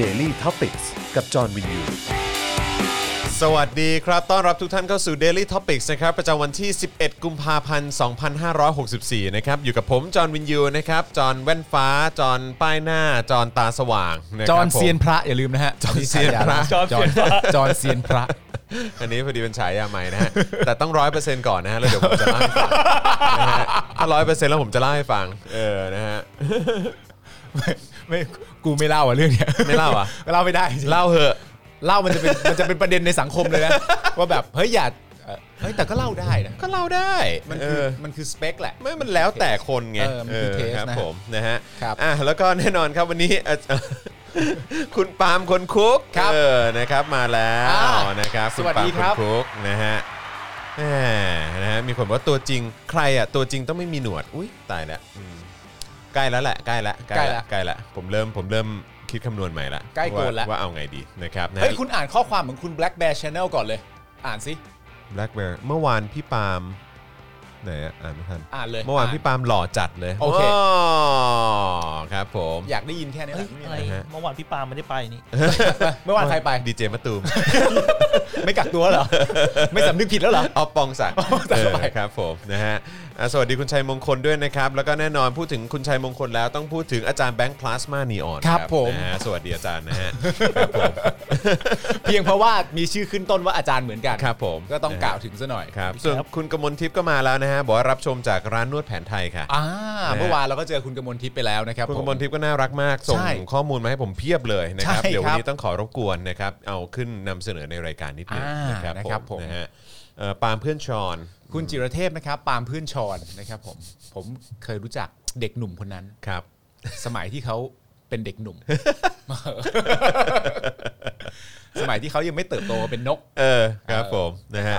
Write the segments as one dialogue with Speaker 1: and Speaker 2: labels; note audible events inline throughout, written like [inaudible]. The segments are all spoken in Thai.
Speaker 1: Daily t o p i c กกับจอห์นวินยู
Speaker 2: สวัสดีครับ ต้อนรับทุกท่านเข้าสู่ Daily Topics นะครับ ประจำวันที่ 11 กุมภาพันธ์ 2564 นะครับ อยู่กับผม จอห์นวินยูนะครับ จอห์นแว่นฟ้า จอห์นป้ายหน้า จอห์นตาสว่างะค
Speaker 3: จ
Speaker 2: รับ
Speaker 3: อนเซียน
Speaker 2: ผม
Speaker 3: พระอย่าลืมนะฮะ
Speaker 2: จอนเซียนพระ
Speaker 3: จอนเซียนพระจอนเซียนพระ
Speaker 2: [laughs] อันนี้พอดีเป็นฉายาใหม่นะฮะ แต่ต้องร้อยเปอร์เซ็นต์ก่อนนะฮะ แล้วเดี๋ยวผมจะเล่าให้ฟังนะฮะถ้าร้อยเปอร์เซ็นต์แล้วผมจะเล่าให้ฟัง เออ นะฮะ
Speaker 3: [laughs] ไม่กูไม่เล่าอ่ะเรื่องเนี้ย
Speaker 2: ไม่เล่าอ่ะ
Speaker 3: [laughs] เล่าไม่ได้จริง
Speaker 2: เล่าเหอะ
Speaker 3: เล่ามันจะเป็นมันจะเป็นประเด็นในสังคม
Speaker 2: [laughs]
Speaker 3: เลยนะว่าแบบเฮ้ยอย่าเอ่อเฮ้ยแต่ก็เล่าได้นะ
Speaker 2: ก็เล่าได้
Speaker 3: มัน
Speaker 2: เ
Speaker 3: คือมันคือสเปคแหละ
Speaker 2: ไม่มันแล้วแต่คนไง
Speaker 3: เออมันคือ
Speaker 2: เออ
Speaker 3: เทส
Speaker 2: ครับ
Speaker 3: นะ
Speaker 2: ผมนะฮะ
Speaker 3: ครับ
Speaker 2: อ่ะแล้วก็แน่นอนครับวันนี้เอ่อ [laughs] คุณปาล์มคนคุก
Speaker 3: ครับ
Speaker 2: เออนะครับมาแล้ว
Speaker 3: อ่า
Speaker 2: นะครับ
Speaker 3: สวัสดี
Speaker 2: ณ
Speaker 3: ค
Speaker 2: ปา
Speaker 3: รั
Speaker 2: ล์ม
Speaker 3: บ
Speaker 2: คนคุกนะฮะแหมนะฮะมีคนบอกว่าตัวจริงใครอ่ะตัวจริงต้องไม่มีหนวดอุ้ยตายแล้วอืมใกล้แล้วแหละใกล้ละใกล้ละผมเริ่มผมเริ่มคิดคำนวณใหม่ละ
Speaker 3: ใกล้โกนละ
Speaker 2: ว่าว่าเอาไงดีนะครับนะฮะ
Speaker 3: เฮ้ยคุณอ่านข้อความของคุณ Black Bear Channel ก่อนเลย อ่านสิ
Speaker 2: Black Bear เมื่อวานพี่ปาล์มไหนอะอ่านไม่ทัน
Speaker 3: อ่านเลย
Speaker 2: เมื่อวาน
Speaker 3: อ่
Speaker 2: พี่ปาล์มหล่อจัดเลย
Speaker 3: โอเค
Speaker 2: ครับผม
Speaker 3: อยากได้ยินแค่นี้แห
Speaker 4: เอ้ย
Speaker 3: ละ
Speaker 4: อะไร
Speaker 2: นะฮะ
Speaker 4: เมื่อวานพี่ปาล์มไม่ได้ไปนี่
Speaker 3: เมื่อวานใครไป
Speaker 2: ดีเจมะตูม
Speaker 3: ไม่กักตัว
Speaker 2: [laughs]
Speaker 3: เหรอ ไม่สำนึกผิดแล้วเหรอ
Speaker 2: ออฟปองศักดิ์
Speaker 3: ศักดิ์
Speaker 2: เออ
Speaker 3: ไป
Speaker 2: ครับผมนะฮะอ่ะสวัสดีคุณชัยมงคลด้วยนะครับ แล้วก็แน่นอนพูดถึงคุณชัยมงคลแล้วต้องพูดถึงอาจารย์แบงค์พลาสมานีออน
Speaker 3: ครับผม
Speaker 2: นะฮะสวัสดีอาจารย์นะ
Speaker 3: [laughs]
Speaker 2: ฮะ
Speaker 3: เพียงเพราะว่ามีชื่อขึ้นต้นว่าอาจารย์เหมือนกัน
Speaker 2: ครับผม
Speaker 3: ก็ต้อง
Speaker 2: นะฮะ
Speaker 3: กล่าวถึงซะหน่อย
Speaker 2: ครับส่วนคุณกมลทิพย์ก็มาแล้วนะฮะบอกว่ารับชมจากร้านนวดแผนไทยค่ะ
Speaker 3: อ่าเมื่อวานเราก็เจอคุณกมลทิพย์ไปแล้วนะครับ
Speaker 2: คุณ
Speaker 3: ผ
Speaker 2: กมลทิพย์ก็น่ารักมาก ส่ง
Speaker 3: ใช่
Speaker 2: ข้อมูลมาให้ผมเพียบเลยนะครับ
Speaker 3: ใช่
Speaker 2: เดี๋ยววัน
Speaker 3: ครับ
Speaker 2: นี้ต้องขอรบกวนนะครับ เอาขึ้นนำเสนอในรายการนิดนึง
Speaker 3: อ่าน
Speaker 2: นะครับ
Speaker 3: นะครับ
Speaker 2: ผม
Speaker 3: ผม
Speaker 2: นะฮะเอ่อปาล์มเพื่อนชอน
Speaker 3: คุณจิรเทพนะครับ ปาล์มเพื่อนชอนนะครับผมผมเคยรู้จักเด็กหนุ่มคนนั้น
Speaker 2: ครับ
Speaker 3: สมัยที่เขาเป็นเด็กหนุ่ม [laughs] สมัยที่เขายังไม่เติบโตเป็นนก
Speaker 2: เออครับผมนะฮะ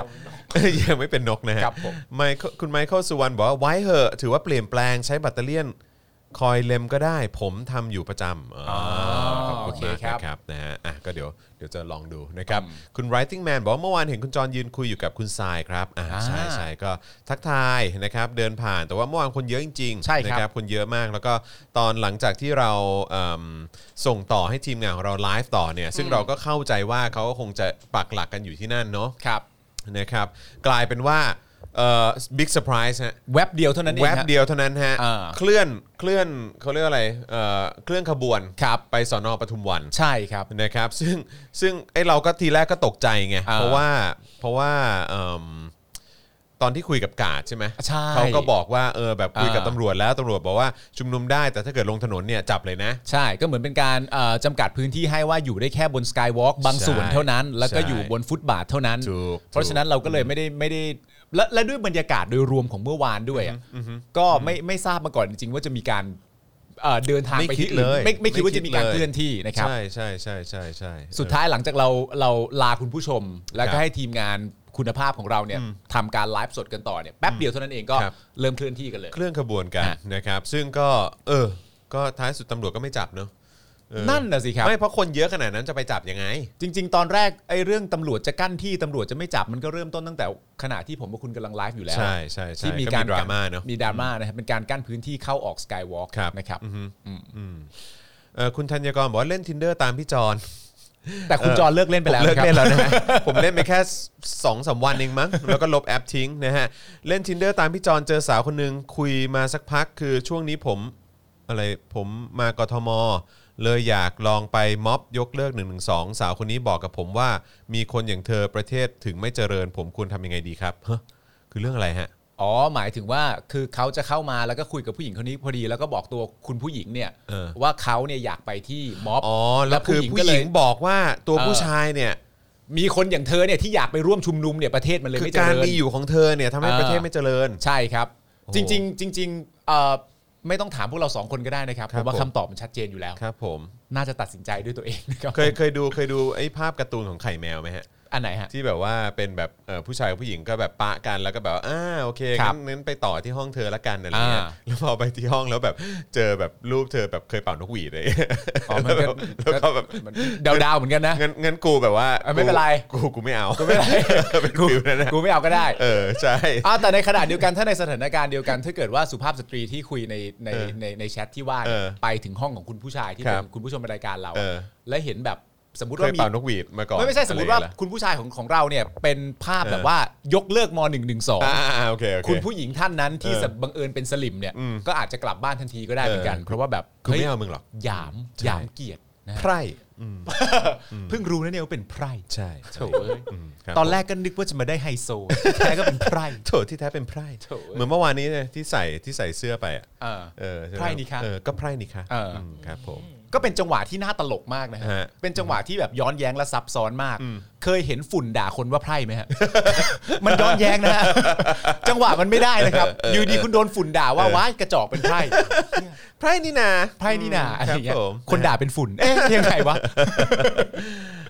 Speaker 2: ยังไม่เป็นนกนะฮะ
Speaker 3: ครับผม
Speaker 2: ไมเคิลคุณไมเคิลสุวรรณบอกว่าไว้เหอะ ถือว่าเปลี่ยนแปลงใช้แบตเตอรี่ยนคอยเล็มก็ได้ ผมทำอยู่ประจำอ๋อขบณ
Speaker 3: โอเค
Speaker 2: มากนะค
Speaker 3: ครับ
Speaker 2: รับนะฮะอ่ะก็เดี๋ยวเดี๋ยวจะลองดูนะครับ คุณ writing man บอกว่าเมื่อวานเห็นคุณจรยืนคุยอยู่กับคุณทรายครับอ่า
Speaker 3: อ่า
Speaker 2: ใช่ใช่ก็ทักทายนะครับเดินผ่านแต่ว่าเมื่อวานคนเยอะจริงๆ
Speaker 3: ใช่ครับ
Speaker 2: นะ คนเยอะมากแล้วก็ตอนหลังจากที่เราเอิ่มส่งต่อให้ทีมงานของเราไลฟ์ต่อเนี่ยซึ่งเราก็เข้าใจว่าเขาก็คงจะปักหลักกันอยู่ที่นั่นเนาะ
Speaker 3: ครับ
Speaker 2: นะครับกลายเป็นว่าบิ๊กเซอร์ไพรส์ฮะ
Speaker 3: แว็บเดียวเท่านั้นเอง
Speaker 2: แวบ
Speaker 3: ฮะ
Speaker 2: เดียวเท่านั้นฮะ
Speaker 3: อ่า
Speaker 2: เคลื่อนเคลื่อนเขาเรียกอะไรเอ่อเคลื่อนขบวนไปสอนอปทุมวัน
Speaker 3: ใช่ครับ
Speaker 2: นะครับซึ่งซึ่งไอเราก็ทีแรกก็ตกใจไง
Speaker 3: อ่า
Speaker 2: เพราะว่าเพราะว่าเอิ่มตอนที่คุยกับกาดใช่ไหม
Speaker 3: ใช่
Speaker 2: เขาก็บอกว่าเออแบบคุยกับ
Speaker 3: อ่า
Speaker 2: ตำรวจแล้วตำรวจบอกว่าชุมนุมได้แต่ถ้าเกิดลงถนนเนี่ยจับเลยนะ
Speaker 3: ใช่ก็เหมือนเป็นการเอ่อจำกัดพื้นที่ให้ว่าอยู่ได้แค่บนสกายวอล์กบางส่วนเท่านั้น แล้วก็
Speaker 2: ใช่
Speaker 3: อยู่บนฟุตบาทเท่านั้น
Speaker 2: ถูก
Speaker 3: เพราะฉะนั้นเราก็เลยไม่ได้ไม่ได้และและด้วยบรรยากาศโดยรวมของเมื่อวานด้วยอะก็ไม่ไม่ทราบมาก่อนจริงๆ ว่าจะมีการเอ่อเดินทางไป
Speaker 2: ไม่คิด
Speaker 3: ที่อื่น
Speaker 2: เลย
Speaker 3: ไม่ไม่คิดว่า
Speaker 2: ไม่คิด
Speaker 3: จะมีการ
Speaker 2: เลย
Speaker 3: เคลื่อนที่นะครับ
Speaker 2: ใช่ใช่ใช่ใช่ใช่
Speaker 3: สุด
Speaker 2: เอ
Speaker 3: ท้ายหลังจากเราเราลาคุณผู้ชม แล้ว
Speaker 2: ครั
Speaker 3: ก็
Speaker 2: บ
Speaker 3: ให้ทีมงานคุณภาพของเราเนี่ยทำการไลฟ์สดกันต่อเนี่ยแป๊บเดียวเท่านั้นเองก็
Speaker 2: ครับ
Speaker 3: เริ่มเคลื่อนที่กันเลย
Speaker 2: อเครื่องขบวนกัน
Speaker 3: อ่ะ
Speaker 2: นะครับ ซึ่งก็เออก็ท้ายสุดตำรวจก็ไม่จับเนอะเออ
Speaker 3: นั่นนะสิครับ
Speaker 2: ไม่เพราะคนเยอะขนาดนั้นจะไปจับยังไง
Speaker 3: จริง ๆ ตอนแรกไอ้เรื่องตำรวจจะกั้นที่ตำรวจจะไม่จับมันก็เริ่มต้นตั้งแต่ขณะที่ผมกับคุณกำลังไลฟ์อยู่แล้ว
Speaker 2: ใช่ใช่ใช่
Speaker 3: ที่มี
Speaker 2: ก็
Speaker 3: การ
Speaker 2: ดราม่าเนอะ
Speaker 3: มีดราม่านะครับเป็นการกั้นพื้นที่เข้าออกสกายวอล์ก
Speaker 2: ครับ
Speaker 3: นะครับ
Speaker 2: เออคุณธัญกรบอกว่าเล่น Tinder ตามพี่จอน [laughs]
Speaker 3: แต่คุณ
Speaker 2: เออ
Speaker 3: จอห์นเลิกเล่นไปแล้ว
Speaker 2: ผมเลิก
Speaker 3: นะครับ
Speaker 2: เล่นแล้วนะฮะ ผมเล่นไปแค่2อสวันเองมั้ง [laughs] แล้วก็ลบแอปทิ้งนะฮะ เล่น Tinder ตามพี่จอนเจอสาวคนหนึ่งคุยมาสักพักคือช่วงนี้ผมอะไรผมมากทม เลยอยากลองไปม็อบยกเลิก1นึสาวคนนี้บอกกับผมว่า มีคนอย่างเธอประเทศถึงไม่เจริญ ผมควรทำยังไงดีครับฮะคือเรื่องอะไรฮะ
Speaker 3: อ๋อหมายถึงว่าคือเขาจะเข้ามาแล้วก็คุยกับผู้หญิงคนนี้พอดีแล้วก็บอกตัวคุณผู้หญิงเนี่ย
Speaker 2: เออ
Speaker 3: ว่าเขาเนี่ยอยากไปที่ม็อบ
Speaker 2: อ๋อแล้วคือผู้หญิงบอกว่าตัวผู้ชายเนี่ย
Speaker 3: มีคนอย่างเธอเนี่ยที่อยากไปร่วมชุมนุมเนี่ยประเทศมันเลย
Speaker 2: คือ
Speaker 3: ไม่เจ
Speaker 2: การ
Speaker 3: ริญ
Speaker 2: มีอยู่ของเธอเนี่ยทำให้
Speaker 3: เออ
Speaker 2: ประเทศไม่เจริญ
Speaker 3: ใช่ครับ
Speaker 2: โอ้
Speaker 3: จริง ๆ จริงๆเอ่อไม่ต้องถามพวกเราสองคนก็ได้นะครับ
Speaker 2: ครั
Speaker 3: ผ
Speaker 2: บ
Speaker 3: มว่า
Speaker 2: ผม
Speaker 3: คำตอบมันชัดเจนอยู่แล้ว
Speaker 2: ครับผม
Speaker 3: น่าจะตัดสินใจด้วยตัวเองนะครับ
Speaker 2: เคยเคยดูเคยดูไอ้ภาพการ์ตูนของไข่แมวไหมฮะ
Speaker 3: อันไหนฮะ
Speaker 2: ที่แบบว่าเป็นแบบเอ่อผู้ชายกับผู้หญิงก็แบบปะกันแล้วก็แบบว่าอ่าโอเค
Speaker 3: ครับ
Speaker 2: งั้นงั้นไปต่อที่ห้องเธอละกันอะไรเงี้ย
Speaker 3: อ่า
Speaker 2: แล้วพอไปที่ห้องแล้วแบบเจอแบบรูปเธอแบบเคยเป่านกหวีดอะไรเงี้ย
Speaker 3: อ๋อมั
Speaker 2: แล้
Speaker 3: น
Speaker 2: ว
Speaker 3: ก็
Speaker 2: แบบแล้วก็แบบ
Speaker 3: มันดาวๆเหมือนกันนะ
Speaker 2: งั้นงั้นกูแบบว่า
Speaker 3: อ่ะไม่เป็นไร
Speaker 2: กูกูไม่เอากูไม่ได้เป็นฟิวนั่นนะ
Speaker 3: กูไม่เอาก็ได้
Speaker 2: เออใช่
Speaker 3: อ่าแต่ในขณะเดียวกันถ้าในสถานการณ์เดียวกันถ้าเกิดว่าสุภาพสตรีที่คุยในใน
Speaker 2: เออ
Speaker 3: ในในแชทที่ว่าเนี่ย
Speaker 2: เออ
Speaker 3: ไปถึงห้องของคุณผู้ชายที่
Speaker 2: ครับ
Speaker 3: เป็นคุณผู้ชมรายการเรา
Speaker 2: เออ
Speaker 3: และเห็นแบบสมมติ
Speaker 2: เค
Speaker 3: ว่าย มี
Speaker 2: เป่านกหวีดมาก่อน
Speaker 3: ไม่ไม่ใช่สมมติว่า
Speaker 2: อะไรเงี้ยเหรอ
Speaker 3: คุณผู้ชายของของเราเนี่ยเป็นภาพ
Speaker 2: เออ
Speaker 3: แบบว่ายกเลิกม .112
Speaker 2: อ่าอ่าโอเคโอเค
Speaker 3: คุณผู้หญิงท่านนั้นที่
Speaker 2: เออ
Speaker 3: สะบังเอิญเป็นสลิมเนี่ย
Speaker 2: อืม
Speaker 3: ก็อาจจะกลับบ้านทันทีก็ได้เหมือนกัน
Speaker 2: เออ
Speaker 3: เพราะว่าแบบ
Speaker 2: กูไม่เอามึงหรอก
Speaker 3: หยามหยามเกียรตินะ
Speaker 2: ไพร่
Speaker 3: เพิ่งรู้นะเนี่ยว่าเป็นไพร่
Speaker 2: ใช่
Speaker 3: โถเอ้ย
Speaker 2: มคบ
Speaker 3: ตอนแรกก็นึกว่าจะมาได้ไฮโซแท้ก็เป็นไพร่
Speaker 2: โถที่แท้เป็นไพร่
Speaker 3: โถ
Speaker 2: เหมือนเมื่อวานนี้เนี่ยที่ใส่ที่ใส่เสื้อไปอะ
Speaker 3: เออ
Speaker 2: เออใช่หม
Speaker 3: ไพร่นี่คะ
Speaker 2: เออก็ไพร่นี่คะ
Speaker 3: เอออื
Speaker 2: มครับผม
Speaker 3: ก็เป็นจังหวะที่น่าตลกมากนะฮะ
Speaker 2: ฮะ
Speaker 3: เป็นจังหวะที่แบบย้อนแย้งและซับซ้อนมาก เคยเห็นฝุ่นด่าคนว่าไพร่ [laughs] ไหมฮะ มันย้อนแย้งนะฮะ จังหวะมันไม่ได้นะครับ อยู่ดีคุณโดนฝุ่นด่าว่าว้ายกระจอกเป็นไพร่
Speaker 2: ไพร่นี่นา
Speaker 3: ไพร่นี่นาอะไรอย่างเงี้
Speaker 2: ค
Speaker 3: ย
Speaker 2: รับผม
Speaker 3: คนด่าเป็นฝุ่น เอ๊ะยังไงวะ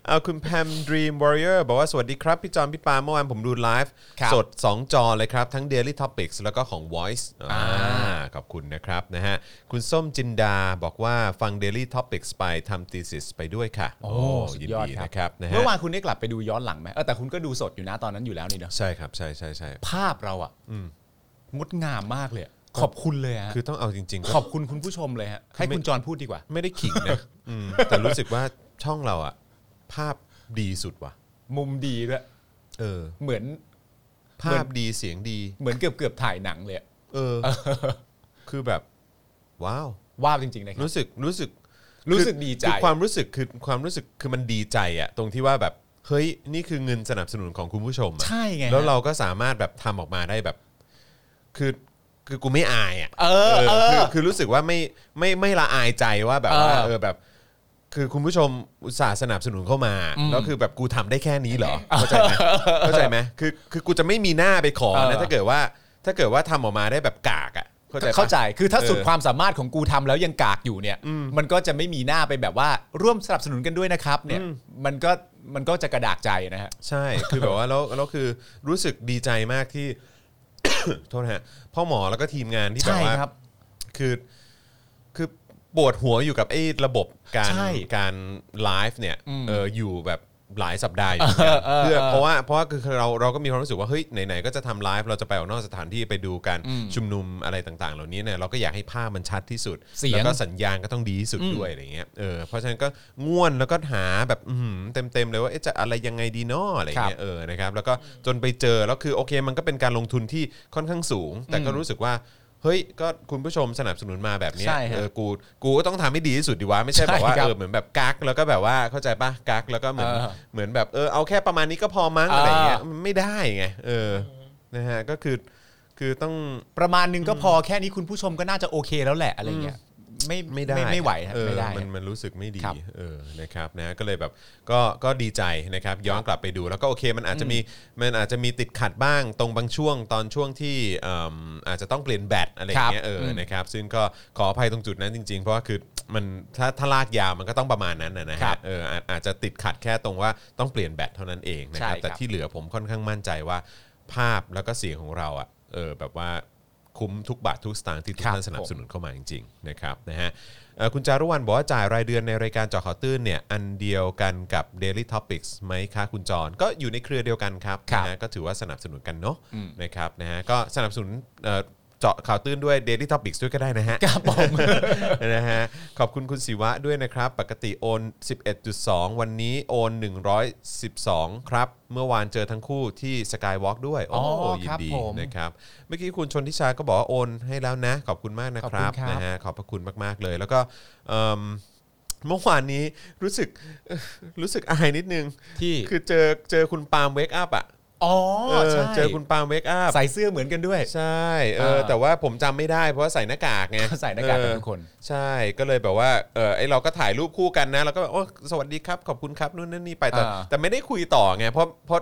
Speaker 2: เอาคุณแพม Dream Warrior บอกว่าสวัสดีครับ พี่จอมพี่ปาเมื่อวานผมดูไลฟ์
Speaker 3: ครับ
Speaker 2: สด 2 จอเลยครับ ทั้ง Daily Topics แล้วก็ของ Voice อ่าขอบคุณนะครับนะฮะคุณส้มจินดาบอกว่าฟัง Daily Topics ไปทำ thesis ไปด้วยค่ะ
Speaker 3: โอ้สุ
Speaker 2: ยิ
Speaker 3: ด
Speaker 2: น
Speaker 3: ยอด
Speaker 2: ดี
Speaker 3: ครับ
Speaker 2: นะครับนะฮะ
Speaker 3: เมื่อวานคุณได้กลับไปดูย้อนหลังไหมเออแต่คุณก็ดูสดอยู่นะตอนนั้นอยู่แล้วนี่เนอะ
Speaker 2: ใช่ครับ ใช่ใช่ใช่
Speaker 3: ภาพเราอ่ะงดงามมากเลยอะขอบคุณเลยอะฮะ
Speaker 2: คือต้องเอาจริงๆก็
Speaker 3: ขอบคุณคุณผู้ชมเลยฮะให้คุณจรพูดดีกว่า
Speaker 2: ไม่ได้ขิงนะอืมแต่รู้สึกว่าช่องเราอะภาพดีสุดว่ะ
Speaker 3: มุมดีด้วย
Speaker 2: เออ
Speaker 3: เหมือน
Speaker 2: ภาพดีเสียงดี
Speaker 3: เหมือนเกือบเกือบๆถ่ายหนังเลยอะ
Speaker 2: เออ คือแบบ ว้าว
Speaker 3: ว่าจริงๆนะครับ
Speaker 2: รู้สึกรู้สึก
Speaker 3: รู้สึก
Speaker 2: คือ
Speaker 3: ดีใจ
Speaker 2: คือความรู้สึกคือความรู้สึกคือมันดีใจอะตรงที่ว่าแบบเฮ้ยนี่คือเงินสนับสนุนของคุณผู้ชมอะ
Speaker 3: ใช่ไง
Speaker 2: แล้ว
Speaker 3: ฮะ
Speaker 2: เราก็สามารถแบบทำออกมาได้แบบ คือคือกูไม่อายอะ
Speaker 3: เออเออ
Speaker 2: คือคือรู้สึกว่าไม่ไม่ไม่ละอายใจว่าแบบว่า
Speaker 3: เออ
Speaker 2: เออแบบ คือคุณผู้ชมอุตส่าห์สนับสนุนเข้ามา
Speaker 3: อืม
Speaker 2: แล้วคือแบบกูทำได้แค่นี้เหรอเข้าใจไหมเข้าใจไหมคือคือกูจะไม่มีหน้าไปขอ
Speaker 3: เอ
Speaker 2: นะ
Speaker 3: อ
Speaker 2: ถ้าเกิดว่าถ้าเกิดว่าทำออกมาได้แบบกากอะเข้าใจปะ
Speaker 3: เข้าใจคือถ้าสุด
Speaker 2: เออ
Speaker 3: ความสามารถของกูทำแล้วยังกากอยู่เนี่ย มันก็จะไม่มีหน้าไปแบบว่าร่วมสนับสนุนกันด้วยนะครับ เนี่ย มันก็มันก็จะกระดากใจนะฮะ
Speaker 2: ใช่ คือแบบว่าแล้วแล้วคือรู้สึกดีใจมากที่ [coughs] โทษนะฮะพ่อหมอแล้วก็ทีมงานที่แบ
Speaker 3: ใช่
Speaker 2: บว่า
Speaker 3: ครับ
Speaker 2: คือคือปวดหัวอยู่กับไอ้ระบบการ
Speaker 3: ใช่
Speaker 2: การไลฟ์เนี่ย
Speaker 3: อืม
Speaker 2: เอออยู่แบบหลายสัปดา
Speaker 3: [laughs]
Speaker 2: ห์อยู่เหมือนกัน
Speaker 3: เออเออ
Speaker 2: เพื่อ
Speaker 3: เออ
Speaker 2: เพราะว่าเพราะว่าคือเราเราก็มีความรู้สึกว่าเฮ้ยไหนๆก็จะทำไลฟ์เราจะไปออกนอกสถานที่ไปดูการชุมนุมอะไรต่างๆ เหล่านี้เนี่ยเราก็อยากให้ภาพมันชัดที่สุด
Speaker 3: เสียง
Speaker 2: แล้วก็สัญญาณก็ต้องดีที่สุดด้วยอะไรเงี้ยเออเพราะฉะนั้นก็ง่วนแล้วก็หาแบบอื้อหือเต็มๆเลยว่าเอ๊ะจะอะไรยังไงดีเนาะอะไรเงี้ย เออ นะครับ แล้วก็จนไปเจอ แล้วคือโอเค มันก็เป็นการลงทุนที่ค่อนข้างสูง แต่ก็รู้สึกว่า เฮ้ย ก็คุณผู้ชมสนับสนุนมาแบบเนี้ย
Speaker 3: ใช่ฮะ
Speaker 2: เออ กู กูก็ต้องทำให้ดีที่สุดดีวะ ไม่ใช่
Speaker 3: ใช่
Speaker 2: แบบว่า
Speaker 3: ครับ
Speaker 2: เออ เหมือนแบบกัก แล้วก็แบบว่า เข้าใจปะกัก แล้วก็เหมือน
Speaker 3: เออ
Speaker 2: เหมือนแบบ เออ เอาแค่ประมาณนี้ก็พอมั้งอะไรเงี้ย
Speaker 3: อ่ามั
Speaker 2: มันไม่ได้ไง เออ นะฮะ ก็คือ คือต้อง
Speaker 3: ประมาณนึงก็พอแค่นี้คุณผู้ชมก็น่าจะโอเคแล้วแหละอะไรเงี้ยไม่
Speaker 2: ไม่ได้
Speaker 3: ไม่ไหวฮะ
Speaker 2: เออ
Speaker 3: ไม่ได้ฮะ
Speaker 2: มันมันรู้สึกไม่ดี
Speaker 3: ครับ
Speaker 2: เออนะครับนะก็เลยแบบก็ก็ดีใจนะครับย้อนกลับไปดูแล้วก็โอเคมันอาจจะมีมันอาจจะมีติดขัดบ้างตรงบางช่วงตอนช่วงที่เอิ่มอาจจะต้องเปลี่ยนแบตอะไรอย่างเงี้ย
Speaker 3: ครับ
Speaker 2: เอออ
Speaker 3: ม
Speaker 2: นะครับซึ่งก็ขออภัยตรงจุดนั้นจริง ๆ เพราะว่าคือมันถ้าถ้าลากยาวมันก็ต้องประมาณนั้นนะนะ
Speaker 3: ครั
Speaker 2: ฮะ
Speaker 3: บ
Speaker 2: เอออาจอาจจะติดขัดแค่ตรงว่าต้องเปลี่ยนแบตเท่านั้นเองนะครับ
Speaker 3: ใช่ครับ
Speaker 2: แต่ที่เหลือผมค่อนข้างมั่นใจว่าภาพแล้วก็เสียงของเราอ่ะเออแบบว่าคุ้มทุกบาททุกสตางค์ที่ทุก
Speaker 3: ครับ
Speaker 2: ท่านสนับสนุน สนับ
Speaker 3: ผม
Speaker 2: สนุนเข้ามาจริงๆนะครับนะฮะเอ่อคุณจารุวรรณบอกว่าจ่ายรายเดือนในรายการเจอข่าวตื้นเนี่ยอันเดียวกันกับ Daily Topics ไหมคะคุณจรก็อยู่ในเครือเดียวกันครับ
Speaker 3: ครับ
Speaker 2: นะฮะก็ถือว่าสนับสนุนกันเนาะนะครับนะฮะก็สนับสนุนเอ่อเจาะข่าวตื้นด้วย Daily Topics ด้วยก็ได้นะฮะ
Speaker 3: ครับผม
Speaker 2: [laughs] นะฮะขอบคุณคุณศิวะด้วยนะครับ ปกติโอน 11.2 วันนี้โอน 112 ครับ เมื่อวานเจอทั้งคู่ที่ Skywalk ด้วยโอ้
Speaker 3: อ๋อ
Speaker 2: ยิ
Speaker 3: คน รับ
Speaker 2: ดี
Speaker 3: ผม
Speaker 2: นะครับเมื่อกี้คุณชนทิชาก็บอกว่าโอนให้แล้วนะ ขอบคุณมากนะ
Speaker 3: ขอบ
Speaker 2: ค
Speaker 3: คุณ
Speaker 2: รับ
Speaker 3: ครับ
Speaker 2: นะฮะขอบพระคุณมาก ๆ เลย แล้วก็เอิ่มเมื่อวานนี้รู้สึก [laughs] เอ่อรู้สึกอายนิดนึง
Speaker 3: ที่
Speaker 2: คือเจอเจอคุณปาล์มเวกอัพอ่ะ
Speaker 3: อ๋อ
Speaker 2: เออ
Speaker 3: ใช่
Speaker 2: เจอคุณปาล์มเวกอัพ
Speaker 3: ใส่เสื้อเหมือนกันด้วย
Speaker 2: ใช่เออ
Speaker 3: เออ
Speaker 2: แต่ว่าผมจำไม่ได้เพราะว่าใส่หน้ากากไง
Speaker 3: ใส่หน้ากากกันทุกคน
Speaker 2: เออใช่ก็เลยแบบว่าเออไอเราก็ถ่ายรูปคู่กันนะแล้วก็แบบโอ้สวัสดีครับขอบคุณครับนู่นนั่นนี่ไปแต่
Speaker 3: อ่า
Speaker 2: แต่ไม่ได้คุยต่อไงเพราะเพราะ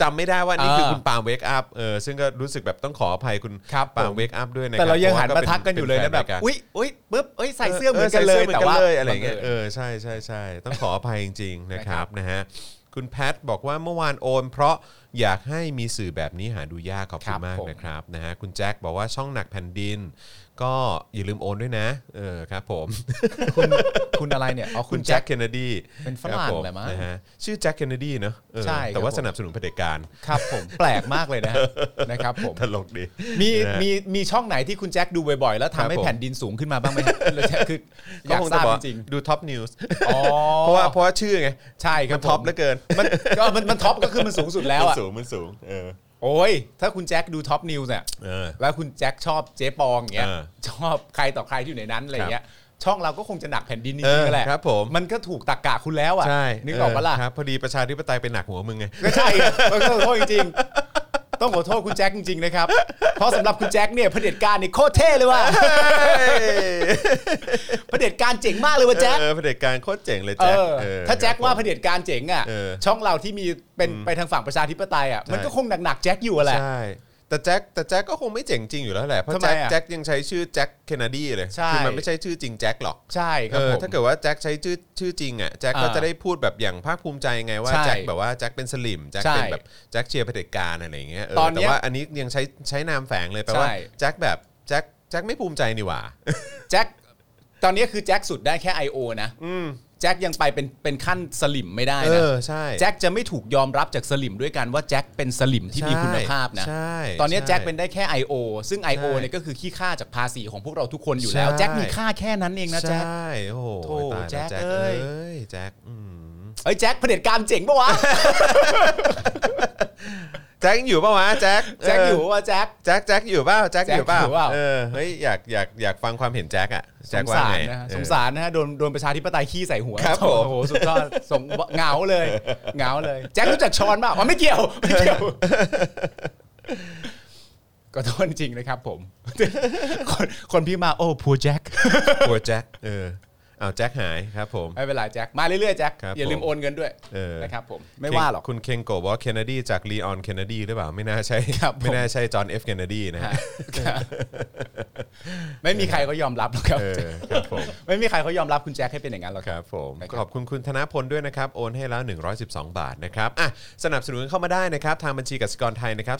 Speaker 2: จำไม่ได้ว่านี่คือ
Speaker 3: เออ
Speaker 2: คุณปาล์มเวกอัพเออซึ่งก็รู้สึกแบบต้องขออภัยคุณ
Speaker 3: ครับผ
Speaker 2: ปาล์ม
Speaker 3: ม
Speaker 2: เวกอัพด้วยนะคบ
Speaker 3: แต่เรายัง
Speaker 2: พะว่
Speaker 3: หันมา
Speaker 2: ป็
Speaker 3: ทักกันอยู่เลย
Speaker 2: ป็
Speaker 3: นะ
Speaker 2: ฟ
Speaker 3: แบบ
Speaker 2: รายการ
Speaker 3: อุ้ยอุ้ยปึ๊บเอ้ยใส่เสื้อเหมือนกันเลย
Speaker 2: ใส่สื้อหมื
Speaker 3: แต่
Speaker 2: อนกัน
Speaker 3: ว่า
Speaker 2: เลยอะไรอย่างเงี้ย
Speaker 3: บัง
Speaker 2: เอ
Speaker 3: ญ
Speaker 2: อใช่ใช่ใช่ต้องขออภัยจริง ๆ นะครับนะฮะ คุณแพทบอกว่าเมื่อวานโอน เพราะอยากให้มีสื่อแบบนี้หาดูยากขอบ
Speaker 3: ค
Speaker 2: คุ
Speaker 3: รั
Speaker 2: ณ
Speaker 3: บ
Speaker 2: มาก
Speaker 3: ผม
Speaker 2: นะครับนะฮะคุณแจ็คบอกว่าช่องหนักแผ่นดิน ก็อย่าลืมโอนด้วยนะเออครับ
Speaker 3: [laughs]
Speaker 2: ผม
Speaker 3: คุณคุณอะไรเนี่ยอ๋อ
Speaker 2: คุ
Speaker 3: คุณ ณ
Speaker 2: แจ็
Speaker 3: แจ็
Speaker 2: ค
Speaker 3: ค
Speaker 2: เคนเนดี
Speaker 3: เป็นฝรั่ง
Speaker 2: คบผ
Speaker 3: แหละมั้ง
Speaker 2: นะฮะชื่อแจ็คเคนเนดีเนอะเออ
Speaker 3: ใช่
Speaker 2: แต่
Speaker 3: ครับ
Speaker 2: ว่า
Speaker 3: ผม
Speaker 2: สนับสนุนเผด็จการ
Speaker 3: ครับผมแปลกมากเลยนะฮะ [laughs] นะครับผม
Speaker 2: ตลกดี
Speaker 3: มี
Speaker 2: นะฮะ
Speaker 3: มีมีช่องไหนที่คุณแจ็คดูบ่อยๆ แล้ว
Speaker 2: ครับ
Speaker 3: ทำให้
Speaker 2: ผม
Speaker 3: แผ่นดินสูงขึ้นมาบ้างไหมฮะแล้วแจ็ค [laughs] คืออยาก
Speaker 2: คง
Speaker 3: ท
Speaker 2: จะ
Speaker 3: ราบบ
Speaker 2: อ
Speaker 3: จริง
Speaker 2: ดูท็อปนิวส์
Speaker 3: ๆอ๋อ
Speaker 2: เพราะว่าเพราะว่าชื่อไง
Speaker 3: ใช่ค
Speaker 2: มั
Speaker 3: รั
Speaker 2: น
Speaker 3: บ
Speaker 2: ท็อป
Speaker 3: ผม
Speaker 2: เหลือเกิน
Speaker 3: มันก็มันมันท็อปก็คือมันสูงสุดแล้ว
Speaker 2: มั
Speaker 3: อ่ะ
Speaker 2: นสูงมันสูงเออ
Speaker 3: โอ้ยถ้าคุณแจ็คดูท็อปนิวส์เนี่ย
Speaker 2: เออ
Speaker 3: แล้วคุณแจ็คชอบเจ๊ปองอย่างเงี้ย
Speaker 2: เออ
Speaker 3: ชอบใครต่อใครที่อยู่ในนั้นอะไรอย่างเงี้ยช่องเราก็คงจะหนักแผ่นดินจ
Speaker 2: เอ
Speaker 3: ริง
Speaker 2: อ
Speaker 3: ๆแหละ
Speaker 2: ครับผม
Speaker 3: มันก็ถูกตักกะคุณแล้วอ่ะ
Speaker 2: ใช่
Speaker 3: นึกออกปะล่ะ
Speaker 2: ครับพอดีประชาธิปไตยเป็นหนักหัวมึงไง
Speaker 3: ก็ใช่ไงต้องขอโทษจริงๆ ต้องขอโทษคุณแจ็คจริงๆนะครับ เพราะสำหรับคุณแจ็คเนี่ยเผด็จการเนี่ยโคตรเท่เลยว่ะเผด็จการเจ๋งมากเลยว่ะแจ็ค
Speaker 2: เออเผด็จการโคตรเจ๋งเลย
Speaker 3: เอ
Speaker 2: แจ็ค
Speaker 3: อ
Speaker 2: เออ
Speaker 3: ถ้าแจ็คว่า
Speaker 2: ค
Speaker 3: เผ
Speaker 2: รับผม
Speaker 3: ด็จการเจ๋งอ่ะ
Speaker 2: เออ
Speaker 3: ช่องเราที่มีเป็นไปทางฝั่งประชาธิปไตยอ่ะมัน
Speaker 2: ใช่
Speaker 3: ก็คงหนักๆแจ็คอยู่อะแหละ
Speaker 2: ใช่แต่แจ็คแต่แจ็คก็คงไม่เจ๋งจริงอยู่แล้วแหละเพราะ
Speaker 3: ทำไม
Speaker 2: แจ็ค
Speaker 3: อะ
Speaker 2: แจ็คยังใช้ชื่อแจ็คเคนเนดีเลย
Speaker 3: ใช่
Speaker 2: คือมันไม่ใช่ชื่อจริงแจ็คหรอก
Speaker 3: ใช่ค
Speaker 2: เอ
Speaker 3: รับ
Speaker 2: อ
Speaker 3: ผม
Speaker 2: ถ้าเกิดว่าแจ็คใช้ชื่อชื่อจริงอ่ะแจ็คก็
Speaker 3: อ่า
Speaker 2: จะได้พูดแบบอย่างภาคภูมิใจไงว่า
Speaker 3: ใช่
Speaker 2: แจ็คแบบว่าแจ็คเป็นสลิมแจ็ค
Speaker 3: ใช่
Speaker 2: เป็นแบบแจ็คเชียร์เผด็จการอะไรอย่างเงี้ยเออ
Speaker 3: ตอนเนี้
Speaker 2: แต่
Speaker 3: ย
Speaker 2: ว่าอันนี้ยังใช้ใช้นามแฝงเลยแปลว่า
Speaker 3: ใช่
Speaker 2: แจ็คแบบแจ็คแจ็คไม่ภูมิใจนี่หว่า
Speaker 3: แจ็คตอนนี้คือแจ็คสุดได้แค่ I.O. นะแจ็คยังไปเป็นเป็นขั้นสลิมไม่ได้
Speaker 2: เอ
Speaker 3: นะ
Speaker 2: อใช่
Speaker 3: แจ็คจะไม่ถูกยอมรับจากสลิมด้วยกันว่าแจ็คเป็นสลิมที่มีคุณภาพนะ
Speaker 2: ใช่
Speaker 3: ตอนนี้
Speaker 2: ใช่
Speaker 3: แจ็คเป็นได้แค่ I.O. ซึ่ง I.O.
Speaker 2: ใช่
Speaker 3: เนี่ยก็คือขี้ค่าจากภาษีของพวกเราทุกคนอยู่แล้ว
Speaker 2: ใช่
Speaker 3: แจ็คมีค่าแค่นั้นเองนะแจ็ค
Speaker 2: ใช่โอ้โห
Speaker 3: โถ่
Speaker 2: ตายแล้ว
Speaker 3: แจ็ค
Speaker 2: แจ็ค
Speaker 3: เอ้
Speaker 2: เอ้
Speaker 3: ย
Speaker 2: ยแจ็คอืม
Speaker 3: เอ้ยแจ็คเผด็จการเจ๋งปะ
Speaker 2: [laughs]
Speaker 3: วะ
Speaker 2: แจ็คยังอยู่ปะวะแจ็ค
Speaker 3: แจ็คอยู่
Speaker 2: เ
Speaker 3: ปะวะแจ็ค
Speaker 2: แจ็คแจ็คอยู่เปล่าแจ็คอยู่เปล่า
Speaker 3: แจ็คอยู่เปล่า
Speaker 2: เออเฮ้ยอยากอยากอยากฟังความเห็นแจ็คอะ
Speaker 3: ส
Speaker 2: แจ็ค
Speaker 3: ง
Speaker 2: ว่า
Speaker 3: สาร
Speaker 2: ไง
Speaker 3: นะฮะ
Speaker 2: เออ
Speaker 3: สงสารนะฮะโดนโดนประชาธิปไตยขี้ใส่หัว
Speaker 2: ครับผม
Speaker 3: โอ้โหสุดยอดสงเหงาเลยเหงาเลย แจ็ครู้จักชอนเปล่าอ๋อไม่เกี่ยวไม่
Speaker 2: [laughs]
Speaker 3: เกี่ยวก็โทษจริงนะครับผม [laughs] คนคนพี่มาโอ้พัวแจ็ค
Speaker 2: กลัวแจ็คเออเอาแจ็คหายครับผม
Speaker 3: ไม่เป็นไรแจ็คมาเรื่อยๆแจ็ค
Speaker 2: ครับ
Speaker 3: อย่าลืม
Speaker 2: ผม
Speaker 3: โอนเงินด้วย
Speaker 2: เออ
Speaker 3: นะครับผมไม่ว่าหรอก
Speaker 2: คุณเคงโกะบอกว่าเคนเนดีจากลีออนเคนเนดีหรือเปล่า ไม่น่าใช่
Speaker 3: ครับผม
Speaker 2: ไม่น่าใช่จอห์นเอฟเคนเนดีนะฮะ
Speaker 3: ไม่มีใครเขายอมรับหรอกครับ
Speaker 2: เออครับผม
Speaker 3: ไม่มีใครเขายอมรับคุณแจ็คให้เป็นอย่างนั้นหรอก
Speaker 2: ค
Speaker 3: ครับ
Speaker 2: รับผม
Speaker 3: นะครับ
Speaker 2: ขอบคุณคุณธนพลด้วยนะครับ โอนให้แล้ว 112 บาทนะครับอ่ะสนับสนุนเข้ามาได้นะครับ ทางบัญชีกสิกรไทยนะครับ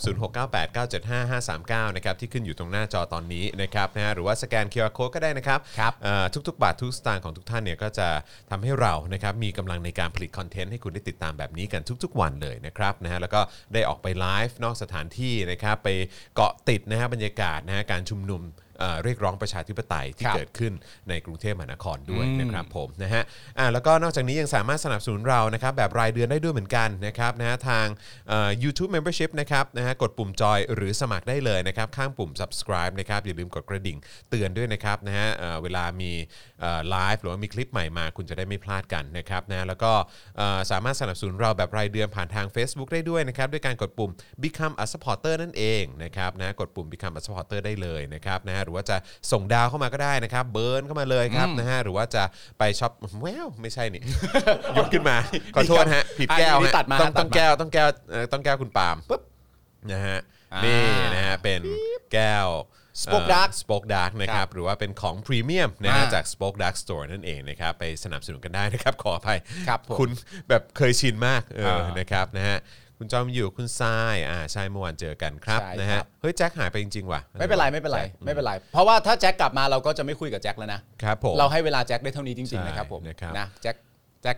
Speaker 2: 0698975539 นะครับ ที่ขึ้นอยู่ตรงหน้าจอตอนนี้นะครับนะฮะหรือว่าสแกน QR Code ก็ได้นะครับ
Speaker 3: ครับ
Speaker 2: เอ่อทุก ๆ บาททุกสตางค์ของทุกท่านเนี่ยก็จะทำให้เรานะครับมีกำลังในการผลิตคอนเทนต์ให้คุณได้ติดตามแบบนี้กันทุก ๆ วันเลยนะครับนะฮะแล้วก็ได้ออกไปไลฟ์นอกสถานที่นะครับไปเกาะติดนะฮะบรรยากาศนะฮะการชุมนุมเอ่อเรียกร้องประชาธิปไตยที่
Speaker 3: ครับ
Speaker 2: เกิด เกิดขึ้นในกรุงเทพมหานครด้วยนะครับผมนะฮะอ่าแล้วก็นอกจากนี้ยังสามารถสนับสนุนเรานะครับแบบรายเดือนได้ด้วยเหมือนกันนะครับนะฮะทางเอ่อ YouTube Membership นะครับนะฮะกดปุ่มจอยหรือสมัครได้เลยนะครับข้างปุ่ม subscribe นะครับอย่าลืมกดกระดิ่งเตือนด้วยนะครับนะฮะเอ่อเวลามีไลฟ์หรือว่ามีคลิปใหม่มาคุณจะได้ไม่พลาดกันนะครับนะฮะแล้วก็เอ่อสามารถสนับสนุนเราแบบรายเดือนผ่านทาง Facebook ได้ด้วยนะครับด้วยการกดปุ่ม Become a supporter นั่นเองนะครับนะกดปุ่ม Become a supporter ได้เลยนะครับนะฮะหรือว่าจะส่งดาวเข้ามาก็ได้นะครับ เบิร์นเข้ามาเลยครับนะฮะหรือว่าจะไปช็อปแววไม่ใช่นี่
Speaker 3: [laughs]
Speaker 2: ยกขึ้นมา ขอโทษฮะผิดแก้ว
Speaker 3: อันนี้
Speaker 2: ฮะ
Speaker 3: ตัดมา
Speaker 2: ต้อง
Speaker 3: ฮะตั
Speaker 2: ต้อ
Speaker 3: ด
Speaker 2: ง
Speaker 3: มา
Speaker 2: แก้วต้องแก้วเอ่อต้องแก้วคุณปาล์มปุ๊บนะฮะ
Speaker 3: อ่านี่
Speaker 2: นี่นะฮะเป็นแก้ว
Speaker 3: Spoke Dark
Speaker 2: สป็อกดาร์กนะครับหรือว่าเป็นของพรีเมียมนะฮะ
Speaker 3: อ่า
Speaker 2: จาก Spoke Dark Store นั่นเองนะครับไปสนับสนุนกันได้นะครับขออภัย
Speaker 3: ครับผม
Speaker 2: ณแบบเคยชินมากเออ
Speaker 3: อ่าน
Speaker 2: นะครับนะฮะคุณจอมอยู่คุณทรายอ่าใช่เมื่อวานเจอกันครับ
Speaker 3: ใช่
Speaker 2: นะ
Speaker 3: ครั
Speaker 2: ฮะ
Speaker 3: บ
Speaker 2: เฮ้ยแจ็คหายไปจริงๆว่ะ
Speaker 3: ไม่เป็นไรไม่เป็นไรไม่เป็นไร เพราะว่าถ้าแจ็คกลับมาเราก็จะไม่คุยกับแจ็คแล้วนะ
Speaker 2: ครับผม
Speaker 3: เราให้เวลาแจ็คได้เท่านี้จริง
Speaker 2: ใช่
Speaker 3: ๆนะครับผม
Speaker 2: นะครับ
Speaker 3: นะแจ็คแจ็ค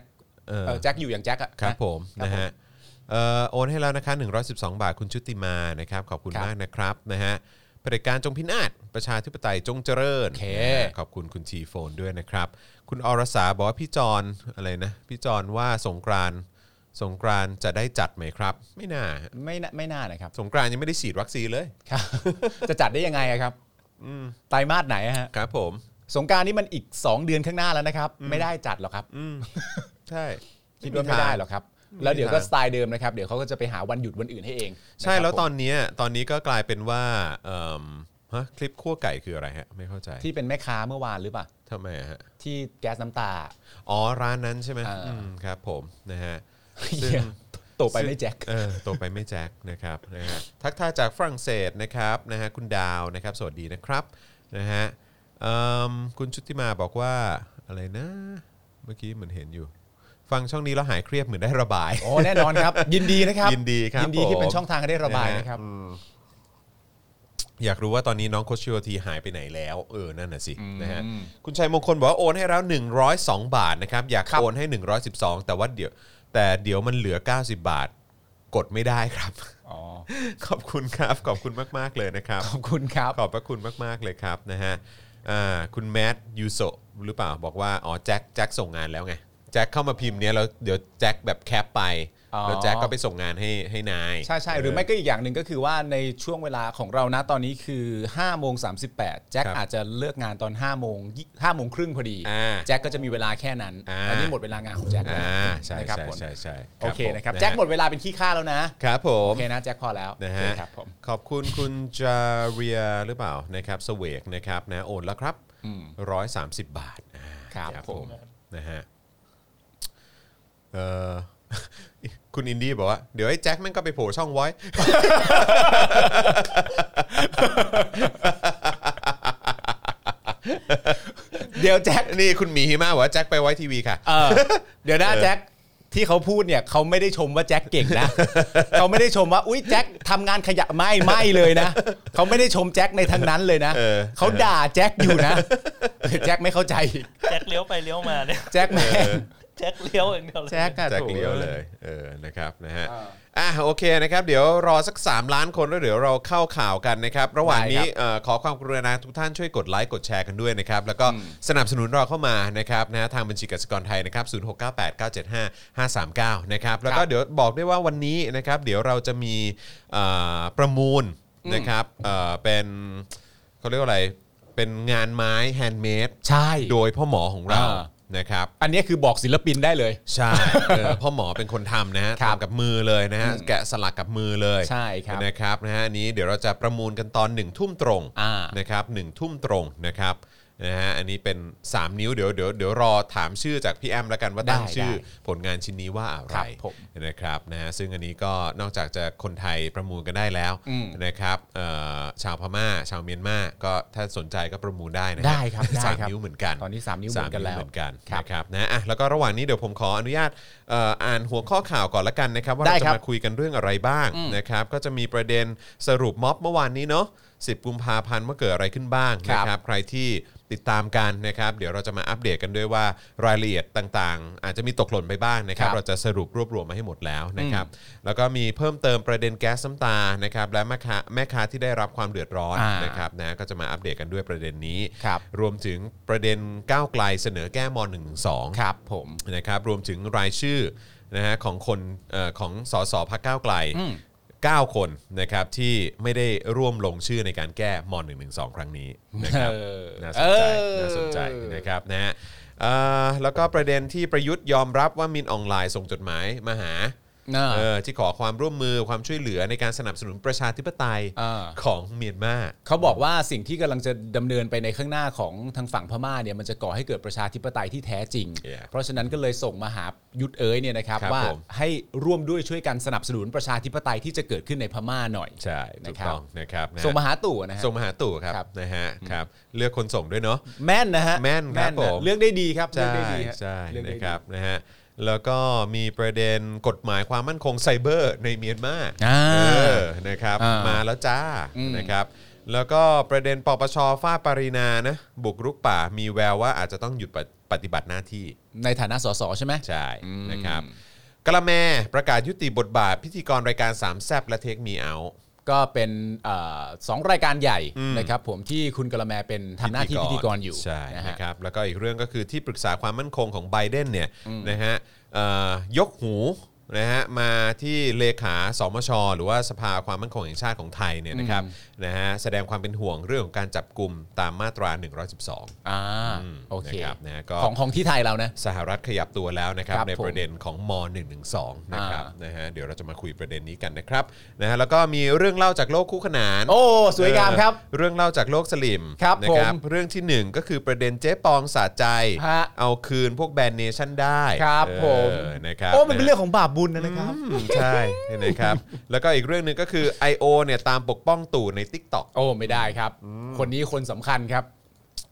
Speaker 2: เออ
Speaker 3: เอ่อแจ็คอยู่อย่างแจ็คอะ
Speaker 2: ครับ
Speaker 3: นะ
Speaker 2: ผม
Speaker 3: ครับ
Speaker 2: นะ
Speaker 3: ผม
Speaker 2: ฮะเอ่อโอนให้แล้วนะคะ112 บาทคุณชุติมานะครับขอบคุณ
Speaker 3: ครับ
Speaker 2: มากนะครับนะฮะเผด็จการจงพินาศประชาธิปไตยจงเจริญ
Speaker 3: โอเค
Speaker 2: นะฮะขอบคุณคุณทีโฟนด้วยนะครับ คุณอรสาบอกว่าพี่จอนอะไรนะพี่จอนว่าสงกรานต์สงกรานต์จะได้จัดไหมครับ ไม่น่าฮะ
Speaker 3: ไม่น่าไม่น่านะครับ
Speaker 2: สงกรานต์ยังไม่ได้ฉีดวัคซีนเลย
Speaker 3: ครับ [laughs] จะจัดได้ยังไงอะครับไตรมาสไหนอะฮะ
Speaker 2: ครับผม
Speaker 3: สงกรารนี่มันอีก 2 เดือนข้างหน้าแล้วนะครับ ไม่ได้จัดหรอกครับ
Speaker 2: ใช่
Speaker 3: คิดว่าไม่ได้หรอกครับ
Speaker 2: าง
Speaker 3: แล้วเดี๋ยวก็สไตล์เดิมนะครับ เดี๋ยวเขาก็จะไปหาวันหยุดวันอื่นให้เอง
Speaker 2: ใช่
Speaker 3: นะครับ
Speaker 2: แล้วตอ
Speaker 3: ผ
Speaker 2: นเนี้ยตอนนี้ก็กลายเป็นว่าเอิ่มฮะคลิปขั้วไก่คืออะไรฮะไม่เข้าใจ
Speaker 3: มที่เป็นแม่ค้าเมื่อวานหรือเปล่า
Speaker 2: ทำไมอะฮะ
Speaker 3: ที่แก๊สน้ำตา
Speaker 2: อ๋อ ร้านนั้นใช่ไหม
Speaker 3: อ่า
Speaker 2: อืมครับผมนะฮะ ซึ่ง
Speaker 3: เหี้ยโตไปไม่แจ็ค
Speaker 2: เออโตไปไม่แจ็คนะครับนะฮะทักทายจากฝรั่งเศสนะครับนะฮะคุณดาวนะครับ สวัสดีนะครับนะฮะเอิ่มคุณชุติมาบอกว่าอะไรนะ เมื่อกี้เหมือนเห็นอยู่ ฟังช่องนี้แล้วหายเครียดเหมือนได้ระบาย
Speaker 3: โอ้แน่นอนครับ [laughs] ยินดีนะครับ
Speaker 2: ยินดีครับ
Speaker 3: ยินดีที่
Speaker 2: ผม
Speaker 3: เป็นช่องทางให้ได้ระบายนะครับ
Speaker 2: อืมอยากรู้ว่าตอนนี้น้องโคชชิโอทีหายไปไหนแล้ว เออ นั่นน่ะสิ
Speaker 3: อืม
Speaker 2: นะฮะคุณชัยมงคลบอกว่าโอนให้แล้ว 102 บาทนะครับ อยาก
Speaker 3: ครับ
Speaker 2: โอนให้ 112 แต่ว่าเดี๋ยว แต่เดี๋ยวมันเหลือ 90 บาท กดไม่ได้ครับ [laughs]
Speaker 3: อ๋อ
Speaker 2: ขอบคุณครับ ขอบคุณมาก ๆ เลยนะครับ
Speaker 3: ขอบคุณครับ
Speaker 2: ขอบพระคุณมาก ๆ เลยครับนะฮะอ่าคุณแมทยูโซะหรือเปล่าบอกว่า อ๋อ แจ็คแจ็คส่งงานแล้วไง แจ็คเข้ามาพิมพ์เนี้ยแล้วเดี๋ยวแจ็คแบบแคปไป
Speaker 3: อ๋อ
Speaker 2: แล้วแจ็คก็ไปส่งงานให้ให้นาย
Speaker 3: ใช่ใช่หรือไม่ก็อีกอย่างหนึ่งก็คือว่าในช่วงเวลาของเรานะตอนนี้คือ5้าโมงสาแจ็คอาจจะเลิกงานตอน5้าโมงห้าโมงครึ่งพอดี
Speaker 2: อ่า
Speaker 3: แจ็คก็จะมีเวลาแค่นั้น
Speaker 2: อ่า
Speaker 3: นนี้หมดเวลางานของแจ็คแล้ว
Speaker 2: อ่าใช่
Speaker 3: นะครั
Speaker 2: ใช่
Speaker 3: ผม
Speaker 2: ใช่ใช่
Speaker 3: โอเค
Speaker 2: ผม
Speaker 3: นะครับ
Speaker 2: ฮ
Speaker 3: แจ็คหมดเวลาเป็นขี้ข้าแล้วนะครับ
Speaker 2: ผ
Speaker 3: โอ
Speaker 2: ม
Speaker 3: เคนะแจ็คพอแล้ว
Speaker 2: นะ
Speaker 3: โอเค
Speaker 2: ฮะ
Speaker 3: ครับผม
Speaker 2: ขอบคุณคุณจาเรียหรือเปล่านะครับสเวกนะครับนะโอนแล้วครับ
Speaker 3: อืม
Speaker 2: ร้อยสามสิบบาทอ่า
Speaker 3: ครับผม
Speaker 2: นะฮะเอ่อ [laughs] คุณอินดี้บอกว่า เดี๋ยวไอ้แจ็คแม่งก็ไปโผล่ช่องไว้
Speaker 3: เดี๋ยวแจ็ค
Speaker 2: นี่คุณหมีหิมะบอกว่าแจ็คไปไว้ทีวีค่ะ
Speaker 3: เออเดี๋ยวนะแจ็คที่เขาพูดเนี่ยเขาไม่ได้ชมว่าแจ็คเก่ง
Speaker 2: [laughs]
Speaker 3: นะ เขาไม่ได้ชมว่าอุ้ยแจ็คทำงานขยะไม่ไม่เลยนะเขาไม่ได้ชมแจ็คในทางนั้นเลยนะ
Speaker 2: เออ
Speaker 3: เขาด่าแจ็คอยู่นะแจ็คไม่เข้าใจอีก
Speaker 4: แจ็คเลี้ยวไปเลี้ยวมาเนี่ย [laughs]
Speaker 3: แจ็คแมน
Speaker 4: แจ็คเลี้ยวอย่างเดียวเลย
Speaker 3: แจ็คอะ
Speaker 2: แจ็ค
Speaker 3: โถ
Speaker 2: เลี้ยวเลยเออนะครับนะฮะ
Speaker 3: อ่า
Speaker 2: อ่ะโอเคนะครับ เดี๋ยวรอสัก 3 ล้านคนแล้วเดี๋ยวเราเข้าข่าวกันนะครับ ระหว่างนี้
Speaker 3: ได้ครับ
Speaker 2: เอ่อขอความกรุณาทุกท่านช่วยกดไลค์กดแชร์กันด้วยนะครับ แล้วก็สนับสนุนเราเข้ามานะครับนะทางบัญชีกสิกรไทยนะครับศูนย์หกเก้นะครับแล้วก็
Speaker 3: ครับ
Speaker 2: เดี๋ยวบอกด้วยว่าวันนี้นะครับ เดี๋ยวเราจะมีเอ่อประมูลนะครับเอ่อเป็นเขาเรียกว่าอะไรเป็นงานไม้แฮนด์เมด
Speaker 3: ใช่
Speaker 2: โดยพ่อหมอของเรา
Speaker 3: อ่า
Speaker 2: นะครับ
Speaker 3: อันนี้คือบอกศิลปินได้เลย [laughs]
Speaker 2: ใช่เออพ่อหมอเป็นคนทำนะฮะ
Speaker 3: ครับ
Speaker 2: ทำกับมือเลยนะฮะแกะสลักกับมือเลย
Speaker 3: ใช่ครับ
Speaker 2: นะครับนะฮะอันนี้เดี๋ยวเราจะประมูลกันตอน1นึ่ทุ่มตรง
Speaker 3: อ่า
Speaker 2: นะครับหนึ่งทุ่มตรงนะครับนะฮะอันนี้เป็น 3 นิ้วเดี๋ยวเดี๋ยวเดี๋ยวรอถามชื่อจากพี่แอมแล้วกันว่าตั้ง
Speaker 3: ได้
Speaker 2: ชื่อ
Speaker 3: ได้
Speaker 2: ผลงานชิ้นนี้ว่าอะไร
Speaker 3: ครับผม
Speaker 2: นะครับนะฮะซึ่งอันนี้ก็นอกจากจะคนไทยประมูลกันได้แล้ว
Speaker 3: อืม
Speaker 2: นะครับเอ่อชาวพม่า ชาวเมียนมาก็ถ้าสนใจก็ประมูลได้นะฮะ
Speaker 3: ได้ครับได้
Speaker 2: สาม
Speaker 3: ครับ
Speaker 2: นิ้วเหมือนกัน
Speaker 3: ตอนนี้สามนิ้วเหมือนกันแล้
Speaker 2: สา
Speaker 3: ว
Speaker 2: มเหมือนกัน
Speaker 3: ครับ
Speaker 2: นะครับนะอ่ะแล้วก็ระหว่างนี้เดี๋ยวผมขออนุญาตเอ่ออ่านหัวข้อข่าวก่อนละกันนะครับว่า
Speaker 3: ได้
Speaker 2: เรา
Speaker 3: ครั
Speaker 2: จะ
Speaker 3: บ
Speaker 2: มาคุยกันเรื่องอะไรบ้างนะครับก็จะมีประเด็นสรุปม็อบเมื่อวานนี้เนาะ10 กุมภาพันธ์ว่าเกิดอะไรขึ้นบ้าง
Speaker 3: ครับ
Speaker 2: นะครับใครที่ติดตามกันนะครับ เดี๋ยวเราจะมาอัปเดตกันด้วยว่ารายละเอียดต่างๆ อาจจะมีตกหล่นไปบ้างนะครับ
Speaker 3: ครับ
Speaker 2: เราจะสรุปรวบรวมมาให้หมดแล้วนะครับแล้วก็มีเพิ่มเติมประเด็นแก๊สน้ำตานะครับและแม่ค้าแม่ค้าที่ได้รับความเดือดร้อน
Speaker 3: อ่าน
Speaker 2: นะครับนะก็จะมาอัปเดตกันด้วยประเด็นนี้
Speaker 3: ครับ
Speaker 2: รวมถึงประเด็นก้าวไกลเสนอแก้ม .112
Speaker 3: ครับผม
Speaker 2: นะครับรวมถึงรายชื่อนะฮะของคนเออของสสพักก้าวไกล
Speaker 3: อืม
Speaker 2: 9 คนนะครับที่ไม่ได้ร่วมลงชื่อในการแก้ม .112 ครั้งนี้นะครับ
Speaker 3: เออ
Speaker 2: น่าสนใจน่าสนใจ
Speaker 3: เออ
Speaker 2: นะครับนะฮะเอ่อแล้วก็ประเด็นที่ประยุทธ์ยอมรับว่ามินออนไลน์ส่งจดหมายมาหา
Speaker 3: อ่า
Speaker 2: เออที่ขอความร่วมมือความช่วยเหลือในการสนับสนุนประชาธิปไตย
Speaker 3: อ่า
Speaker 2: ของเมียนมา
Speaker 3: เขาบอกว่าสิ่งที่กำลังจะดำเนินไปในข้างหน้าของทางฝั่งพม่าเนี่ยมันจะก่อให้เกิดประชาธิปไตยที่แท้จริง
Speaker 2: Yeah
Speaker 3: เพราะฉะนั้นก็เลยส่งมาหายุทธเอ๋ยเนี่ยนะครับ
Speaker 2: ครับ
Speaker 3: ว่า
Speaker 2: ผม
Speaker 3: ให้ร่วมด้วยช่วยกันสนับสนุนประชาธิปไตยที่จะเกิดขึ้นในพม่าหน่อย
Speaker 2: ใช่
Speaker 3: นะ
Speaker 2: ถูก
Speaker 3: ครับ
Speaker 2: ต้องนะครับนะฮะ
Speaker 3: ส่งมาหาตู่นะฮะ
Speaker 2: ส่งมาหาตู่ครับ
Speaker 3: ครับ
Speaker 2: นะฮะครับเลือกคนส่งด้วยเนาะ
Speaker 3: แม่นนะฮะ
Speaker 2: แม่นครับ
Speaker 3: ะ
Speaker 2: ผม
Speaker 3: เลือกได้ดีครับเลือก
Speaker 2: ใช่
Speaker 3: ได้ดีฮะ
Speaker 2: ใช่
Speaker 3: เลือกได้
Speaker 2: นะ
Speaker 3: ดี
Speaker 2: ครับนะฮะแล้วก็มีประเด็นกฎหมายความมั่นคงไซเบอร์ในเมียนมา
Speaker 3: อ่า
Speaker 2: เออนะครับ
Speaker 3: อ่าม
Speaker 2: มาแล้วจ้า
Speaker 3: อืม
Speaker 2: นะครับแล้วก็ประเด็นปปชฟ้าดปรินานะบุกรุกป่ามีแววว่าอาจจะต้องหยุดปฏิปฏิบัติหน้าที่
Speaker 3: ในฐานะสสใช่ไหม
Speaker 2: ใช่
Speaker 3: อืม
Speaker 2: นะครับกระแมประกาศยุติบทบาท พิธีกรรายการสามแซบและเทคมีเอา
Speaker 3: ก็เป็นเออสองรายการใหญ่
Speaker 2: อืม
Speaker 3: นะครับผมที่คุณกะละแมเป็นทำหน้าที่พิธีกรอยู่
Speaker 2: ใช่
Speaker 3: นะฮะ
Speaker 2: นะครับแล้วก็อีกเรื่องก็คือที่ปรึกษาความมั่นคงของไบเดนเนี่ยนะฮะเอ่อยกหูนะฮะมาที่เลขาสมช หรือว่าสภาความมั่นคงแห่งชาติของไทยเนี่ยนะครับนะฮะแสดงความเป็นห่วงเรื่องของการจับกลุ่มตามมาตรา 112
Speaker 3: อ่า
Speaker 2: อืม
Speaker 3: โอเค
Speaker 2: นะครับนะก็
Speaker 3: ของของที่ไทยเรานะ
Speaker 2: สหรัฐขยับตัวแล้วนะครับ
Speaker 3: ครับ
Speaker 2: ใน
Speaker 3: ผม
Speaker 2: ประเด็นของม .112 นะครับ
Speaker 3: อ่าน
Speaker 2: นะฮะเดี๋ยวเราจะมาคุยประเด็นนี้กันนะครับนะฮะแล้วก็มีเรื่องเล่าจากโลกคู่ขนาน
Speaker 3: โอ้ สวยงามครับ
Speaker 2: เออเรื่องเล่าจากโลกสลิม
Speaker 3: ครับ
Speaker 2: นะ
Speaker 3: ผม
Speaker 2: เรื่องที่หนึ่งก็คือประเด็นเจ๊ปองสะใจ
Speaker 3: ฮะ
Speaker 2: เอาคืนพวกแบรนด์เนชั่นได้
Speaker 3: ครับ
Speaker 2: เออ
Speaker 3: ผม
Speaker 2: นะครับ
Speaker 3: โอ้ มันเป็นะ เรื่องของบาปบุญนะนะครับ
Speaker 2: อืมใช่ [laughs] นะครับแล้วก็อีกเรื่องหนึ่งก็คือ I.O. เนี่ยตามปกป้องตู่ใน TikTok
Speaker 3: โอ้ ไม่ได้ครับ คนนี้คนสำคัญครับ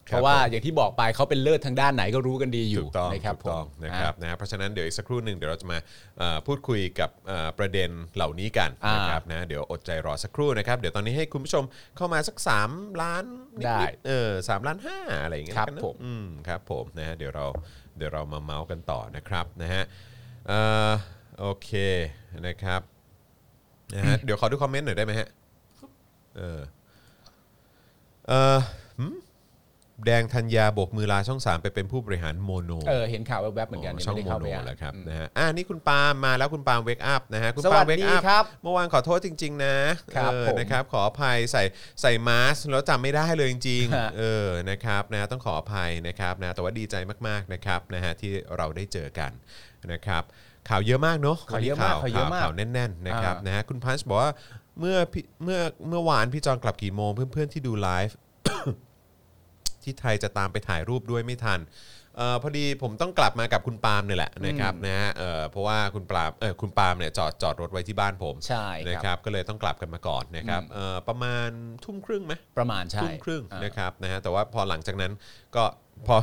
Speaker 2: ครับ
Speaker 3: เพราะว่า
Speaker 2: ผม
Speaker 3: อย่างที่บอกไปเขาเป็นเลิศทางด้านไหนก็รู้กันดีอยู่
Speaker 2: ถูกต้อง
Speaker 3: นะครับ
Speaker 2: ถูกต้อง
Speaker 3: ผม
Speaker 2: นะครับ
Speaker 3: อ่
Speaker 2: นะเพราะฉะนั้นเดี๋ยวอีกสักครู่หนึ่งเดี๋ยวเราจะมาเอ่อพูดคุยกับเอ่อประเด็นเหล่านี้กัน
Speaker 3: อ่าน
Speaker 2: นะครับนะเดี๋ยวอดใจรอสักครู่นะครับ เดี๋ยวตอนนี้ให้คุณผู้ชมเข้ามาสัก 3 ล้านนิ
Speaker 3: ได้
Speaker 2: ดๆเออสามล้านห้าอะไรอย่างเงี้ย
Speaker 3: ครับ
Speaker 2: กันนะ
Speaker 3: ผม
Speaker 2: อืมครับผมนะฮะเดี๋ยวเราเดี๋ยวเรามาเมาส์กันต่อนะครับนะฮะเอ่อโอเคนะครับนะฮะเดี๋ยวขอดูคอมเมนต์หน่อยได้ไหมฮะเออเออหืมแดงธัญญาโบกมือลาช่องสามไปเป็นผู้บริหารโมโน
Speaker 3: าเออเห็นข่าวแวบๆเหมือนกันยัง
Speaker 2: ช่อง
Speaker 3: ไม่ได้
Speaker 2: โม
Speaker 3: เข้า
Speaker 2: โน
Speaker 3: ไปอ่าน
Speaker 2: แล้วครับนะฮะอ่านี่คุณปาล์มมาแล้วคุณปาล์มเวกอัพนะฮะคุณ
Speaker 3: สวั
Speaker 2: ปาล์
Speaker 3: ส
Speaker 2: ม
Speaker 3: ดี
Speaker 2: เวกอัพ
Speaker 3: ครับ
Speaker 2: เมื่อวานขอโทษจริง ๆ นะครับ เออ
Speaker 3: ผม
Speaker 2: นะครับขออภัยใส่ใส่มาสก์แล้วจำไม่ได้เลยจริง
Speaker 3: ฮะ
Speaker 2: ๆเออนะครับนะต้องขออภัยนะครับนะแต่ว่าดีใจมากๆนะครับนะฮะที่เราได้เจอกันนะครับข่าวเยอะมากเนาะ
Speaker 3: ข่าวเยอะมาก
Speaker 2: วัน
Speaker 3: ข่าว
Speaker 2: นี้
Speaker 3: เยอะมาก
Speaker 2: ข่าวแน่นๆนะครับ
Speaker 3: อ่าน
Speaker 2: นะฮะคุณพันช์บอกว่าเมื่อพี่เมื่อเมื่อวานพี่จอนกลับกี่โมงเพื่อนๆที่ดูไลฟ์ ที่ไทยจะตามไปถ่ายรูปด้วยไม่ทันเออพอดีผมต้องกลับมากับคุณปาล์มเนี่ยแหละนะครับนะฮะเอ่อเพราะว่าคุณปาล์มเออคุณปาล์มเนี่ยจอดจอดรถไว้ที่บ้านผม
Speaker 3: ใช่ครับ
Speaker 2: นะครับ ก็เลยต้องกลับกันมาก่อนนะครับเอ่อประมาณทุ่มครึ่งไหม
Speaker 3: ประมาณใช่
Speaker 2: ทุ่มครึ่ง
Speaker 3: อ่า
Speaker 2: นะครับนะฮะแต่ว่าพอหลังจากนั้นก็พอ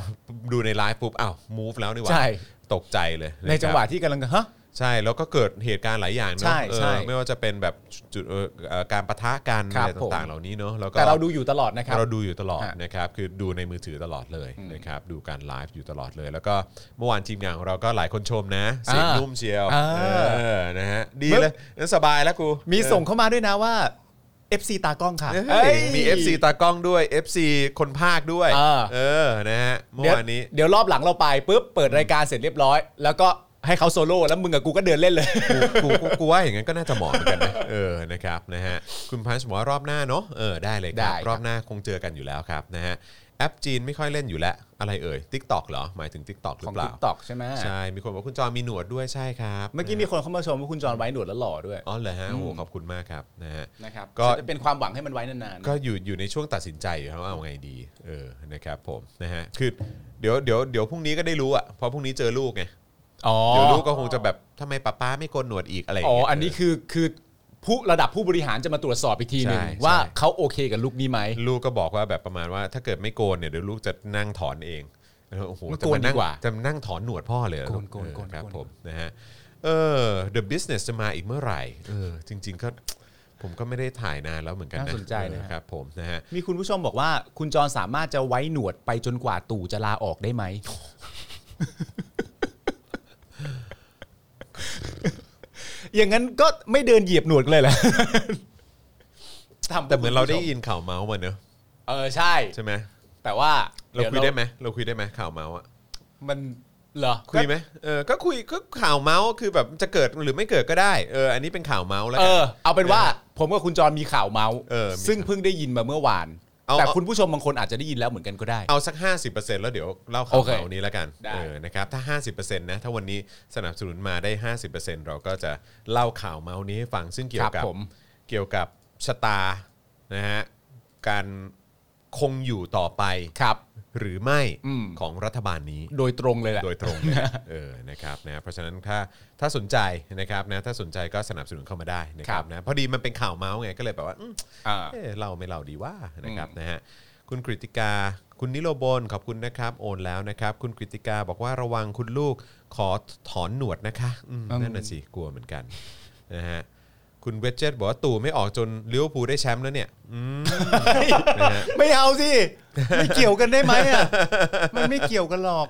Speaker 2: ดูในไลฟ์ปุ๊บอ้าว move แล้วนี่หว่า
Speaker 3: ใช่
Speaker 2: ตกใจเลยนะค
Speaker 3: ใน
Speaker 2: รับ
Speaker 3: จังหวะที่กำลังฮะ
Speaker 2: ใช่แล้วก็เกิดเหตุการณ์หลายอย่างเน
Speaker 3: ใช่
Speaker 2: อะเอ
Speaker 3: ใช่
Speaker 2: อไม่ว่าจะเป็นแบบจุดเอ่อเอ่อการปะทะกัน
Speaker 3: ค
Speaker 2: อะ
Speaker 3: รับ
Speaker 2: ไรต่างๆ
Speaker 3: ผม
Speaker 2: เหล่านี้เนอะแล้วก็
Speaker 3: แต่เราดูอยู่ตลอดนะครับ
Speaker 2: เราดูอยู่ตลอด
Speaker 3: ฮะ
Speaker 2: นะครับคือดูในมือถือตลอดเลยนะครับดูการไลฟ์อยู่ตลอดเลย แล้วก็เมื่อวานทีมงานของเราก็หลายคนชมนะเสียง
Speaker 3: อ่านุ่
Speaker 2: นุ่มเชียว
Speaker 3: อ่า
Speaker 2: เออนะฮะดี
Speaker 3: มึง
Speaker 2: เลยงั้นสบายแล้วกู
Speaker 3: มี
Speaker 2: เออ
Speaker 3: ส่งเข้ามาด้วยนะว่า FC ตากล้องค่ะ
Speaker 2: เฮ้ยมี
Speaker 3: เอ้ย
Speaker 2: FC ตากล้องด้วย FC คนภาคด้วย
Speaker 3: อ่า
Speaker 2: เออนะฮะเมื่อ
Speaker 3: เดี๋ยว
Speaker 2: วานนี้
Speaker 3: เดี๋ยวรอบหลังเราไปปุ๊บเปิดรายการเสร็จเรียบร้อย แล้วก็ให้เขาโซโล่แล้วมึงกับกูก็เดินเล่นเลย
Speaker 2: กูกูกูกูว่าอย่างนั้นก็น่าจะเหมาะเหมือนกันนะเออนะครับนะฮะคุณพันช์บอกว่ารอบหน้าเนาะเออได้เลยค
Speaker 3: ได้
Speaker 2: รับ
Speaker 3: ครับ
Speaker 2: รอบหน้าคงเจอกันอยู่แล้วครับนะฮะแอปจีนไม่ค่อยเล่นอยู่แล้วอะไรเอ่ย Tik t o k เหรอ หมายถึง Tik t o k หรื
Speaker 3: ของ
Speaker 2: อเป
Speaker 3: ทิ
Speaker 2: ล่าก
Speaker 3: ตอกใช่ไหม
Speaker 2: ใช่ มีคนบอกคุณจอมีหนวดด้วยใช่ครับ
Speaker 3: เมื่อกี้มีคนเข้ามาชมว่าคุณจอนไว้หนวดแล้วหล่อด้วย
Speaker 2: อ๋อเหรอฮะโอ้โห
Speaker 3: อืม
Speaker 2: ขอบคุณมากครับนะฮะ
Speaker 3: นะครับ
Speaker 2: ก็
Speaker 3: จะเป็นความหวังให้มันไว้นานๆ
Speaker 2: ก็อยู่อยู่ในช่วงตัดสินใจอยู่ครับว่าเอาไงดีเออนะครับผมนะฮะคือเดี๋ยวเดี๋ยวเดี๋ยวพรุ่งนี้ก็ได้รู้อ่ะเพราะพรุ่งนี้เจอลูกไง
Speaker 3: อ๋อ
Speaker 2: เดี๋ยวลูกก็คงจะแบบทำไมป้าป้าไม่โกนหนวดอีกอะไรอย่าง
Speaker 3: อ๋อ
Speaker 2: เงี้ย
Speaker 3: อันนี้คือคือผู้ระดับผู้บริหารจะมาตรวจสอบอีกทีหนึ่ง
Speaker 2: ใช่
Speaker 3: ว่า
Speaker 2: ใช่
Speaker 3: เขาโอเคกับลุคนี้ไหม
Speaker 2: ลูกก็บอกว่าแบบประมาณว่าถ้าเกิดไม่โกนเนี่ยเดี๋ยวลูกจะนั่งถอนเองเออโอ้โห
Speaker 3: มัน
Speaker 2: จะ
Speaker 3: โกน
Speaker 2: มานั่ง
Speaker 3: ดีกว่า
Speaker 2: จะมานั่งถอนหนวดพ่อเลยเหรอ
Speaker 3: โกนโกน
Speaker 2: เออ
Speaker 3: โกน
Speaker 2: ครับ
Speaker 3: โกน
Speaker 2: ผมนะฮะเออ The Business จะมาอีกเมื่อไหร่เออจริง ๆ ก็ผมก็ไม่ได้ถ่ายนานแล้วเหมือนกันนะ
Speaker 3: น่าสนใจนะฮะ
Speaker 2: เออครับผมนะฮะ
Speaker 3: มีคุณผู้ชมบอกว่า คุณจรสามารถจะไว้หนวดไปจนกว่าตู่จะลาออกได้ไหม [laughs] อย่างนั้นก็ไม่เดินเหยียบหนวดเลยแหละ
Speaker 2: แต่เหมือนเราได้ยินข่าวเมาส์มาเนอะ
Speaker 3: เออใช่
Speaker 2: ใช่ไหม
Speaker 3: แต่ว่า
Speaker 2: เราคุย
Speaker 3: ยว
Speaker 2: ได้ไหมเราคุยได้ไหมข่าวเมาส์อะ
Speaker 3: มันเหรอ
Speaker 2: คุยไหมเออก็คุยก็ข่าวเมาส์คือแบบจะเกิดหรือไม่เกิดก็ได้เอออันนี้เป็นข่าวเมาส์แล้ว
Speaker 3: เอ
Speaker 2: กัน
Speaker 3: อ เอาเป็นว่า ผมกับคุณจรมีข่าวเมาส์
Speaker 2: เออมี
Speaker 3: ซึ่งเพิ่งได้ยินมาเมื่อวาน
Speaker 2: เอา
Speaker 3: แต่
Speaker 2: เอา
Speaker 3: คุณผู้ชมบางคนอาจจะได้ยินแล้วเหมือนกันก็ได้
Speaker 2: เอาสัก 50%แล้วเดี๋ยวเล่าข่าว
Speaker 3: โอเค
Speaker 2: เมานี้แล้วกัน
Speaker 3: ได้
Speaker 2: เออนะครับถ้า 50%นะถ้าวันนี้สนับสนุนมาได้ 50%เราก็จะเล่าข่าวเมานี้ให้ฟังซึ่งเกี่ยวกั
Speaker 3: ครับ ผม
Speaker 2: เกี่ยวกับชะตานะฮะการคงอยู่ต่อไป
Speaker 3: ครับ
Speaker 2: หรือไม่
Speaker 3: อืม
Speaker 2: ของรัฐบาลนี้
Speaker 3: โดยตรงเลยแหละ
Speaker 2: โดยตรงเลย
Speaker 3: [laughs]
Speaker 2: นะเออนะครับนะเพราะฉะนั้นถ้าถ้าสนใจนะครับนะถ้าสนใจก็สนับสนุนเข้ามาได้นะค
Speaker 3: ครั
Speaker 2: รับบ นะพอดีมันเป็นข่าวเมาส์ไงก็เลยแบบว่าอืม
Speaker 3: อ่า
Speaker 2: เอ้ยเล่าไม่เล่าดีว่านะครับ
Speaker 3: อืม
Speaker 2: นะฮะคุณกริติกา คุณนิโรบลขอบคุณนะครับโอนแล้วนะครับ คุณกริติกาบอกว่าระวังคุณลูกขอถอนหนวดนะคะอืม
Speaker 3: อืม
Speaker 2: นั่นน่ะสิกลัวเหมือนกันนะฮะคุณเวจเจตบอกว่าตู่ไม่ออกจนลิเวอร์พูลได้แชมป์แล้วเนี่ยอืมนะฮะ
Speaker 3: ไม่เอาสิ ไม่เกี่ยวกันได้ไหมอ่ะ มันไม่เกี่ยวกันหรอก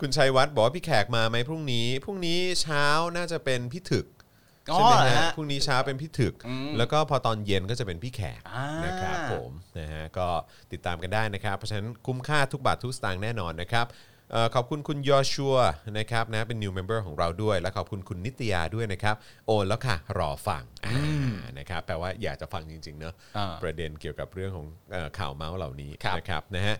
Speaker 2: คุณชัยวัฒน์บอกว่าพี่แขกมาไหมพรุ่งนี้พรุ่งนี้เช้าน่าจะเป็นพี่ถึก
Speaker 3: อ๋อ
Speaker 2: ใช่ไหม
Speaker 3: เหรอ
Speaker 2: ฮะ
Speaker 3: ฮะ
Speaker 2: พรุ่งนี้เช้าเป็นพี่ถึก แล้วก็พอตอนเย็นก็จะเป็นพี่แขก
Speaker 3: อ่าน
Speaker 2: นะครับผม ผมนะฮะก็ติดตามกันได้นะครับ เพราะฉะนั้นคุ้มค่าทุกบาททุกสตางค์แน่นอนนะครับเอ่อขอบคุณคุณยอชัวนะครับนะเป็น new member ของเราด้วย และขอบคุณคุณนิตยาด้วยนะครับ โอนแล้วค่ะ รอฟังอ่านะครับแปลว่าอยากจะฟังจริง ๆ เนอะ
Speaker 3: อ่า
Speaker 2: ประเด็นเกี่ยวกับเรื่องของเอ่อข่าวเมาส์เหล่านี้
Speaker 3: ครับ
Speaker 2: นะครับนะฮะ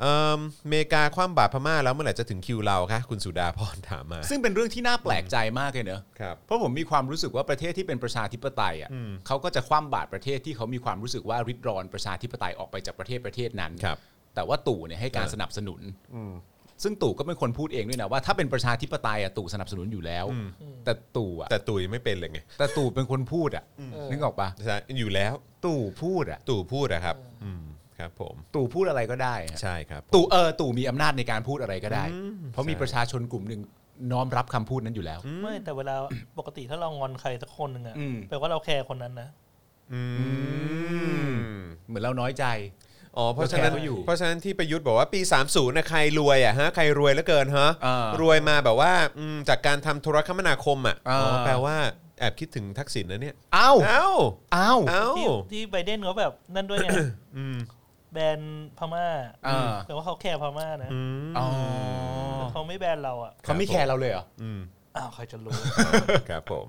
Speaker 2: เอิ่มอเมริกาคว่ำบาตรพม่าแล้วเมื่อไหร่จะถึงคิวเราคะคุณสุดาพรถามมา
Speaker 3: ซึ่งเป็นเรื่องที่น่าแปลกใจมากเลยเนอะ
Speaker 2: ครับ
Speaker 3: เพราะผมมีความรู้สึกว่าประเทศที่เป็นประชาธิปไตยอ่ะเขาก็จะคว่ำบาตรประเทศที่เขามีความรู้สึกว่าริดรอนประชาธิปไตยออกไปจากประเทศประเทศนั้น
Speaker 2: ครับ
Speaker 3: แต่ว่าตู่เนี่ยให้การ
Speaker 2: เออ
Speaker 3: สนับสนุนซึ่งตู่ก็เป็นคนพูดเองด้วยนะว่าถ้าเป็นประชาธิปไตยอ่ะตู่สนับสนุนอยู่แล้ว
Speaker 2: อืม
Speaker 3: แต่ตู่อ่ะ
Speaker 2: แต่ตุยงไม่เป็นเลยไง
Speaker 3: แต่ตู่เป็นคนพูดอ่ะนึกออกปะ
Speaker 2: อยู่แล้ว
Speaker 3: ตู่พูดอ่ะ
Speaker 2: ตู่พูดอะครับอืม ครับผม
Speaker 3: ตู่พูดอะไรก็ได้ฮะ
Speaker 2: ใช่ครับผม
Speaker 3: ตู่เออตู่มีอำนาจในการพูดอะไรก็ได้
Speaker 2: อื
Speaker 3: เพราะมีประชาชนกลุ่มหนึ่งน้อมรับคำพูดนั้นอยู่แล้ว
Speaker 4: ไม่แต่เวลา [coughs] ปกติถ้าเรางอนใครสักคนหนึ่งอะ
Speaker 3: อืม
Speaker 4: แปลว่าเราแคร์คนนั้นนะ
Speaker 2: อืม
Speaker 3: เหมือนเราน้อยใจ
Speaker 2: อ๋อเพราะฉะนั้น
Speaker 3: เราแคร์เขาอยู่
Speaker 2: เพราะฉะนั้นที่ประยุทธ์บอกว่าปี 30นะใครรวยอ่ะฮะใครรวยเหลือเกินฮะ
Speaker 3: อ่าร
Speaker 2: รวยมาแบบว่าอืมจากการทำโทรคมนาคมอ่ะ
Speaker 3: อ่า
Speaker 2: อ๋อแปลว่าแอบคิดถึงทักษิณนะเนี่ย
Speaker 3: เอ้า
Speaker 2: เอ้า
Speaker 3: เอ้า
Speaker 2: เอ้า
Speaker 4: ที่ที่ไบเดนเขาแบบนั่นด้วยไงแบนพม่า
Speaker 3: เออ
Speaker 4: แปลว่าเขาแคร์พม่านะ
Speaker 3: อ๋อ
Speaker 4: เขาไม่แบนเราอ่ะ
Speaker 3: เขาไม่แคร์เราเลยเหรอ
Speaker 2: อืม
Speaker 4: อ้าวใครจะรู้
Speaker 2: ครับผม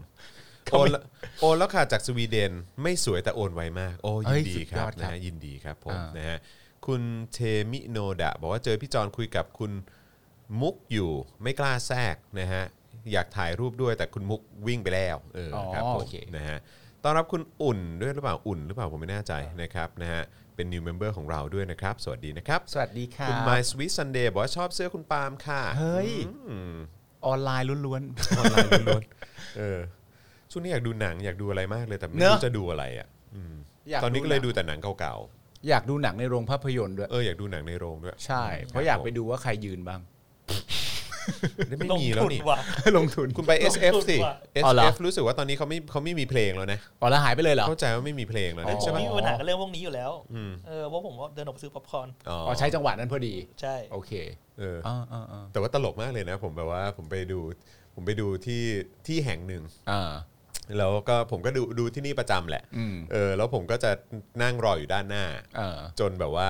Speaker 2: โอนละโอนแล้วค่ะจากสวีเดนไม่สวยแต่โอนไวมาก โอ้
Speaker 3: เอ้
Speaker 2: ยิ
Speaker 3: ย
Speaker 2: นดี
Speaker 3: สุด
Speaker 2: ค
Speaker 3: ย
Speaker 2: รั
Speaker 3: อบ ดครับ
Speaker 2: นะฮะยินดีครับผม
Speaker 3: อ่าน
Speaker 2: นะฮะคุณเทมิโนดะ บอกว่าเจอพี่จอนคุยกับคุณมุกอยู่ไม่กล้าแทรกนะฮะอยากถ่ายรูปด้วยแต่คุณมุกวิ่งไปแล้วเออครับผ
Speaker 3: โอ
Speaker 2: ม
Speaker 3: เค
Speaker 2: นะฮะต้อนรับคุณอุ่นด้วยหรือเปล่าอุ่นหรือเปล่าผมไม่แน่ใจนะครับนะฮะเป็น new member ของเราด้วยนะครับ สวัสดีนะครับ
Speaker 3: สวัสดีค่ะ
Speaker 2: คุณ My Sweet Sunday บอกว่าชอบเสื้อคุณปาล์มค่ะ
Speaker 3: เฮ้ย
Speaker 2: อืม
Speaker 3: ออนไลน์ล้วน
Speaker 2: ออนไลน์ล้วนๆเออ ช่วงนี้อยากดูหนังอยากดูอะไรมากเลยแต่ไม่
Speaker 3: เน
Speaker 2: รู้
Speaker 3: อะ
Speaker 2: จะดูอะไรอ่ะอืม
Speaker 3: ๆยา
Speaker 2: ตอนนี้ก็เลยดูแต่หนังเก่า
Speaker 3: อยากดูหนังในโรงภาพยนตร์ด้วย
Speaker 2: ๆ เอออยากดูหนังในโรงด้วย
Speaker 3: ใช่ เพราะอยากไปดูว่าใครยืนบ้าง
Speaker 2: ได้ไม่มีแล้วนี่
Speaker 4: งทุว่ะ
Speaker 3: ลงทุน
Speaker 2: คุณไป SF สิ
Speaker 4: ว่ะ
Speaker 3: อ๋อเหรอ
Speaker 2: SF รู้สึกว่าตอนนี้เขาไม่เขาไม่มีเพลงแล้วนะ
Speaker 3: อ๋อแล้วหายไปเลยเหรอ
Speaker 2: เข้าใจว่าไม่มีเพลงแล้วนะ
Speaker 4: ผ
Speaker 2: ใช่
Speaker 4: ม
Speaker 2: ไหม
Speaker 4: ไมมีปัญหากับเรื่องพวกนี้อยู่แล้ว
Speaker 2: อืม
Speaker 4: เออเพราะผมว่าเดินออกไปซื้อป๊อปคอร์น
Speaker 2: อ๋อ
Speaker 3: อ๋อใช้จังหวะนั้นพอดี
Speaker 4: ใช่
Speaker 3: โอเค
Speaker 2: เออ
Speaker 3: อ่าอ่าอ่า
Speaker 2: แต่ว่าตลกมากเลยนะ ผมแบบว่าผมไปดู ผมไปดูที่ที่แห่งหนึ่ง
Speaker 3: อ่า
Speaker 2: แล้วก็ผมก็ดูดูที่นี่ประจำแหละ
Speaker 3: อืม
Speaker 2: เออ แล้วผมก็จะนั่งรออยู่ด้านหน้า
Speaker 3: อ่า
Speaker 2: จนแบบว่า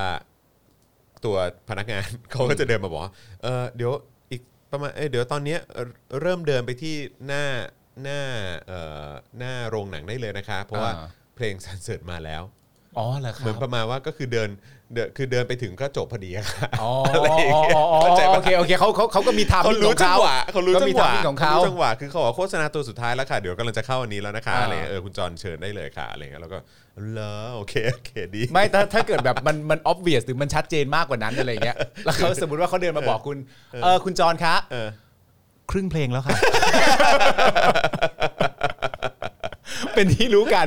Speaker 2: ตัวพนักงาน [laughs] เขาก็จะเดินมาบอกว่าเออเดี๋ยวอีกประมาณเอ้ยเดี๋ยวตอนเนี้ยเอ่อเริ่มเดินไปที่หน้าหน้าเอ่อหน้าโรงหนังได้เลยนะคะ เพราะว่า
Speaker 3: อ่า
Speaker 2: เพลงสันเสริญมาแล้ว
Speaker 3: อ๋อเหรอค
Speaker 2: เหมื
Speaker 3: รั
Speaker 2: อน
Speaker 3: บ
Speaker 2: ประมาณว่าก็คือเดินเดินคือเดินไปถึงก็จบพอดีอะค่ะ
Speaker 3: อ๋อ
Speaker 2: อะไรอย่างเงี้ย
Speaker 3: อ๋ออ๋อ
Speaker 2: เข้าใจปะ
Speaker 3: โอเคโอเคเขา [laughs] เขาเขาก็มีทำ
Speaker 2: เขารู้จังหวะเขารู้จังหวะ
Speaker 3: ของเขา
Speaker 2: รู้จังหวะคือเขาบอกว่าโฆษณาตัวสุดท้ายแล้วค่ะ เดี๋ยวกำลังจะเข้าอันนี้แล้วนะคะ
Speaker 3: อ่า
Speaker 2: อะไรเงี้ยเออคุณจอนเชิญได้เลยค่ะอะไรเงี้ยแล้วก็เหรอโอเคโอเคดี
Speaker 3: ไม่ถ้าถ้าเกิดแบบมันมัน obvious หรือมันชัดเจนมากกว่านั้นอะไรเงี้ย แล้วเขาสมมติว่าเขาเดินมาบอกคุณ เออคุณจรคะ
Speaker 2: เออ
Speaker 3: ครึ่งเพลงแล้วค่ะ [laughs] เป็นที่รู้กัน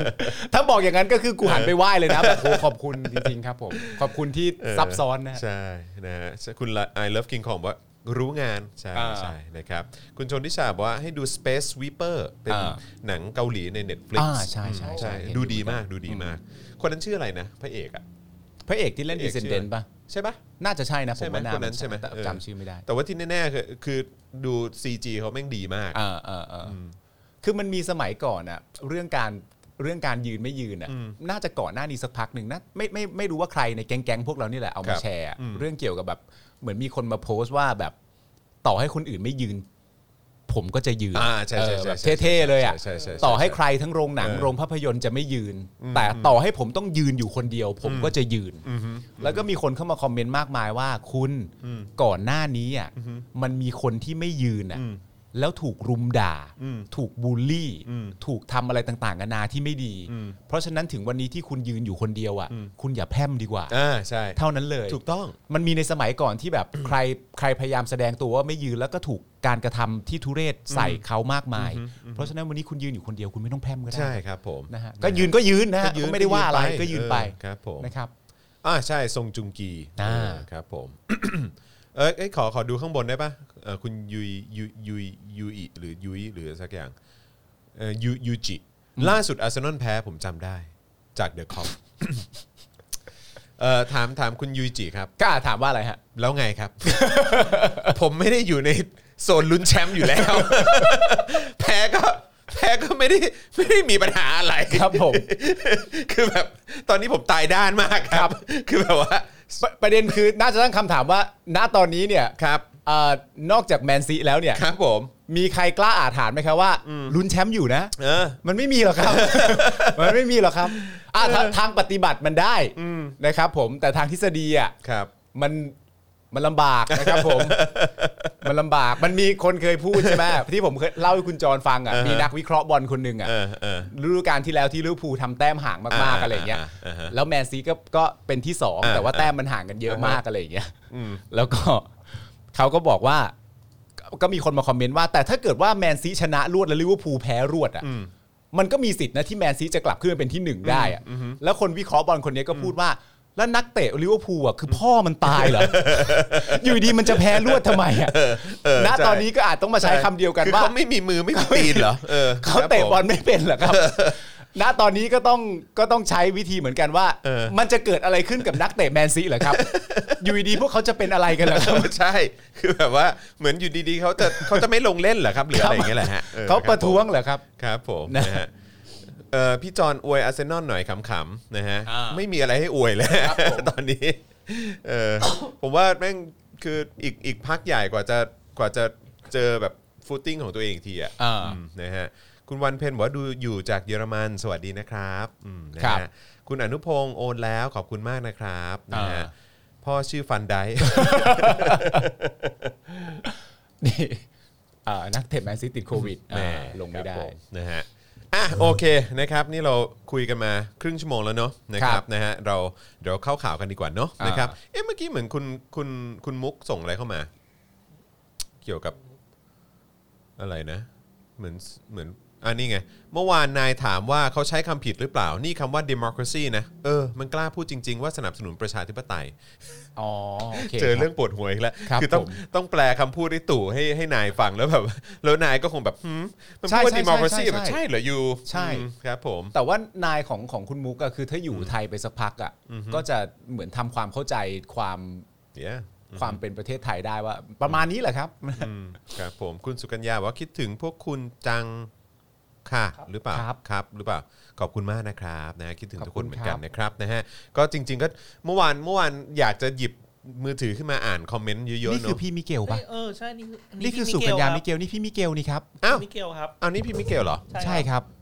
Speaker 3: ถ้าบอกอย่างนั้นก็คือกูหันไปไหว้เลยนะแบบโอ้ขอบคุณจริงๆครับผม ขอบคุณที่
Speaker 2: เออ
Speaker 3: ซับซ้อนนะ
Speaker 2: ใช่นะฮะคุณละ I love King Kong บอกว่ารู้งานใช่
Speaker 3: อ่า
Speaker 2: ใช่นะครับ คุณชนทิชาบอกว่าให้ดู Space Sweeper เป็น
Speaker 3: อ่า
Speaker 2: หนังเกาหลีใน Netflix
Speaker 3: อ่าใช่ใช่ใช่เห็นอยู่
Speaker 2: ดูดีมากดูดีมาก คนนั้นชื่ออะไรนะ พระเอกอะ
Speaker 3: พระเอกที่เล่
Speaker 2: พ
Speaker 3: น
Speaker 2: ระอ
Speaker 3: d e
Speaker 2: ก
Speaker 3: s c e n d a n t ป่ะ
Speaker 2: ใช่ปะ
Speaker 3: น่าจะใช่นะผม
Speaker 2: ใช่
Speaker 3: ว่า
Speaker 2: ไหม
Speaker 3: น่า
Speaker 2: คนนั้นใช่ไหม
Speaker 3: แต่
Speaker 2: เออ
Speaker 3: จำชื่อไม่ได้
Speaker 2: แต่ว่าที่แน่ๆคือคือดู CG เขาแม่งดีมาก
Speaker 3: เออเออเอออคือมันมีสมัยก่อนอะเรื่องการเรื่องการยืนไม่ยืนอะน่าจะก่อนหน้านี้สักพักหนึ่งนะไม่ไม่ไม่รู้ว่าใครในแก๊งแก๊งๆพวกเรานี่แหละเอา
Speaker 2: ครั
Speaker 3: มา
Speaker 2: บ
Speaker 3: แชร์อะ
Speaker 2: อืม
Speaker 3: เรื่องเกี่ยวกับแบบเหมือนมีคนมาโพสต์ว่าแบบต่อให้คนอื่นไม่ยืน ผมก็จะยืน
Speaker 2: อ่าใช่ใช่
Speaker 3: เออ
Speaker 2: ใช่
Speaker 3: แบบ
Speaker 2: ใช่
Speaker 3: เท่ๆเลยอะ
Speaker 2: ใช่ใช่ช่ช่
Speaker 3: ต่อให้ใครทั้งโรงหนัง
Speaker 2: เออ
Speaker 3: โรงภาพยนตร์จะไม่ยืน แต่ต่อให้ผมต้องยืนอยู่คนเดียว ผมก็จะยืน แล้วก็มีคนเข้ามาคอมเมนต์มากมายว่าคุณก่อนหน้านี้อ่ะมันมีคนที่ไม่ยืนอ่ะแล้วถูกรุมด่า ถูกบูลลี่ ถูกทำอะไรต่างๆนานาที่ไม่ดี เพราะฉะนั้นถึงวันนี้ที่คุณยืนอยู่คนเดียวอ่ะ คุณอย่าแพร่มดีกว่า
Speaker 2: อ่าใช่
Speaker 3: เท่านั้นเลย
Speaker 2: ถูกต้อง
Speaker 3: มันมีในสมัยก่อนที่แบบใครใครพยายามแสดงตัวว่าไม่ยืนแล้วก็ถูกการกระทำที่ทุเรศใส่เขามากมาย เพราะฉะนั้นวันนี้คุณยืนอยู่คนเดียวคุณไม่ต้องแพร่มก็ได้
Speaker 2: ใช่ครับผม
Speaker 3: นะฮะก็ยืนก็ยืนนะฮะ
Speaker 2: ก็ยืน
Speaker 3: ก็ไม่ได้ว่าอะไร
Speaker 2: ป
Speaker 3: ก็ยืนไป
Speaker 2: เออครับผม
Speaker 3: นะครับ
Speaker 2: อ่าใช่ทรงจุงกี
Speaker 3: อ่า
Speaker 2: เออครับผม [coughs] เอยเอ้ยขอขอดูข้างบนได้ปะเออคุณยุยยุยยุยยุยหรือยุยหรือสักอย่างเออยูยูจิ ล่าสุดอาร์เซนอลแพ้ผมจำได้ จากเดอะคอป [coughs] เอ่อถามถามคุณยูจิครับ
Speaker 3: ก็อาจถามว่าอะไรฮะ
Speaker 2: แล้วไงครับ [laughs] ผมไม่ได้อยู่ในโซนลุ้นแชมป์อยู่แล้ว [laughs] แพ้ก็แพ้ก็ไม่ได้ไม่ได้มีปัญหาอะไร
Speaker 3: ครับผม
Speaker 2: คือแบบตอนนี้ผมตายด้านมากครับ คือแบบว่า
Speaker 3: ปประเด็นคือน่าจะตั้งคำถามว่า ณตอนนี้เนี่ย
Speaker 2: ครับ
Speaker 3: เอ่อนอกจากแมนซีแล้วเนี่ย
Speaker 2: ครับผม
Speaker 3: มีใครกล้าอาถานไหมครับว่าลุ้นแชมป์อยู่นะ
Speaker 2: เออ
Speaker 3: มันไม่มีหรอก
Speaker 2: [laughs]
Speaker 3: ครับ มันไม่มีหรอกครับอ่ะทาทางปฏิบัติมันได้นะครับ ผมแต่ทางทฤษฎีอ่ะ
Speaker 2: ครับ
Speaker 3: มันมันลำบากนะครับ
Speaker 2: [laughs]
Speaker 3: ผม มันลำบากมันมีคนเคยพูดใช่ไหมที่ผมเคยเล่าให้คุณจรฟังอ่ะ
Speaker 2: อ่าฮะ
Speaker 3: มีนักวิเคราะห์บอลคนหนึ่งอ่ะ
Speaker 2: เออเออ
Speaker 3: ฤดูกาลที่แล้วที่ลิเวอร์พูลทำแต้มห่างมากๆ
Speaker 2: อ่า
Speaker 3: อะไรอย่างเงี้ย
Speaker 2: อ่าอ่าฮะ
Speaker 3: แล้วแมนซีก็ก็เป็นที่สอง
Speaker 2: อ่า
Speaker 3: แต่ว่าแต้มมันห่างกันเยอะมากอะไรอย่างเงี้ย
Speaker 2: อืม
Speaker 3: แล้วก็เขาก็บอกว่าก็มีคนมาคอมเมนต์ว่า แต่ถ้าเกิดว่าแมนซีชนะรวดและลิเวอร์พูลแพ้รวดอ่ะ
Speaker 2: อืม
Speaker 3: มันก็มีสิทธิ์นะที่แมนซีจะกลับขึ้นมาเป็นที่หนึ่งได้อะแล้วคนวิเคราะห์บอลคนนี้ก็พูดว่า แล้วนักเตะลิเวอร์พูลอ่ะคือพ่อมันตาย
Speaker 2: [laughs]
Speaker 3: เหรอ อยู่ดีมันจะแพ้รวดทำไมอ่ะณ
Speaker 2: ใช่
Speaker 3: ตอนนี้ก็อาจต้องมาใช้คำเดียวกัน
Speaker 2: คือ
Speaker 3: ว่า
Speaker 2: เขาไม่มีมือไม่มีตีนเหรอออ
Speaker 3: เขาเตะบอลไม่เป็นเหรอครับ [laughs] ณ ตอนนี้ก็ต้องก็ต้องใช้วิธีเหมือนกันว่า มันจะเกิดอะไรขึ้นกับนักเตะแมนซี
Speaker 2: [laughs]
Speaker 3: เหรอครับ อยู่ดีๆพวกเขาจะเป็นอะไรกันเหรอค
Speaker 2: ค
Speaker 3: รั
Speaker 2: รั
Speaker 3: บบ
Speaker 2: ผมใช่คือแบบว่าเหมือนอยู่ดีๆเขาจะเขาจะไม่ลงเล่นเหรอครับหรืออะไรอย่างเงี้ยแหละฮะออ
Speaker 3: เขาประท้ว
Speaker 2: คบผม
Speaker 3: งเหรอครับ
Speaker 2: ครับผม
Speaker 3: นะ
Speaker 2: นะฮะเอ่อพี่จอนอวยอาร์เซนอลหน่อยขำๆนะฮะ
Speaker 3: อ่า
Speaker 2: ไม่มีอะไรให้อวยแล้ว
Speaker 3: ครับผม
Speaker 2: [laughs] ตอนนี้เออ ผมว่าแม่งคืออีกอีกพักใหญ่กว่าจะกว่าจะเจอแบบฟูตติ้งของตัวเองอีกทีอ่ะ
Speaker 3: อ่า
Speaker 2: อืมนะฮะคุณวันเพ็ญบอกว่าดูอยู่จากเยอรมันสวัสดีนะครับอืมนะครับ ฮะคุณอนุพงศ์โอนแล้วขอบคุณมากนะครับนะฮะ
Speaker 3: อ่า
Speaker 2: พ่อชื่อฟันได
Speaker 3: นี่ [laughs] อ่านักเตะแมนซีติดโควิด
Speaker 2: แหม
Speaker 3: อ่าลงไม่ได้
Speaker 2: ครับผนะฮะอ่ะโอเคนะครับนี่เราคุยกันมาครึ่งชั่วโมงแล้วเนาะนะค
Speaker 3: ค
Speaker 2: รั
Speaker 3: รั
Speaker 2: บบ นะฮะเราเดี๋ยวเข้าข่าวกันดีกว่าเนาะ
Speaker 3: อ่าน
Speaker 2: นะครับเอ๊ะเมื่อกี้เหมือนคุณคุณคุณมุกส่งอะไรเข้ามา เกี่ยวกับอะไรนะ เหมือนเหมือนอันนี้ไง เมื่อวานนายถามว่าเขาใช้คำผิดหรือเปล่า นี่คำว่า democracy นะเออมันกล้าพูดจริง ๆ ว่าสนับสนุนประชาธิปไตย
Speaker 3: อ๋อโอเค
Speaker 2: เจอ
Speaker 3: คบ
Speaker 2: เรื่องปวดหัวอีกแล้ว
Speaker 3: ครับ
Speaker 2: อต้อง
Speaker 3: ผม
Speaker 2: ต้องแปลคำพูดให้ตู่ให้ให้นายฟังแล้วแบบ [laughs] แล้วนายก็คงแบบหืมมันพูดว่า
Speaker 3: ใช่ใช่
Speaker 2: democracy
Speaker 3: ใช่ใช่
Speaker 2: แบบใช่เหรอยู
Speaker 3: ใช่
Speaker 2: อืมครับผม
Speaker 3: แต่ว่านายของของคุณมุกอะคือถ้าอยู่ไทยไปสักพักอะก็จะเหมือนทำความเข้าใจความ
Speaker 2: เดี๋ยว
Speaker 3: ความเป็นประเทศไทยได้ว่า ประมาณนี้แหละครับ
Speaker 2: อืมครับผมคุณสุกัญญาบอกว่าคิดถึงพวกคุณจังค่ะ หรือเปล่า
Speaker 3: ครับ
Speaker 2: ครับหรือเปล่าขอบคุณมากนะครับนะคิดถึงทุกคน
Speaker 3: ขอ
Speaker 2: เห
Speaker 3: บคุณ
Speaker 2: มือนกัน
Speaker 3: ครับ
Speaker 2: นะครับนะฮะก็จริง ๆ ก็เมื่อวานเมื่อวานอยากจะหยิบมือถือขึ้นมาอ่านคอมเมนต์เยอะ
Speaker 3: นี่
Speaker 2: ๆ
Speaker 3: คื
Speaker 2: เนาะ
Speaker 3: อพี่มิเกล
Speaker 4: เฮ้
Speaker 3: ปะ
Speaker 4: ยเออใช่นี่คือ
Speaker 3: นี่คือสุกัญญามิ
Speaker 4: เก
Speaker 3: เกลนี่พี่มิเกลนี่ครับ
Speaker 2: อ้าว
Speaker 4: มิเกลครับ
Speaker 2: อ้าวนี่พี่มิเกลเหรอ
Speaker 4: ใช่
Speaker 3: ใช่
Speaker 4: ครับ
Speaker 3: ครับ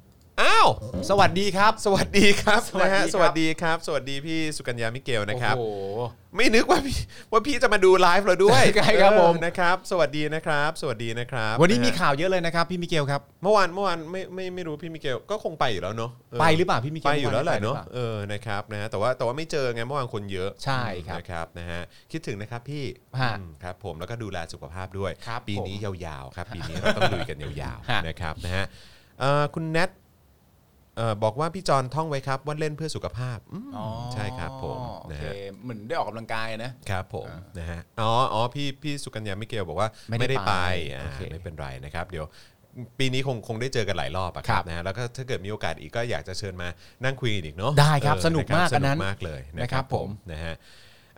Speaker 2: อ้าว
Speaker 3: สวัสดีครับ
Speaker 2: สวัสดีครับ
Speaker 3: สวัส
Speaker 2: นะ
Speaker 3: ดีครั
Speaker 2: ฮะ
Speaker 3: บ
Speaker 2: สวัสดีครับ สวัสดีพี่สุกัญญามิเกลนะครับ
Speaker 3: โอ้โห
Speaker 2: ไม่นึกว่าพี่ว่าพี่จะมาดูไลฟ์เราด้วย
Speaker 3: ใช่ครับผม
Speaker 2: เออนะครับ สวัสดีนะครับ สวัสดีนะครับ
Speaker 3: วันนี้มี
Speaker 2: ะฮะ
Speaker 3: ข่าวเยอะเลยนะครับพี่มิเกลครับ
Speaker 2: เมื่อวานเมื่อวานไม่ไม่ไม่รู้พี่มิเกลก็คงไปอยู่แล้วเนาะเ
Speaker 3: ไปหรือเปล่าพี่มิเกล
Speaker 2: ไปอยู่แล้วแหละ
Speaker 3: ไป
Speaker 2: เนาะ
Speaker 3: ป
Speaker 2: เออนะครับนะฮะแต่ว่าแต่ว่าไม่เจอไงเมื่อวานคนเยอะ
Speaker 3: ใช่ครับ
Speaker 2: นะครับนะฮะคิดถึงนะครับพี่
Speaker 3: ฮะ
Speaker 2: อืมครับผมแล้วก็ดูแลสุขภาพด้วย
Speaker 3: ครับ
Speaker 2: ปี
Speaker 3: ผม
Speaker 2: นี้ยาวๆครับปีนี้เราต้องลุยกันยาว
Speaker 3: ฮะ
Speaker 2: ๆนะครับนะฮะเอ่อคุณแนทเอ่อบอกว่าพี่จอนท่องไว้ครับว่าเล่นเพื่อสุขภาพอืม
Speaker 3: อ๋อ
Speaker 2: ใช่ครับผม
Speaker 3: โอ
Speaker 2: นะ
Speaker 3: เค
Speaker 2: ฮะ
Speaker 3: เหมือนได้ออกกำลังกายนะ [laughs]
Speaker 2: ครับผมนะฮะอ๋ออ๋อพี่พี่สุกัญญามิเกลบอกว่า
Speaker 3: ไม่ได้
Speaker 2: ไป
Speaker 3: ไป
Speaker 2: อ่า
Speaker 3: โอเค
Speaker 2: ไม่เป็นไรนะครับ เดี๋ยวปีนี้คงคงได้เจอกันหลายรอบอะค
Speaker 3: ครั
Speaker 2: รับบ นะฮะแล้วก็ถ้าเกิดมีโอกาสอีกก็อยากจะเชิญมานั่งคุยกันอีกเนาะ
Speaker 3: ได้ครับ
Speaker 2: เออ
Speaker 3: สนุกมา
Speaker 2: ะ
Speaker 3: ก
Speaker 2: ครับ
Speaker 3: อันนั้น
Speaker 2: สกมากเลยนะค
Speaker 3: นะครั
Speaker 2: รับบ ผ
Speaker 3: ผม ม
Speaker 2: นะฮะ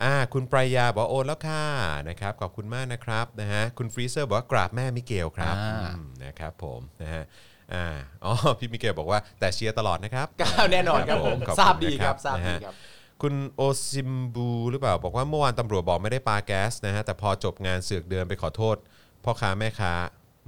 Speaker 2: อ่าคุณปรายาบอกว่าโอนแล้วค่ะนะครับขอบคุณมากนะครับนะฮะคุณฟรีเซอร์บอกว่ากราบแม่มิเกลครับอืมนะครับผมนะฮะอ่าอ๋อพี่มิเกลบอกว่าแต่เชียร์ตลอด
Speaker 3: [laughs]
Speaker 2: นะครับ
Speaker 3: แน่นอนครับผม
Speaker 2: ขอณ
Speaker 3: ทราบดี
Speaker 2: นะครับ
Speaker 3: ทราบดี
Speaker 2: นะฮะ
Speaker 3: ครับ
Speaker 2: คุณโอซิมบูหรือเปล่า บอกว่าเมื่อวานตำรวจบอกไม่ได้ปาแก๊สนะฮะแต่พอจบงานเสือกเดินไปขอโทษพ่อค้าแม่ค้า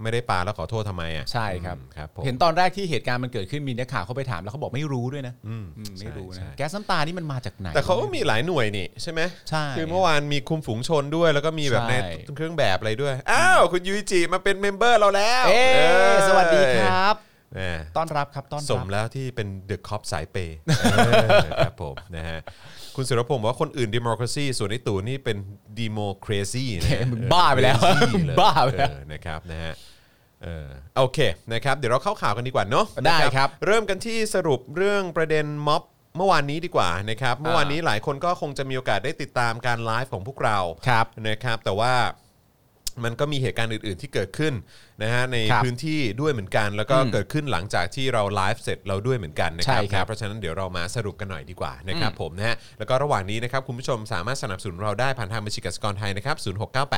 Speaker 2: ไม่ได้ปาแล้วขอโทษทำไมอ่ะ
Speaker 3: ใช่ครับ
Speaker 2: อืมครับผม
Speaker 3: เห็นตอนแรกที่เหตุการณ์มันเกิดขึ้นมีนักข่าวเข้าไปถามแล้วเขาบอกไม่รู้ด้วยนะ
Speaker 2: อืม
Speaker 3: อืมไม่รู้นะ
Speaker 2: ใช่
Speaker 3: แก๊สน้ำตานี่มันมาจากไหน
Speaker 2: แต่เขาก็มีหลายหน่วยนี่ใช่ไหม
Speaker 3: ใช่
Speaker 2: คือเมื่อวานมีคุมฝูงชนด้วยแล้วก็มีแบบ
Speaker 3: ใช่
Speaker 2: ในเครื่องแบบอะไรด้วย อ้าวคุณยูอิจิมาเป็นเมมเบอร์เราแล้ว
Speaker 3: เอ๊
Speaker 2: เอ้ย
Speaker 3: สวัสดีครับ
Speaker 2: แหม
Speaker 3: ต้อนรับครับต้อน
Speaker 2: ส
Speaker 3: รั
Speaker 2: ม
Speaker 3: บ
Speaker 2: แล้วที่เป็นเดอะคอปสายเป
Speaker 3: [laughs]
Speaker 2: ย์ครับผมนะฮะคุณสุรพงศ์บอกว่าคนอื่นดิม o คร a ซีส่วนไอ้ตู่นี่เป็นดิโมคร a ซีนะฮะ
Speaker 3: มึงบ้าไปแล้ว
Speaker 2: เออ crazy เย
Speaker 3: [laughs] บ้าไปแล้ว
Speaker 2: เออนะครับนะฮะเออโอเคนะครับเดี๋ยวเราเข้าข่าวกันดีกว่าเนาะ
Speaker 3: ได้
Speaker 2: นะครับ เริ่มกันที่สรุปเรื่องประเด็นม็อบเมื่อวานนี้ดีกว่านะครับเมื่อวานนี้หลายคนก็คงจะมีโอกาสได้ติดตามการไลฟ์ของพวกเรา
Speaker 3: ครับ
Speaker 2: นะครับแต่ว่า มันก็มีเหตุการณ์อื่น ๆ ที่เกิดขึ้นนะฮะใน
Speaker 3: ครับ
Speaker 2: พื้นที่ด้วยเหมือนกัน แล้วก็
Speaker 3: อืม
Speaker 2: เกิดขึ้นหลังจากที่เราไลฟ์เสร็จเราด้วยเหมือนกันนะครับ
Speaker 3: ใช่ครับ
Speaker 2: นะเพราะฉะนั้นเดี๋ยวเรามาสรุปกันหน่อยดีกว่านะครับผมนะฮะแล้วก็ระหว่างนี้นะครับคุณผู้ชมสามารถสนับสนุนเราได้ผ่านทางบัญชีกสิกรไทยนะครับ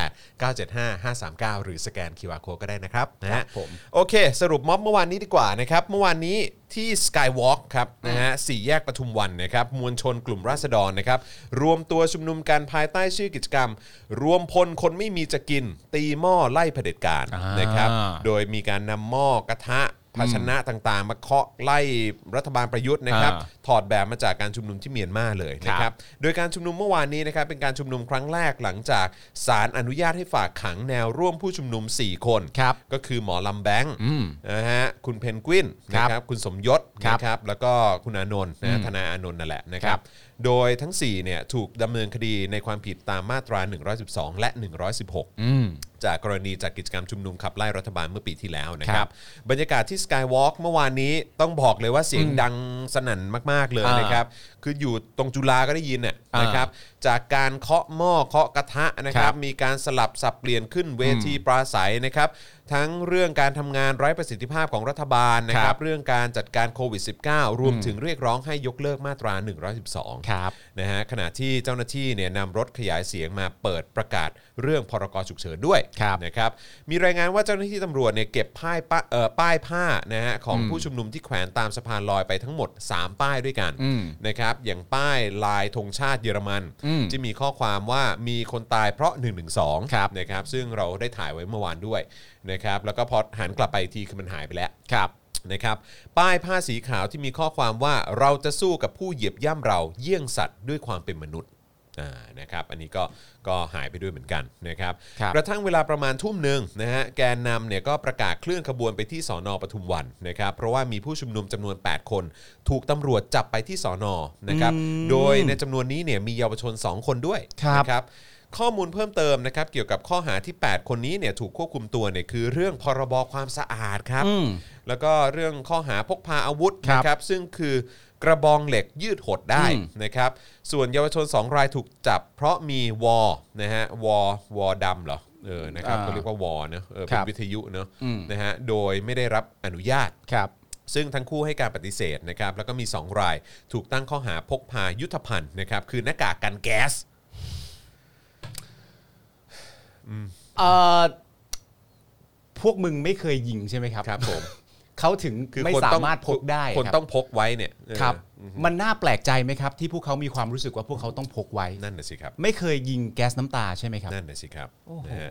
Speaker 2: 0698 975 539 หรือสแกน QR Code ก็ได้นะครับนะฮะ
Speaker 3: ครับผม
Speaker 2: โอเค สรุปม็อบเมื่อวานนี้ดีกว่านะครับเมื่อวานนี้ที่ Skywalk ครับนะฮะสี่แยกปทุมวันนะครับมวลชนกลุ่มราษฎรนะครับรวมตัวชุมนุมกันภายใต้ชื่อกิจกรรม รวมพลคนไม่มีจะกิน ตีหม้อไล่เผด็จการ
Speaker 3: อ่าน
Speaker 2: นะครับโดยมีการนำหม้อกระทะภาชนะต่างๆ มาเคาะไล่รัฐบาลประยุทธ์นะครับ
Speaker 3: อ่า
Speaker 2: ถอดแบบมาจากการชุมนุมที่เมียนมาเลยนะครับ โดยการชุมนุมเมื่อวานนี้นะครับเป็นการชุมนุมครั้งแรกหลังจากศาลอนุญาตให้ฝากขังแนวร่วมผู้ชุมนุมสี่คน
Speaker 3: ครับ
Speaker 2: ก็คือหมอลำแบงค์
Speaker 3: อืม
Speaker 2: นะฮะคุณเพนกวิน
Speaker 3: ครับ
Speaker 2: นะครับคุณสมยศ
Speaker 3: ครับ
Speaker 2: นะครับแล้วก็คุณอานนท์นะฮะธนาอานนท์นั่นแหละนะค
Speaker 3: ค
Speaker 2: รั
Speaker 3: รั
Speaker 2: บบ โดยทั้ง4เนี่ยถูกดำเนินคดีในความผิดตามมาตรา 112 และ 116
Speaker 3: อืม
Speaker 2: จากกรณีจากกิจกรรมชุมนุมขับไล่รัฐบาลเมื่อปีที่แล้วนะค
Speaker 3: ครั
Speaker 2: รับบ รรยากาศที่ Skywalk เมื่อวานนี้ต้องบอกเลยว่าเสียงดังสนั่นมาก ๆ เลย
Speaker 3: อ่าน
Speaker 2: นะครับ คืออยู่ตรงจุฬาก็ได้ยินน่ะ
Speaker 3: อ่าน
Speaker 2: นะครับจากการเคาะหม้อเคาะกระทะนะค
Speaker 3: ครั
Speaker 2: รับ
Speaker 3: บ
Speaker 2: มีการสลับสับเปลี่ยนขึ้นเวทีปราศัยนะครับ ทั้งเรื่องการทำงานไร้ประสิทธิภาพของรัฐบาลนะค
Speaker 3: ครั
Speaker 2: รับบ เรื่องการจัดการโควิด -19 รวมถึงเรียกร้องให้ยกเลิกมาตรา 112
Speaker 3: ครับ
Speaker 2: นะฮะขณะที่เจ้าหน้าที่เนี่ยนำรถขยายเสียงมาเปิดประกาศเรื่องพรกฉุกเฉินด้วย
Speaker 3: ครับ
Speaker 2: นะครับมีรายงานว่าเจ้าหน้าที่ตำรวจเนี่ยเก็บป้ายป้าเอ่อป้ายผ้านะฮะของ
Speaker 3: อืม
Speaker 2: ผู้ชุมนุมที่แขวนตามสะพานลอยไปทั้งหมด 3 ป้ายด้วยกัน
Speaker 3: อืม
Speaker 2: นะครับอย่างป้ายลายธงชาติเยอรมัน
Speaker 3: อืม
Speaker 2: ที่มีข้อความว่ามีคนตายเพราะ 1 1
Speaker 3: ครับ
Speaker 2: 2นะครับซึ่งเราได้ถ่ายไว้เมื่อวานด้วยนะครับแล้วก็พอหันกลับไปอีกทีคือมันหายไปแล้ว
Speaker 3: ครับ
Speaker 2: นะครับป้ายผ้าสีขาวที่มีข้อความว่าเราจะสู้กับผู้เหยียบย่ำเราเยี่ยงสัตว์ด้วยความเป็นมนุษย์อ่านะครับอันนี้ก็ก็หายไปด้วยเหมือนกันนะครับ
Speaker 3: ครับ
Speaker 2: กระทั่งเวลาประมาณทุ่มหนึ่งนะฮะแกนนำเนี่ยก็ประกาศเคลื่อนขบวนไปที่สอนอปทุมวันนะครับเพราะว่ามีผู้ชุมนุมจำนวน 8 คน ถูกตำรวจจับไปที่สอนอนะครับ
Speaker 3: อืม
Speaker 2: โดยในจำนวนนี้เนี่ยมีเยาวชน 2 คนด้วย
Speaker 3: ครับ
Speaker 2: นะ ครับข้อมูลเพิ่มเติมนะครับเกี่ยวกับข้อหาที่ 8 คนนี้เนี่ยถูกควบคุมตัวเนี่ยคือเรื่องพรบความสะอาดครับ
Speaker 3: อืม
Speaker 2: แล้วก็เรื่องข้อหาพกพาอาวุธ
Speaker 3: ครับ
Speaker 2: นะครับซึ่งคือกระบองเหล็กยืดหดได้
Speaker 3: อืม
Speaker 2: นะครับส่วนเยาวชน 2 รายถูกจับ เพราะมีวอนะฮะวอวอดำเหรอเออนะครับ
Speaker 3: อ่า
Speaker 2: เขาเรียกว่าวอเนอะเออ
Speaker 3: ค
Speaker 2: เป็
Speaker 3: รั
Speaker 2: น
Speaker 3: บ
Speaker 2: วิทยุเนอะ
Speaker 3: อืม
Speaker 2: นะฮะโดยไม่ได้รับอนุญาต
Speaker 3: ครับ
Speaker 2: ซึ่งทั้งคู่ให้การปฏิเสธนะครับแล้วก็มี 2 รายถูกตั้งข้อหาพกพายุทธภัณฑ์นะครับคือหน้ากากกันแก๊ส
Speaker 3: เอ่อพวกมึงไม่เคยยิงใช่ไหมครับครับผม [laughs] เขาถึง
Speaker 2: คือ
Speaker 3: ไม่
Speaker 2: คน
Speaker 3: สา
Speaker 2: ต้อง
Speaker 3: มารถพกได้
Speaker 2: คน
Speaker 3: รับ
Speaker 2: ต้องพกไว้เนี่ยเออ
Speaker 3: ครับ มันน่าแปลกใจไหมครับ ที่พวกเขามีความรู้สึกว่าพวกเขาต้องพกไว้
Speaker 2: นั่นน่ะสิครับ
Speaker 3: ไม่เคยยิงแก๊สน้ำตาใช่ไหมครับ
Speaker 2: นั่นน่ะสิครับ
Speaker 3: โอ้โห
Speaker 2: นะฮะ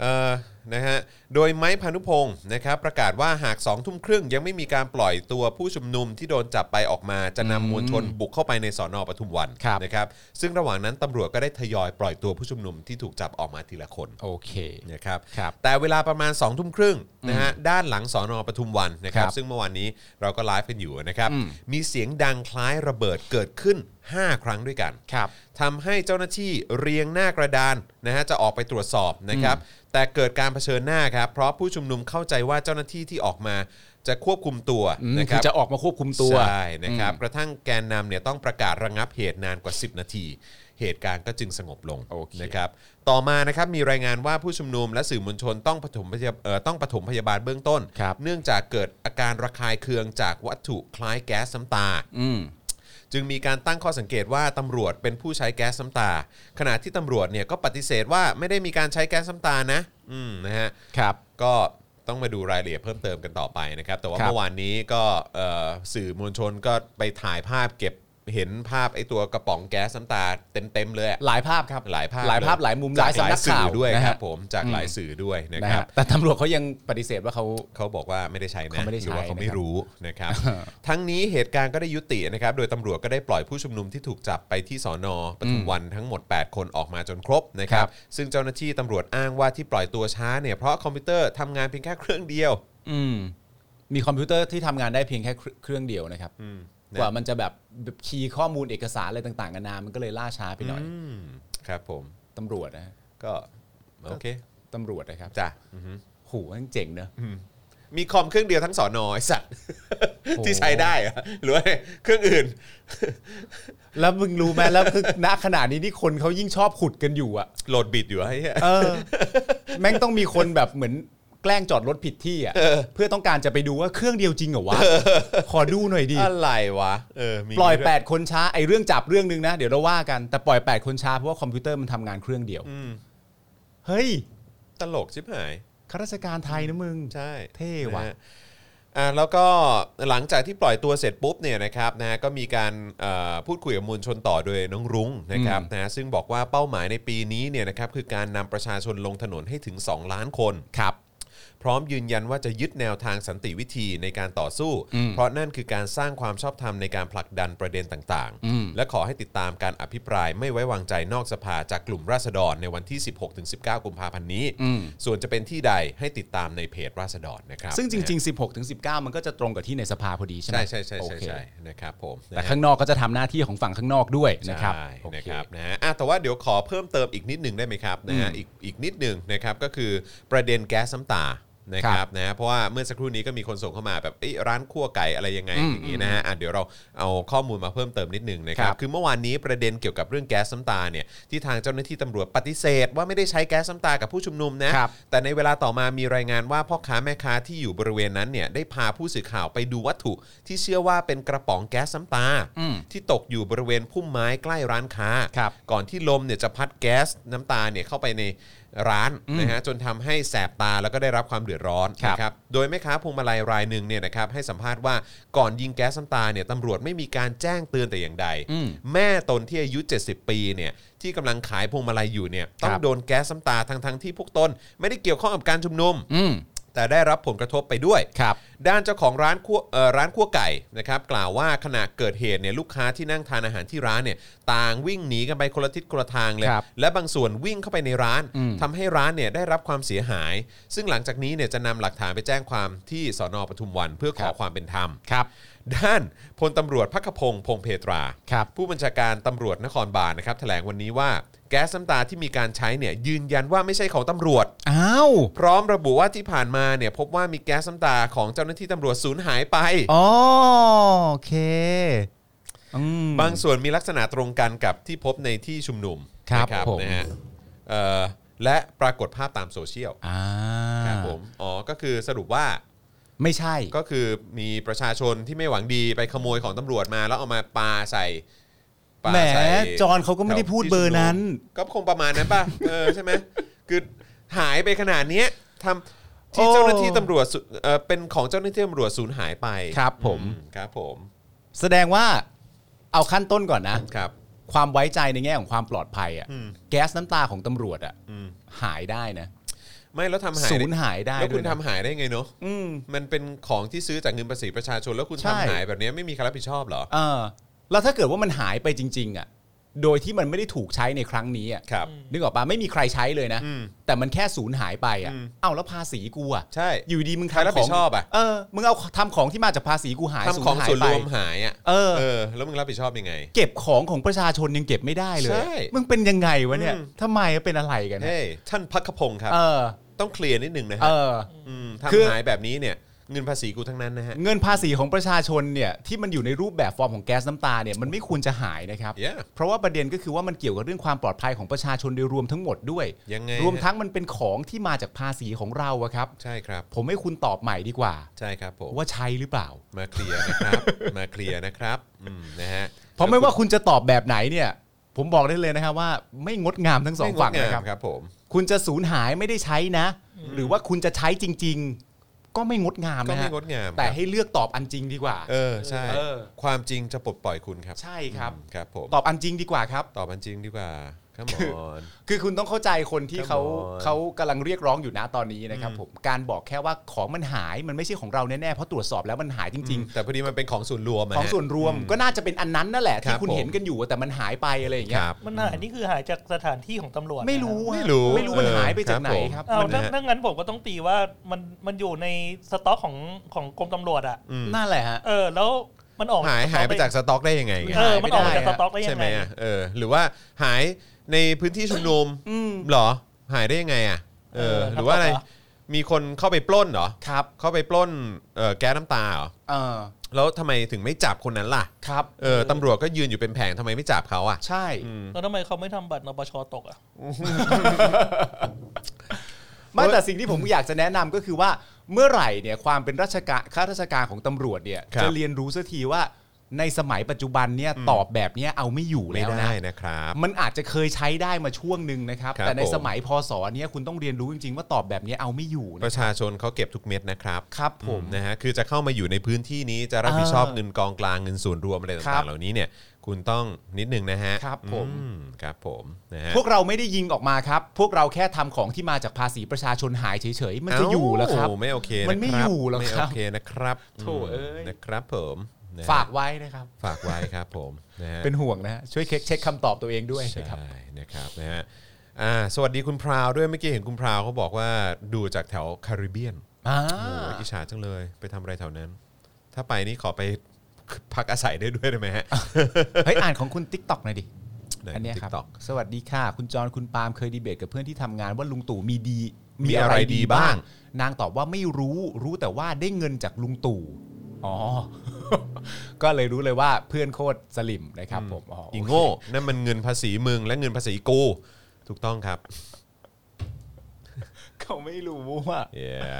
Speaker 2: เอ่อนะฮะโดยไม้พานุพงศ์นะครับประกาศว่าหาก2องทุ่มครึ่งยังไม่มีการปล่อยตัวผู้ชุมนุมที่โดนจับไปออกมา จะนำมวลชนบุกเข้าไปในสอนอปทุมวัน
Speaker 3: ครับ
Speaker 2: นะครับซึ่งระหว่างนั้นตำรวจก็ได้ทยอยปล่อยตัวผู้ชุมนุมที่ถูกจับออกมาทีละคน
Speaker 3: โอเค
Speaker 2: นะครับ
Speaker 3: ครับ
Speaker 2: แต่เวลาประมาณ2องทุ่มครึ่งนะฮะด้านหลังสอนอปทุมวันนะครับ
Speaker 3: ครับ
Speaker 2: ซึ่งเมื่อวานนี้เราก็ไลฟ์กันอยู่นะครับ
Speaker 3: อืม
Speaker 2: มีเสียงดังคล้ายระเบิดเกิดขึ้น 5 ครั้งด้วยกัน
Speaker 3: ครับ
Speaker 2: ทำให้เจ้าหน้าที่เรียงหน้ากระดานนะฮะจะออกไปตรวจสอบนะครับแต่เกิดการเผชิญหน้าครับเพราะผู้ชุมนุมเข้าใจว่าเจ้าหน้าที่ที่ออกมาจะควบคุมตัว
Speaker 3: อืม
Speaker 2: นะค
Speaker 3: คื
Speaker 2: รั
Speaker 3: อบ จะออกมาควบคุมตัว
Speaker 2: ใช่นะครับกระทั่งแกนนำเนี่ยต้องประกาศระงับเหตุนานกว่า 10 นาที เหตุการณ์ก็จึงสงบลง
Speaker 3: โอเค
Speaker 2: นะครับต่อมานะครับมีรายงานว่าผู้ชุมนุมและสื่อมวลชนต้องปฐมพยาเอ่อต้องปฐมพยาบาลเบื้องต้น
Speaker 3: ครับ
Speaker 2: เนื่องจากเกิดอาการระคายเคืองจากวัตถุคล้ายแก๊สน้ำตา
Speaker 3: อืม
Speaker 2: จึงมีการตั้งข้อสังเกตว่าตำรวจเป็นผู้ใช้แก๊สน้ำตา ขณะที่ตำรวจเนี่ยก็ปฏิเสธว่าไม่ได้มีการใช้แก๊สน้ำตานะอืมนะฮะ
Speaker 3: ครับ
Speaker 2: ก็ต้องมาดูรายละเอียดเพิ่มเติมกันต่อไปนะครับ แต่ว่า
Speaker 3: ครับ
Speaker 2: เมื่อวานนี้ก็เอ่อสื่อมวลชนก็ไปถ่ายภาพเก็บเห็นภาพไอ้ตัวกระป๋องแก๊สน้ำตาเต็มๆเลยอะ
Speaker 3: หลายภาพครับ
Speaker 2: หลายภาพ
Speaker 3: หลายภาพ
Speaker 2: เ
Speaker 3: หลายมุม
Speaker 2: จ
Speaker 3: หลายสำนักข่า
Speaker 2: สื่อ
Speaker 3: ว
Speaker 2: ด้วย
Speaker 3: นะฮะ
Speaker 2: ครับผมจากหลายสื่อด้วยนะ
Speaker 3: นะ
Speaker 2: ครั
Speaker 3: ฮะ
Speaker 2: บ
Speaker 3: แต่ตำรวจเขายังปฏิเสธว่าเขา
Speaker 2: เขาบอกว่าไม่ได้ใช้นะ
Speaker 3: เขาไม่ได้
Speaker 2: ห
Speaker 3: ใช้
Speaker 2: รือว่าเขาไม่
Speaker 3: นะครับ
Speaker 2: รู้
Speaker 3: [laughs]
Speaker 2: นะครับ ทั้งนี้เหตุการณ์ก็ได้ยุตินะครับ โดยตำรวจก็ได้ปล่อยผู้ชุมนุมที่ถูกจับไปที่สอนอปทุมวันทั้งหมด 8 คนออกมาจนครบนะครั
Speaker 3: ครับ บ
Speaker 2: ซึ่งเจ้าหน้าที่ตำรวจอ้างว่าที่ปล่อยตัวช้าเนี่ยเพราะคอมพิวเตอร์ทำงานเพียงแค่เครื่องเดียว
Speaker 3: อืม มีคอมพิวเตอร์ที่ทำงานได้เพียงแค่เครื่องเดียวนะครับ
Speaker 2: นะ
Speaker 3: กว่ามันจะแบบคีย์ข้อมูลเอกสารอะไรต่างๆกันานามันก็เลยล่าช้าไปหน่อย
Speaker 2: อืมครับผม
Speaker 3: ตำรวจนะฮะ
Speaker 2: ก็โอเค
Speaker 3: ตำรวจนะครับ
Speaker 2: จ้ะ
Speaker 3: โหมันเจ๋งเนอะ
Speaker 2: มีคอมเครื่องเดียวทั้งสอนอไอ้สัตว์
Speaker 3: โอ้
Speaker 2: ที่ใช้ได้เหรอหรือว่าเครื่องอื่น
Speaker 3: แล้วมึงรู้ไหมแล้วคือณขณะนี้ที่คนเขายิ่งชอบขุดกันอยู่อ่ะ
Speaker 2: โหลดบิดอยู่ไอ้เหี้ย
Speaker 3: เออ [laughs] แม่งต้องมีคนแบบเหมือนแกล้งจอดรถผิดที่อ่ะเพื่อต้องการจะไปดูว่าเครื่องเดียวจริงเหรอวะขอดูหน่อยดิ
Speaker 2: อะไรวะเออมี
Speaker 3: ปล่อย
Speaker 2: ด้วย
Speaker 3: 8 คนช้าไอ้เรื่องจับเรื่องนึงนะ เดี๋ยวเราว่ากันแต่ปล่อย 8 คนช้าเพราะว่าคอมพิวเตอร์มันทำงานเครื่องเดียว
Speaker 2: อืม
Speaker 3: เฮ้ย
Speaker 2: ตลกชิบหาย
Speaker 3: ข้าราชการไทยนะมึง
Speaker 2: ใช่
Speaker 3: เท่ว่ะ
Speaker 2: นฮอ่าแล้วก็หลังจากที่ปล่อยตัวเสร็จปุ๊บเนี่ยนะครับนะฮะก็มีการเอ่อพูดคุยกับมวลชนต่อโดยน้องรุ้งนะครับ
Speaker 3: อืม
Speaker 2: นะฮะซึ่งบอกว่าเป้าหมายในปีนี้เนี่ยนะครับคือการนำประชาชนลงถนนให้ถึง 2 ล้านคน
Speaker 3: ครับ
Speaker 2: พร้อมยืนยันว่าจะยึดแนวทางสันติวิธีในการต่อสู้ เพราะนั่นคือการสร้างความชอบธรรมในการผลักดันประเด็นต่าง
Speaker 3: อืม
Speaker 2: ๆ และขอให้ติดตามการอภิปรายไม่ไว้วางใจนอกสภาจากกลุ่มราษฎรในวันที่ 16-19 กุมภาพันธ์นี้ ส่วนจะเป็นที่ใดให้ติดตามในเพจราษฎรนะครับ
Speaker 3: ซึ่งจริง ๆ 16ถึง19 มันก็จะตรงกับที่ในสภาพอดีใช่ไหม
Speaker 2: ใช่ใช่ใช่
Speaker 3: โอ
Speaker 2: ใช่
Speaker 3: เค
Speaker 2: ใช่นะครับผม
Speaker 3: แต่ข้างนอกก็จะทำหน้าที่ของฝั่งข้างนอกด้วย
Speaker 2: นะ
Speaker 3: นะ
Speaker 2: ค
Speaker 3: ค
Speaker 2: รั
Speaker 3: รั
Speaker 2: บบ ใช่
Speaker 3: โอเ
Speaker 2: นะครับนะฮะอ่ะแต่ว่าเดี๋ยวขอเพิ่มเติมอีกนิดหนึ่งได้ไหมครับนะฮะอีกอีกนิดหนึ่งนะครับก็คือประเด็นแก๊สน้ำตานะค
Speaker 3: ครั
Speaker 2: รับบ นะฮะเพราะว่าเมื่อสักครู่นี้ก็มีคนส่งเข้ามาแบบเอ้ยร้านคั่วไก่อะไรยังไง
Speaker 3: อืม
Speaker 2: อย่างนี้นะฮะอ่ะเดี๋ยวเราเอาข้อมูลมาเพิ่มเติมนิดหนึ่งนะครับ
Speaker 3: ครับ
Speaker 2: คือเมื่อวานนี้ประเด็นเกี่ยวกับเรื่องแก๊สน้ำตาเนี่ยที่ทางเจ้าหน้าที่ตำรวจปฏิเสธ ว่าไม่ได้ใช้แก๊สน้ำตากับผู้ชุมนุมนะ
Speaker 3: ครับ
Speaker 2: แต่ในเวลาต่อมามีรายงานว่าพ่อค้าแม่ค้าที่อยู่บริเวณนั้นเนี่ยได้พาผู้สื่อข่าวไปดูวัตถุ ที่เชื่อว่าเป็นกระป๋องแก๊สน้ำตา
Speaker 3: อืม
Speaker 2: ที่ตกอยู่บริเวณพุ่มไม้ใกล้ร้านค้า
Speaker 3: ครับ
Speaker 2: ก่อนที่ลมเนี่ยจะพัดแก๊สน้ำตาเนี่ยเข้าไปในร้านนะฮะจนทำให้แสบตาแล้วก็ได้รับความเดือดร้อน
Speaker 3: ครับ
Speaker 2: นะครับโดยแม่ค้าพวงมาลัยรายหนึ่งเนี่ยนะครับให้สัมภาษณ์ว่าก่อนยิงแก๊สน้ำตาเนี่ยตำรวจไม่มีการแจ้งเตือนแต่อย่างใด
Speaker 3: อืม
Speaker 2: แม่ตนที่อายุ 70 ปีเนี่ยที่กำลังขายพวงมาลัยอยู่เนี่ยต้อ
Speaker 3: ค
Speaker 2: ง
Speaker 3: รับ
Speaker 2: โดนแก๊สน้ำตาทั้งทั้งๆที่พวกตนไม่ได้เกี่ยวข้องกับการชุมนุม
Speaker 3: อืม
Speaker 2: แต่ได้รับผลกระทบไปด้วย
Speaker 3: ครับ
Speaker 2: ด้านเจ้าของร้านคั่วเอ่อร้านคั่วไก่นะครับกล่าวว่าขณะเกิดเหตุเนี่ยลูกค้าที่นั่งทานอาหารที่ร้านเนี่ยต่างวิ่งหนีกันไปคนละทิศคนละทางเลย
Speaker 3: ครับ
Speaker 2: และบางส่วนวิ่งเข้าไปในร้าน
Speaker 3: อืม
Speaker 2: ทำให้ร้านเนี่ยได้รับความเสียหาย ซึ่งหลังจากนี้เนี่ยจะนำหลักฐานไปแจ้งความที่สอนอปทุมวัน เพื่อขอ
Speaker 3: ครับ
Speaker 2: ความเป็นธรรม
Speaker 3: ครับ
Speaker 2: ด้านพลตำรวจพักขพงศ์พงเพตรา
Speaker 3: ครับ
Speaker 2: ผู้บัญชาการตำรวจนครบาลนะครับแถลงวันนี้ว่าแก๊สน้ำตาที่มีการใช้เนี่ยยืนยันว่าไม่ใช่ของตำรวจ
Speaker 3: อ้าว
Speaker 2: พร้อมระบุว่าที่ผ่านมาเนี่ยพบว่ามีแก๊สน้ำตาของเจ้าหน้าที่ตำรวจสูญหายไป
Speaker 3: อ๋อโอเคอืม
Speaker 2: บางส่วนมีลักษณะตรงกันกับที่พบในที่ชุมนุม
Speaker 3: ครับ
Speaker 2: นะ
Speaker 3: ผม
Speaker 2: นะฮะเอ่อและปรากฏภาพตามโซเชียล
Speaker 3: อ่า
Speaker 2: ครับผมอ๋อก็คือสรุปว่า
Speaker 3: ไม่ใช่
Speaker 2: ก็คือมีประชาชนที่ไม่หวังดีไปขโมยของตำรวจมาแล้วเอามาปาใส่ปา
Speaker 3: แหม
Speaker 2: ใส่
Speaker 3: จอนเขาก็ไม่ได้พูดเบอร์นั้น
Speaker 2: ก็คงประมาณนั้นป่ะ
Speaker 3: [laughs]
Speaker 2: เออใช่ไหมคือหายไปขนาดเนี้ยทำที่
Speaker 3: โอ้
Speaker 2: เจ้าหน้าที่ตำรวจสุเอ่อเป็นของเจ้าหน้าที่ตำรวจสูญหายไป
Speaker 3: ครับผม
Speaker 2: อืครับผม
Speaker 3: แสดงว่าเอาขั้นต้นก่อนนะ
Speaker 2: ครับ
Speaker 3: ความไว้ใจในแง่ของความปลอดภัยอะ
Speaker 2: อืม
Speaker 3: แก๊สน้ำตาของตำรวจอะ
Speaker 2: อืม
Speaker 3: หายได้นะ
Speaker 2: ไม่แล้วทำหาย
Speaker 3: สูญหายได้
Speaker 2: แล้ว
Speaker 3: ด้
Speaker 2: คุ
Speaker 3: ว
Speaker 2: ณ
Speaker 3: ยนะ
Speaker 2: ทำหายได้ไงเนาะ
Speaker 3: อืม
Speaker 2: มันเป็นของที่ซื้อจากเงินภาษีประชาชน แล้วคุณ
Speaker 3: ใช่
Speaker 2: ทำหายแบบเนี้ยไม่มีใครรับผิดชอบเหรอ
Speaker 3: เออแล้วถ้าเกิดว่ามันหายไปจริง ๆอะโดยที่มันไม่ได้ถูกใช้ในครั้งนี้อะ
Speaker 2: ครับ
Speaker 3: นึกออกปะไม่มีใครใช้เลยนะ
Speaker 2: อืม
Speaker 3: แต่มันแค่สูญหายไปอะ
Speaker 2: อืม
Speaker 3: เอ้าแล้วภาษีกูอะ
Speaker 2: ใช่
Speaker 3: อยู่ดีมึง
Speaker 2: ใครรับ
Speaker 3: ทำข
Speaker 2: ผิ
Speaker 3: อง
Speaker 2: ดชอบอะ
Speaker 3: เออมึงเอาทำของที่มาจากภาษีกูหายสูญ
Speaker 2: ทำของ
Speaker 3: หาย
Speaker 2: ส่วน
Speaker 3: ไป
Speaker 2: รวมหายอ่ะ
Speaker 3: เออ
Speaker 2: เออ แล้วมึงรับผิดชอบยังไง
Speaker 3: เก็บของของประชาชนยังเก็บไม่ได้เลย
Speaker 2: ใช่
Speaker 3: อะมึงเป็นยังไงวะเนี่ย
Speaker 2: อืม
Speaker 3: ทำไมอะเป็นอะไรกันอะ
Speaker 2: เฮ้ยท่านพักขพงศ์ครับ
Speaker 3: เออ
Speaker 2: ต้องเคลียร์นิดหนึ่งนะฮ
Speaker 3: เอ
Speaker 2: ะ
Speaker 3: อ
Speaker 2: ม
Speaker 3: คือ
Speaker 2: ทำหายแบบนี้เนี่ยเงินภาษีกูทั้งนั้นนะฮะ
Speaker 3: เงินภาษีของประชาชนเนี่ยที่มันอยู่ในรูปแบบฟอร์มของแก๊สน้ำตาเนี่ยมันไม่ควรจะหายนะครับ
Speaker 2: Yeah
Speaker 3: เพราะว่าประเด็นก็คือว่ามันเกี่ยวกับเรื่องความปลอดภัยของประชาชนโดยรวมทั้งหมดด้วย
Speaker 2: ยังไง
Speaker 3: รวม
Speaker 2: ฮะ
Speaker 3: ทั้งมันเป็นของที่มาจากภาษีของเราอะครับ
Speaker 2: ใช่ครับ
Speaker 3: ผมให้คุณตอบใหม่ดีกว่า
Speaker 2: ใช่ครับผม
Speaker 3: ว่าใช่หรือเปล่า
Speaker 2: มาเคลียร์นะครับ
Speaker 3: [laughs]
Speaker 2: มาเคลียร์นะครับอืมนะฮะ
Speaker 3: เพราะไม่ว่าคุณจะตอบแบบไหนเนี่ย ผมบอกได้เลยนะครับว่าไม่งดงามทั้งสองฝั่ง
Speaker 2: ไม่ดาม
Speaker 3: นะครับ
Speaker 2: ครับผม
Speaker 3: คุณจะสูญหายไม่ได้ใช้นะ หรือว่าคุณจะใช้จริง ๆ ก็ไม่งดงาม
Speaker 2: ก็
Speaker 3: นะ
Speaker 2: ไม่
Speaker 3: ฮะ
Speaker 2: งดงาม
Speaker 3: แต่
Speaker 2: ครับ
Speaker 3: ให้เลือกตอบอันจริงดีกว่า
Speaker 2: เออใช่
Speaker 3: เออ
Speaker 2: ความจริงจะปลดปล่อยคุณครับ
Speaker 3: ใช่ครับ
Speaker 2: อืมครับผม
Speaker 3: ตอบอันจริงดีกว่าครับ
Speaker 2: ตอบมันจริงดีกว่าครับม
Speaker 3: คือ
Speaker 2: อน
Speaker 3: คือคุณต้องเข้าใจคนที่เขา
Speaker 2: Come on
Speaker 3: เขากำลังเรียกร้องอยู่นะตอนนี้นะครับผมการบอกแค่ว่าของมันหายมันไม่ใช่ของเราแน่ๆเพราะตรวจสอบแล้วมันหาย [laughs] จริง
Speaker 2: แต่พอดีมันเป็นของส่วนรวมะ
Speaker 3: ๆ
Speaker 2: ฮะ
Speaker 3: ของส่วนรวมก็น่าจะเป็นอันนั้นนั่นแห
Speaker 2: ค
Speaker 3: ละ
Speaker 2: รั
Speaker 3: ที่
Speaker 2: บ
Speaker 3: คุณ
Speaker 2: ผม
Speaker 3: เห็นกันอยู่แต่มันหายไปอะไรอย่าง
Speaker 2: ค
Speaker 3: เงี้ย
Speaker 2: รับ
Speaker 4: มันหายนี่คือหายจากสถานที่ของตำรวจ
Speaker 3: ไม่รู้อะ
Speaker 2: ไม่รู้
Speaker 3: ไม่รู้มัน
Speaker 2: เออ
Speaker 3: หายไปจากไหน
Speaker 2: ค
Speaker 3: ค
Speaker 2: รั
Speaker 3: รับ บ
Speaker 4: เอา
Speaker 2: มันนะ
Speaker 4: นั่นงั้นผมก็ต้องตีว่ามันมันอยู่ในสต็อกของของกรมตำรวจอ่ะ
Speaker 2: อืม
Speaker 3: นั่นแหละฮะ
Speaker 4: เออ แล้วมันออก
Speaker 2: หายหายไปจากสต็อกได้ยังไงไง
Speaker 4: เออ มันออกมา
Speaker 3: หาย
Speaker 4: จาก
Speaker 3: ไป
Speaker 4: ส
Speaker 3: ได้
Speaker 4: ต็อกได้
Speaker 2: ใช่
Speaker 4: ยัง
Speaker 2: ไหม
Speaker 4: ไง
Speaker 2: อ่ะเออหรือว่าหายในพื้นที่ชุมนุม
Speaker 3: อืม
Speaker 2: เหรอ หายได้ยังไงอ่ะเออหรือว่าอะไรมีคนเข้าไปปล้นเหรอ
Speaker 3: ครับ
Speaker 2: เข้าไปปล้นเอ่อแก๊สน้ำตาเหรอ
Speaker 3: เออ
Speaker 2: แล้วทำไมถึงไม่จับคนนั้นล่ะ
Speaker 3: ครับ
Speaker 2: เออตำรวจก็ยืนอยู่เป็นแผงทำไมไม่จับเขาอ่ะ
Speaker 3: ใช่
Speaker 4: แล้วทำไมเขาไม่ทำบัตรนปชตกอ่ะ
Speaker 3: ไม่แต่สิ่งที่ผมอยากจะแนะนำก็คือว่าเมื่อไหร่เนี่ยความเป็นราชการข้าราชการของตำรวจเนี่ย
Speaker 2: ครับ
Speaker 3: จะเรียนรู้สักทีว่า ในสมัยปัจจุบันเนี่ยตอบแบบเนี้ยเอาไม่อยู่
Speaker 2: ไม่
Speaker 3: แล้ว
Speaker 2: ได้
Speaker 3: นะ
Speaker 2: นะครับ
Speaker 3: มันอาจจะเคยใช้ได้มาช่วงหนึ่งนะครับ
Speaker 2: ครับ
Speaker 3: แต่ใน
Speaker 2: ผม
Speaker 3: สมัยพศเนี้ยคุณต้องเรียนรู้จริงๆ ว่าตอบแบบเนี้ยเอาไม่อยู่
Speaker 2: ป
Speaker 3: นะ
Speaker 2: ระชาชนเขาเก็บทุกเม็ดนะครับ
Speaker 3: ครับผม
Speaker 2: นะฮะคือจะเข้ามาอยู่ในพื้นที่นี้จะรับผิดชอบ
Speaker 3: อ่า
Speaker 2: เงินกองกลางเงินส่วนรวมอะไร
Speaker 3: ครั
Speaker 2: ต่า
Speaker 3: บ
Speaker 2: งๆ เหล่านี้เนี่ย คุณต้องนิดนึงนะฮะ
Speaker 3: ครับผม
Speaker 2: อืครับผมนะฮะ
Speaker 3: พวกเราไม่ได้ยิงออกมาครับ พวกเราแค่ทำของที่มาจากภาษีประชาชนหายเฉยๆ มันจะอยู่แล้วครับ
Speaker 2: เาไม่โอเคะ
Speaker 3: มันไม่
Speaker 2: ครับ
Speaker 3: อยู่หรอกครับ
Speaker 2: ไม่โอเคนะครับ
Speaker 3: โถ่เอ้ย
Speaker 2: นะครับผมนะฮะ
Speaker 3: ฝากไว้นะครับ
Speaker 2: ฝากไว้ครับผมนะฮะ
Speaker 3: เป็นห่วงนะฮะช่วยเช็คคำตอบตัวเองด้วย
Speaker 2: ใช่
Speaker 3: นะครับ
Speaker 2: นะครับนะฮะอ่าสวัสดีคุณพราวด้วยเมื่อกี้เห็นคุณพราวเขาบอกว่าดูจากแถวคาริเบียน
Speaker 3: อ่า
Speaker 2: โอ้ยอิจฉาจังเลย ไปทำอะไรแถวนั้น ถ้าไปนี่ขอไปพักอาศัยได้ด้วยได้ไหมฮะ
Speaker 3: เฮ้ยอ่านของคุณติ๊กต็อกหน่อยดิ
Speaker 2: ไห
Speaker 3: อันเนี้ยครับ
Speaker 2: ติ๊กต็อก
Speaker 3: สวัสดีค่ะ คุณจรคุณปาล์มเคยดีเบตกับเพื่อนที่ทำงานว่าลุงตู่มีดี
Speaker 2: มีอะไรดีบ้าง
Speaker 3: นางตอบว่าไม่รู้รู้แต่ว่าได้เงินจากลุงตู่อ๋อ [laughs] ก็เลยรู้เลยว่าเพื่อนโคตรสลิมนะครับผมอ๋อ
Speaker 2: อี
Speaker 3: โเค
Speaker 2: โง่นั่นมันเงินภาษีมึงและเงินภาษีกูถูกต้องครับ
Speaker 3: เขาไม่รู้ว่า
Speaker 2: เย้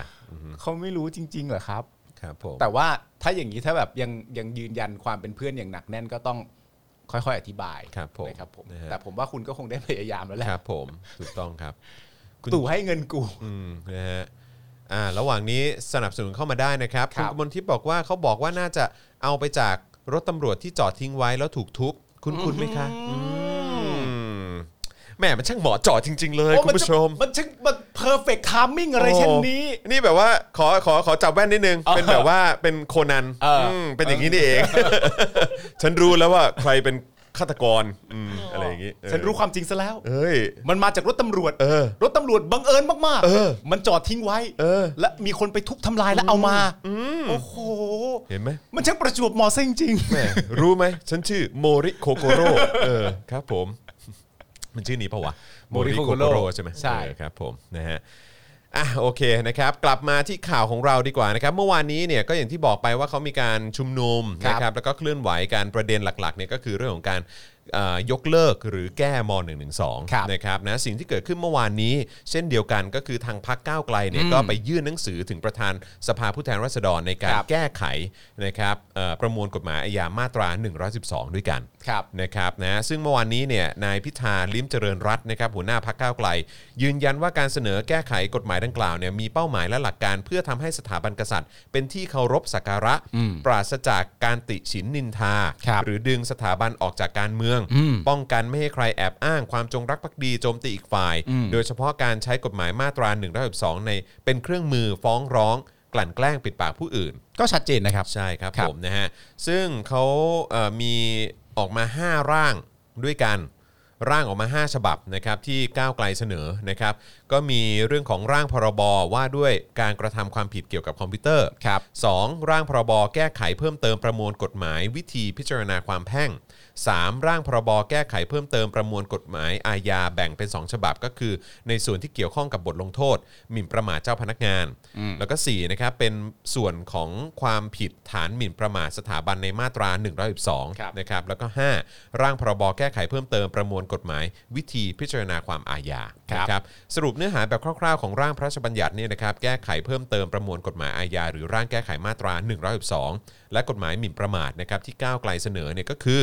Speaker 3: เขาไม่รู้จริง ๆเหรอครับ
Speaker 2: ครับผม
Speaker 3: แต่ว่าถ้าอย่างนี้ถ้าแบบยังยังยืนยันความเป็นเพื่อนอย่างหนักแน่นก็ต้องค่อยๆ อธิบาย
Speaker 2: ครับผม
Speaker 3: นะครับผม
Speaker 2: นะฮะ
Speaker 3: แต่ผมว่าคุณก็คงได้พยายามแล้วแหละ
Speaker 2: ครับผมถูกต้องครับ คุณ
Speaker 3: ตู่ให้เงินกู
Speaker 2: อืมนะฮะอ่าระหว่างนี้สนับสนุนเข้ามาได้นะครับ
Speaker 3: ครั
Speaker 2: คุณ
Speaker 3: บ
Speaker 2: กมลทิพย์บอกว่าเขาบอกว่าน่าจะเอาไปจากรถตำรวจที่จอดทิ้งไว้แล้วถูกทุบคุณคุณไหมคะอืมแหมมันช่างเหมาะเจอดจริง ๆ เลยคุณผู้ชม
Speaker 3: มันช่างมันเพอร์เฟกต์ทามมิ่งอะไรเช่นนี้
Speaker 2: นี่แบบว่าขอขอขอจับแว่นนิดนึง เป็นแบบว่าเป็นโคนัน
Speaker 3: เอออื
Speaker 2: มเป็นอย่างนี้นี่เอง [laughs] ฉันรู้แล้วว่าใครเป็นฆาตกรอืมอะไรอย่างนี้เออ
Speaker 3: ฉันรู้ความจริงซะแล้ว
Speaker 2: เอ้ย
Speaker 3: มันมาจากรถตำรวจ
Speaker 2: เออ
Speaker 3: รถตำรวจบังเอิญมาก
Speaker 2: เออ
Speaker 3: มันจอดทิ้งไว้
Speaker 2: เออ
Speaker 3: และมีคนไปทุบทำลายแล้วเอามาโอ้โห
Speaker 2: เห็นไหม
Speaker 3: มันช่างประจวบเหมอเส้นจริง
Speaker 2: แหมรู้ไหมฉันชื่อโมริโคโกโร่เออครับผม มันชื่อนี้ปะวะ
Speaker 3: Mori Kokoro
Speaker 2: ใช่ไหม
Speaker 3: ใช่
Speaker 2: เออครับผมนะฮะอ่ะโอเคนะครับ กลับมาที่ข่าวของเราดีกว่านะครับ เมื่อวานนี้เนี่ยก็อย่างที่บอกไปว่าเขามีการชุมนุมนะครับแล้วก็เคลื่อนไหวการประเด็นหลักๆเนี่ยก็คือเรื่องของการเอ่อยกเลิกหรือแก้ม
Speaker 3: ครับ
Speaker 2: .112 นะครับนะสิ่งที่เกิดขึ้นเมื่อวานนี้ เช่นเดียวกันก็คือทางพรรคก้าวไกลเนี่ยก็ไปยื่นหนังสือถึงประธานสภาผู้แทนราษฎรในการ
Speaker 3: ครับ
Speaker 2: แก้ไขนะครับเอ่อประมวลกฎหมายอาญามาตรา 112 ด้วยกัน
Speaker 3: ครับ
Speaker 2: นะครับนะซึ่งเมื่อวานนี้เนี่ยนายพิธาลิ้มเจริญรัตน์นะครับหัวหน้าพักก้าวไกล ยืนยันว่าการเสนอแก้ไขกฎหมายดังกล่าวเนี่ยมีเป้าหมายและหลักการเพื่อทำให้สถาบันกษัตริย์ เป็นที่เคารพสักการะ ปราศจากการติฉินนินทา
Speaker 3: ครับ
Speaker 2: หรือดึงสถาบันออกจากการเมือง ป้องกันไม่ให้ใครแอบอ้างความจงรักภักดีโจมตีอีกฝ่าย โดยเฉพาะการใช้กฎหมายมาตรา1นึในเป็นเครื่องมือฟ้องร้อง กลั่นแกล้งปิดปากผู้อื่น
Speaker 3: ก็ชัดเจนนะครับ
Speaker 2: ใช่ครับ
Speaker 3: ครับ
Speaker 2: ผมนะฮะซึ่งเขาเอ่อมีออกมา 5 ร่างด้วยกัน ร่างออกมา 5 ฉบับนะครับที่ก้าวไกลเสนอนะครับก็มีเรื่องของร่างพรบว่าด้วยการกระทำความผิดเกี่ยวกับคอมพิวเตอร์
Speaker 3: ครับ
Speaker 2: สองร่างพรบแก้ไขเพิ่มเติมประมวลกฎหมาย วิธีพิจารณาความแพ่งสามร่างพรบแก้ไขเพิ่มเติมประมวลกฎหมายอาญาแบ่งเป็นสองฉบับก็คือ ในส่วนที่เกี่ยวข้องกับบทลงโทษหมิ่นประมาทเจ้าพนักงาน แล้วก็4นะครับเป็นส่วนของความผิดฐานหมิ่นประมาทสถาบันในมาตรา1นึ
Speaker 3: ครับ
Speaker 2: นะครับแล้วก็ห้าร่างพรบแก้ไขเพิ่มเติมประมวลกฎหมาย วิธีพิจารณาความอาญานะสรุปเนื้อหาแบบคร่าวๆของร่างพระราชบัญญัติเนี่ยนะครับแก้ไขเพิ่มเติมประมวลกฎหมายอาญาหรือร่างแก้ไขมาตรา1นึและกฎหมายหมิ่นประมาทนะครับที่ก้าวไกลเสนอเนี่ยก็คือ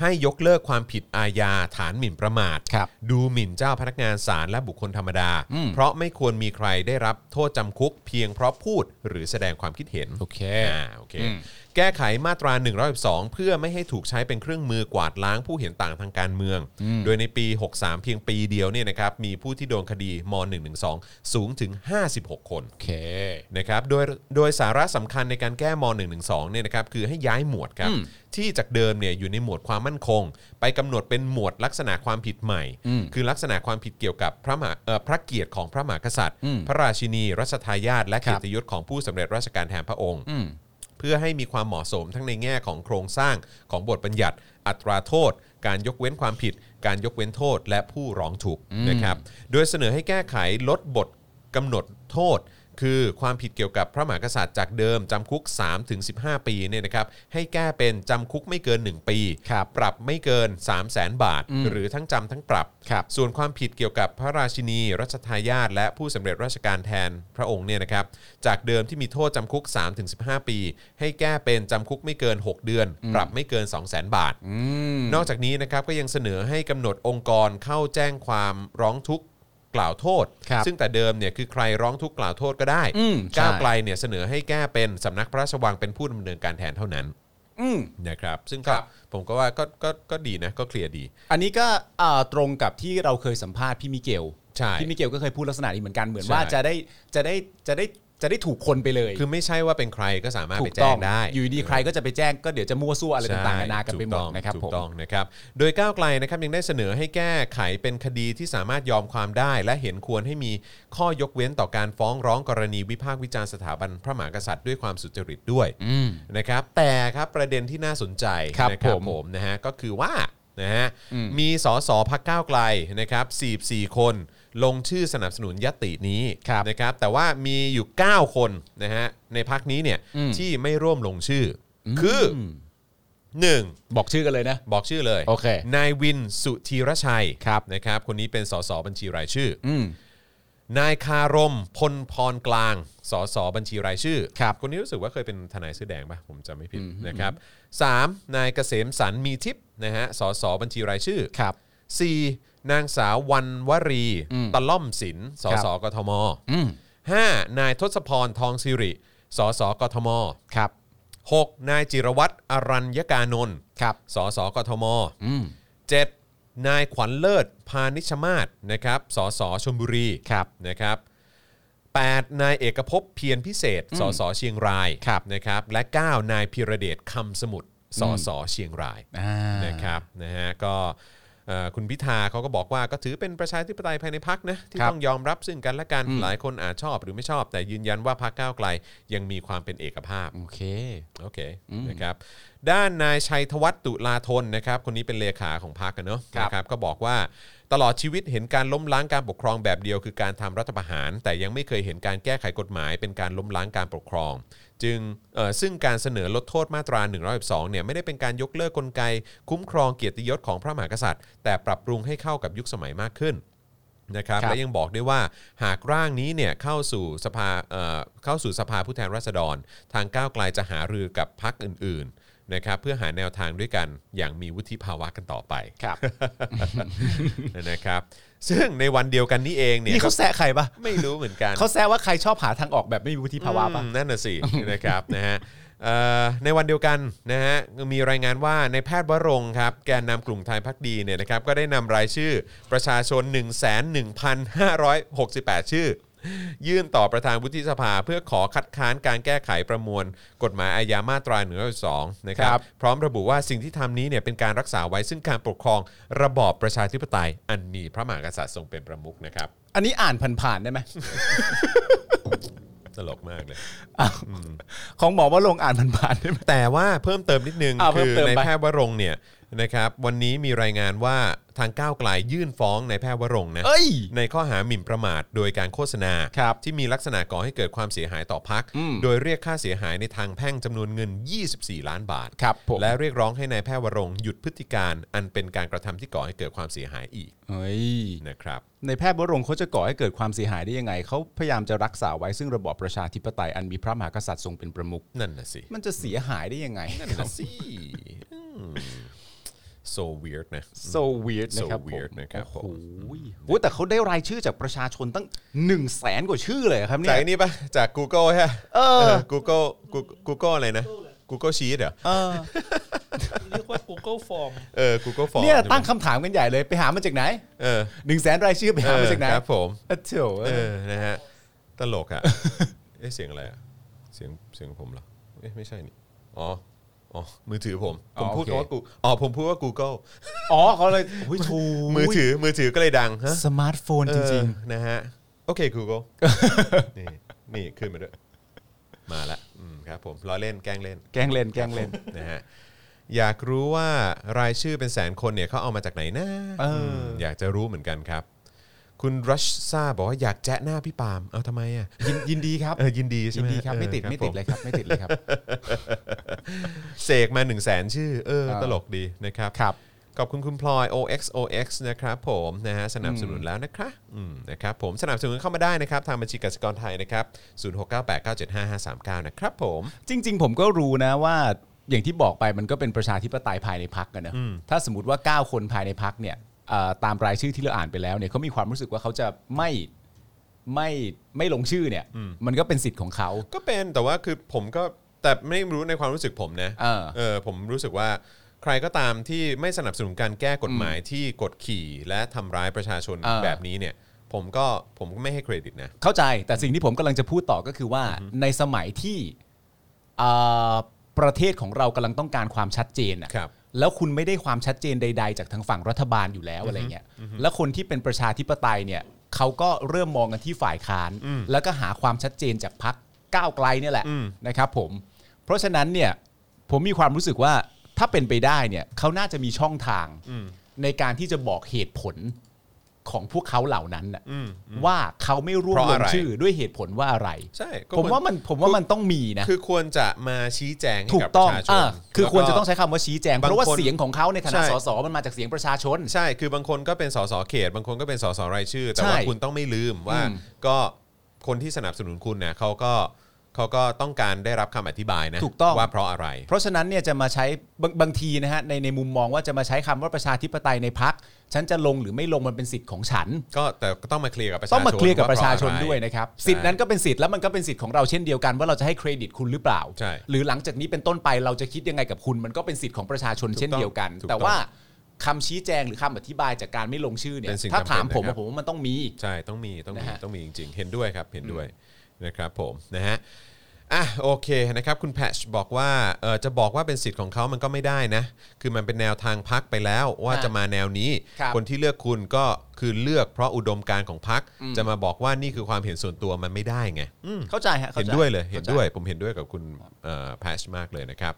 Speaker 2: ให้ยกเลิกความผิดอาญาฐานหมิ่นประมาท
Speaker 3: ครับ
Speaker 2: ดูหมิ่นเจ้าพนักงานศาลและบุคคลธรรมดา เพราะไม่ควรมีใครได้รับโทษจำคุกเพียงเพราะพูดหรือแสดงความคิดเห็น
Speaker 3: โอเค
Speaker 2: อ่าโอเค แก้ไขมาตรา 112 เพื่อไม่ให้ถูกใช้เป็นเครื่องมือกวาดล้างผู้เห็นต่างทางการเมือง โดยในปี 63 เพียงปีเดียวเนี่ยนะครับมีผู้ที่โดนคดีม .112 สูงถึง 56 คน
Speaker 3: โอเค
Speaker 2: นะครับโดยโดยสาระสำคัญในการแก้ม .112 เนี่ยนะครับคือให้ย้ายหมวดครับที่จากเดิมเนี่ยอยู่ในหมวดความมั่นคง ไปกำหนดเป็นหมวดลักษณะความผิดใหม่ คือลักษณะความผิดเกี่ยวกับพระมหาเอ่อพระเกียรติของพระมหากษัตริย์ พระราชินี รัชทายาทและ
Speaker 3: ครั
Speaker 2: เกีย
Speaker 3: บ
Speaker 2: รติยศของผู้สำเร็จราชการแทนพระองค์ เพื่อให้มีความเหมาะสมทั้งในแง่ของโครงสร้างของบทบัญญัติ อัตราโทษ การยกเว้นความผิด การยกเว้นโทษ และผู้ร้องถูกข์นะครับ โดยเสนอให้แก้ไขลดบทกำหนดโทษ คือความผิดเกี่ยวกับพระมหากษัตริย์จากเดิมจำคุก 3-15 ปีเนี่ยนะครับให้แก้เป็นจำคุกไม่เกิน 1 ปี
Speaker 3: ครับ
Speaker 2: ปรับไม่เกิน 3 0 0แสนบาท
Speaker 3: อืม
Speaker 2: หรือทั้งจำทั้งปรับ
Speaker 3: ครับ
Speaker 2: ส่วนความผิดเกี่ยวกับพระราชินี รัชทายาทและผู้สำเร็จราชการแทนพระองค์เนี่ยนะครับ จากเดิมที่มีโทษจำคุก 3-15 ปี ให้แก้เป็นจำคุกไม่เกิน 6 เดือน ปรับไม่เกิน 2 0 0แสนบาท
Speaker 3: อืม
Speaker 2: นอกจากนี้นะครับก็ยังเสนอให้กำหนดองค์กรเข้าแจ้งความร้องทุกข์กล่าวโทษ
Speaker 3: ครับ
Speaker 2: ซึ่งแต่เดิมเนี่ยคือใครร้องทุกข์กล่าวโทษก็ได้
Speaker 3: อืมใช่
Speaker 2: ก้าวไกลเนี่ยเสนอให้แก้เป็นสำนักพระราชวังเป็นผู้ดำเนินการแทนเท่านั้น
Speaker 3: อืม
Speaker 2: นะครับซึ่งก็
Speaker 3: ครับ
Speaker 2: ผมก็ว่าก็ก็ก็ดีนะก็เคลียร์ดี
Speaker 3: อันนี้ก็เอ่อตรงกับที่เราเคยสัมภาษณ์พี่มิเกล
Speaker 2: ใช่
Speaker 3: พี่มิเกลก็เคยพูดลักษณะนี้เหมือนกันเหมือน
Speaker 2: ใช่
Speaker 3: ว่าจะได้จะได้จะได้จะได้ถูกคนไปเลย
Speaker 2: คือไม่ใช่ว่าเป็นใครก็สามารถ
Speaker 3: ถู
Speaker 2: ไป
Speaker 3: ก
Speaker 2: แจ้
Speaker 3: ต้อง
Speaker 2: งได้
Speaker 3: อยู่ดีๆใครก็จะไปแจ้งก็เดี๋ยวจะมั่วซั่วอะไรต่างๆ
Speaker 2: ใช่
Speaker 3: นานากันไปหมด
Speaker 2: ถูต้อง
Speaker 3: นะครับ
Speaker 2: ถู
Speaker 3: ผ
Speaker 2: ก
Speaker 3: ม
Speaker 2: ต้องนะครับ โดยก้าวไกลนะครับยังได้เสนอให้แก้ไขเป็นคดีที่สามารถยอมความได้ และเห็นควรให้มีข้อยกเว้นต่อการฟ้องร้องกรณีวิพากษ์วิจารณ์สถาบันพระมหากษัตริย์ด้วยความสุจริตด้วยนะครับ แต่ครับประเด็นที่น่าสนใจ
Speaker 3: ครับ
Speaker 2: นะ
Speaker 3: ผม
Speaker 2: ผมนะฮะก็คือว่านะฮะมีสสพักก้าวไกลนะครับ44 คน ลงชื่อสนับสนุนยตินี้
Speaker 3: ครับ
Speaker 2: นะครับ แต่ว่ามีอยู่ 9 คนนะฮะในพักนี้เนี่ยที่ไม่ร่วมลงชื่ออคืออ หนึ่ง
Speaker 3: บอกชื่อกันเลยนะ
Speaker 2: บอกชื่อเลย
Speaker 3: โอเคน
Speaker 2: ายวินสุธีรชัย
Speaker 3: ครับ
Speaker 2: นะครับ คนนี้เป็นสสบัญชีรายชื่ออ
Speaker 3: อืม
Speaker 2: นายคารมพลพรกลางสสบัญชีรายชื่อ
Speaker 3: ครับ
Speaker 2: คนนี้รู้สึกว่าเคยเป็นทนายเสื้อแดงป่ะผมจำไม่ผิดนะครับสามนายเกษมสันมีทิพย์นะฮะสสบัญชีรายชื่อ
Speaker 3: ครับ
Speaker 2: สี่นางสาววันวรีตะล่อมศิลป์ส
Speaker 3: ครับ
Speaker 2: สกทม
Speaker 3: อืม
Speaker 2: ห้านายทศพรทองสิริสสกทม
Speaker 3: ครับ
Speaker 2: หกนายจิรวัตรอรัญญกานนท์
Speaker 3: ครับ
Speaker 2: สสกทม
Speaker 3: อืม
Speaker 2: เจ็ดนายขวัญเลิศ พานิชมาศนะครับ สสชลบุรี
Speaker 3: ครับ
Speaker 2: นะครับแปดนายเอกภพเพียรพิเศษ สสเชียงราย
Speaker 3: ครับ
Speaker 2: นะครับ และ 9 นายพิระเดชคำสมุทร สสเชียงราย
Speaker 3: อ่าน
Speaker 2: นะครับ นะฮะ ก็เอ่อคุณพิธาเขาก็บอกว่าก็ถือเป็นประชาธิปไตยภายในพักนะ ที่
Speaker 3: ครับ
Speaker 2: ต้องยอมรับซึ่งกันและกัน หลายคนอาจชอบหรือไม่ชอบ แต่ยืนยันว่าพักก้าวไกลยังมีความเป็นเอกภาพ
Speaker 3: โอเค
Speaker 2: โอเคนะครับด้านนายชัยธวัฒน์ตุลาธนนะครับคนนี้เป็นเลขาของพรรคกันเนอะ
Speaker 3: ครับ
Speaker 2: นะครับก็บอกว่าตลอดชีวิตเห็นการล้มล้างการปกครองแบบเดียวคือการทำรัฐประหาร แต่ยังไม่เคยเห็นการแก้ไขกฎหมาย เป็นการล้มล้างการปกครอง จึงเอ่อซึ่งการเสนอลดโทษมาตรา 112เนี่ยไม่ได้เป็นการยกเลิกกลไก คุ้มครองเกียรติยศของพระมหากษัตริย์ แต่ปรับปรุงให้เข้ากับยุคสมัยมากขึ้น นะครับ
Speaker 3: ครับ
Speaker 2: และยังบอกด้วยว่าหากร่างนี้เนี่ยเข้าสู่สภาเอ่อเข้าสู่สภาผู้แทนราษฎร ทางก้าวไกลจะหารือกับพรรคอื่นๆนะครับเพื่อหาแนวทางด้วยกันอย่างมีวุฒิภาวะกันต่อไป
Speaker 3: ครับ
Speaker 2: นะครับ [laughs] ซึ่งในวันเดียวกันนี้เองเนี่ย
Speaker 3: นี่เขาแซะใครปะ
Speaker 2: ก็ไม่รู้เหมือนกัน
Speaker 3: เขาแซะว่าใครชอบหาทางออกแบบไม่มีวุฒิภาวะปะ
Speaker 2: อืมนั่นน่ะสิ นะครับ [laughs] นะฮะเอ่อในวันเดียวกันนะฮะมีรายงานว่าในแพทย์วรงค์ครับแกนนำกลุ่มไทยพักดีเนี่ยนะครับก็ได้นำรายชื่อประชาชน 11,568 ชื่อ ยื่นต่อประธานวุฒิสภาเพื่อขอคัดค้านการแก้ไขประมวล กฎหมายอาญามาตรา1นึนะครั
Speaker 3: ครับ บ
Speaker 2: พร้อมระบุว่าสิ่งที่ทำนี้เนี่ยเป็นการรักษาไว้ซึ่งการปกครองระบอบประชาธิปไตย อันมีพระมหากษัตริย์ทรงเป็นประมุขนะครับ
Speaker 3: อันนี้อ่านผ่านๆได้ไหม
Speaker 2: ตลกมากเลย
Speaker 3: ของหมอว่าลงค์อ่านผ่านๆได้ไหม
Speaker 2: [laughs] แต่ว่าเพิ่มเติมนิดนึง
Speaker 3: อ่าเพิ่
Speaker 2: คื
Speaker 3: ม
Speaker 2: อ
Speaker 3: เติม
Speaker 2: ใน
Speaker 3: ไป
Speaker 2: แพทย์วรงค์เนี่ยนะครับวันนี้มีรายงานว่าทางก้าวไกลยื่นฟ้องในแพทย์วรงค์นะ
Speaker 3: เอ้ย
Speaker 2: ในข้อหาหมิ่นประมาทโดยการโฆษณา
Speaker 3: ครับ
Speaker 2: ที่มีลักษณะก่อให้เกิดความเสียหายต่อพัก
Speaker 3: อืม
Speaker 2: โดยเรียกค่าเสียหายในทางแพ่งจำนวนเงิน 24 ล้านบาท
Speaker 3: ครับผม
Speaker 2: และเรียกร้องให้ในายแพทย์วรงค์หยุดพฤติการอันเป็นการกระทำที่ก่อให้เกิดความเสียหายอีก
Speaker 3: เฮ้ย
Speaker 2: นะครับ
Speaker 3: ในแพทย์วรงค์เขาจะก่อให้เกิดความเสียหายได้ยังไง เขาพยายามจะรักษาไว้ซึ่งระบอบประชาธิปไตยอันมีพระมหากษัตริย์ทรงเป็นประมุข
Speaker 2: นั่นน่ะสิ [laughs]
Speaker 3: มันจะเสียหายได้ยังไง
Speaker 2: นั่นน่ะสิอืม so weird นะ
Speaker 3: so weird
Speaker 2: So
Speaker 3: นะครับผม
Speaker 2: weird นะครับผม
Speaker 3: โอ้โหโอ้แต่เขาได้รายชื่อจากประชาชนตั้ง1นึ่งแสนกว่าชื่อเลยครับเนี่
Speaker 2: จาก
Speaker 3: ย
Speaker 2: ไอ้นี่ปะจาก Google ฮะ
Speaker 3: เออ
Speaker 2: เออ Google Google- Google อะไรนะ Google Sheet เหรอ
Speaker 3: เออ
Speaker 4: เรียกว่า Google Form
Speaker 2: เออ Google Form
Speaker 3: เนี่ยตั้ง
Speaker 2: ใช่ไหม
Speaker 3: คำถามกันใหญ่เลยไปหามาจากไหน
Speaker 2: เออ
Speaker 3: 1นึ่งแสนรายชื่อไปหามาจากไหน
Speaker 2: เออครับผม
Speaker 3: อะเถอะ
Speaker 2: เออนะฮะ ตลกอ่ะ เอ๊ะเสียงอะไรอ่ะ เสียงเสียงผมเหรอ เอ๊ะไม่ใช่นี่ อ๋อ อ๋อ มือถือผม ผมพูดคำว่ากูอ๋อ ผมพูดว่า Google
Speaker 3: อ๋อเขาเลยอุ้ยถูก
Speaker 2: มือถือมือถือก็เลยดังฮะ
Speaker 3: สมาร์ทโฟน
Speaker 2: เออ
Speaker 3: จริง
Speaker 2: นะฮะ โอเค Google นี่นี่ขึ้นมาด้วย มาละอืมครับผมล้อเล่นแกล้งเล่น
Speaker 3: ๆ แกล้งเล่นแกล้งเล่น
Speaker 2: นะฮะอยากรู้ว่ารายชื่อเป็นแสนคนเนี่ยเขาเอามาจากไหนนะ
Speaker 3: เอออื
Speaker 2: มอยากจะรู้เหมือนกันครับ คุณรัชซาบอกว่าอยากแจ๊ะหน้าพี่ปาล์มเอาทำไมอ่ะ
Speaker 3: ยินยินดีครับ
Speaker 2: เออยินดีใช่
Speaker 3: ยิ
Speaker 2: ไห
Speaker 3: น
Speaker 2: ม
Speaker 3: ดีครับ
Speaker 2: เออ
Speaker 3: ไม่ติดไม่ติด
Speaker 2: ผม
Speaker 3: เลยครับ ไม่ติดเลยครับ
Speaker 2: เสกมา1 0 0 0 0แสนชื่อ เออ
Speaker 3: เออ
Speaker 2: ตลกดีนะครับ
Speaker 3: ครับ
Speaker 2: ขอบคุณคุณพลอย OXOX นะครับผมนะฮะสนับสนุนแล้วนะคะอืมนะครับผมสนับสนุนเข้ามาได้นะครับ ทางบัญชีกสิกรไทยนะครับ0698975539 นะครับผม
Speaker 3: จริง ๆ ผมก็รู้นะว่าอย่างที่บอกไปมันก็เป็นประชาธิปไตยภายในพักกันนะถ้าสมมติว่า 9 คนภายในพักเนี่ยเอ่อตามรายชื่อที่เราอ่านไปแล้วเนี่ยเขามีความรู้สึกว่าเขาจะไม่ไม่ไม่ลงชื่อเนี่ย มันก็เป็นสิทธิ์ของเขา
Speaker 2: ก็เป็นแต่ว่าคือผมก็แต่ไม่รู้ในความรู้สึกผมนะ
Speaker 3: เออ
Speaker 2: เออผมรู้สึกว่าใครก็ตามที่ไม่สนับสนุนการแก้กฎหมายที่กดขี่และทำร้ายประชาชน
Speaker 3: เออ
Speaker 2: แบบนี้เนี่ย ผมก็ผมก็ไม่ให้เครดิตนะ
Speaker 3: เข้าใจแต่สิ่งที่ผมกำลังจะพูดต่อก็คือว่าในสมัยที่เอ่อประเทศของเรากำลังต้องการความชัดเจนอะ
Speaker 2: ครับ
Speaker 3: แล้วคุณไม่ได้ความชัดเจนใด ๆ จากทางฝั่งรัฐบาลอยู่แล้วอะไรเงี้ยแล้วคนที่เป็นประชาธิปไตยเนี่ยเขาก็เริ่มมองกันที่ฝ่ายค้าน แล้วก็หาความชัดเจนจากพักก้าวไกลเนี่ยแหละนะครับผม เพราะฉะนั้นเนี่ยผมมีความรู้สึกว่าถ้าเป็นไปได้เนี่ยเขาน่าจะมีช่องทางในการที่จะบอกเหตุผลของพวกเขาเหล่านั้นน่ะว่าเขาไม่ร่วม
Speaker 2: เพราะ
Speaker 3: ล
Speaker 2: อะ
Speaker 3: ง
Speaker 2: ไร
Speaker 3: ชื่อด้วยเหตุผลว่าอะไร
Speaker 2: ใช่ก็
Speaker 3: ผม
Speaker 2: ควร
Speaker 3: ว่ามันผมว่ามันต้องมีนะ
Speaker 2: คือควรจะมาชี้แจงให้
Speaker 3: ถู
Speaker 2: กั
Speaker 3: ก
Speaker 2: บป
Speaker 3: ต้อง
Speaker 2: ระชาชน
Speaker 3: อ่าคือ
Speaker 2: แล้วก็
Speaker 3: ควรจะต้องใช้คำว่าชี้แจง
Speaker 2: บางคน
Speaker 3: เพราะว่าเสียงของเขาในฐานะ
Speaker 2: ใช่
Speaker 3: สสมันมาจากเสียงประชาชน
Speaker 2: ใช่ คือบางคนก็เป็นสสเขต บางคนก็เป็นสสรายชื่อ แต่ว่า
Speaker 3: ใช่
Speaker 2: คุณต้องไม่ลืมว่า
Speaker 3: อืม
Speaker 2: ก็คนที่สนับสนุนคุณเนี่ยเขาก็เขาก็ต้องการได้รับคำอธิบายนะ
Speaker 3: ถูกต้อง
Speaker 2: ว่าเพราะอะไร
Speaker 3: เพราะฉะนั้นเนี่ยจะมาใช้บางบางทีนะฮะในในมุมมองว่าจะมาใช้คำว่าประชาธิปไตยในพักฉันจะลงหรือไม่ลงมันเป็นสิทธิ์ของฉัน
Speaker 2: ก็แต่ก็ต้องมาเคลียร์กับประชาชน
Speaker 3: ต้องมาเคลียร์กับประชาชน
Speaker 2: เพออไ
Speaker 3: ด้วยนะครับ สิทธินั้นก็เป็นสิทธิ์แล้วมันก็เป็นสิทธิ์ของเราเช่นเดียวกันว่าเราจะให้เครดิตคุณหรือเปล่า
Speaker 2: ใช่
Speaker 3: หรือหลังจากนี้เป็นต้นไปเราจะคิดยังไงกับคุณมันก็เป็นสิทธิ์ของประชาชนเช่นเดียวกัน
Speaker 2: ถูกต้อง
Speaker 3: แต่ว่าคำชี้แจงหรือคำอธิบายจากการไม่ลงชื่อเนี่ย
Speaker 2: เป็นสิ่ง
Speaker 3: ถ้าถามผม
Speaker 2: จำเป็นนะครั
Speaker 3: อะ
Speaker 2: บ
Speaker 3: ผมว่ามันต้องมี
Speaker 2: ใช่ ต้องมีต้องมี
Speaker 3: นะฮะ
Speaker 2: ต้องมีจริง ๆ เห็นด้วยครับเห็นด้วยนะครับผมนะฮะอ่ะโอเคนะครับคุณแพชบอกว่าเออจะบอกว่าเป็นสิทธิ์ของเขามันก็ไม่ได้นะ คือมันเป็นแนวทางพักไปแล้วว่า
Speaker 3: อ่ะ
Speaker 2: จะมาแนวนี้
Speaker 3: ครับ
Speaker 2: คนที่เลือกคุณก็คือเลือกเพราะอุดมการณ์ของพักจะมาบอกว่านี่คือความเห็นส่วนตัวมันไม่ได้ไงอืม
Speaker 3: เข้าใจฮะข้า
Speaker 2: เห็น
Speaker 3: ใจ
Speaker 2: ด้วยเลยเห็น
Speaker 3: ข้าใจ
Speaker 2: ด้วยผมเห็นด้วยกับคุณแพชมากเลยนะครับ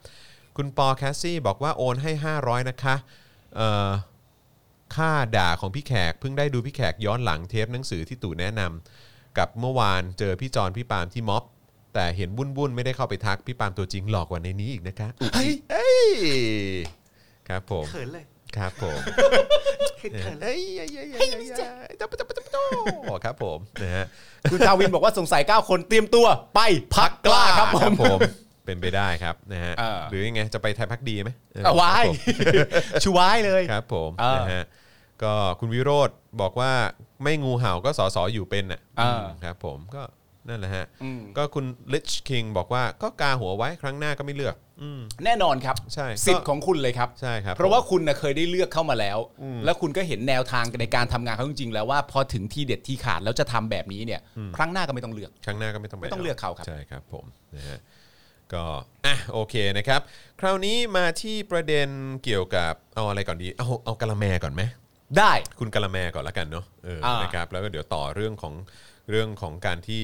Speaker 2: คุณปอแคสซี่บอกว่าโอนให้ 500 นะคะเอ่อค่าด่าของพี่แขก เพิ่งได้ดูพี่แขกย้อนหลังเทปหนังสือที่ตู่แนะนำกับเมื่อวานเจอพี่จอนพี่ปาล์มที่ม็อบ แต่เห็นวุ่นวุ่นๆไม่ได้เข้าไปทัก พี่ปาล์มตัวจริงหลอกกว่าในนี้อีกนะคะเฮ้ยเอ้ยครับผม
Speaker 5: เขินเลย
Speaker 2: ครับผม
Speaker 5: เขินเขินเลย
Speaker 2: เอ้ยเอ้ยเอ้ยเอ้ยเอ้ยเอ้ยจับจับจับจับครับผมนะฮะ
Speaker 3: คุณทาวินบอกว่าสงสัย9คนเตรียมตัวไปพักกล้าครับผม
Speaker 2: เป็นไปได้ครับนะฮะ
Speaker 3: เออ
Speaker 2: หรือยังไงจะไปไทยพักดีไหมเออ
Speaker 3: เอาไว้
Speaker 2: ครับผม
Speaker 3: ชูไว้เลย
Speaker 2: ครับผม
Speaker 3: เออ
Speaker 2: นะฮะก็คุณวิโรธบอกว่าไม่งูเห่าก็สอสออยู่เป็นน่ะ
Speaker 3: เออ
Speaker 2: ครับผมก็นั่นแหละฮะ
Speaker 3: อืม
Speaker 2: ก็คุณลิชคิงบอกว่าก็กาหัวไว้ครั้งหน้าก็ไม่เลือก อืม
Speaker 3: แน่นอนครับ
Speaker 2: ใช่
Speaker 3: สิทธิ์ของคุณเลยครับ
Speaker 2: ใช่ครับ
Speaker 3: เพราะว่าคุณนะเคยได้เลือกเข้ามาแล้ว แล้วคุณก็เห็นแนวทางในการทำงานเขาจริงๆแล้วว่าพอถึงที่เด็ดที่ขาดแล้วจะทำแบบนี้เนี่ย ครั้งหน้าก็ไม่ต้องเลือก
Speaker 2: ครั้งหน้าก็ไม่ต้องไป
Speaker 3: ไม่ต้องเลือกเขาครับ
Speaker 2: ใช่ครับผมนะฮะก็อ่ะโอเคนะครับ คราวนี้มาที่ประเด็นเกี่ยวกับเอาอะไรก่อนดีเอาเอากะละแมก่อนไหม
Speaker 3: ได้
Speaker 2: คุณกะละแมก่อนละกันเนาะเออ
Speaker 3: อ่าน
Speaker 2: นะครับแล้วก็เดี๋ยวต่อเรื่องของเรื่องของการที่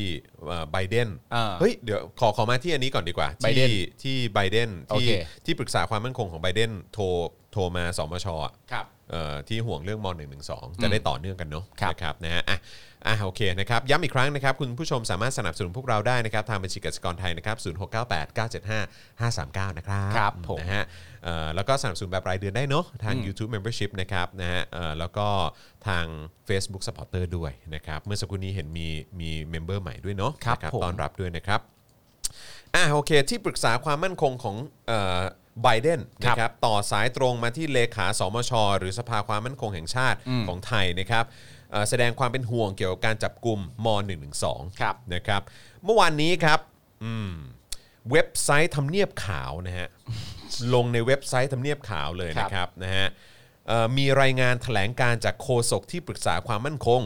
Speaker 2: ไบเดน
Speaker 3: อ่า
Speaker 2: เฮ้ยเดี๋ยวขอขอมาที่อันนี้ก่อนดีกว่า
Speaker 3: ไบเด
Speaker 2: ที่
Speaker 3: น
Speaker 2: ที่ไบเดน
Speaker 3: โอ
Speaker 2: ที่
Speaker 3: เค
Speaker 2: ที่ปรึกษาความมั่นคงของไบเดนโทรโทรมาสมชอ่ะ
Speaker 3: ครับ
Speaker 2: เอ่อที่ห่วงเรื่องม .112 จะได้ต่อเนื่องกันเนาะ
Speaker 3: ครับ
Speaker 2: นะครับนะฮะอ่ะอ่ะโอเคนะครับย้ำอีกครั้งนะครับ คุณผู้ชมสามารถสนับสนุนพวกเราได้นะครับทางบัญชีกสิกรไทยนะครับ0698 975 539 นะครับ
Speaker 3: ครับผม
Speaker 2: นะฮะเอ่อแล้วก็สนับสนุนแบบรายเดือนได้เนาะทาง YouTube Membership นะครับนะฮะเอ่อแล้วก็ทาง Facebook Supporter ด้วยนะครับเมื่อสักครู่นี้เห็นมีมีเมมเบอร์ใหม่ด้วยเนาะ
Speaker 3: ครับ
Speaker 2: นะ
Speaker 3: ผม
Speaker 2: ต้อนรับด้วยนะครับ อ่ะโอเค ที่ปรึกษาความมั่นคงของไบเดน
Speaker 3: ครับ
Speaker 2: นะครับต่อสายตรงมาที่เลขาสมช หรือสภาความมั่นคงแห่งชาติของไทยนะครับเอ่อแสดงความเป็นห่วงเกี่ยวกับการจับกลุ่มม
Speaker 3: ครับ
Speaker 2: .112 นะครับเมื่อวานนี้ครับอืมเว็บไซต์ทำเนียบขาวนะฮะ ลงในเว็บไซต์ทำเนียบขาวเลย
Speaker 3: ครับ
Speaker 2: นะครับนะฮะเอ่อมีรายงานแถลงการจากโฆษกที่ปรึกษาความมั่นคง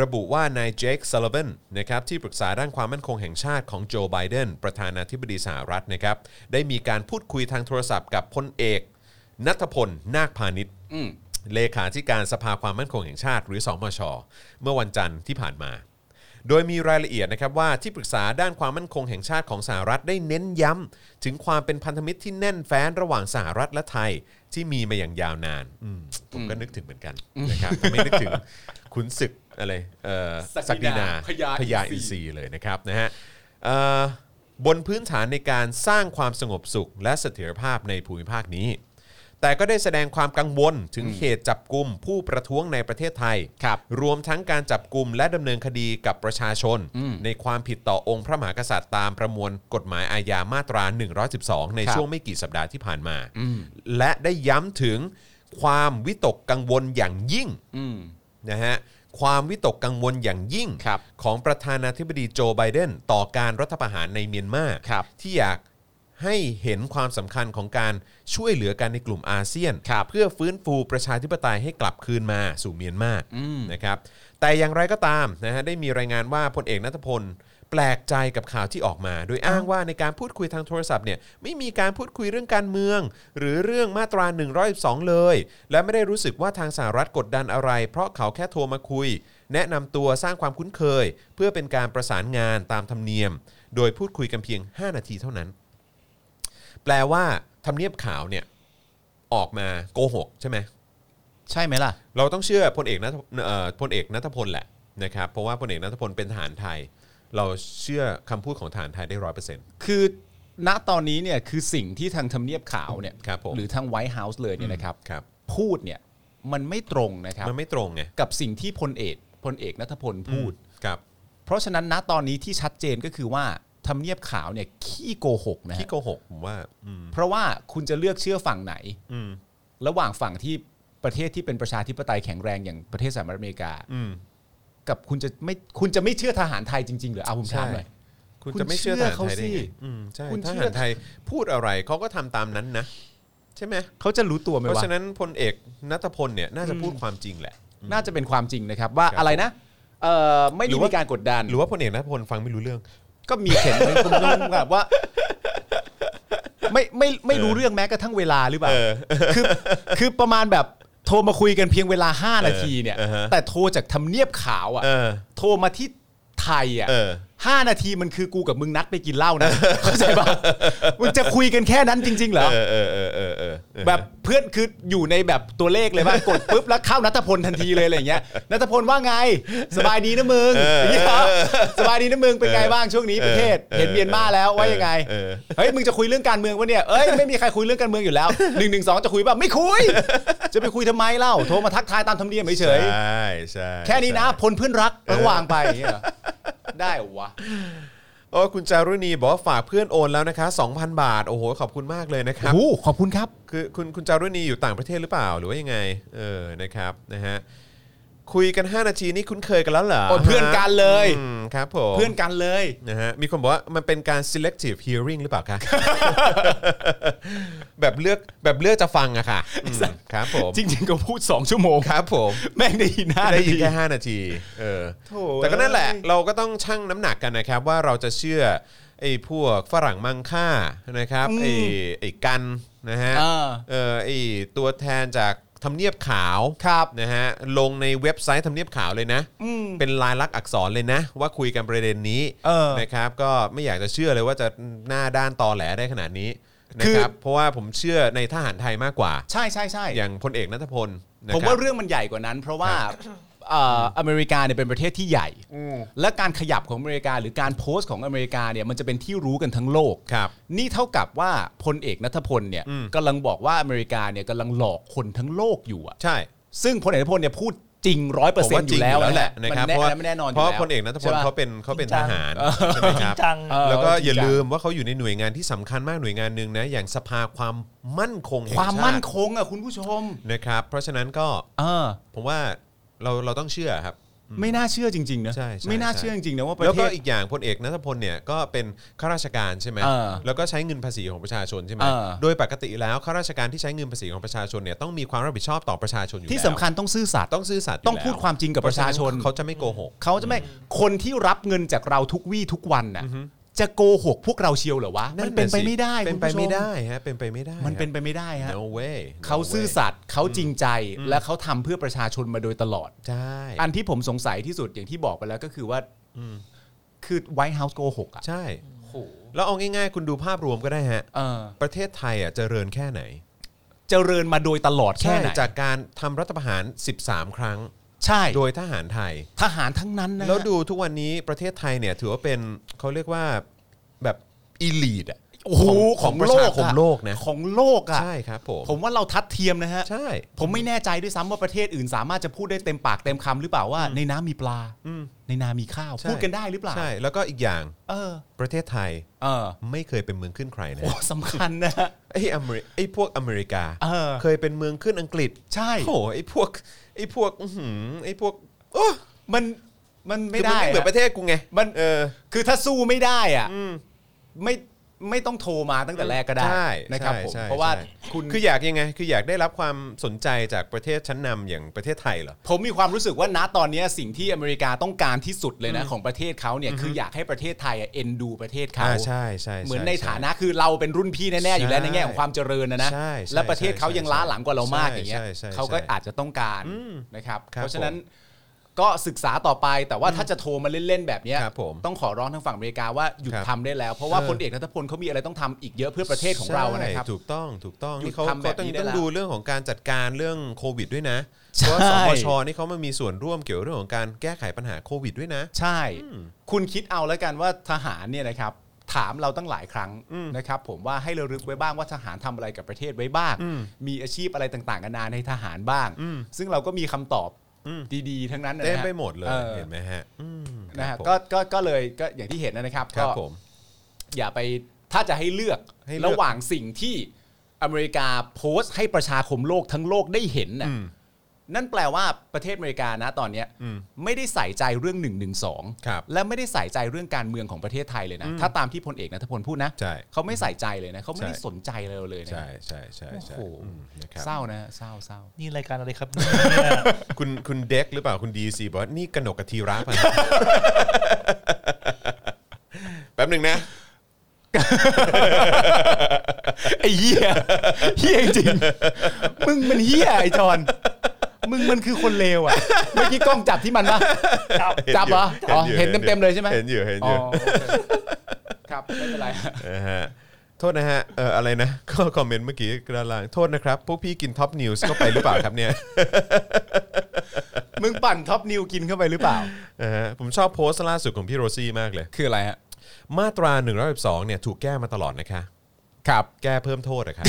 Speaker 2: ระบุว่านายเจคซัล l เ v นนะครับที่ปรึกษาด้านความมั่นคงแห่งชาติของโจไบเดนประธานาธิบดีสหรัฐนะครับได้มีการพูดคุยทางโทรศัพท์กับพลเอกนัทพล นาคพาณิชย์เลขาธิการสภาความมั่นคงแห่งชาติหรือสอมช เมื่อวันจันทร์ที่ผ่านมา โดยมีรายละเอียดนะครับว่าที่ปรึกษาด้านความมั่นคงแห่งชาติของสหรัฐได้เน้นย้ำถึงความเป็นพันธมิตรที่แน่นแฟ้นระหว่างสหรัฐและไทยที่มีมาอย่างยาวนานอืมผมก็นึกถึงเหมือนกันนะครับถ้าไม่นึกถึงขุนศึก อะไรเอ่อ
Speaker 3: ศักดินา
Speaker 2: ศักดิ
Speaker 3: พ
Speaker 2: พ
Speaker 3: ญา
Speaker 2: ญา
Speaker 3: อิ
Speaker 2: อิน
Speaker 3: นท
Speaker 2: ท
Speaker 3: รี
Speaker 2: รี
Speaker 3: ย์
Speaker 2: เลยนะครับนะฮะเอ่อบนพื้นฐานในการสร้างความสงบสุข และเสถียรภาพในภูมิภาคนี้ แต่ก็ได้แสดงความกังวลถึงเขตจับกลุ่มผู้ประท้วงในประเทศไทย
Speaker 3: ครับ
Speaker 2: รวมทั้งการจับกลุ่มและดำเนินคดีกับประชาชน
Speaker 3: อืม
Speaker 2: ในความผิดต่อองค์พระมหากษัตริย์ตามประมวลกฎหมายอาญามาตรา 112 ใน
Speaker 3: ครับ
Speaker 2: ช่วงไม่กี่สัปดาห์ที่ผ่านมา และได้ย้ำถึงความวิตกกังวลอย่างยิ่ง
Speaker 3: อืม
Speaker 2: นะฮะความวิตกกังวลอย่างยิ่ง
Speaker 3: ครับ
Speaker 2: ของประธานาธิบดีโจไบเดนต่อการรัฐประหารในเมียนมา
Speaker 3: ครับ
Speaker 2: ที่อยากให้เห็นความสำคัญของการช่วยเหลือกันในกลุ่มอาเซียน เพื่อฟื้นฟูประชาธิปไตยให้กลับคืนมาสู่เมียนมา
Speaker 3: อืม
Speaker 2: นะครับแต่อย่างไรก็ตามนะฮะได้มีรายงานว่าพลเอกนัทพล แปลกใจกับข่าวที่ออกมา โดยอ้างว่าในการพูดคุยทางโทรศัพท์เนี่ยไม่มีการพูดคุยเรื่องการเมือง หรือเรื่องมาตรา 112 เลย และไม่ได้รู้สึกว่าทางสหรัฐกดดันอะไร เพราะเขาแค่โทรมาคุย แนะนำตัวสร้างความคุ้นเคย เพื่อเป็นการประสานงานตามธรรมเนียม โดยพูดคุยกันเพียง 5 นาทีเท่านั้น แปลว่าทำเนียบขาวเนี่ยออกมาโกหกใช่ไหม
Speaker 3: ใช่ไหมล่ะ
Speaker 2: เราต้องเชื่อพลเอกนัทเอ่อพลเอกนัทพลแหละนะครับเพราะว่าพลเอกนัทพลเป็นทหารไทย เราเชื่อคำพูดของทหารไทยได้ร้อยเปอร์เซ็นต์
Speaker 3: คือณตอนนี้เนี่ยคือสิ่งที่ทางทำเนียบขาวเนี่ย
Speaker 2: ครับผม
Speaker 3: หรือทางไวท์เฮาส์เลยเนี่ยนะครับ
Speaker 2: ครับ
Speaker 3: พูดเนี่ยมันไม่ตรงนะครับ
Speaker 2: มันไม่ตรงไง
Speaker 3: กับสิ่งที่พลเอกพลเอกนัทพลพูด
Speaker 2: ครับ
Speaker 3: เพราะฉะนั้นณตอนนี้ที่ชัดเจนก็คือว่าทำเนียบขาวเนี่ยขี้โกหกนะ
Speaker 2: ที่
Speaker 3: ฮะ
Speaker 2: โกหกผมว่าอืม
Speaker 3: เพราะว่าคุณจะเลือกเชื่อฝั่งไหน
Speaker 2: อืม
Speaker 3: ระหว่างฝั่งที่ประเทศที่เป็นประชาธิปไตยแข็งแรงอย่างประเทศสหรัฐอเมริกา
Speaker 2: อืม
Speaker 3: กับคุณจะไม่คุณจะไม่เชื่อทหารไทยจริงๆเหรือเอาผมถามหน่อย
Speaker 2: คุณ
Speaker 3: คุณ
Speaker 2: จะไม่เชื่อทหารไทยได้
Speaker 3: เชื่อเขาสิ
Speaker 2: ไงอืมใช่
Speaker 3: คุณ
Speaker 2: ท
Speaker 3: เชื่อ
Speaker 2: หารไทยพูดอะไรเขาก็ทำตามนั้นนะใช่ไหม
Speaker 3: เขาจะรู้ตัวไหม
Speaker 2: เพราะ
Speaker 3: ว่า
Speaker 2: ฉะนั้นพลเอกนัทพลเนี่ยน่าจะพูดความจริงแหละ
Speaker 3: น่าจะเป็นความจริงนะครับว่าอะไรนะเอ่อไม่
Speaker 2: หรื
Speaker 3: ได้
Speaker 2: อว่า
Speaker 3: มีการกดดัน
Speaker 2: หรือว่าพลเอกนัทพลฟังไม่รู้เรื่อง
Speaker 3: ก็มีเข็มเลยคุณต้องแบบว่า ไม่ไม่ไม่รู้เรื่องแม้กระทั่งเวลาหรือเปล่าคือคือประมาณแบบโทรมาคุยกันเพียงเวลา 5 นาทีเนี่ย
Speaker 2: เออฮะ
Speaker 3: แต่โทรจากทำเนียบขาวอ่ะ
Speaker 2: เออ
Speaker 3: โทรมาที่ไทยอ่ะ
Speaker 2: เออ
Speaker 3: ห้านาทีมันคือกูกับมึงนัดไปกินเหล้านะ [laughs] เข้าใจป่ะมึงจะคุยกันแค่นั้นจริง ๆ เหรอ
Speaker 2: เออเออเออเออเออเออ
Speaker 3: แบบเพื่อนคืออยู่ในแบบตัวเลขเลยว่ากดปุ๊บแล้วเข้านัทพลทันทีเลยอะไรอย่างเงี้ยนัทพลว่าไง สบายดีนะมึงอย่างเงี้ยครับสบายดีนะมึงเป็นไงบ้างช่วงนี้ประเทศ
Speaker 2: เออ
Speaker 3: เห็นเมียนมาแล้วว่ายังไง
Speaker 2: เออ
Speaker 3: เฮ้ยมึงจะคุยเรื่องการเมืองวะเนี่ยเอ้ยไม่มีใครคุยเรื่องการเมืองอยู่แล้วหนึ่งหนึ่งสองจะคุยแบบไม่
Speaker 2: [laughs]
Speaker 3: คุย จะไปคุยทำไมเล่าโทรมาทักทายตามธรรมเนียมเฉย
Speaker 2: ใช่ใช่
Speaker 3: ๆแค่นี้นะ
Speaker 2: ใช่
Speaker 3: พลเพื่อนรักระวางไปอย่างเงี้ยเหรอได้เหรอวะ
Speaker 2: โอ้คุณจารุณีบอกว่าฝากเพื่อนโอนแล้วนะคะ 2,000 บาท โอ้โห ขอบคุณมากเลยนะครับ
Speaker 3: โอ้โหขอบคุณครับ
Speaker 2: คือคุณคุณจารุณีอยู่ต่างประเทศหรือเปล่าหรือว่ายังไง เออนะครับนะฮะคุยกัน 5 นาทีนี่คุ้นเคยกันแล้วเหรอ
Speaker 3: โอ้ยเพื่อนกันเลย
Speaker 2: อืมครับผม
Speaker 3: เพื่อนกันเลย
Speaker 2: นะฮะมีคนบอกว่ามันเป็นการ selective hearing หรือเป
Speaker 3: [laughs]
Speaker 2: ล่าคะ แบบเลือกแบบเลือกจะฟังอะค่ะอื
Speaker 3: [laughs]
Speaker 2: มครับผม
Speaker 3: จริง ๆ ก็พูดสองชั่วโมง
Speaker 2: ครับผม
Speaker 3: แม่งได้ยินหน้า
Speaker 2: ได้ยิน
Speaker 3: ที
Speaker 2: แค่ 5 นาทีเออ
Speaker 3: โถ่
Speaker 2: แต่ก็นั่นแหละ
Speaker 3: เอ้ย
Speaker 2: เราก็ต้องชั่งน้ำหนักกันนะครับ ว่าเราจะเชื่อไอ้พวกฝรั่งมังค่านะครับ
Speaker 3: อืม
Speaker 2: ไอ้ไอ้กันนะฮะ
Speaker 3: อ่า
Speaker 2: เออไอ้ตัวแทนจากทำเนียบขาว
Speaker 3: ครับ
Speaker 2: นะฮะลงในเว็บไซต์ทำเนียบขาวเลยนะ
Speaker 3: อืม
Speaker 2: เป็นลายลักษณ์อักษรเลยนะ ว่าคุยกันประเด็นนี้
Speaker 3: เออ
Speaker 2: นะครับ ก็ไม่อยากจะเชื่อเลยว่าจะหน้าด้านตอแหลได้ขนาดนี้นะครับ
Speaker 3: คือ
Speaker 2: เพราะว่าผมเชื่อในทหารไทยมากกว่า
Speaker 3: ใช่ใช่ใช่
Speaker 2: อย่างพลเอกนัทพลนะคบ
Speaker 3: ผมว่าเรื่องมันใหญ่กว่านั้น เพราะว่าเอ่ออเมริกาเนี่ยเป็นประเทศที่ใหญ่ และการขยับของอเมริกาหรือการโพสต์ของอเมริกาเนี่ยมันจะเป็นที่รู้กันทั้งโลก
Speaker 2: ครับ
Speaker 3: นี่เท่ากับว่าพลเอกนัทพลเนี่ย
Speaker 2: อืม
Speaker 3: กำลังบอกว่าอเมริกาเนี่ยกำลังหลอกคนทั้งโลกอยู่อะ
Speaker 2: ใช่
Speaker 3: ซึ่งพลเอกนัทพลเนี่ยพูดจริงร้อยเปอร์เซ็นต์อยู่แล้ว
Speaker 2: แหละนะครับ
Speaker 3: มั
Speaker 2: เพราะว่า
Speaker 3: แน่แน่นอนอยู่
Speaker 2: เพราะ
Speaker 3: แล้ว
Speaker 2: พลเอกนัทพ
Speaker 3: ใช่
Speaker 2: ล
Speaker 3: ปะ
Speaker 2: เขาเป็นเขาเป็น
Speaker 4: จริ
Speaker 2: ท
Speaker 4: งจัง
Speaker 2: หารใช่ไหม
Speaker 4: จ
Speaker 2: ค
Speaker 4: ริ
Speaker 2: รั
Speaker 4: ง
Speaker 2: บ
Speaker 4: จัง
Speaker 3: เออ
Speaker 2: แล้วก็
Speaker 3: จริง
Speaker 2: อย่า
Speaker 3: จัง
Speaker 2: ลืมว่าเขาอยู่ในหน่วยงานที่สำคัญมากหน่วยงานหนึ่งนะอย่างสภาความมั่นคงแห่ง
Speaker 3: ความ
Speaker 2: ชติ
Speaker 3: มั่นคงอะคุณผู้ชม
Speaker 2: นะครับ เพราะฉะนั้นก็
Speaker 3: เออ
Speaker 2: ผมว่าเราเราต้องเชื่อครับ
Speaker 3: อไม่น่าเชื่อจริงๆนะ
Speaker 2: ใช่ใช่
Speaker 3: ไม่น่า
Speaker 2: ใช่
Speaker 3: เชื่อจริงๆนะว่าประ
Speaker 2: แล้ว
Speaker 3: เท
Speaker 2: ก็
Speaker 3: ศ
Speaker 2: อีกอย่างพลเอกนัทพลเนี่ยก็เป็นข้าราชการใช่ไหม
Speaker 3: เออ
Speaker 2: แล้วก็ใช้เงินภาษีของประชาชนใช่ไหม
Speaker 3: เออ
Speaker 2: โดยปกติแล้วข้าราชการที่ใช้เงินภาษีของประชาชนเนี่ยต้องมีความรับผิดชอบต่อประชาชนอยู่
Speaker 3: ที่
Speaker 2: แล้ว
Speaker 3: สำคัญต้องซื่อสัตย์
Speaker 2: ต้องซื่อสัตย์ยู่
Speaker 3: ต้องพูด
Speaker 2: แล้ว
Speaker 3: ความจริงกับประชาชน
Speaker 2: เขาจะไม่โกหก
Speaker 3: เขาจะไม่คนที่รับเงินจากเราทุกวี่ทุกวันน่ะจะโกหกพวกเราเชียวเหรอวะมันเป็นไป
Speaker 2: สิ
Speaker 3: ไม่ได้
Speaker 2: เป็นไป
Speaker 3: คุณผู้ช
Speaker 2: ไม่ได้ฮะ เป็นไปไม่ได้
Speaker 3: มันเป็นไปไม่ได้
Speaker 2: ฮะ
Speaker 3: ฮะ
Speaker 2: no way no
Speaker 3: เขาซื่อ
Speaker 2: way
Speaker 3: สัตย์เขาจริงใจและเขาทำเพื่อประชาชนมาโดยตลอด
Speaker 2: ใช่
Speaker 3: อันที่ผมสงสัยที่สุดอย่างที่บอกไปแล้วก็คือว่าคือไวท์เฮาส์โกหกอ่ะ
Speaker 2: ใช่
Speaker 3: โอ้โห
Speaker 2: แล้วเอาง่ายๆ คุณดูภาพรวมก็ได้ฮะ
Speaker 3: เออ
Speaker 2: ประเทศไทยอ่ะเจริญแค่ไหน
Speaker 3: เจริญมาโดยตลอดแค่ไหน
Speaker 2: ใช่จากการทำรัฐประหาร 13 ครั้ง
Speaker 3: ใช่
Speaker 2: โดยทหารไทย
Speaker 3: ทหารทั้งนั้นนะฮะ
Speaker 2: แล้วดูทุกวันนี้ประเทศไทยเนี่ยถือว่าเป็นเขาเรียกว่าแบบอีลีดอะ
Speaker 3: โอ้โห
Speaker 2: ข
Speaker 3: ข
Speaker 2: อ
Speaker 3: อง ง
Speaker 2: ประ
Speaker 3: โล
Speaker 2: ชาก คมโลกนะ
Speaker 3: ของโลกอ่ะ
Speaker 2: ใช่ครับผม
Speaker 3: ผมว่าเราทัดเทียมนะฮะ
Speaker 2: ใช่
Speaker 3: ผมไม่แน่ใจด้วยซ้ำว่าประเทศอื่น สามารถจะพูดได้เต็มปากเต็มคำหรือเปล่าว่า ในน้ำมีปลา
Speaker 2: อืม
Speaker 3: ในนามีข้าว
Speaker 2: ใช่
Speaker 3: พูดกันได้หรือเปล่า
Speaker 2: ใช่แล้วก็อีกอย่าง
Speaker 3: เออ
Speaker 2: ประเทศไทย
Speaker 3: เออ
Speaker 2: ไม่เคยเป็นเมืองขึ้นใครนะ
Speaker 3: โอ้สำคัญนะ
Speaker 2: ไอ้อเมริไอ้พวกอเมริกา
Speaker 3: เออ
Speaker 2: ยเป็นเมืองขึ้นอังกฤษ
Speaker 3: ใช่
Speaker 2: โอ้โหไอ้พวกไอ้พวกอื้อหือไอ้พวกโอ้
Speaker 3: มันมันไม่
Speaker 2: คือ
Speaker 3: ได้
Speaker 2: นเหมือนป
Speaker 3: อะ
Speaker 2: ระเทศกูไง
Speaker 3: มัน
Speaker 2: เออ
Speaker 3: คือถ้าสู้ไม่ได้อ่ะ
Speaker 2: อืม
Speaker 3: ไม่ไม่ต้องโทรมาตั้งแต่แรกก็ได้
Speaker 2: ใช่
Speaker 3: นะครับ
Speaker 2: ใช่
Speaker 3: ผม
Speaker 2: ใช่
Speaker 3: เพราะว่า
Speaker 2: ใช่
Speaker 3: คุณ
Speaker 2: คืออยากยังไง คืออยากได้รับความสนใจจากประเทศชั้นนำอย่างประเทศไทยเหรอ
Speaker 3: ผมมีความรู้สึกว่าณตอนเนี้ยสิ่งที่อเมริกาต้องการที่สุดเลยนะของประเทศเขาเนี่ยคืออยากให้ประเทศไทยอะเอ็นดูประเทศเขา
Speaker 2: อ่าใช่ใช่ช่
Speaker 3: เหมือนใน
Speaker 2: ช่
Speaker 3: ฐานะคือเราเป็นรุ่นพี่แน่ ๆ อยู่แล้ว
Speaker 2: ใช่
Speaker 3: ในแง่ของความเจริญนะนะ
Speaker 2: ใช่ใช่
Speaker 3: และประเทศเขายังล้า
Speaker 2: ใช่
Speaker 3: หลังกว่าเรามากอย่างเงี้ย
Speaker 2: ใช่ใช่ใช่
Speaker 3: เขาก็อาจจะต้องการ
Speaker 2: อืม
Speaker 3: นะครับ
Speaker 2: ครับ
Speaker 3: เพราะฉะนั้นก็ศึกษาต่อไปแต่ว่าถ้าจะโทรมาเล่น ๆ แบบเนี้ย
Speaker 2: ครับผม
Speaker 3: ต้องขอร้องทางฝั่งอเมริกาว่าหยุด
Speaker 2: ครับ
Speaker 3: ทำได้แล้ว เพราะว่า
Speaker 2: เออ
Speaker 3: พลเอกนัทพลเขามีอะไรต้องทำอีกเยอะเพื่อประเทศของเรานะครับ
Speaker 2: ใช่ถูกต้องถูกต้อง
Speaker 3: หยุด
Speaker 2: นี่เขา
Speaker 3: ทำแบ
Speaker 2: เขา
Speaker 3: บ
Speaker 2: ต้อง
Speaker 3: นี้ได้
Speaker 2: ต้อง
Speaker 3: แล้ว
Speaker 2: ดูเรื่องของการจัดการเรื่องโควิดด้วยนะเพ
Speaker 3: ใช่
Speaker 2: ราะว่าสปชนี่เขามามีส่วนร่วมเกี่ยวเรื่องของการแก้ไขปัญหาโควิดด้วยนะ
Speaker 3: ใช่ คุณคิดเอาแล้วกันว่าทหารเนี่ยนะครับ ถามเราตั้งหลายครั้งนะครับ ผมว่าให้เราลึกไว้บ้างว่าทหารทำอะไรกับประเทศไว้บ้าง มีอาชีพอะไรต่างๆกันานาในทหารบ้าง ซึ่งเราก็มีคำตอบ
Speaker 2: อืม
Speaker 3: ดีๆ ทั้งนั้นนะ
Speaker 2: เต็ม
Speaker 3: ฮะ
Speaker 2: ไปหมดเลย
Speaker 3: ออ
Speaker 2: เห็นไหมฮะอืม
Speaker 3: นะ
Speaker 2: ค
Speaker 3: ฮะ
Speaker 2: รับผม
Speaker 3: ก็ก็ก็เลยก็อย่างที่เห็นนะครับ
Speaker 2: ครับ
Speaker 3: ก็
Speaker 2: ผม
Speaker 3: อย่าไปถ้าจะให้เลือก
Speaker 2: ให้เลือก
Speaker 3: ระหว่างสิ่งที่อเมริกาโพสต์ให้ประชาคมโลกทั้งโลกได้เห็นน่ะ
Speaker 2: อืม
Speaker 3: นั่นแปลว่าประเทศอเมริกานะตอนเนี้ย
Speaker 2: อืม
Speaker 3: ไม่ได้ใส่ใจเรื่อง1นึ
Speaker 2: ครับ
Speaker 3: และไม่ได้ใส่ใจเรื่องการเมืองของประเทศไทยเลยนะ
Speaker 2: อืม
Speaker 3: ถ้าตามที่พลเอกนัทพลพูดนะ
Speaker 2: ใช่
Speaker 3: เขาไม่ใส่ใจเลยนะเขาไม่ได้
Speaker 2: ใช่
Speaker 3: สนใจเลยเลยนะ
Speaker 2: ใช่ใช่ใช่
Speaker 3: โอ้
Speaker 2: ใช่
Speaker 3: โห
Speaker 2: อืมนะครับ
Speaker 3: เศร้านะเศร้าเศร้า
Speaker 4: นี่รายการอะไรครับเนี่ย
Speaker 2: คุณคุณเด็กหรือเปล่าคุณดีซีบอกว่านี่กนกกับทีระป่ะ แป๊บหนึ่งนะ
Speaker 3: ไอ้เหี้ยเหี้ยจริง [laughs] มึงมันเหี้ยไอ้จอน มึงมันคือคนเลวอ่ะ เมื่อกี้กล้องจับที่มันปะ
Speaker 4: ครับ
Speaker 3: จับเหรออ๋อเห็นเต็มๆเลยใช่ไหม
Speaker 2: เห็นอยู่เห็นอ
Speaker 3: อ๋อยู่ โอเคครับ ไม่เป็นไร [laughs]
Speaker 2: นะฮะโทษนะฮะเอ่ออะไรนะ ก็คอมเมนต์เมื่อกี้กระลางโทษนะครับ พวกพี่กินท็อปนิวส์เข้าไปหรือเปล่าครับเนี่ย
Speaker 3: มึงปั่นท็อปนิวกินเข้าไปหรือเปล่า
Speaker 2: นะฮะผมชอบโพสต์ล่าสุดของพี่โรซี่มากเลย
Speaker 3: คืออะไรฮะ
Speaker 2: มาตรา 112เนี่ยถูกแก้มาตลอดนะคะ
Speaker 3: ครับ [laughs]
Speaker 2: แก้เพิ่มโทษนะครับ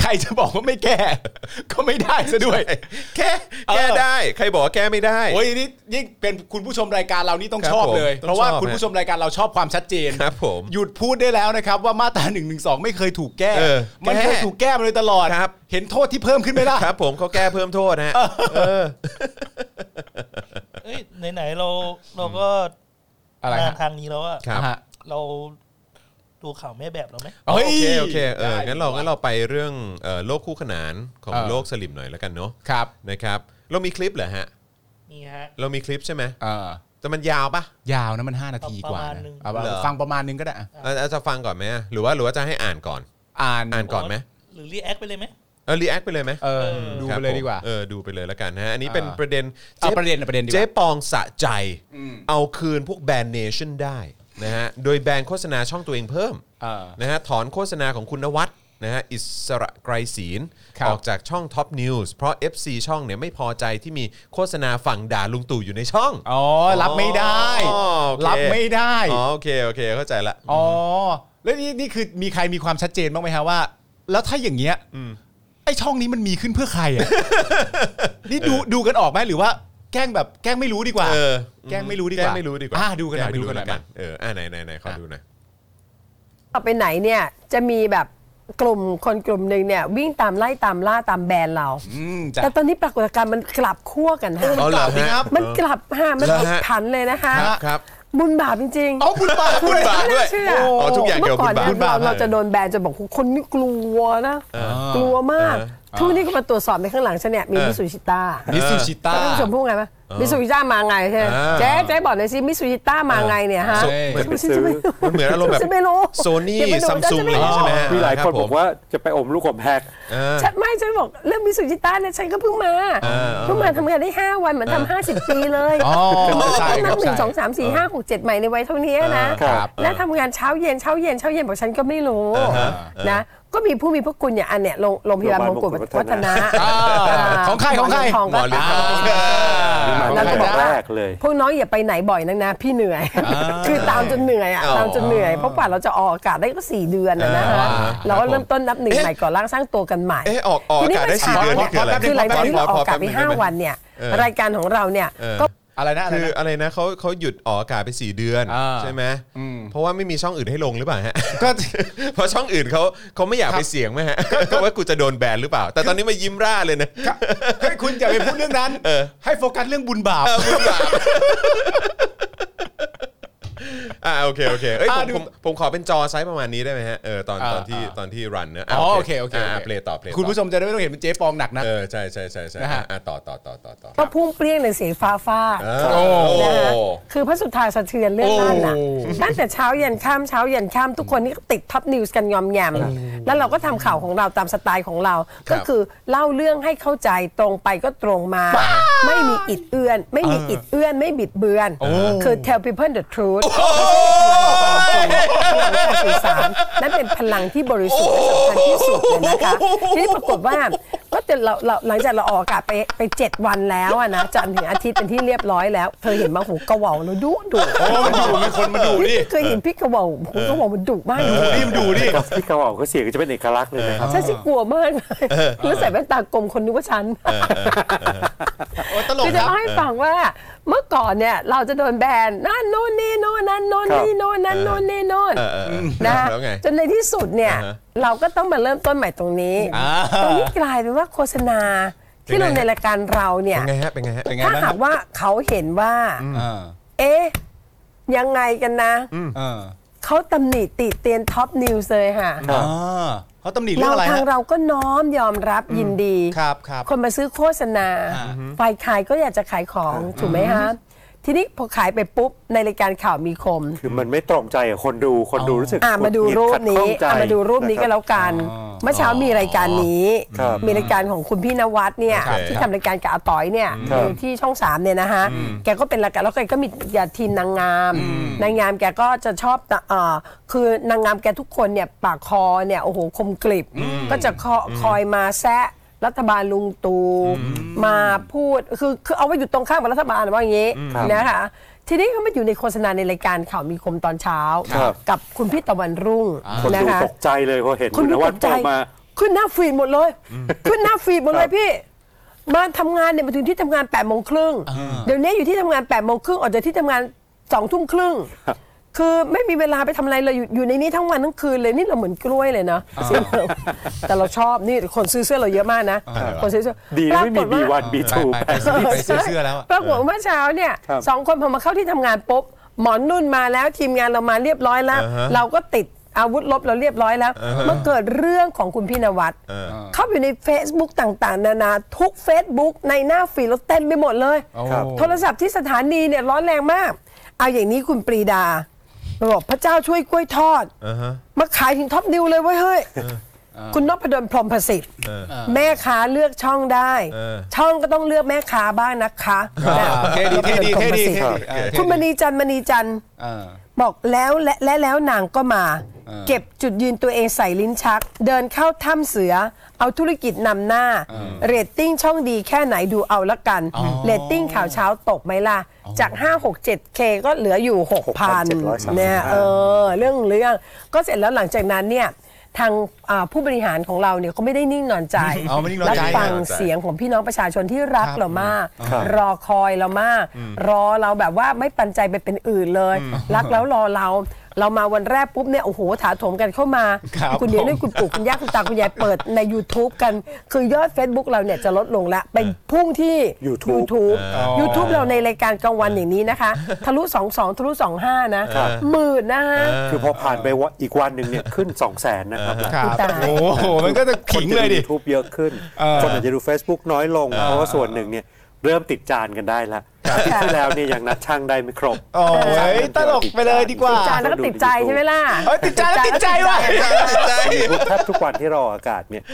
Speaker 3: ใครจะบอกว่าไม่แก้ ก็ไม่ได้ซะด้วย
Speaker 2: แก้
Speaker 3: เออ
Speaker 2: แก้ได้ ใครบอกว่าแก้ไม่ได้
Speaker 3: โอ้ยนี่ยิ่งเป็นคุณผู้ชมรายการเรานี่ต้อง
Speaker 2: ครับ
Speaker 3: ชอบ
Speaker 2: ผม
Speaker 3: เลย
Speaker 2: ต้อง
Speaker 3: เพราะว่า
Speaker 2: ชอบ
Speaker 3: คุณผู้ชมรายการเราชอบความชัดเจน
Speaker 2: ครับผม
Speaker 3: หยุดพูดได้แล้วนะครับ ว่ามาตรา1นึไม่เคยถูกแก้
Speaker 2: เออ
Speaker 3: มัน
Speaker 2: แก้
Speaker 3: เคยถูกแก้มาโดยตลอด
Speaker 2: ครับ
Speaker 3: เห็นโทษที่เพิ่มขึ้นไหมล่ะ
Speaker 2: ครับผมเขาแก้เพิ่มโทษนะฮะเออ
Speaker 4: เอ้ยไหนๆเราเราก็
Speaker 3: อะไร
Speaker 4: มา
Speaker 3: ฮะ
Speaker 4: ทางนี้แล้วอะ
Speaker 2: ครับ
Speaker 3: ฮะ
Speaker 4: เราดูข่าวแม่แบบเราไหม
Speaker 2: โอ
Speaker 3: เฮ้ย
Speaker 2: เคโอเคเออ
Speaker 3: ได้
Speaker 2: งั้นเรางั้นเราไปเรื่องเอ่อโลกคู่ขนานของ
Speaker 3: เออ
Speaker 2: โลกสลิมหน่อยแล้วกันเนาะ
Speaker 3: ครับ
Speaker 2: นะครับเรามีคลิปเหรอฮะ
Speaker 4: นี่ฮะ
Speaker 2: เรามีคลิปใช่ไหม
Speaker 3: เออ
Speaker 2: แต่มันยาวปะ
Speaker 3: ยาวนะมัน 5 นาทีกว่า
Speaker 4: ประมาณ
Speaker 3: นะ
Speaker 4: นึง
Speaker 3: เอาว่า
Speaker 2: เหรอ
Speaker 3: ฟังประมาณนึงก็ได้อะ
Speaker 2: เอาเอาจะฟังก่อนไหมอะหรือว่าหรือว่าจะให้อ่านก่อน
Speaker 3: อ่าน
Speaker 2: อ่านก่อนไหม
Speaker 4: หรือรีแอคไปเลยไหม
Speaker 2: เออรีแอคไปเลยไหม
Speaker 3: เออดู
Speaker 2: ครับ
Speaker 3: ไปเลยดีกว่า
Speaker 2: ผมเออดูไปเลยแล้วกันนะฮะอันนี้
Speaker 3: อ่า
Speaker 2: เป็นประเด็น
Speaker 3: เอา
Speaker 2: เจ๊
Speaker 3: ประเด็นเอาประเด็นดีก
Speaker 2: เจ๊
Speaker 3: ว่า
Speaker 2: ปองสะใจ เอาคืนพวกแบรนด์เนชั่นได้นะฮะโดยแบรนด์โฆษณาช่องตัวเองเพิ่ม
Speaker 3: เออ
Speaker 2: นะฮะถอนโฆษณาของคุณนวัดนะฮะอิสระไกรศีล
Speaker 3: ครับ
Speaker 2: ออกจากช่อง Top News เพราะ FC ช่องเนี่ยไม่พอใจที่มีโฆษณาฝั่งด่าลุงตู่อยู่ในช่อง
Speaker 3: อ๋อรับไม่ได้
Speaker 2: อ๋อโอเค
Speaker 3: รับไม่ได้
Speaker 2: อ๋อโอเคโอเคเข้าใจละ
Speaker 3: อ๋อแล้วนี่นี่คือมีใครมีความชัดเจนบ้างไหมฮะว่า แล้วถ้าอย่างเงี้ยไอช่องนี้มันมีขึ้นเพื่อใครอ่ะ นี่ดูดูกันออกไหมหรือว่า แกล้งแบบแกล้งไม่รู้ดีกว่า
Speaker 2: เออ
Speaker 3: แกล้งไม่รู้ดีกว่า
Speaker 2: แกล้งไม่รู้ดีกว่า
Speaker 3: อ่ะดูกันหน่อย
Speaker 2: แล้งไม่รู้
Speaker 3: ดูกันหน่อย
Speaker 2: แล้วเอออ่าไหนไหนไหนขอดูหน่อย
Speaker 5: ต่อไปไหนเนี่ยจะมีแบบกลุ่มคนกลุ่มหนึ่งเนี่ยวิ่งตามไล่ตามล่าตามแบรนด์เรา
Speaker 3: อืมจ้ะ
Speaker 5: แต่ตอนนี้ปรากฏการณ์มันกลับขั้วกันฮะ
Speaker 2: เอาเหรอฮะ
Speaker 5: มันกลับฮะมัน
Speaker 2: เหรอฮะ
Speaker 5: กลับผันเลยนะคะ
Speaker 2: ครับครับ
Speaker 5: บุญบาปจริงๆ
Speaker 3: เอาบุญบาป
Speaker 5: คือ
Speaker 3: บุญบาป
Speaker 5: ไม่
Speaker 2: ด้วย
Speaker 5: น่เชื่อ
Speaker 2: โอ้อ๋อทุกอย่างเกี่ยวกับ
Speaker 5: มื่ก่น
Speaker 2: บุญบาป
Speaker 5: นี่ยเราเรา
Speaker 2: ฮะ
Speaker 5: จะโดนแบนจะบอกคนนี่กลัวนะ
Speaker 2: เออก
Speaker 5: ลัวมาก
Speaker 2: เออ
Speaker 5: ทุกวันนี้ก็มาตรวจสอบในข้างหลังฉันเนี่ยมี
Speaker 2: เออ
Speaker 5: มิสซูชิต้า
Speaker 3: มิสซูชิต้า
Speaker 5: แล้วคุณผู้ชมพูดไงไหม มิสซูริต้ามาไงใช่ไหม
Speaker 2: อ่า
Speaker 5: เจ๊เจ๊บอกหน่อยสิมิสซูริต้ามาไงเนี่ยฮะ
Speaker 2: ส่งเหมือน
Speaker 5: ไม่ซื้อ
Speaker 2: มันเหมือนอารมณ์แบบ
Speaker 5: ฉันไม่รู้
Speaker 2: โซนี่
Speaker 5: เดี๋ยวไปดู
Speaker 2: ซัมซุง
Speaker 5: ฉันไม่รู้
Speaker 2: ใช่ไหมฮะ
Speaker 6: มีหลายคน
Speaker 2: รั
Speaker 6: บอกว่าจะไปอมลูกอมแฮก
Speaker 2: อ่า
Speaker 5: ฉันไม่ฉันบอกเรื่องมิสซูริต้าเนี่ยฉันก็เพิ่งมา
Speaker 2: อ่า
Speaker 5: เพิ่งมาทำงานได้ 5 วันเหมือนทำห้าสิบปีเลย
Speaker 3: อ๋อใช่ค
Speaker 5: ได้นั
Speaker 3: รั
Speaker 5: บบ หนึ่
Speaker 3: ใช่
Speaker 5: งสองสามสี่ห้าหกเจ็ดใหม่ในวัยเท่านี้นะ
Speaker 6: ครับ
Speaker 5: และทำงานเช้าเย็นเช้าเย็นเช้าเย็นบอกฉันก็ไม่รู้นะก็มีผู้มีพระคุณอย่างอันเนี่ยโรงโรงพยาบาลมงกุฎวัฒนะ
Speaker 3: อ่าของใครของใคร
Speaker 5: ของ
Speaker 2: หมอเหรียญทอง
Speaker 6: มีมา
Speaker 3: แล้
Speaker 6: ตั้
Speaker 3: ว
Speaker 6: ง
Speaker 3: ก็
Speaker 5: บ
Speaker 6: แต่
Speaker 5: อกว่า
Speaker 6: แรกเลย
Speaker 5: พวกน้องอย่าไปไหนบ่อยนักนะพี่เหนื่อย
Speaker 3: อ่า
Speaker 5: คือตามจนเหนื่อยอ่ะ
Speaker 2: อ๋อ
Speaker 5: ตามจนเหนื่อยเพราะกว่าเราจะออกอากาศได้ก็ 4 เดือนนะนะ
Speaker 2: อ่า
Speaker 5: ฮะเราก็เริ่มต้นนับหนึ่ง
Speaker 2: เอ๊ะ
Speaker 5: ใหม่ก่อนร่างสร้างตัวกันใหม่
Speaker 2: เอ๊ะออกออกอากาศได้
Speaker 5: ทีนี้
Speaker 2: สี่
Speaker 5: มั
Speaker 2: เดือ
Speaker 5: น
Speaker 2: นนี่คืออะไร
Speaker 3: ขอ
Speaker 5: คือหลังจากที่เราออกอากาศไปห้าวันเนี่ย
Speaker 2: เออ
Speaker 5: รายการของเราเนี่ยก็
Speaker 3: อะไรนะอะไร
Speaker 2: คือ
Speaker 3: นะ
Speaker 2: อะไรนะเขาเขาหยุดออกอากาศไป 4 เดือน
Speaker 3: อ่า
Speaker 2: ใช่ไหม
Speaker 3: อืม
Speaker 2: เพราะว่าไม่มีช่องอื่นให้ลงหรือเปล่าฮะ
Speaker 3: ก็
Speaker 2: [laughs] เพราะช่องอื่นเขาเขาไม่อยากไปเสี่ยงไหมฮะว่ากูจะโดนแบนหรือเปล่า แต่ตอนนี้มายิ้มร่าเลยนะ
Speaker 3: เฮ้ยคุณอย่าไปพูดเรื่องนั้น ให้โฟกัสเรื่องบุญบาป
Speaker 2: อ่าโอเคโอเคเอ้ยผม
Speaker 3: อ่ะดู
Speaker 2: ผมผมขอเป็นจอไซส์ประมาณนี้ได้ไหมฮะเออตอน
Speaker 3: อ่า
Speaker 2: ตอนที่
Speaker 3: อ่า
Speaker 2: ตอนที่รันเนอะะ
Speaker 3: อ๋อโอเคโอเคโอ
Speaker 2: อ่า
Speaker 3: เค
Speaker 2: เพลต่อเพล
Speaker 3: คุณผู้ชมจะได้ไม่ต้องเห็นเป็นเจ๊ปองหนักนะ
Speaker 2: เออใช่ใช่ใช่ใช่
Speaker 3: นะฮะ
Speaker 2: อ่ะต่อต่อต่อต่อต่อ
Speaker 5: ก็พุ่งเปรี้ยงในเสียงฟ้าฟ้า
Speaker 2: เอ
Speaker 5: ด
Speaker 2: อ
Speaker 3: โอ้
Speaker 5: นะฮะคือพระสุธาสะเทือนเรื่องนั่นน่ะ
Speaker 3: โอ้
Speaker 5: ตั้งแต่เช้ายันข้ามเช้ายันข้ามทุกคนนี่ก็ติดท็อปนิวส์กันงอมแงมอะแล้วเราก็ทำข่าวของเราตามสไตล์ของเรา ก็คือเล่าเรื่องให้เข้าใจตรงไปก็ตรงมา ไม่มีอิดเอือน ไม่มีอิดเอือนไม่บิดเบือน คือ tell people the truth สื่อสารนั่นเป็นพลังที่บริสุทธิ์และสำคัญที่สุดเลยนะคะ ทีนี้ปรากฏว่าก็จะเราเราหลังจากเราออกอากาศไปไปเจ็ดวันแล้วอะนะจันทร์ถึงอาทิตย์เป็นที่เรียบร้อยแล้ว เธอเห็นมาหูกระเหว่าแล้วดุดุ
Speaker 3: โอ้มันดูมันคนมันดูดิ
Speaker 5: เคยเห็นพี่กระเหว่าหูกระเหว่ามันดุมากเลย
Speaker 3: นี่มันดูดิ
Speaker 6: ที่เขาออกเขาเสียงก็จะเป็นเอกลักษณ์เลยนะครับ
Speaker 5: ฉันสิกลัวมากเลยแล้วใส่แว่นตากลมคนนึกว่าฉัน
Speaker 2: โอ้ตลก
Speaker 5: คือ
Speaker 2: ค
Speaker 5: จะ
Speaker 2: รับ
Speaker 5: เล่าให้ฟังว่าเมื่อก่อนเนี่ยเราจะโดนแบนนั่นนู่นนี่นู่นนั่นนู่น
Speaker 6: ครับ
Speaker 5: นี่นู่นนั่นนู่นนี่นู่น
Speaker 2: เออเออเออ
Speaker 5: นะ
Speaker 2: แล้วไง
Speaker 5: จนในที่สุดเนี่ย เราก็ต้องมาเริ่มต้นใหม่ตรงนี้
Speaker 3: อ่า
Speaker 5: ตรงนี้กลายเป็นว่าโฆษณาที่ลงในรายการเราเนี่ย
Speaker 2: เป็นไงฮะเป็นไงฮะ
Speaker 3: เป็นไง
Speaker 5: ถ้า
Speaker 3: บ้างค
Speaker 5: หา
Speaker 3: รับ
Speaker 5: กว่าเขาเห็นว่า
Speaker 3: อ่า
Speaker 5: เอ๊ะ ยังไงกันนะ
Speaker 3: อ่า
Speaker 5: เขาตำหนิติเตียนท็อปนิวส์เลยค่ะ
Speaker 6: ครับ
Speaker 3: อ่าเขาตำหนิเรื่อง
Speaker 5: เรา
Speaker 3: อะไร
Speaker 5: ทาง
Speaker 3: ฮะ
Speaker 5: เราก็น้อมยอมรับยินดี
Speaker 3: ครับครับ
Speaker 5: คนมาซื้อโฆษณา
Speaker 3: อ่า
Speaker 5: ฝ่ายขายก็อยากจะขายของถูกไหมฮะ ทีนี้พอขายไปปุ๊บ ในรายการข่าวมีคม
Speaker 6: คือมันไม่ตรงใจกับคนดูคนดูรู้สึก
Speaker 5: อ่ะมาดูรูป
Speaker 6: ห
Speaker 5: นี้
Speaker 6: งิดขัดข้องใจ
Speaker 5: อ่ะมาดูรูปนี้ก็แล้วกัน เมื่อเช้ามีรายการนี้
Speaker 6: ครับ
Speaker 5: มีรายการของคุณพี่นวัดเนี่ย
Speaker 2: ครับ
Speaker 5: ที่ทำรายการกับอาต๋อยเนี่ย
Speaker 6: ครับ
Speaker 5: อยู่ที่ช่องสามเนี่ยนะฮะแกก็เป็นรายการแล้วแกก็มีทีมนางงามนางงามแกก็จะชอบเอ่อคือนางงามแกทุกคนเนี่ยปากคอเนี่ยโอ้โหคมกริบก็จะคอคอยมาแซะรัฐบาลลุงตูมาพูดคือคือเอาไว้อยู่ตรงข้ามกับรัฐบาลว่าอย่างนี้
Speaker 6: ครับ
Speaker 5: นะคะทีนี้เขามาอยู่ในโฆษณาในรายการข่าวมีคมตอนเช้า
Speaker 6: ครับ
Speaker 5: กับคุณพี่ตะวันรุ่ง
Speaker 6: คน
Speaker 5: นะ
Speaker 6: ดู
Speaker 5: คะ
Speaker 6: ตกใจเลยพอเห็น
Speaker 5: คุณ
Speaker 6: คุณน
Speaker 5: ดู
Speaker 6: วั
Speaker 5: ต
Speaker 6: ด
Speaker 5: ก
Speaker 6: โผ
Speaker 5: ใจ
Speaker 6: ล่มา
Speaker 5: ขึ้นหน้าฟีดหมดเลย ขึ้นหน้าฟีดหมดเลย
Speaker 6: ครับ
Speaker 5: พี่ มาทำงานเนี่ยมาถึงที่ทำงาน8ปดโมงครึ่งเดี๋ยวนี้อยู่ที่ทำงาน8ปดโมงครึ่งออกจากที่ทำงานสองทุ่มครึ่งคือไม่มีเวลาไปทำอะไรเลยอยู่อยู่ในนี้ทั้งวันทั้งคืนเลยนี่เราเหมือนกล้วยเลยนะซึ่งเราแต่เราชอบนี่คนซื้อเสื้อเราเยอะมากนะคนซื้อเสื้อ
Speaker 6: ดีนะไม่
Speaker 5: ป
Speaker 6: มี
Speaker 5: รากฏว่า
Speaker 6: B1 B2
Speaker 3: ไป
Speaker 6: ไป
Speaker 3: ไปไปไปซื้อเสื้อแล้วอะ
Speaker 5: ปรากฏว่าเมื่อเช้าเนี่ย
Speaker 6: ครับ
Speaker 5: สองคนพอมาเข้าที่ทำงานปุ๊บหมอนนุ่นมาแล้วทีมงานเรามาเรียบร้อยแล้ว
Speaker 2: อ่าฮะ
Speaker 5: เราก็ติดอาวุธลบเราเรียบร้อยแล้วเมื่อเกิดเรื่องของคุณพี่นวัด
Speaker 2: อ่า
Speaker 5: เข้าไปอยู่ใน Facebook ต่างๆ นานาทุก Facebook ในหน้าฟีดเราเต็มไปหมดเลย
Speaker 6: ครับ
Speaker 5: โทรศัพท์ที่สถานีเนี่ยร้อนแรงมาก เอาอย่างนี้คุณปรีดาบอกพระเจ้าช่วยกล้วยทอด
Speaker 2: อ่าฮะ
Speaker 5: มาขายถึงท็อปนิวเลยเว้ยเฮ้ย คุณนพดลพรหมประสิทธิ์แม่ค้าเลือกช่องได้
Speaker 2: เออ
Speaker 5: ช่องก็ต้องเลือกแม่ค้าบ้างนะคะ
Speaker 3: อ่าเท่ดีเท่ดีเท่ดีเท่
Speaker 5: นพดลพรหมประสิทธิ์
Speaker 3: ดีอ่าเท่ดี
Speaker 5: คุณมณีจันทร์มณีจันทร์
Speaker 3: อ่า
Speaker 5: บอกแล้วและและแล้วนางก็มา
Speaker 3: เออ
Speaker 5: เก็บจุดยืนตัวเองใส่ลิ้นชัก เดินเข้าถ้ำเสือ เอาธุรกิจนำหน้า เรตติ้งช่องดีแค่ไหนดูเอาละกัน เรตติ้งข่าวเช้าตกไหมล่ะ จาก 567K ก็เหลืออยู่ 6,000
Speaker 6: 6,735
Speaker 5: เนี่ยเออเรื่องเรื่องก็เสร็จแล้วหลังจากนั้นเนี่ยทางอ่าผู้บริหารของเราเนี่ยก็ไม่ได้นิ่งนอนใจ
Speaker 3: เอาไม่นิ่งนอนใจ
Speaker 5: รับฟัง
Speaker 2: ไม่นิ่งนอนใจ
Speaker 5: เสียงของพี่น้องประชาชนที่รัก
Speaker 3: ครับ
Speaker 5: เรามาก
Speaker 6: ครับ
Speaker 5: รอคอยเรามาก รอเราแบบว่าไม่ปันใจไปเป็นอื่นเลย รักแล้วรอเรา เรามาวันแรกปุ๊บเนี่ยโอ้โหถาโถมกันเข้ามา
Speaker 3: ครับ
Speaker 5: ณเดี๋ยวนี่
Speaker 3: ผม
Speaker 5: คุณปู่คุณย่าคุณตาคุณยายเปิดใน YouTube กัน คือยอด Facebook เราเนี่ยจะลดลงละไปพุ่งที่
Speaker 6: YouTube
Speaker 5: YouTube
Speaker 3: อ๋อ
Speaker 5: YouTube เราในรายการกลางวันอย่างนี้นะคะ ทะลุ 22 ทะลุ 25 นะ
Speaker 6: ครับ
Speaker 5: หมื่นนะฮะ
Speaker 6: คือพอผ่านไปว่าอีกวันหนึ่งเนี่ยขึ้น 2 0 0แสนนะครับ
Speaker 3: ครับ
Speaker 5: ตาย
Speaker 3: โอ้โหมันก็จะ
Speaker 6: ค
Speaker 3: ขิ
Speaker 6: น
Speaker 3: ง
Speaker 6: จะ
Speaker 3: เลย
Speaker 6: ดู
Speaker 3: ดิ
Speaker 6: YouTube เยอะขึ้น
Speaker 3: เออ
Speaker 6: คนอาจจะดู Facebook น้อยลง เพราะว่าส่วนหนึ่งเนี่ย เริ่มติดจานกันได้ละอาทิตย์ที่แล้วเนี่ยยังนัดช่างได้ไม่ครบ
Speaker 3: โอ้ยตลกไปเลยดีกว่า
Speaker 5: จานแล้วก็ติดใจใช่ไหมล่ะ
Speaker 3: เอ้ยติดใจแล้วติดใจว่ะ
Speaker 6: แทบทุกวันที่เราออกอากาศเนี่ย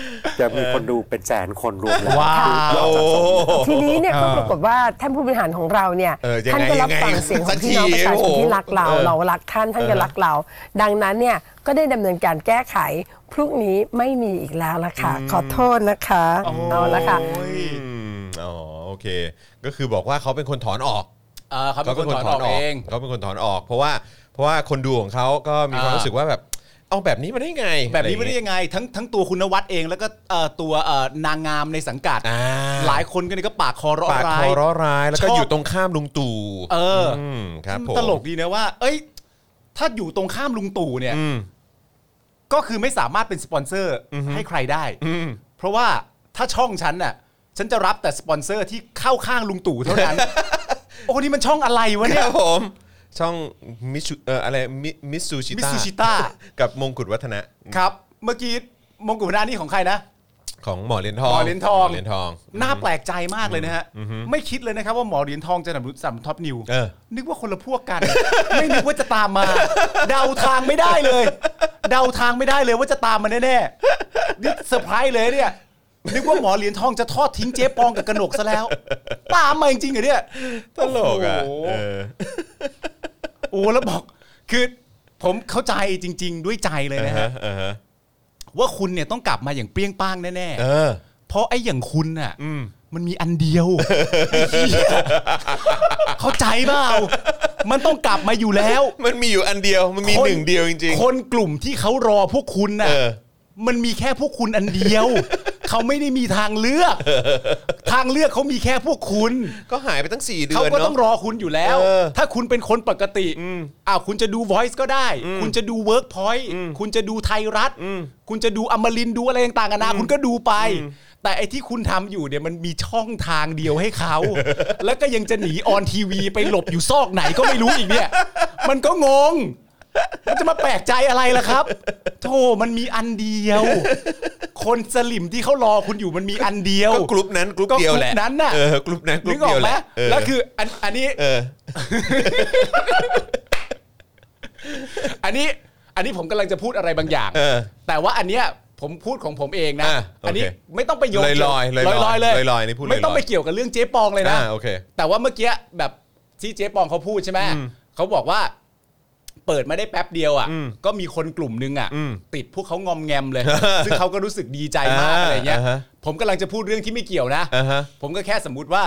Speaker 6: จะมีคนดูเป็นแสนคนรวมแล้ว
Speaker 3: ว้าว
Speaker 2: โอ้โห
Speaker 5: [laughs] ทีนี้เนี่ยก็ปรากฏว่าท่านผู้บริหารของเราเนี่ย
Speaker 2: เออยังไง
Speaker 5: ท่านก็รับฟัง
Speaker 2: ยังไง
Speaker 5: เสียงข
Speaker 2: สั
Speaker 5: อก ง
Speaker 2: ที
Speaker 5: พี่น้องประชาชนที่รักเรา
Speaker 2: โอ้โห
Speaker 5: เรารักท่านท่านก็รักเรา ดังนั้นเนี่ยก็ได้ดำเนินการแก้ไขพรุ่งนี้ไม่มีอีกแล้วละค่ะ ขอโทษนะคะเอาละค่ะ
Speaker 2: ืมอ๋อโอเค ก็คือบอกว่าเขาเป็นคนถอนออก
Speaker 3: เออเขาเป็นคนถอนออกเอง
Speaker 2: เขาเป็นคนถอนออก เพราะว่าเพราะว่าคนดูของเขาก็มีความ
Speaker 3: อ่า
Speaker 2: รู้สึกว่าแบบเอาแบบนี้มาได้ไง
Speaker 3: แบบนี้
Speaker 2: อะ
Speaker 3: ไม่
Speaker 2: ร
Speaker 3: ได้
Speaker 2: อางเงี้
Speaker 3: ยังไง ทั้งทั้งตัวคุณนวัดเองแล้วก็เอ่อตัวเอ่อนางงามในสังกัด
Speaker 2: อ่า
Speaker 3: หลายคนก็นี่ก็ปากคอร้อ
Speaker 2: ปาก
Speaker 3: ร้า
Speaker 2: ค
Speaker 3: ย
Speaker 2: อร้อร้าย แล้วก็
Speaker 3: ชอบ
Speaker 2: อยู่ตรงข้ามลุงตู่
Speaker 3: เอออ
Speaker 2: มครับผม
Speaker 3: ตลกดีนะว่า เอ้ย ถ้าอยู่ตรงข้ามลุงตู่เนี่ย
Speaker 2: อืม
Speaker 3: ก็คือไม่สามารถเป็นสปอนเซอร์ให้ใครได้
Speaker 2: อืม
Speaker 3: เพราะว่าถ้าช่องฉันน่ะ ฉันจะรับแต่สปอนเซอร์ที่เข้าข้างลุงตู่เท่า
Speaker 2: [laughs]
Speaker 3: นั้น โอ้นี่มันช่องอะไรวะ
Speaker 2: ค
Speaker 3: เนี่ย
Speaker 2: รับผมช่องมิสเอ่ออะไรมิสซูชิต้า
Speaker 3: Mitsushita
Speaker 2: [laughs] กับมงกุฎวัฒนะครับ
Speaker 3: เมื่อกี้มงกุฎหน้านี่ของใครนะ
Speaker 2: ของหมอเหรียญทอง
Speaker 3: หมอเหรียญทอง
Speaker 2: หมอเหรียญทอง
Speaker 3: น่าแปลกใจมากเลยนะฮะ ไม่คิดเลยนะครับว่าหมอเหรียญทองจะสนับสนุนสนับสนุนท็อปนิว
Speaker 2: เออ
Speaker 3: นึกว่าคนละพวกกัน ไม่นึกว่าจะตามมา เดาทางไม่ได้เลย เดาทางไม่ได้เลยว่าจะตามมาแน่ๆนี่เซอร์ไพรส์เลยเนี่ยนึกว่าหมอเหรียญทองจะทอดทิ้งเจ๊ปองกับกระหนกซะแล้ว ตามมาจริงๆเหรอเนี่ย
Speaker 2: ตลกอ่ะ
Speaker 3: โอ้โห
Speaker 2: เออ
Speaker 3: โอ้แล้วบอกคือผมเข้าใจจริง ๆ ด้วยใจเลยนะฮะ
Speaker 2: เออฮะ
Speaker 3: ว่าคุณเนี่ยต้องกลับมาอย่างเปรี้ยงป้างแน่
Speaker 2: เออ
Speaker 3: ๆเพราะไอ้อย่างคุณน่ะมันมีอันเดียวไอ้เหี้ยเข้าใจเปล่ามันต้องกลับมาอยู่แล้ว
Speaker 2: มันมีอยู่อันเดียวมันมี
Speaker 3: ค
Speaker 2: หนึ่งเดียวจริง
Speaker 3: คนกลุ่มที่เขารอพวกคุณน่ะ
Speaker 2: เออ
Speaker 3: มันมีแค่พวกคุณอันเดียว เขาไม่ได้มีทางเลือก ทางเลือกเขามีแค่พวกคุณ
Speaker 2: ๆ ก็หายไปตั้ง 4 เดือน
Speaker 3: เขา
Speaker 2: เนาะ
Speaker 3: ก็ต้องรอคุณอยู่แล้ว
Speaker 2: เออ
Speaker 3: ถ้าคุณเป็นคนปกติอ้าวคุณจะดู Voice ก็ได้ คุณจะดู Workpoint คุณจะดูไทยรัฐ คุณจะดูอมรินทร์ดูอะไรต่างๆนานาคุณก็ดูไป แต่ไอ้ที่คุณทำอยู่เนี่ยมันมีช่องทางเดียวให้
Speaker 2: [laughs]
Speaker 3: เขา แล้วก็ยังจะหนีออนทีวีไปหลบอยู่ซอกไหนก็ไม่รู้อีก
Speaker 2: [laughs]
Speaker 3: เนี่ย มันก็งง มันจะมาแปลกใจอะไรล่ะครับ โธ่มันมีอันเดียว คนสลิมที่เขารอคุณอยู่มันมีอันเดียว
Speaker 2: ก็กลุ่มนั้นกลุ่มเดียวแหละ
Speaker 3: ก็กรุ๊ปนั้นน่ะ
Speaker 2: เออกลุ่มนั้นก
Speaker 3: นึ
Speaker 2: ลุ่ม
Speaker 3: กอ
Speaker 2: เดี
Speaker 3: อ
Speaker 2: ยว
Speaker 3: ก
Speaker 2: แห
Speaker 3: ไหม
Speaker 2: ละเ
Speaker 3: แล้วคืออันอันนี้
Speaker 2: เออ
Speaker 3: อันนี้อันนี้ผมกำลังจะพูดอะไรบางอย่าง
Speaker 2: เออ
Speaker 3: แต่ว่าอันเนี้ยผมพูดของผมเองนะ
Speaker 2: อ่ะโอเค
Speaker 3: นี้ไม่ต้องไปโยง
Speaker 2: ลอยๆลอยๆ
Speaker 3: ลอยๆเลย
Speaker 2: ลอยๆนี่พูดลอยๆ
Speaker 3: ไม่ต้องไปเกี่ยวกับเรื่องเจ๊ปองเลยนะ
Speaker 2: อ่ะโอเค
Speaker 3: แต่ว่าเมื่อกี้แบบที่เจ๊ปองเขาพูดใช่ไหมเขาบอกว่า เปิดมาได้แป๊บเดียวอ่ะก็มีคนกลุ่มนึงอ่ะติดพวกเขางอมแงมเลย ซึ่งเขาก็รู้สึกดีใจมาก
Speaker 2: อ่า
Speaker 3: อะไรเงี้ย
Speaker 2: อ่าฮะ
Speaker 3: ผมกำลังจะพูดเรื่องที่ไม่เกี่ยวนะ
Speaker 2: อ่าฮะ
Speaker 3: ผมก็แค่สมมุติว่า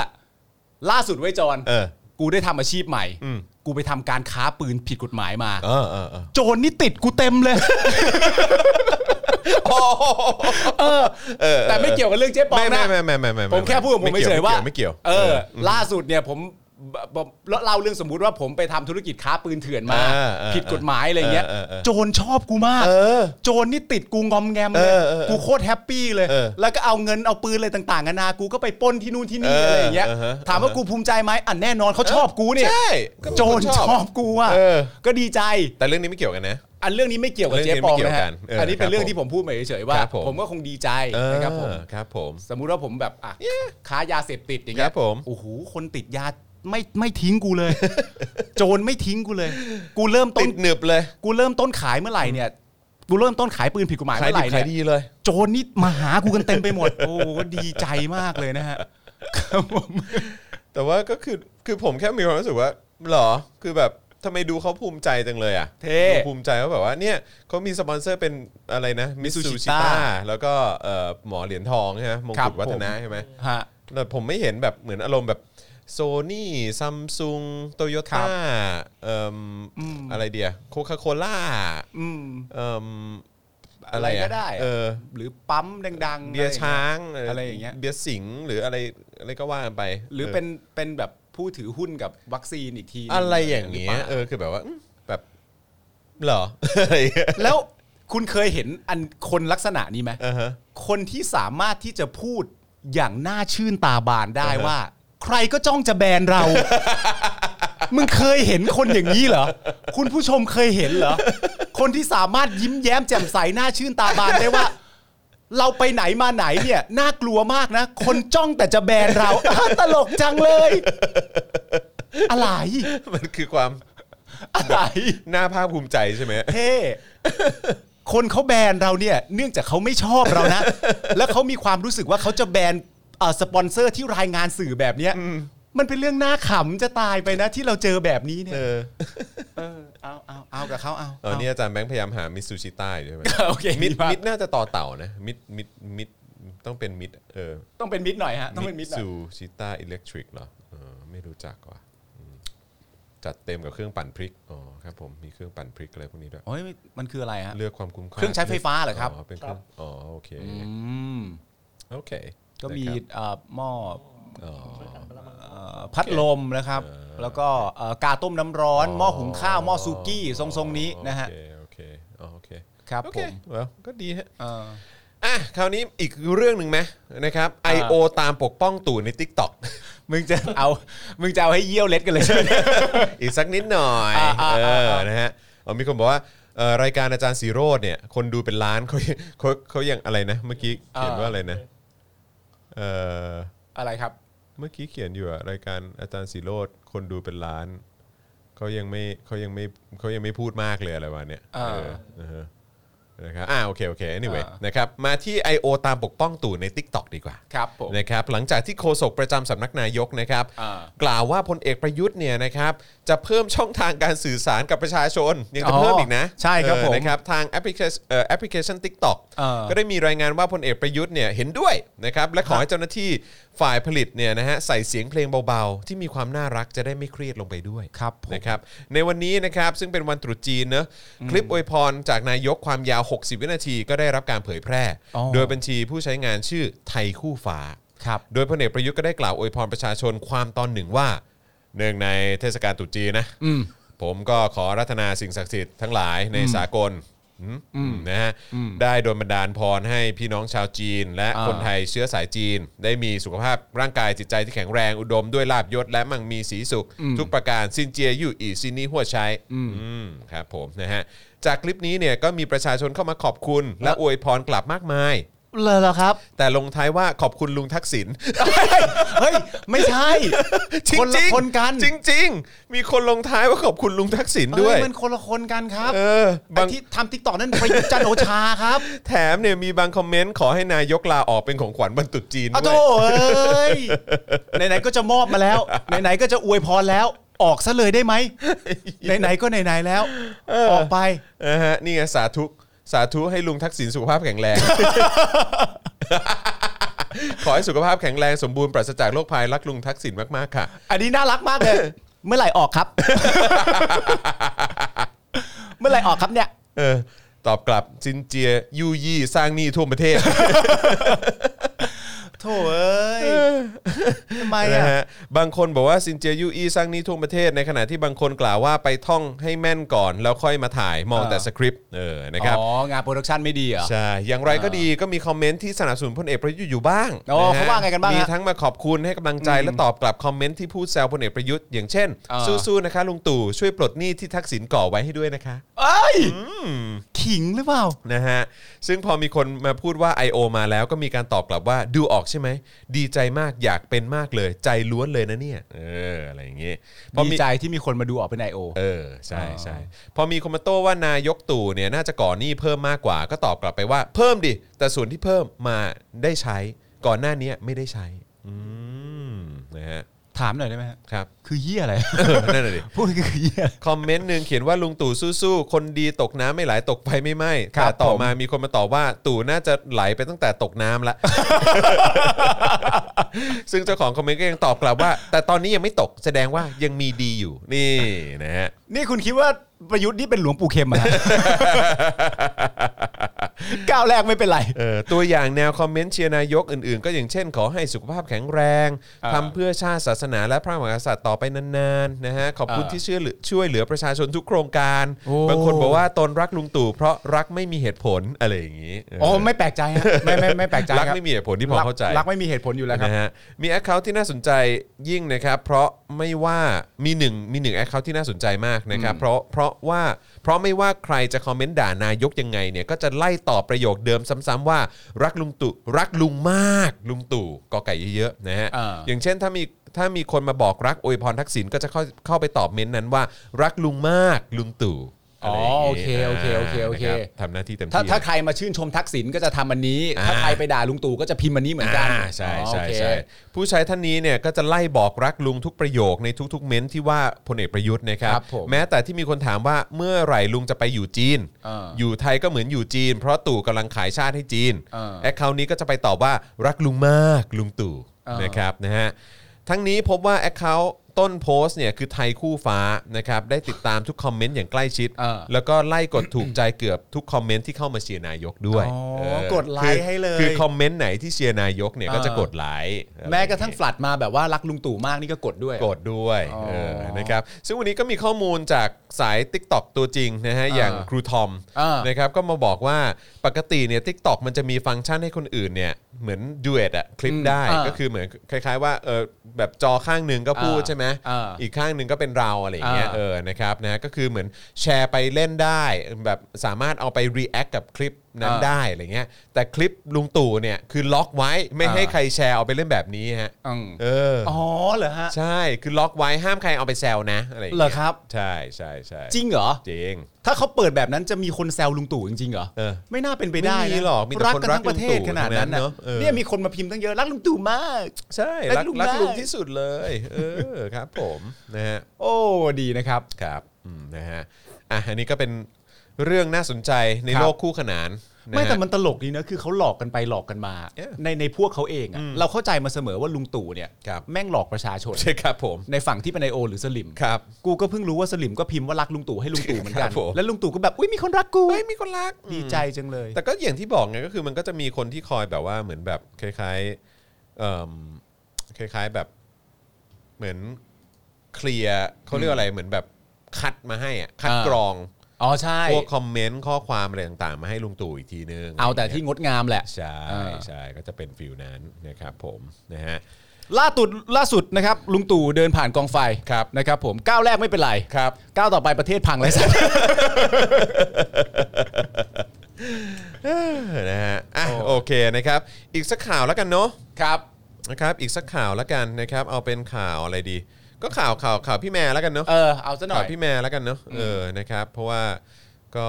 Speaker 3: ล่าสุดไว้ยจอน
Speaker 2: เออ
Speaker 3: กูได้ทำอาชีพใหม่
Speaker 2: อืม
Speaker 3: กูไปทำการค้าปืนผิดกฎหมายมา
Speaker 2: เออเออเออ
Speaker 3: โจรนี่ติดกูเต็มเลย เออ แต่ไม่เกี่ยวกับเรื่องเจ๊ปอง
Speaker 2: ไม่
Speaker 3: นะ
Speaker 2: ไม่ไม่ไม่ไม่ไม่
Speaker 3: ผมแค่พูดกับผม
Speaker 2: ไกี่
Speaker 3: เฉยๆว่า
Speaker 2: ไม่เกี่ยว
Speaker 3: เอ
Speaker 2: ไม่
Speaker 3: อ
Speaker 2: กี่ยว
Speaker 3: ล่าสุดเนี่ยผมผมเล่าเรื่องสมมุติว่าผมไปทำธุรกิจค้าปืนเถื่อนมา
Speaker 2: เออเออ
Speaker 3: ผิดกฎหมายอะไรเงี้ย
Speaker 2: เออเออเออ
Speaker 3: โจรชอบกูมาก
Speaker 2: เออ
Speaker 3: โจรนี่ติดกูงอมแงมเลย
Speaker 2: เออเออเออ
Speaker 3: กูโคตรแฮปปี้เลย
Speaker 2: เออ
Speaker 3: แล้วก็เอาเงินเอาปืนอะไรต่างๆนานากูก็ไปปล้นที่นู่นที่นี่
Speaker 2: เอออ
Speaker 3: อะไรอย่างเงี้ย
Speaker 2: เออฮะ
Speaker 3: ถามว่ากูภูมิใจไหมอ่ะแน่นอนเขาชอบกูเนี่ย
Speaker 2: ใช่ก็เป็นคน
Speaker 3: โจรชอบกูอ่ะ
Speaker 2: เออ
Speaker 3: ก็ดีใจ
Speaker 2: แต่เรื่องนี้ไม่เกี่ยวกันนะ
Speaker 3: อันเรื่องนี้ไม่เกี่ยวกับ
Speaker 2: เรื่
Speaker 3: เจ๊
Speaker 2: องนี้
Speaker 3: ปอง
Speaker 2: ไม่เกี่ยว
Speaker 3: นะ
Speaker 2: กั
Speaker 3: ฮะ
Speaker 2: นเออ
Speaker 3: อันนี้เป็
Speaker 2: ครั
Speaker 3: น
Speaker 2: บ
Speaker 3: เรื่องที่ผมพูดมาเฉยๆว่า
Speaker 2: ครับผม
Speaker 3: ผมก็คงดีใจ
Speaker 2: เออ
Speaker 3: นะครับผม
Speaker 2: ครับผม
Speaker 3: สมมุติว่าผมแบบอ่ะค้ายาเสพติดอย่าง
Speaker 2: ค
Speaker 3: เงี้
Speaker 2: รั
Speaker 3: ย
Speaker 2: บผม
Speaker 3: โอ้โหคนติดยาไม่ไม่ทิ้งกู
Speaker 2: [laughs]
Speaker 3: เลย โจรไม่ทิ้งกูเลย กูเริ่มต้
Speaker 2: ติ
Speaker 3: น
Speaker 2: ดหนึบเลย
Speaker 3: กูเริ่มต้นขายเมื่อไหร่เนี่ย กูเริ่มต้นขายปืนผิดกฎหมาย
Speaker 2: ขาย
Speaker 3: เมื่อไห
Speaker 2: ดี
Speaker 3: ร่
Speaker 2: ขา
Speaker 3: เนี่ยย
Speaker 2: ดีเลย
Speaker 3: โจรนี่มาหากูกันเต็มไปหมด [laughs] โอ้โหดีใจมากเลยนะฮะ [laughs] ครับผม
Speaker 2: แต่ว่าก็คือคือผมแค่มีความรู้สึกว่าหรอคือแบบทำไมดูเขาภูมิใจจังเลยอ่ะ
Speaker 3: เท่
Speaker 2: ดูภูมิใจว่าแบบว่าเนี่ยเขามีสปอนเซอร์เป็นอะไรนะมิสูชิ
Speaker 3: Mitsushita
Speaker 2: ต้าแล้วก็เอ่อหมอเหรียญทองใช่ไหมมง
Speaker 3: ครั
Speaker 2: กุ
Speaker 3: บ
Speaker 2: ฎวัฒนะ
Speaker 3: ผม
Speaker 2: ใช่ไหม
Speaker 3: ฮะ
Speaker 2: แต่ผมไม่เห็นแบบเหมือนอารมณ์แบบโซนี่ซัมซุงโตโย
Speaker 3: ครั
Speaker 2: ต้า
Speaker 3: บ
Speaker 2: เอ่มอะไรเดียโคคาโคล่า
Speaker 3: อืม
Speaker 2: เอ่มอะไร
Speaker 3: อะไรก็
Speaker 2: อะ
Speaker 3: ได้อะ
Speaker 2: เออ
Speaker 3: หรือปั๊มดังๆ
Speaker 2: เบียร์
Speaker 3: อะไรอางงี้
Speaker 2: ช้าง
Speaker 3: อะไรอย่างเงี้ย
Speaker 2: เบียร์สิงห์หรืออะไรอะไรก็ว่ากันไป
Speaker 3: หรือเป็นเป็นแบบผู้ถือหุ้นกับวัคซีนอีกทีหนึ่
Speaker 2: อะไรอย่างเงี้ย
Speaker 3: หรืปล่
Speaker 2: เออคือแบบว่าอืมแบบเหรอ [laughs] อะไรอย่างเงี้ย
Speaker 3: แล้วคุณเคยเห็นอันคนลักษณะนี้ไหม
Speaker 2: อ่าฮะ [laughs]
Speaker 3: คนที่สามารถที่จะพูดอย่างน่าชื่นตาบานได้
Speaker 2: อ่าฮะ
Speaker 3: ว่า ใครก็จ้องจะแบนเรา มึงเคยเห็นคนอย่างนี้เหรอ คุณผู้ชมเคยเห็นเหรอ คนที่สามารถยิ้มแย้มแจ่มใสหน้าชื่นตาบานได้ว่า เราไปไหนมาไหนเนี่ย น่ากลัวมากนะ คนจ้องแต่จะแบนเรา [laughs] อ้าวตลกจังเลย อะไร
Speaker 2: มันคือความ [laughs]
Speaker 3: อะไร
Speaker 2: น่าภาคภูมิใจใช่ไหม
Speaker 3: เท่คนเขาแบนเราเนี่ย เนื่องจากเขาไม่ชอบเรานะ แล้วเขามีความรู้สึกว่าเขาจะแบนเอ่อสปอนเซอร์ที่รายงานสื่อแบบเนี้ยมันเป็นเรื่องน่าขำจะตายไปนะที่เราเจอแบบนี้เนี่ย
Speaker 2: เออ
Speaker 3: เออเอาเอาเอากับเขาเอา
Speaker 2: เออนี่อาจารย์แบงค์พยายามหามิตซูชิใต้อยู่ใช่ไหม
Speaker 3: โอเค
Speaker 2: มิ
Speaker 3: มิ
Speaker 2: ด
Speaker 3: ด
Speaker 2: มิดน่าจะต่อเต่านะมิดมิดมิดต้องเป็นมิดเออ
Speaker 3: ต้องเป็นมิดหน่อยฮะต้องเป็นมิดหน่อย
Speaker 2: ซูชิต้าอิเล็กทริกเหรอเออไม่รู้จักว่ะอืมจัดเต็มกับเครื่องปั่นพริกอ๋อครับผมมีเครื่องปั่นพริกอะไรพวกนี้ด้วย
Speaker 3: โอ้ยมันคืออะไรฮะ
Speaker 2: เลือกความคุ้มค่า
Speaker 3: เครื่องใช้ไฟฟ้าเหรอครับ
Speaker 2: อ๋อเป็นเครื่องอ๋อโอเค
Speaker 3: อืม
Speaker 2: โอเค
Speaker 3: ก็มี
Speaker 2: นะครับ
Speaker 3: เอ่อหม้อ
Speaker 2: อ๋อ
Speaker 3: เอ่อพัดลมนะครับ แล้วก็เอ่อกาต้มน้ำร้อนหม้อหุงข้าวหม้อซุกี้ทรงๆนี้นะฮะ
Speaker 2: โอเคโอเคอ๋อโอเค
Speaker 3: ครับ
Speaker 2: โอ
Speaker 3: ผ
Speaker 2: เ
Speaker 3: ม
Speaker 2: well ก็ดีฮะ
Speaker 3: เอ [laughs] อ
Speaker 2: อ่ะ คราวนี้อีกเรื่องหนึ่งไหมนะครับ I.O. ตามปกป้องตู่ใน TikTok
Speaker 3: [laughs] มึงจะเอา มึงจะเอาให้เยี่ยวเล็ดกันเลยใช่ [laughs] ไหม
Speaker 2: อีกสักนิดหน่อย
Speaker 3: อ่าอ่า
Speaker 2: เอ
Speaker 3: อ่า
Speaker 2: อนะฮะเอามีคนบอกว่าเอ่อรายการอาจารย์สีโรดเนี่ย คนดูเป็นล้านเขาเขาเขายังอะไรนะ เมื่อกี้เขียนว่าอะไรนะเออ
Speaker 3: อะไรครับ
Speaker 2: เมื่อกี้เขียนอยู่อะรายการอาจารย์สีโรดคนดูเป็นล้านเขายังไม่เขายังไม่เขายังไม่พูดมากเลยอะไรวะเนี่ย
Speaker 3: อ่า
Speaker 2: เออนะฮะนะครับอ่าโอเคโอเค anyway นะครับมาที่ I.O. ตามปกป้องตู่ใน TikTok ดีกว่า
Speaker 3: ครับผม
Speaker 2: นะครับหลังจากที่โฆษกประจำสำนักนายกนะครับ
Speaker 3: อ่าก
Speaker 2: ล่าวว่าพลเอกประยุทธ์เนี่ยนะครับจะเพิ่มช่องทางการสื่อสารกับประชาชน ยังจะ
Speaker 3: อ๋อ
Speaker 2: เพิ่มอีกนะ
Speaker 3: ใช่ครับ
Speaker 2: เออ
Speaker 3: ผม
Speaker 2: นะครับทางแอปพลิเคชันเอ่อแอปพลิเคชัน TikTok
Speaker 3: เออ
Speaker 2: ก็ได้มีรายงานว่าพลเอกประยุทธ์เนี่ยเห็นด้วยนะครับและขอให้เจ้าหน้าที่ฝ่ายผลิตเนี่ยนะฮะใส่เสียงเพลงเบาๆ ที่มีความน่ารักจะได้ไม่เครียดลงไปด้วย
Speaker 3: ครับผม
Speaker 2: นะครับในวันนี้นะครับซึ่งเป็นวันตรุษจีนเนอะคลิปอวยพรจากนายกความยาว 60 วินาที ก็ได้รับการเผยแพร่
Speaker 3: อ๋อ
Speaker 2: โดยบัญชีผู้ใช้งานชื่อไทยคู่ฟ้า
Speaker 3: ครับ
Speaker 2: โดยพลเอกประยุทธ์ก็ได้กล่าวอวยพรประชาชนความตอนหนึ่งว่าเนื่องในเทศกาลตรุษจีนนะผมก็ขอรัตนาสิ่งศักดิ์สิทธิ์ทั้งหลายในสากลอืมนะฮะได้โดนบันดาลพรให้พี่น้องชาวจีน และ
Speaker 3: อ่า
Speaker 2: คนไทยเชื้อสายจีน ได้มีสุขภาพร่างกายจิตใจที่แข็งแรงอุดมด้วยลาบยศและมั่งมีสีสุข ทุกประการซินเจียยู่อีซินนี่หัวใช้อืมครับผมนะฮะจากคลิปนี้เนี่ยก็มีประชาชนเข้ามาขอบคุณ และอวยพรกลับมากมาย
Speaker 3: เลยเหรอครับ
Speaker 2: แต่ลงท้ายว่าขอบคุณลุงทักษิณ [laughs]
Speaker 3: เฮ้ย ไม่ใช่
Speaker 2: จริง
Speaker 3: คนละ
Speaker 2: ๆ
Speaker 3: คนกัน
Speaker 2: จริง ๆ มีคนลงท้ายว่าขอบคุณลุงทักษิณด้วย
Speaker 3: เอ้มันคนละคนกันครับ
Speaker 2: เออบาง
Speaker 3: ไอ้ที่ทำทิกตอกนั่นประยุทธ์จันทร์โอชาครับ
Speaker 2: แถมเนี่ยมีบางคอมเมนต์ขอให้นายกลาออกเป็นของขวัญวันตรุษจีน
Speaker 3: อ้าว
Speaker 2: ด้
Speaker 3: โธ่
Speaker 2: วย
Speaker 3: เอ้ย ไหนๆก็จะมอบมาแล้ว ไหนๆก็จะอวยพรแล้ว ออกซะเลยได้ไหม ไหนๆก็ไหนๆแล้ว
Speaker 2: เออ [laughs]
Speaker 3: ออกไป
Speaker 2: นะฮะนี่ไงสาธุสาธุให้ลุงทักษิณสุขภาพแข็งแรง [laughs] ขอให้สุขภาพแข็งแรงสมบูรณ์ปราศจากโรคภัยรักลุงทักษิณมากๆค่ะ
Speaker 3: อันนี้น่ารักมากเลย เมื่อไหร่ออกครับ เมื่อไหร่ออกครับเนี่ย
Speaker 2: เออ ตอบกลับซินเจียยูยี่สร้างหนี้ทั่วประเทศ
Speaker 3: โถเอ้ยทำไมอ่ะ
Speaker 2: นะฮะบางคนบอกว่าซินเจียยูอีสร้างหนี้ทั่วประเทศในขณะที่บางคนกล่าวว่าไปท่องให้แม่นก่อน แล้วค่อยมาถ่ายมอง
Speaker 3: อ่า
Speaker 2: แต่สคริปต์เออนะครับ
Speaker 3: อ๋อ งานโปรดักชันไม่ดีเหรอ
Speaker 2: ใช่อย่างไรก็ดีก็มีคอมเมนต์ที่สนับสนุนพลเอกประยุทธ์อยู่บ้าง
Speaker 3: โอ้
Speaker 2: นะฮะ
Speaker 3: เขาว่าไงกันบ้างฮะ
Speaker 2: มีทั้งมาขอบคุณให้กำลังใจและตอบกลับคอมเมนต์ที่พูดแซวพลเอกประยุทธ์อย่างเช่น
Speaker 3: อ่า
Speaker 2: สู้ๆนะคะลุงตู่ช่วยปลดหนี้ที่ทักษิณก่อไว้ให้ด้วยนะคะ
Speaker 3: [laughs] เอ้ยขิงหรือเปล่า
Speaker 2: นะฮะซึ่งพอมีคนมาพูดว่า I.O. มาแล้วก็มีการตอบกลับว่าดูออกใช่ไหม ดีใจมากอยากเป็นมากเลย ใจล้วนเลยนะเนี่ย เออ อะไรอย่างเงี้ยพอ
Speaker 3: ดี
Speaker 2: มี
Speaker 3: ใจที่มีคนมาดูออกเป็นไอโอ
Speaker 2: เออ ใช่
Speaker 3: อ๋อ
Speaker 2: ใช่พอมีคอมเมนโต้ว่านายกตู่เนี่ยน่าจะก่อนหนี้เพิ่มมากกว่า ก็ตอบกลับไปว่าเพิ่มดิ แต่ส่วนที่เพิ่มมาได้ใช้ ก่อนหน้าเนี้ยไม่ได้ใช้ อืมนะฮะ
Speaker 3: ถามหน่อยได้ไหมฮะ
Speaker 2: ครับ
Speaker 3: คือเยี่ยอะไร
Speaker 2: เออนั่นแหละดิ
Speaker 3: พูดคือเยี่ย
Speaker 2: คอมเมนต์หนึ่งเขียนว่าลุงตู่สู้ๆ คนดีตกน้ำไม่ไหลตกไฟไม่ไหม้
Speaker 3: ครั
Speaker 2: แต่
Speaker 3: บ
Speaker 2: ต่อ
Speaker 3: ผม
Speaker 2: มามีคนมาตอบว่าตู่น่าจะไหลไปตั้งแต่ตกน้ำละ ซึ่งเจ้าของคอมเมนต์ก็ยังตอบกลับว่า แต่ตอนนี้ยังไม่ตกแสดงว่ายังมีดีอยู่ นี่นะฮะ
Speaker 3: นี่คุณคิดว่าประยุทธ์นี่เป็นหลวงปู่เข็มเหรอะ ก้าวแรกไม่เป็นไร
Speaker 2: เออตัวอย่างแนวคอมเมนต์เชียร์นายกอื่นๆ ก็อย่างเช่น ขอให้สุขภาพแข็งแรง
Speaker 3: อ่า
Speaker 2: ทำเพื่อชาติศาสนาและพระมหากษัตริย์ต่อไปนานๆนะฮะขอบคุณ
Speaker 3: อ่า
Speaker 2: ที่ช่วยเหลือช่วยเหลือประชาชนทุกโครงการ
Speaker 3: โอ้
Speaker 2: บางคนบอกว่าตนรักลุงตู่เพราะรักไม่มีเหตุผลอะไรอย่างนี้เ
Speaker 3: อ๋อไม่แปลกใจฮะไม่ไม่ไม่แปลกใจ
Speaker 2: รัก
Speaker 3: คบ
Speaker 2: ไม่มีเหตุผลที่พอเข้าใจ
Speaker 3: รักรักไม่มีเหตุผลอยู่แล้วครับ
Speaker 2: นะฮะมีแอคเคาท์ที่น่าสนใจยิ่งนะครับเพราะไม่ว่ามีหนึ่งมีหนึ่งแอคเคาท์ที่น่าสนใจมากนะครับเพราะเพราะว่าเพราะไม่ว่าใครจะคอมเมนต์ด่านายกยังไงเนี่ยก็จะไล่ต อบประโยคเดิมซ้ำๆว่ารักลุงตู่รักลุงมากลุงตู่กอไก่เยอะๆนะฮะ
Speaker 3: อ่า
Speaker 2: อย่างเช่นถ้ามีถ้ามีคนมาบอกรักอวยพรทักษิณก็จะเข้าเข้าไปตอบเม้นต์นั้นว่า รักลุงมากลุงตู่ะไรย่างงี้
Speaker 3: อ๋อโอเคโอเคโอเคโอเค
Speaker 2: นะครับทำหน้าที่เต็มที่
Speaker 3: ถ้าถ้าใครมาชื่นชมทักษิณก็จะทำอันนี้
Speaker 2: อ่า
Speaker 3: ถ้าใครไปด่าลุงตู่ก็จะพิมพ์อันนี้เหมือนกัน
Speaker 2: อ่าใช่
Speaker 3: อ๋อ
Speaker 2: ใช่
Speaker 3: โอเค
Speaker 2: ใช่ผู้ใช้ท่านนี้เนี่ยก็จะไล่บอกรักลุงทุกประโยคในทุกๆ เม้นที่ว่าพลเอกประยุทธ์นะครับ
Speaker 3: ครับผม
Speaker 2: แม้แต่ที่มีคนถามว่าเมื่อไหร่ลุงจะไปอยู่จีน
Speaker 3: เออ
Speaker 2: อยู่ไทยก็เหมือนอยู่จีน เพราะตู่กำลังขายชาติให้จีน
Speaker 3: เออ
Speaker 2: แอคเคาท์นี้ก็จะไปตอบว่ารักลุงมากลุงตู่
Speaker 3: เออ
Speaker 2: นะครับนะฮะทั้งนี้พบว่าแอคเคาท์ต้นโพสต์เนี่ยคือไทยคู่ฟ้านะครับได้ติดตามทุกคอมเมนต์อย่างใกล้ชิด
Speaker 3: เออ
Speaker 2: แล้วก็ไล่กดถูกใจเกือบทุกคอมเมนต์ที่เข้ามาเชียร์นายกด้วย
Speaker 3: อ๋อ
Speaker 2: เออก
Speaker 3: ดไลค์ให้เลย
Speaker 2: คือคอม คอมเมนต์ไหนที่เชียร์นายกเนี่ย
Speaker 3: อ่า
Speaker 2: ก็จะกดไลค์
Speaker 3: แม้กระทั่งแฟลัดมาแบบว่ารักลุงตู่มากนี่ก็กดด้วย
Speaker 2: กดด้วย
Speaker 3: อ๋อ
Speaker 2: เออนะครับซึ่งวันนี้ก็มีข้อมูลจากสาย t i k t o k ตัวจริงนะฮะ
Speaker 3: อ่า
Speaker 2: อย่างครูทอม
Speaker 3: อ่าน
Speaker 2: นะครับก็มาบอกว่าปกติเนี่ย t i k t o k มันจะมีฟังก์ชันให้คนอื่นเนี่ยเหมือนดูเอทอะคลิปได้ก็คือเหมือนคล้ายๆว่าเออแบบจอข้างหนึ่งก็พูดใช่ไหม
Speaker 3: อ่า
Speaker 2: อีกข้างหนึ่งก็เป็นเราอะไรอย่างเงี้ย
Speaker 3: อ่า
Speaker 2: เออนะครับนะก็คือเหมือนแชร์ไปเล่นได้แบบสามารถเอาไป react กับคลิปนั้น
Speaker 3: อ่า
Speaker 2: ได้อะไรเงี้ยแต่คลิปลุงตู่เนี่ยคือล็อกไว้ไม่
Speaker 3: อ่า
Speaker 2: ให้ใครแชร์เอาไปเล่นแบบนี้ฮะ
Speaker 3: อืม
Speaker 2: เอออ
Speaker 3: อ๋อเหรอฮะ
Speaker 2: [laughs] ใช่คือล็อกไว้ห้ามใครเอาไปแซวนะอะไรย่างงี้ย
Speaker 3: เหรอครับ
Speaker 2: ใช่ใช่ใช่
Speaker 3: จริงเหรอ
Speaker 2: จริง
Speaker 3: ถ้าเขาเปิดแบบนั้นจะมีคนแซวลุงตู่จริงๆเหรอ
Speaker 2: เออ
Speaker 3: ไม่น่าเป็นไปได้
Speaker 2: ไม่มี
Speaker 3: นะ
Speaker 2: หรอกมีแต่
Speaker 3: รัก
Speaker 2: คน
Speaker 3: กัน
Speaker 2: รัก
Speaker 3: ทั้งประเทศขนาดนั้น
Speaker 2: ลุงตู่ทั้งนั้น
Speaker 3: นะ
Speaker 2: เนอะเออ
Speaker 3: เนี่ยมีคนมาพิมพ์ตั้งเยอะรักลุงตู่มาก
Speaker 2: ใช่
Speaker 3: รั
Speaker 2: รัก
Speaker 3: กลุง
Speaker 2: รัก
Speaker 3: มาก
Speaker 2: ลุงที่สุดเลยเออครับผม [laughs] นะฮะ
Speaker 3: โอ้ดีนะครับ
Speaker 2: ครับอืมนะฮะอ่ะอันนี้ก็เป็นเรื่องน่าสนใจใน
Speaker 3: ครับ
Speaker 2: โลกคู่ขนานนะฮะ
Speaker 3: ไม่แต่มันตลกดีนะคือเขาหลอกกันไปหลอกกันมา
Speaker 2: เออ
Speaker 3: ในในพวกเขาเองอะเราเข้าใจมาเสมอว่าลุงตู่เนี่ย
Speaker 2: ครับ
Speaker 3: แม่งหลอกประชาชน
Speaker 2: ใช่ครับผม
Speaker 3: ในฝั่งที่เป็นไอโอหรือสลิม
Speaker 2: ครับ
Speaker 3: กูก็เพิ่งรู้ว่าสลิมก็พิมพ์ว่ารักลุงตู่ให้ลุงตู่เหมือน
Speaker 2: ค
Speaker 3: กั
Speaker 2: รั
Speaker 3: น
Speaker 2: บผม
Speaker 3: แล้วลุงตู่ก็แบบอุ้ยมีคนรักกู
Speaker 2: เฮ้ยมีคนรัก
Speaker 3: ดีใจจังเลย
Speaker 2: แต่ก็อย่างที่บอกไงก็คือมันก็จะมีคนที่คอยแบบว่าเหมือนแบบคล้ายๆเอ่มคล้ายๆแบบเหมือนเคลียร์เขาเรียกอะไรเหมือนแบบคัดมาให้อ่ะคัด
Speaker 3: อ่าก ก
Speaker 2: รอง
Speaker 3: อ๋อใช่
Speaker 2: พวกคอมเมนต์ข้อความอะไรต่างๆ มาให้ลุงตู่อีกทีนึง
Speaker 3: เอาแต่ที่งดงามแหละ
Speaker 2: ใช่
Speaker 3: อ่า
Speaker 2: ใช่ก็จะเป็นฟิลนั้นนะครับผมนะฮะ
Speaker 3: ล่าสุดล่าสุดนะครับลุงตู่เดินผ่านกองไฟ
Speaker 2: ครับ
Speaker 3: นะครับ ผมก้าวแรกไม่เป็นไร
Speaker 2: ครับ
Speaker 3: ก้าวต่อไปประเทศพังเลยสัตว์
Speaker 2: เออนะฮะอ่ะโอเคนะครับ อีกสักข่าวแล้วกันเนาะ
Speaker 3: ครับ
Speaker 2: [laughs] นะครับ อีกสักข่าวแล้วกันนะครับ เอาเป็นข่าวอะไรดี ก็ข่าวข่าวข่าวพี่แม่แล้วกันเนาะ
Speaker 3: เออเอาซะหน่อ
Speaker 2: ข่า
Speaker 3: ยว
Speaker 2: พี่แม่แล้วกันเนาะเออนะครับ เพราะว่าก็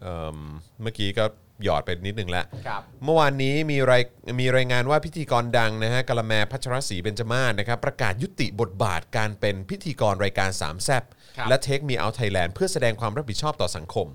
Speaker 2: เอิ่มเมื่อกี้ก็หยอดไปนิดนึงแล้ว
Speaker 3: ครับ
Speaker 2: เมื่อวานนี้มีรายมีรายงานว่าพิธีกรดังนะฮะกะละแมพัชรศรีเบญจมาศนะครับ ประกาศยุติบทบาทการเป็นพิธีกรรายการสามแซบ
Speaker 3: ครับ
Speaker 2: และเทคมีเอาไทยแลนด์เพื่อแสดงความรับผิดชอบต่อสังคม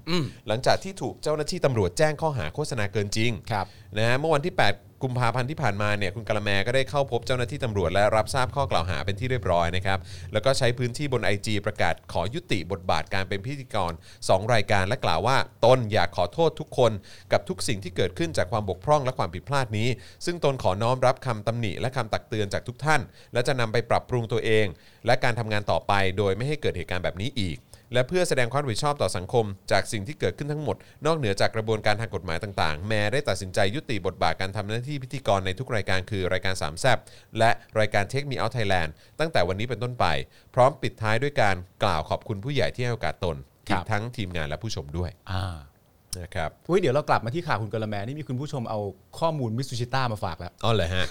Speaker 2: หลังจากที่ถูกเจ้าหน้าที่ตำรวจแจ้งข้อหาโฆษณาเกินจริง
Speaker 3: ครับ
Speaker 2: นะฮะเมื่อวันที่ 8 กุมภาพันธ์ที่ผ่านมาเนี่ยคุณกะละแมก็ได้เข้าพบเจ้าหน้าที่ตำรวจและรับทราบข้อกล่าวหาเป็นที่เรียบร้อยนะครับแล้วก็ใช้พื้นที่บน IG ประกาศขอยุติบทบาทการเป็นพิธีกรสองรายการและกล่าวว่าตนอยากขอโทษทุกคน กับทุกสิ่งที่เกิดขึ้นจากความบกพร่องและความผิดพลาดนี้ ซึ่งตนขอน้อมรับคำตำหนิและคำตักเตือนจากทุกท่าน และจะนำไปปรับปรุงตัวเอง และการทำงานต่อไปโดยไม่ให้เกิดเหตุการณ์แบบนี้อีก และเพื่อแสดงความรับผิดชอบต่อสังคม จากสิ่งที่เกิดขึ้นทั้งหมด นอกเหนือจากกระบวนการทางกฎหมายต่างๆ แม้ได้ตัดสินใจยุติบทบาทการทำหน้าที่พิธีกรในทุกรายการคือรายการสามแซบและรายการเทคมีเอาไทยแลนด์ตั้งแต่วันนี้เป็นต้นไป พร้อมปิดท้ายด้วยการกล่าวขอบคุณผู้ใหญ่ที่ให้โอกาสตน
Speaker 3: ครั
Speaker 2: อี
Speaker 3: บ
Speaker 2: กทั้งทีมงานและผู้ชมด้วย
Speaker 3: อ่า
Speaker 2: นะครับ
Speaker 3: อุ้ยเดี๋ยวเรากลับมาที่ข่าวคุณกะละแมนี่มีคุณผู้ชมเอาข้อมูลมิสซูชิต้ามาฝากแล้ว
Speaker 2: อ๋อเหรอฮะ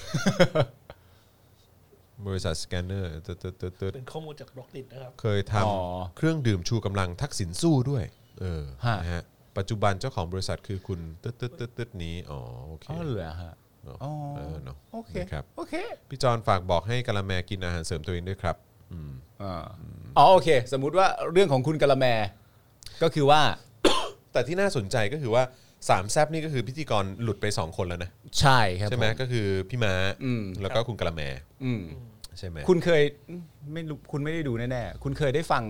Speaker 2: บริษัทสแกนเนอร์
Speaker 4: เป็นข้อมูลจากบล็อกดินะครับ
Speaker 2: เคยท
Speaker 3: อ๋อ
Speaker 2: ำเครื่องดื่มชูกำลังทักษิณสู้ด้วย เออ
Speaker 3: ฮะ
Speaker 2: นะฮะปัจจุบันเจ้าของบริษัทคือคุณตึ๊ดตึ๊ดตึ๊ดตึ๊ดนี้อ๋อโอเค
Speaker 3: อ๋อเหรอฮะ
Speaker 2: เนอะ
Speaker 3: อ๋อ
Speaker 2: เออเนอะ
Speaker 3: โอเค
Speaker 2: นะครับ
Speaker 3: โอเค
Speaker 2: พี่จอนฝากบอกให้กะละแมกินอาหารเสริมตัวเองด้วยครับอืม
Speaker 3: อ่าอ๋อโอเค สมมุติว่าเรื่องของคุณกะละแม ก็คือว่า
Speaker 2: แต่ที่น่าสนใจก็คือว่าสามแซบนี่ก็คือพิธีกรหลุดไป 2 คนแล้วนะ
Speaker 3: ใช่ครับ
Speaker 2: ใช่ไหม
Speaker 3: ผ
Speaker 2: ก็คือพี่ม้า
Speaker 3: อืม
Speaker 2: แล้วก็คุณกะละแม
Speaker 3: อืม
Speaker 2: ใช่ไหม
Speaker 3: คุณเคยไม่รู้คุณไม่ได้ดูแน่ๆ คุณเคยได้ฟัง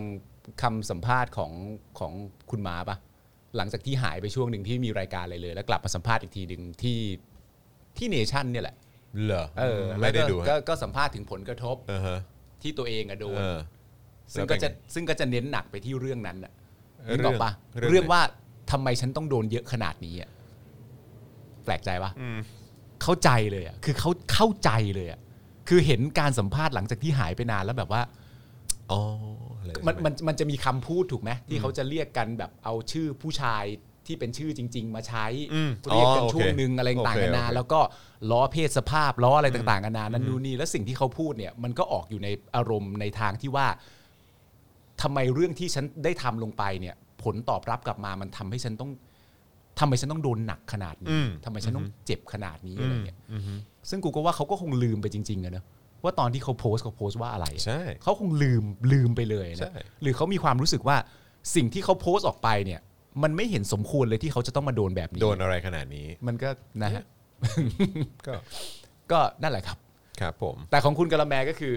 Speaker 3: คำสัมภาษณ์ของของคุณม้าปะหลังจากที่หายไปช่วงหนึ่งที่มีรายการอะไรเลย แล้วกลับมาสัมภาษณ์อีกทีหนึ่งที่ที่เนชั่นเนี่ยแหละ
Speaker 2: เหรอ
Speaker 3: เออ
Speaker 2: ไม่ได้
Speaker 3: แล้วก็
Speaker 2: ดูฮะ
Speaker 3: ก็ก็สัมภาษณ์ถึงผลกระทบ
Speaker 2: เออฮะ
Speaker 3: ที่ตัวเองอะโดน
Speaker 2: เออ
Speaker 3: ซึ่งก็จะซึ่งก็จะเน้นหนักไปที่เรื่องนั้นอะ
Speaker 2: เออ
Speaker 3: นึกออกปะ
Speaker 2: เรื่องเรื่อง
Speaker 3: เรื่องว่าทำไมฉันต้องโดนเยอะขนาดนี้อะแปลกใจปะ
Speaker 2: อืม
Speaker 3: เข้าใจเลยอ่ะ คือเขาเข้าใจเลยอ่ะ คือเห็นการสัมภาษณ์หลังจากที่หายไปนานแล้วแบบว่า
Speaker 2: อ๋ออะไร
Speaker 3: มัน
Speaker 2: ใช่ไห
Speaker 3: มันมันจะมีคำพูดถูกไหมที่เขาจะเรียกกันแบบเอาชื่อผู้ชาย ที่เป็นชื่อจริง ๆ มาใช้
Speaker 2: อืม
Speaker 3: เรียกกัน
Speaker 2: อ๋อโอเค
Speaker 3: ช่วงหนึ่งอะไรต่าง
Speaker 2: โอเค
Speaker 3: กันานา
Speaker 2: โอเค
Speaker 3: แล้วก็ล้อเพศสภาพล้ออะไรต่างๆกันานานั่นนู่นนี่แล้วสิ่งที่เขาพูดเนี่ยมันก็ออกอยู่ในอารมณ์ในทางที่ว่าทำไมเรื่องที่ฉันได้ทำลงไปเนี่ย ผลตอบรับกลับมามันทำให้ฉันต้องทำไมฉันต้องโดนหนักขนาด
Speaker 2: อื
Speaker 3: นี้
Speaker 2: ม
Speaker 3: ทำไมฉันต้องเจ็บขนาดนี้อะไรเงี้ย ซึ่งกูก็ว่าเขาก็คงลืมไปจริงๆอะเนอะว่าตอนที่เขาโพสต์เขาโพสต์ว่าอะไรอะ
Speaker 2: ใช่
Speaker 3: เขาคงลืมลืมไปเลย
Speaker 2: ใช่
Speaker 3: นะหรือเขามีความรู้สึกว่าสิ่งที่เขาโพสต์ออกไปเนี่ย มันไม่เห็นสมควรเลยที่เขาจะต้องมาโดนแบบนี้
Speaker 2: โดนอะไรขนาดนี้
Speaker 3: มันก็นะฮะ
Speaker 2: ก็
Speaker 3: ก็นั่นแหละครับ
Speaker 2: ครับผม
Speaker 3: แต่ของคุณกะละแมก็คือ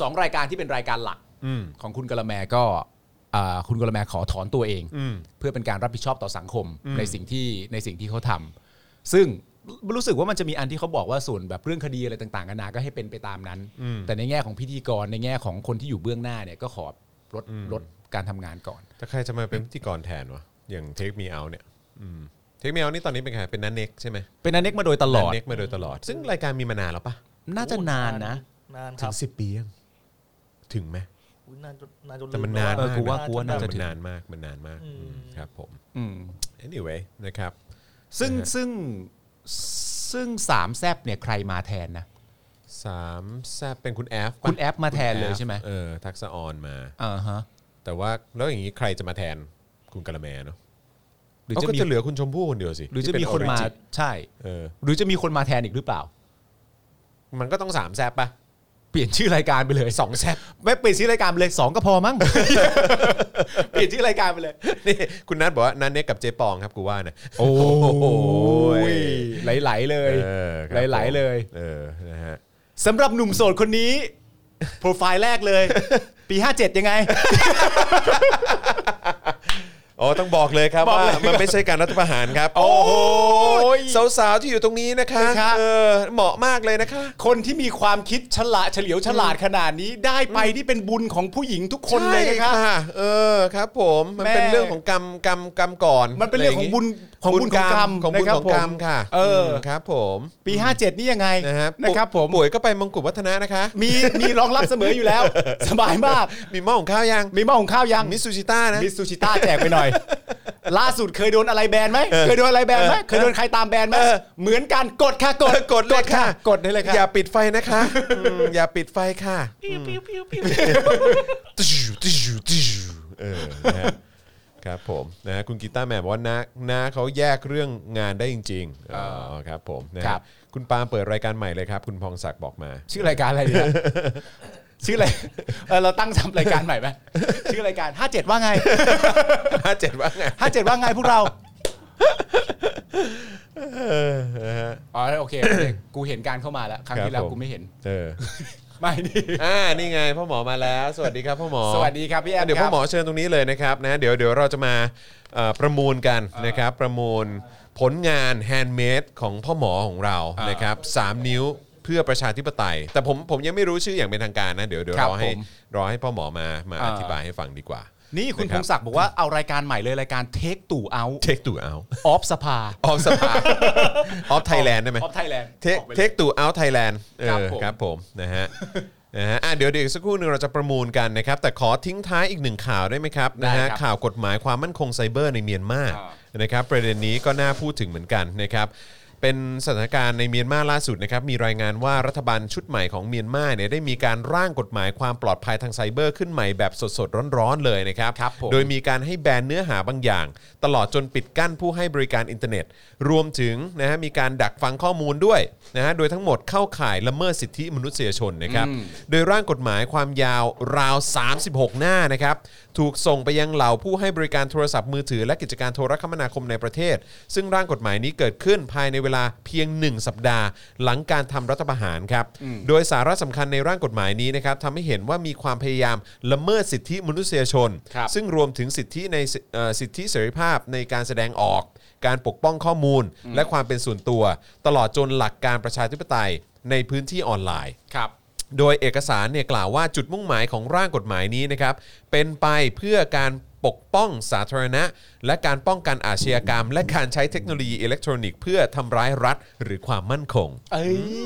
Speaker 3: สองรายการที่เป็นรายการหลัก
Speaker 2: อืม
Speaker 3: ของคุณกะละแมก็อ่าคุณกะละแมขอถอนตัวเอง
Speaker 2: อืม
Speaker 3: เพื่อเป็นการรับผิดชอบต่อสังคม
Speaker 2: อืม
Speaker 3: ในสิ่งที่ในสิ่งที่เขาทำซึ่งรู้สึกว่ามันจะมีอันที่เขาบอกว่าส่วนแบบเรื่องคดีอะไรต่างๆกันานาก็ให้เป็นไปตามนั้น
Speaker 2: อืม
Speaker 3: แต่ในแง่ของพิธีกรในแง่ของคนที่อยู่เบื้องหน้าเนี่ยก็ขอลดลดการทำงานก่อน
Speaker 2: ถ้าใครจะมาเป็นพิธีกรแทนวะอย่างเทคมีเอาเนี่ยเทคมีเอานี่ตอนนี้เป็นใครเป็นนันเน็กใช่ไหม
Speaker 3: เป็นนันเน็กมาโดยตลอด
Speaker 2: นันเน็กมาโดยตลอด ซึ่งรายการมีมานานแล้วปะ
Speaker 3: น่าจะนานนะ
Speaker 4: นานค
Speaker 2: ถึ
Speaker 4: รับ
Speaker 2: งสิบปียังถึงไหม
Speaker 4: อุ๊ยนานจนนานจนลื
Speaker 2: แต่มันนาน
Speaker 4: ล้
Speaker 2: มาก
Speaker 3: เออกูว่า
Speaker 2: ะ
Speaker 3: กูว่าน่าจะ
Speaker 2: มันนานมากมันนานมากอืมครับผม
Speaker 3: อืม
Speaker 2: anyway นะครับ
Speaker 3: ซึ่ง
Speaker 2: นะฮะ
Speaker 3: ซึ่งซึ่งสามแซบเนี่ยใครมาแทนนะ
Speaker 2: สามแซบเป็นคุณแอฟ
Speaker 3: คุณแอฟมาแทนเลยใช่ไหม
Speaker 2: เออทักษะออนมา
Speaker 3: อ่าฮะ
Speaker 2: แต่ว่าแล้วอย่างนี้ใครจะมาแทนคุณกะละแมเนาะ
Speaker 3: หรือ
Speaker 2: เขา
Speaker 3: จะ
Speaker 2: ก็
Speaker 3: มี
Speaker 2: จะเหลือคุณชมพู่คนเดียวสิ
Speaker 3: หรือจะ
Speaker 2: ที่เป็
Speaker 3: มีคนมา
Speaker 2: ออริจิ
Speaker 3: ใช่
Speaker 2: เออ
Speaker 3: หรือจะมีคนมาแทนอีกหรือเปล่า
Speaker 2: มันก็ต้องสามแซบปะ
Speaker 3: เปลี่ยนชื่อรายการไปเลย
Speaker 2: สองแซบ
Speaker 3: ไม่เปลี่ยนชื่อรายการไปเลยสองก็พอมั้ง เปลี่ยนชื่อรายการไปเลย
Speaker 2: นี่คุณนัทบอกว่านันเนกกับเจ๊ปองครับกูว่านะ
Speaker 3: โอ้
Speaker 2: ย
Speaker 3: ยไหลๆเลย
Speaker 2: เออครับ
Speaker 3: หลายๆเลย
Speaker 2: เออนะฮะ
Speaker 3: สำหรับหนุ่มโสดคนนี้ โปรไฟล์แรก [laughs] เลย ปี 57 ยังไง
Speaker 2: อ๋อต้องบอกเลยครับ
Speaker 3: บอก
Speaker 2: ว่า
Speaker 3: เลย
Speaker 2: มันไม่ใช่การรัฐประหารครับ
Speaker 3: โอ้โห
Speaker 2: สาวๆที่อยู่ตรงนี้นะคะเออเหมาะมากเลยนะคะ
Speaker 3: คนที่มีความคิดฉลาดเฉลียวฉลาดขนาดนี้ได้ไปนี่เป็นบุญของผู้หญิงทุกคนเลยนะ
Speaker 2: ใช่
Speaker 3: ครับ
Speaker 2: เออครับผมมันเป็น
Speaker 3: แม่
Speaker 2: เรื่องของกรรมกรรมกรรมก่อน
Speaker 3: มันเป็นเรื่องของบุญของบุญของกรรม
Speaker 2: ของบุญ
Speaker 3: นะ
Speaker 2: ของกรรม
Speaker 3: ผ
Speaker 2: ค่ะ
Speaker 3: เออ
Speaker 2: มครับ ผม
Speaker 3: ปี 57 นี่ยังไง
Speaker 2: นะฮะ
Speaker 3: นะครับผม
Speaker 2: ป่วยก็ไปมงกุฎวัฒนะนะคะ
Speaker 3: มีมีรองรับเสมออยู่แล้ว [laughs] สบายมาก
Speaker 2: มีหม้อของข้าวยัง
Speaker 3: มีหม้อของข้าวยัง
Speaker 2: มิสซูชิต้านะ
Speaker 3: มิสซูชิต้าแจกไปหน่อย [laughs] ล่าสุดเคยโดนอะไรแบนไหม เคยโดนอะไรแบนไหม เคยโดนใครตามแบนไหม
Speaker 2: เออ
Speaker 3: เหมือนกันกดค่ะกด
Speaker 2: กดเลยค่ะ
Speaker 3: กดได้เลยค่ะ
Speaker 2: อย่าปิดไฟนะคะอืมอย่าปิดไฟค่ะ
Speaker 4: ปิ้วปิ้วปิ้วปิ้ว
Speaker 2: ติชชู่ติชชู่ติชชู่เออนะฮะครับผมนะฮะคุณกีตาร์แมนบอกว่าน้าน้าเขาแยกเรื่องงานได้จริงๆอ๋อครับผมนะฮะคุณปาล์มเปิดรายการใหม่เลยครับ คุณพองศักดิ์บอกมา
Speaker 3: ชื่อรายการอะไรดี [laughs] อะชื่ออะไรเออเราตั้งทำรายการให [laughs] ม่ไหมชื่อรายการ 57 ว่าไง
Speaker 2: ห้าเจ็ดว่า
Speaker 3: [laughs]
Speaker 2: ไง
Speaker 3: 57 ว่าไงพวกเรา
Speaker 2: เออนะฮะ
Speaker 3: อ๋อโอเคโอเคกูเห็นการเข้ามาแล้ว ครั้งที่แล้ว
Speaker 2: ครับผม
Speaker 3: กูไม่เห็น
Speaker 2: เออ
Speaker 3: ไม่นี่
Speaker 2: อ่านี่ไงพ่อหมอมาแล้ว สวัสดีครับพ่อหมอ
Speaker 3: สวัสดีครับพี่แอม
Speaker 2: เดี๋ยว
Speaker 3: ค
Speaker 2: พ่อ
Speaker 3: รั
Speaker 2: บ หมอเชิญตรงนี้เลยนะครับนะเดี๋ยวเดี๋ยวเราจะมาเอ่อประมูลกันนะครับ ประมูลผลงานแฮนด์เมดของพ่อหมอของเรา
Speaker 3: อ่าน
Speaker 2: นะครับสามนิ้วเพื่อประชาธิปไตย แต่ผมผมยังไม่รู้ชื่ออย่างเป็นทางการนะ เดี๋ยวเดี๋ยว
Speaker 3: ครั
Speaker 2: ร
Speaker 3: บ
Speaker 2: อให้
Speaker 3: ผม
Speaker 2: รอให้พ่อหมอมามา
Speaker 3: อ่า
Speaker 2: อธิบายให้ฟังดีกว่า
Speaker 3: [laughs] นี่คุณ
Speaker 2: นะค
Speaker 3: พ
Speaker 2: รับ
Speaker 3: งศักดิ์บอกว่าเอารายการใหม่เลยรายการ Take ตู่ Out
Speaker 2: เทคตูเอา
Speaker 3: ออฟสภา
Speaker 2: ออฟสภาออฟไทยแลนด์ได้ไหม
Speaker 3: ออฟไทยแลนด์
Speaker 2: เทคเทคตูเอาไทยแลนด์
Speaker 3: ครับผม
Speaker 2: ครับผมนะฮะ นะฮะอ่ะเดี๋ยวเดี๋ยวอีกสักครู่หนึ่งเราจะประมูลกันนะครับ แต่ขอทิ้งท้ายอีกหนึ่งข่าวได้ไหมครับนะฮะข่าวกฎหมายความมั่นคงไซเบอร์ในเมียนมานะครับ ประเด็นนี้ก็น่าพูดถึงเหมือนกันนะครับ เป็นสถานการณ์ในเมียนมาล่าสุดนะครับ มีรายงานว่ารัฐบาลชุดใหม่ของเมียนมาเนี่ยได้มีการร่างกฎหมายความปลอดภัยทางไซเบอร์ขึ้นใหม่แบบสดๆร้อนๆเลยนะครับ
Speaker 3: ครับผม
Speaker 2: โดยมีการให้แบนเนื้อหาบางอย่าง ตลอดจนปิดกั้นผู้ให้บริการอินเทอร์เน็ต รวมถึงนะฮะมีการดักฟังข้อมูลด้วยนะฮะโดยทั้งหมดเข้าข่ายละเมิดสิทธิมนุษยชนนะครับโดยร่างกฎหมายความยาวราว 36 หน้านะครับถูกส่งไปยังเหล่าผู้ให้บริการโทรศัพท์มือถือ และกิจการโทรคมนาคมในประเทศ ซึ่งร่างกฎหมายนี้เกิดขึ้นภายในเวลาเพียง 1 สัปดาห์ หลังการทำรัฐประหารครับโดยสาระสำคัญในร่างกฎหมายนี้นะครับทำให้เห็นว่ามีความพยายามละเมิดสิทธิมนุษยชน
Speaker 3: ครับ
Speaker 2: ซึ่งรวมถึงสิทธิในสิเอ่อสิทธิเสรีภาพในการแสดงออก การปกป้องข้อมูล และความเป็นส่วนตัว ตลอดจนหลักการประชาธิปไตยในพื้นที่ออนไลน์
Speaker 3: ครับ
Speaker 2: โดยเอกสารเนี่ยกล่าวว่าจุดมุ่งหมายของร่างกฎหมายนี้นะครับ เป็นไปเพื่อการปกป้องสาธารณะ และการป้องกันอาชญากรรม และการใช้เทคโนโลยีอิเล็กทรอนิกส์เพื่อทำร้ายรัฐหรือความมั่นคง
Speaker 3: เอ้ย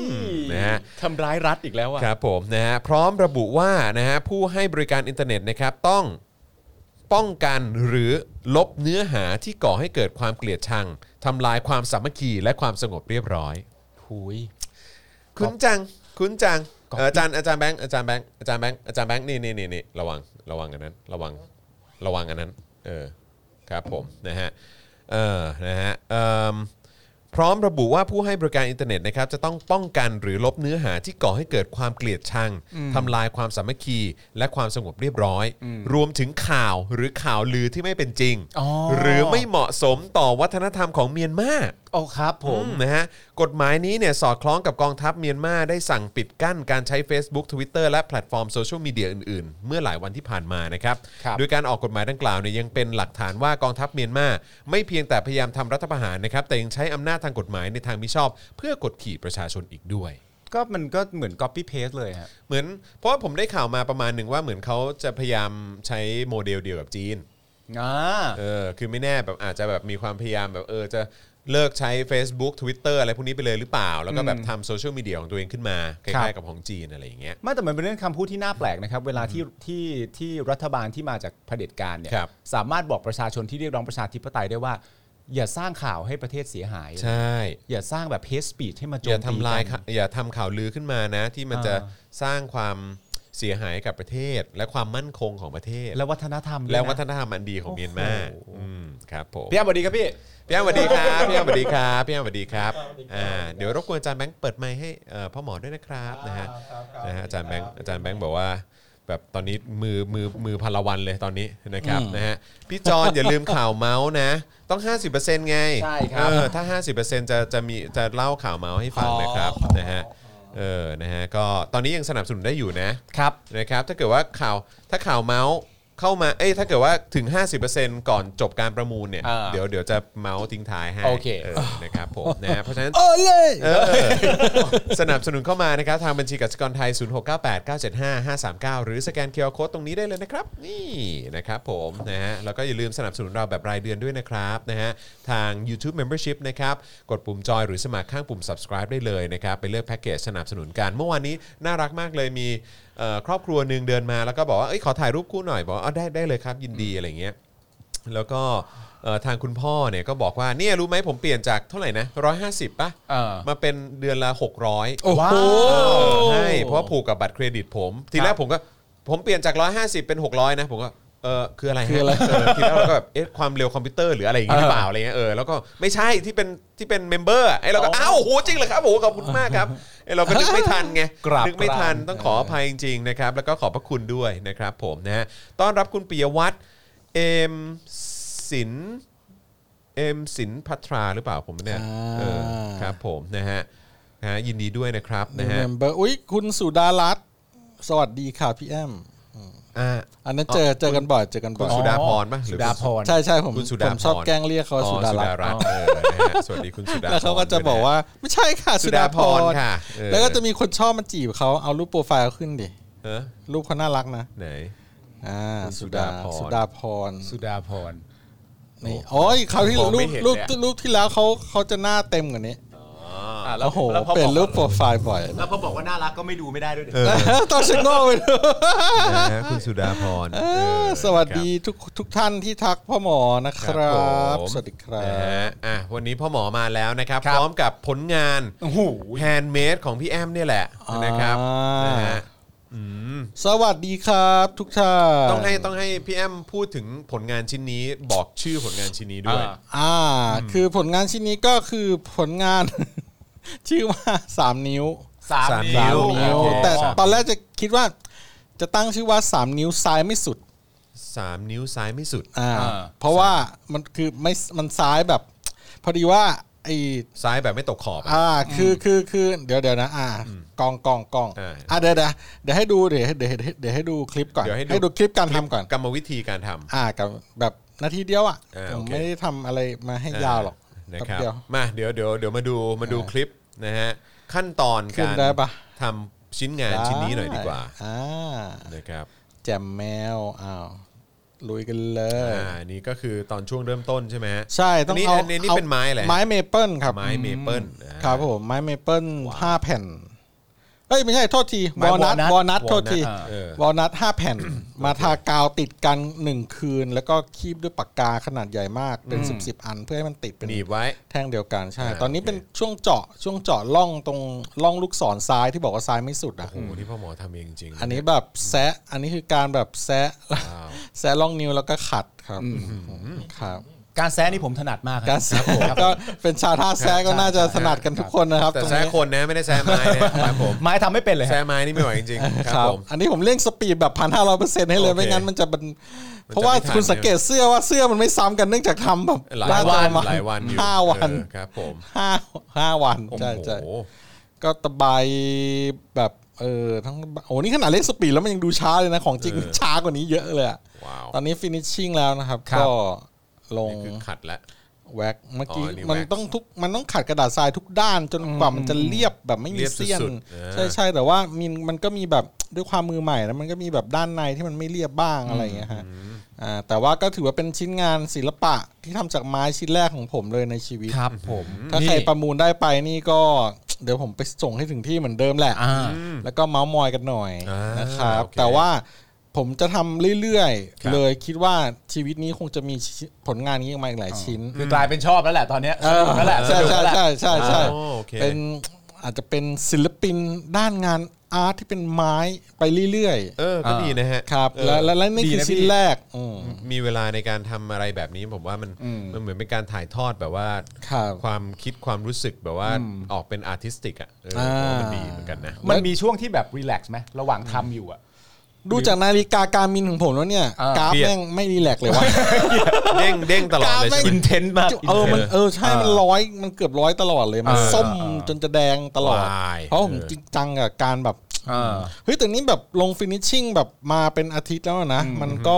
Speaker 2: นะฮะ
Speaker 3: ทำร้ายรัฐอีกแล้วอ่ะ
Speaker 2: ครับผมนะฮะพร้อมระบุว่านะฮะผู้ให้บริการอินเทอร์เน็ตนะครับต้อง ป้องกันหรือลบเนื้อหาที่ก่อให้เกิดความเกลียดชังทำลายความสามัคคีและความสงบเรียบร้อย
Speaker 3: หุย
Speaker 2: คุ้นจัง คุ้นจัง
Speaker 3: ก๊อป
Speaker 2: เอ่ออาจารย์อาจารย์แบงค์อาจารย์แบงค์อาจารย์แบงค์อาจารย์แบงค์นี่นี่นี่นี่ระวังระวังอันนั้น ระวังระวังอันนั้นเออครับผมนะฮะเออนะฮะเอิ่มพร้อมระบุว่าผู้ให้บริการอินเทอร์เน็ตนะครับจะต้องป้องกันหรือลบเนื้อหาที่ก่อให้เกิดความเกลียดชังทำลายความสามัคคีและความสงบเรียบร้อย รวมถึงข่าวหรือข่าวลือที่ไม่เป็นจริง
Speaker 3: อ๋อ
Speaker 2: หรือไม่เหมาะสมต่อวัฒนธรรมของเมียนมา
Speaker 3: โอ้ครับผม
Speaker 2: อืนะฮะกฎหมายนี้เนี่ยสอดคล้องกับกองทัพเมียนมาได้สั่งปิดกั้นการใช้ Facebook Twitter และแพลตฟอร์มโซเชียลมีเดียอื่นๆ เมื่อหลายวันที่ผ่านมานะครับ
Speaker 3: ครับ
Speaker 2: โดยการออกกฎหมายดังกล่าวเนี่ยยังเป็นหลักฐานว่ากองทัพเมียนมาไม่เพียงแต่พยายามทำรัฐประหารนะครับ แต่ยังใช้อำนาจทางกฎหมายในทางมิชอบ เพื่อกดขี่ประชาชนอีกด้วย
Speaker 3: ก็มันก็เหมือน copy paste เลยฮะ
Speaker 2: เหมือนเพราะว่าผมได้ข่าวมาประมาณหนึ่งว่าเหมือนเขาจะพยายามใช้โมเดลเดียวกับจีน
Speaker 3: อ่า
Speaker 2: เออคือไม่แน่แบบอาจจะแบบมีความพยายามแบบเออจะเลิกใช้ Facebook Twitter อะไรพวกนี้ไปเลยหรือเปล่า แล้วก็แบบทำโซเชียลมีเดียของตัวเองขึ้นมา ค
Speaker 3: ครั
Speaker 2: ล้ายๆ
Speaker 3: บ
Speaker 2: กับของจีนอะไรอย่างเงี้ย
Speaker 3: ไม่แต่มันเป็นเรื่องคำพูดที่น่าแปลกนะครับ เวลาที่ที่ที่รัฐบาลที่มาจากเผด็จการเนี่ย
Speaker 2: ครับ
Speaker 3: สามารถบอกประชาชนที่เรียกร้องประชาธิปไตยได้ว่า อย่าสร้างข่าวให้ประเทศเสียหาย
Speaker 2: ใช่
Speaker 3: อย่าสร้างแบบ hate speech ให้มาโจ
Speaker 2: อย่าม
Speaker 3: ตี
Speaker 2: ทำลาย
Speaker 3: กั
Speaker 2: ข่าน อย่าทำข่าวลือขึ้นมานะ ที่มัน
Speaker 3: อ่า
Speaker 2: จะสร้างความเสียหายกับประเทศ และความมั่นคงของประเทศ
Speaker 3: และวัฒนธรรมด้วย
Speaker 2: และวัฒ
Speaker 3: นะ
Speaker 2: นธรรมอันดีของเมียนมา
Speaker 3: โอ้โห
Speaker 2: อืมครับผม
Speaker 3: พี่อาร์มสวัสดีครับพี่
Speaker 2: พี่อ้ำสวัสดีครับพี่อ้ำสวัสดีครับพี่อ้ำสวัสดีครับอ่าเดี๋ยวรบกวนอาจารย์แบงค์เปิดไมค์ให้เอ่อพ่อหมอด้วยนะครับนะฮะ นะฮะอาจารย์แบงค์อาจารย์แบงค์บอกว่า แบบตอนนี้มือมือมือพนละวันเลยตอนนี้นะครับนะฮะพี่จอน อย่าลืมข่าวเมาส์นะ ต้อง 50%ไง
Speaker 3: ใช่ครับ
Speaker 2: เออถ้า 50%จะจะมีจะเล่าข่าวเมาส์ให้ฟังนะครับนะฮะเออนะฮะก็ตอนนี้ยังสนับสนุนได้อยู่นะครับ นะครับถ้าเกิดว่าข่าวถ้าข่าวเมาส์เข้ามาเอ้ยถ้าเกิดว่าถึง 50%ก่อนจบการประมูลเนี่ย
Speaker 3: อ่า
Speaker 2: เดี๋ยวเดี๋ยวจะเมาส์ทิ้งท้ายให้
Speaker 3: โอเค
Speaker 2: นะครับผมนะฮะเพราะฉะนั้น
Speaker 3: โอ้เลย
Speaker 2: เออสนับสนุนเข้ามานะครับ ทางบัญชีกสิกรไทย 0698 975 539 หรือสแกนเคอร์โคดตรงนี้ได้เลยนะครับ นี่นะครับผมนะฮะแล้วก็อย่าลืมสนับสนุนเราแบบรายเดือนด้วยนะครับนะฮะทาง YouTube Membership นะครับ กดปุ่มจอยหรือสมัครข้างปุ่ม subscribe ได้เลยนะครับ ไปเลือกแพ็กเกจสนับสนุนกัน เมื่อวานนี้น่ารักมากเลยมีเอ่อครอบครัวหนึ่งเดินมาแล้วก็บอกว่าเอ้ยขอถ่ายรูปคู่หน่อยบอกว่าอ๋อได้ได้เลยครับยินดีอะไรอย่างเงี้ย แล้วก็เอ่อทางคุณพ่อเนี่ยก็บอกว่าเนี่ยรู้ไหมผมเปลี่ยนจากเท่าไหร่นะ150ป่ะ
Speaker 3: เออ
Speaker 2: มาเป็นเดือนละ 600
Speaker 3: โอ้โห
Speaker 2: ใช่เพราะว่าผูกกับบัตรเครดิตผม ทีแรกผมก็ผมเปลี่ยนจาก 150 เป็น 600 นะ ผมก็เออคืออะไรฮ
Speaker 3: คืออะไร
Speaker 2: เทีแรกเราก็แบบเอ๊ะความเร็วคอมพิวเตอร์หรืออะไรอย่างงี้หรือเปล่าอะไรเงี้ยเออแล้วก็ไม่ใช่ที่เป็นที่เป็นเมมเบอร์ไอ้เราก็อ้าวโหจริงเหรอครับโหขอบคุณมากครับไอ้เราก็นึกไม่ทันไง
Speaker 3: กราบ
Speaker 2: นึกไม่ทัน
Speaker 3: กราบ
Speaker 2: ต้องขออภัยจริงๆนะครับ แล้วก็ขอบพระคุณด้วยนะครับผมนะฮะต้อนรับคุณปิยวัฒน์เอมศินเอมศินพัทราหรือเปล่าผมเนี่ย
Speaker 7: อ่า
Speaker 2: เออครับผมนะฮะนะฮะยินดีด้วยนะครับนะฮะ
Speaker 7: เมมเบอร์อุ้ยคุณสุดารัตน์สวัสดีค่ะพี่แอม
Speaker 2: อ่า
Speaker 7: อันนั้นเจอเจอกันบ่อยเจอกันบ่
Speaker 2: คุณ
Speaker 7: อย
Speaker 2: สุดาพรป่ะห
Speaker 3: สุ
Speaker 2: รือ
Speaker 3: ดา
Speaker 2: คุณ
Speaker 3: พร
Speaker 7: ใช่ใช่ผม
Speaker 2: คุณสุ
Speaker 7: ผ
Speaker 2: ดาม พร
Speaker 7: ชอบแกล้งเรียกเขาว่า
Speaker 2: อ๋อ
Speaker 7: สุดารัตน์
Speaker 2: ตน์เออนะฮะสวัสดีคุณสุดา
Speaker 7: แล้วเขาก็จะ
Speaker 2: พรด้วยน
Speaker 7: บอกว่าไม่ใช่ค่ะ
Speaker 2: สุ
Speaker 7: สุ
Speaker 2: ดา
Speaker 7: ดา
Speaker 2: พ
Speaker 7: พ
Speaker 2: ร
Speaker 7: ร
Speaker 2: ค่ะเออ
Speaker 7: แล้วก็จะมีคนชอบมาจีบเขาเอารูปโปรไฟล์เขาขึ้นดิ
Speaker 2: เออ
Speaker 7: รูปเขาน่ารักนะ
Speaker 2: ไหน
Speaker 7: อ่า
Speaker 2: คุณสุ
Speaker 7: สุ
Speaker 2: ดา
Speaker 7: ดา
Speaker 2: พร
Speaker 7: สุดาพร
Speaker 3: สุดาพร
Speaker 7: นี่โอ้ยเขาวที่
Speaker 2: มอง
Speaker 7: รู
Speaker 2: ไม่
Speaker 7: ป
Speaker 2: เห็น
Speaker 7: รูป
Speaker 2: เลยอะ
Speaker 7: รูปที่แล้วเขาเขาจะหน้าเต็มกว่านี้
Speaker 3: อ่ะแล้ว
Speaker 7: โอ้โห
Speaker 3: แล้วพอ
Speaker 7: เปลี่ยน
Speaker 3: บอก
Speaker 7: รูปโปรไฟล์บ่อย
Speaker 3: แล้วพอบอกว่าน่ารักก็ไม่ดูไม่ได้ด้วยดิ
Speaker 2: เออ
Speaker 7: ต้องชะโง่ไปดู
Speaker 2: นะฮะคุณสุดาพรเอ
Speaker 7: เอ
Speaker 2: อ
Speaker 7: อสวัส
Speaker 2: ครับ
Speaker 7: ดีทุกทุกท่านที่ทักพ่อหมอนะค
Speaker 2: ค
Speaker 7: รั
Speaker 2: รับ ผม
Speaker 7: สวัสดีครั
Speaker 2: นะ
Speaker 7: บ
Speaker 2: ฮะอ่ะวันนี้พ่อหมอมาแล้วนะครับ พร้อมกับผลงาน
Speaker 3: โอ้โห
Speaker 2: แฮนด์เมดของพี่แอมเนี่ยแหละ
Speaker 7: อ่าน
Speaker 2: นะครับนะฮะ
Speaker 7: สวัสดีครับทุกท่าน
Speaker 2: ต้องให้ต้องให้พี่แอมพูดถึงผลงานชิ้นนี้บอกชื่อผลงานชิ้นนี้ด้วย
Speaker 3: อ่า
Speaker 7: อ่า คือผลงานชิ้นนี้ก็คือผลงาน [laughs] ชื่อว่าสามนิ้ว
Speaker 3: สาม
Speaker 2: ม
Speaker 3: นิ้ว
Speaker 7: สามนิ้ว
Speaker 2: โอเค
Speaker 7: แต่
Speaker 2: สาม
Speaker 7: ตอนแรกจะคิดว่า จะตั้งชื่อว่าสามนิ้วซ้ายไม่สุด
Speaker 2: สามนิ้วซ้ายไม่สุด
Speaker 7: อ่า
Speaker 3: อ่า
Speaker 7: เพราะว่ามันคือไม่มันซ้ายแบบ พอดีว่าไอ
Speaker 2: ซ้ายแบบไม่ตกขอบอ่ะ
Speaker 7: อ่าคือคือคือเดี๋ยวเดี๋ยวนะ อ่า กองกองกอง
Speaker 2: เอออ่
Speaker 7: อ่าเดี๋ยวเดี๋ยวเดี๋ยวให้ดูเดี๋ยวให้เดี๋ยวให้เดี๋ยวให้ดูคลิปก่อน
Speaker 2: เดี๋ยวให้
Speaker 7: ดูคลิปการทำก่อน
Speaker 2: กรรมวิธีการทำ
Speaker 7: อ่ากับแบบนาทีเดียวอ่ะ
Speaker 2: อ่า
Speaker 7: ผ
Speaker 2: โอ
Speaker 7: ม
Speaker 2: เค
Speaker 7: ไม่ได้ทำอะไรมาให้ยาวหรอก
Speaker 2: นะ
Speaker 7: แป๊บ
Speaker 2: ครับ
Speaker 7: เดียว
Speaker 2: มาเดี๋ยวเดี๋ยวเดี๋ยวมาดูมาดูคลิปนะฮะขั้นตอน
Speaker 7: ขึ้น
Speaker 2: การ
Speaker 7: ได้ปะ
Speaker 2: ทำชิ้นงานชิ้นนี้หน่อยดีกว่า
Speaker 7: อ่า
Speaker 2: นะครับ
Speaker 7: แจมแมว อ้าว ลุยกันเลย
Speaker 2: อ่านี่ก็คือตอนช่วงเริ่มต้นใช่ไหมฮะ
Speaker 7: ใช่ ต้อง
Speaker 2: นนี้
Speaker 7: เอา
Speaker 2: นนี้นี่
Speaker 7: อา
Speaker 2: เป็นไม้อะไรฮะ
Speaker 7: ไม้เมเปิลครับ
Speaker 2: ไม้เมเปิลนะฮะ
Speaker 7: ครับผม ไม้เมเปิลห้าแผ่น เอ้ยไม่ใช่โทษที
Speaker 3: ไม้
Speaker 7: วอลนัท
Speaker 3: walnut
Speaker 7: วอลนัทโทษที
Speaker 3: อ่า
Speaker 2: เออ
Speaker 7: วอลนัทห้าแผ่น มาทากาวติดกันหนึ่งคืน แล้วก็คีบด้วยปากกาขนาดใหญ่มากเป็นสิบสิบอันเพื่อให้มันติดเป็น
Speaker 2: หนีบไว้
Speaker 7: แท่งเดียวกันใช่
Speaker 2: อ่า
Speaker 7: ตอนนี้เป็น
Speaker 2: โอเค
Speaker 7: ช่วงเจาะช่วงเจาะล่องตรงล่องลูกศรซ้ายที่บอกว่าซ้ายไม่สุดอ่ะ
Speaker 2: โอ้โหที่พ่อหมอทำเองจริงๆ
Speaker 7: อันนี้แบบแซะอันนี้คือการแบบแซะ [laughs]
Speaker 2: ว้าว
Speaker 7: แซะล่องนิ้วแล้วก็ขัดครับครับ
Speaker 3: การแซะนี่ผมถนัดมาก
Speaker 7: การแซะก็เป็นชาวท่าแซะก็น่าจะถนัดกันทุกคนนะครับ
Speaker 2: แต่
Speaker 7: ตรง
Speaker 2: แซ่
Speaker 7: นี้
Speaker 2: คนนะไม่ได้แซ่ไม้นะครับผม
Speaker 3: ไม้ทำไม่เป็นเลย
Speaker 2: แซ่
Speaker 3: ฮะ
Speaker 2: ไม้นี่ไม่ไหวจริงๆค
Speaker 7: ค
Speaker 2: รั
Speaker 7: รั
Speaker 2: บบ ผม
Speaker 7: อันนี้ผมเร่งสปีดแบบพันห้าร้อยเปอร์เซ็นต์ให้เล
Speaker 2: โอย เค
Speaker 7: ไม่งั้นมันจะเป็น
Speaker 2: มันจะไม่
Speaker 7: เพราะว่า
Speaker 2: ทัน
Speaker 7: คุณสังเกตเสื้อว่าเสื้อมันไม่ซ้ำกันเนื่องจากทำแบบ
Speaker 2: หลายวัน
Speaker 7: ประมณ
Speaker 2: หลายวันอยู่
Speaker 7: ห้าวัน
Speaker 2: เออครับผม
Speaker 7: ห้าห้าวัน
Speaker 2: โอ้
Speaker 7: ใช่
Speaker 2: โห
Speaker 7: ใช่ ก็ตะไบแบบเออทั้งโอ้นี่ขนาดเล่นสปีดแล้วมันยังดูช้าเลยนะ ของจริงช้ากว่านี้เยอะเลยอะ
Speaker 2: ว้าว
Speaker 7: ตอนนี้ฟินิชชิ่งแล้วนะครับ ก็ลง
Speaker 2: นี่คือขัดละ
Speaker 7: แว็กเมื่อกี้
Speaker 2: อ๋อนี่
Speaker 7: มัน
Speaker 2: แว็กซ์
Speaker 7: ต้องทุกมันต้องขัดกระดาษทรายทุกด้านจนกว่ามันจะเรียบแบบไม่มีเสี้ย
Speaker 2: เรียบ
Speaker 7: น
Speaker 2: สุดๆเออ
Speaker 7: ใช่ใช่แต่ว่ามันมันก็มีแบบด้วยความมือใหม่แล้วมันก็มีแบบด้านในที่มันไม่เรียบบ้างอะไรอย่างเงี้ยฮะอ่าแต่ว่าก็ถือว่าเป็นชิ้นงานศิลปะที่ทำจากไม้ชิ้นแรกของผมเลยในชีวิต
Speaker 3: ครับผม
Speaker 7: ถ้าใคร
Speaker 3: นี่
Speaker 7: ประมูลได้ไปนี่ก็ เดี๋ยวผมไปส่งให้ถึงที่เหมือนเดิมแหละ
Speaker 3: อ่า
Speaker 7: แล้วก็เมาส์มอยกันหน่อย
Speaker 2: อ่าน
Speaker 7: นะครับ
Speaker 2: โอเค
Speaker 7: แต่ว่าผมจะทำเรื่อย
Speaker 2: ครับ
Speaker 7: ๆ เลยคิดว่าชีวิตนี้คงจะมีชิ้นผลงานนี้ออกมาอีกหลายชิ้น
Speaker 3: คือกลายเป็นชอบแล้วแหละตอนเนี้ยสนุกแล้วแหละส
Speaker 7: ใช่
Speaker 3: นุก
Speaker 7: ใช่
Speaker 3: แล้วแหละ
Speaker 7: ใช่ใช่ใช่
Speaker 2: อ๋อโอเค
Speaker 7: เป็นอาจจะเป็นศิลปินด้านงานอาร์ตที่เป็นไม้ไปเรื่อย
Speaker 2: เออก็ดีนะฮะ
Speaker 7: ๆ ครับ
Speaker 2: เออ
Speaker 7: แล้วและและนี่คือชิ้นแรกอืม
Speaker 2: มีเวลาในการทำอะไรแบบนี้ผมว่ามันมันเหมือนเป็นการถ่ายทอดแบบว่า
Speaker 7: ครับ
Speaker 2: ความคิดความรู้สึกแบบว่าออกเป็นอาร์ติสติกอ่ะเออ
Speaker 7: อ่า
Speaker 2: ผมว่ามันดีเหมือนกันนะ
Speaker 3: มันมีช่วงที่แบบรีแลกซ์ไหมระหว่างทำอยู่อ่ะ
Speaker 7: ดูจากนาฬิกาการมินของผมแล้วเนี่ย
Speaker 3: อ่าก ก
Speaker 7: ราฟ
Speaker 2: เครียด
Speaker 7: แม่งไม่รีแลกซ์เลยว่ะ
Speaker 2: เด้งเด้งตลอดเลย
Speaker 7: กราฟไม่
Speaker 2: ใช่ไหม
Speaker 3: อินเทนต์มาก
Speaker 7: เออ มัน เออ ใช่ มัน
Speaker 3: เออ
Speaker 7: ร้อย มันเกือบร้อยตลอดเลย มัน
Speaker 3: เออ
Speaker 7: ส้ม
Speaker 3: เออ
Speaker 7: จนจะแดงตลอด
Speaker 2: วาย
Speaker 7: เพราะผม
Speaker 2: เออ
Speaker 7: จริงจังกับการแบบ
Speaker 3: เออ
Speaker 7: เฮ้ยแต่นี้แบบลงฟินิชชิ่งแบบมาเป็นอาทิตย์แล้วนะ มันก็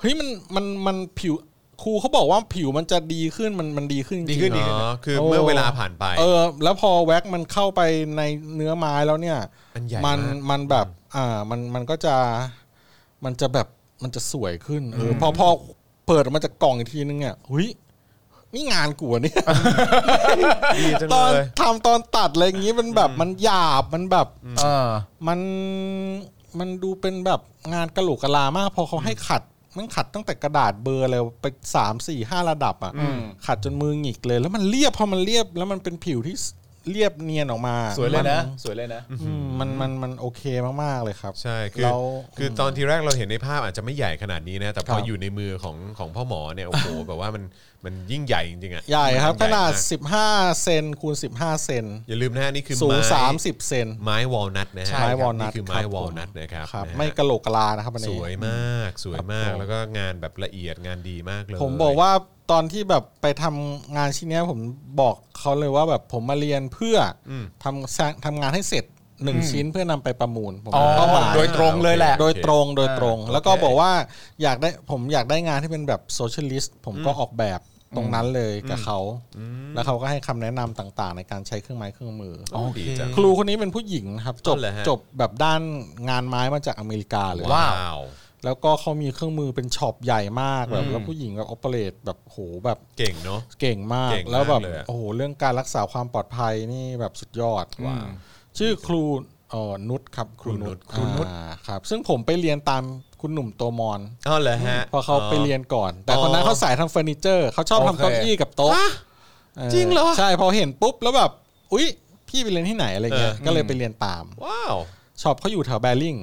Speaker 7: เฮ้ย มัน มัน มันผิว ครูเขาบอกว่าผิวมันจะดีขึ้น มัน มันดีขึ้นจริง
Speaker 3: ดีขึ้น
Speaker 7: ๆ
Speaker 2: อ๋อคือเมื่อเวลาผ่านไป
Speaker 7: เออแล้วพอแว็กมันเข้าไปในเนื้อไม้แล้วเนี่ย
Speaker 2: มันใหญ่
Speaker 7: น
Speaker 2: มาก
Speaker 7: มันแบบอ่ามันมันก็จะมันจะแบบมันจะสวยขึ้นเออพอพอเปิดออกมาจากกล่องอีกทีนึงเนี่ยหุยนี่งานกูอะเนี่ย
Speaker 2: ดีจังเลย
Speaker 7: ตอนทำตอนตัดอะไรอย่างงี้มันแบบมันหยาบมันแบบ
Speaker 3: เออ
Speaker 7: มันมันดูเป็นแบบงานกะโหลกกะลามาก พอเขาให้ขัดมันขัดตั้งแต่กระดาษเบอร์อะไรไปสามสี่ห้าระดับอ่ะขัดจนมือหงิกเลย แล้วมันเรียบพอมันเรียบแล้วมันเป็นผิวที่เรียบเนียนออกมา
Speaker 3: สวยเลยนะ สวยเลยนะ
Speaker 7: อืมมันมันมันโอเคมาก ๆ เลยครับ
Speaker 2: ใช่คือ
Speaker 7: เรา
Speaker 2: คือตอนทีแรกเราเห็นในภาพอาจจะไม่ใหญ่ขนาดนี้นะ แต่พอ
Speaker 7: ครับ
Speaker 2: อยู่ในมือของของพ่อหมอเนี่ยโอ้โห แบบว่ามันมันยิ่งใหญ่จริงๆอ่ะ
Speaker 7: ใหญ่ครับ
Speaker 2: มัให
Speaker 7: ข
Speaker 2: ญ่
Speaker 7: นาด
Speaker 2: มก
Speaker 7: 15 เซนคูณ 15 เซน
Speaker 2: อย่าลืมนะฮะนี่คือ
Speaker 7: สูง
Speaker 2: ไม้
Speaker 7: 30 เซน
Speaker 2: ไม้วอลนัทนะฮะ
Speaker 7: ใช่ไม้วอลนัท
Speaker 2: นี่คือไม้
Speaker 7: ครับ
Speaker 2: วอลนัทนะครับ
Speaker 7: ครับ
Speaker 2: นะฮะ
Speaker 7: ไม่กะโหลกกะลานะครับอัน
Speaker 2: ส
Speaker 7: นี้
Speaker 2: วยมากสวยมากแล้วก็งานแบบละเอียดงานดีมากเลย
Speaker 7: ผมบอกว่าตอนที่แบบไปทำงานชิ้นเนี้ยผมบอกเขาเลยว่าแบบผมมาเรียนเพื่ออทำสร้างทำงานให้เสร็จหนึ่งชิ้นเพื่อนำไปประมูลผม
Speaker 3: อ๋อ
Speaker 7: เป้าหมาย
Speaker 3: โดยตรงเลยแหละ
Speaker 7: โดยตรงโดยตรง
Speaker 2: อ่า
Speaker 7: แล้วก็
Speaker 2: โอเค
Speaker 7: บอกว่าอยากได้ผมอยากได้งานที่เป็นแบบโซเชียลิสต์ผมก็ออกแบบตรงนั้นเลยกับเขา แล้วเขาก็ให้คำแนะนำต่างๆ ในการใช้เครื่องไม้เครื่องมือ
Speaker 2: โอเค
Speaker 7: ดีจังครูคนนี้เป็นผู้หญิงนะครับ จบ
Speaker 2: อ๋อเหรอฮะ
Speaker 7: จบแบบด้านงานไม้มาจากอเมริกาเลย
Speaker 2: ว้าว
Speaker 7: แล้วก็เขามีเครื่องมือเป็นช็อปใหญ่มากแบบแล้วผู้หญิงแบบโอเปเรตแบบโหแบบ
Speaker 2: เก่งเนาะ
Speaker 7: เก่งมาก
Speaker 2: เก่งมาก
Speaker 7: แล้วแบบ
Speaker 2: เลยอะ
Speaker 7: โอ้โหเรื่องการรักษาความปลอดภัยนี่แบบสุดยอดว้าชื่อครูเอ่อนุชครับครูนุช
Speaker 3: ครูนุช
Speaker 7: อ่าครับ ซึ่งผมไปเรียนตามคุณหนุ่มตัวมอน
Speaker 2: อ้าวเหรอฮะ
Speaker 7: เพราะเขาไปเรียนก่อน แต่คนนั้
Speaker 2: อ๋
Speaker 7: น
Speaker 2: อ
Speaker 7: เขาสายทำเฟอร์นิเจอร์เขาชอบ
Speaker 3: โอเค
Speaker 7: ทำเก้าอี้กับโต๊ะจริงเหรอใช่พอเห็นปุ๊บแล้วแบบอุ๊ย พี่ไปเรียนที่ไหนอะไรเงี้ย
Speaker 2: เออ
Speaker 7: ก็เลยไปเรียนตาม
Speaker 2: ว้าว
Speaker 7: ช็อปเขาอยู่แถวแบริ่ง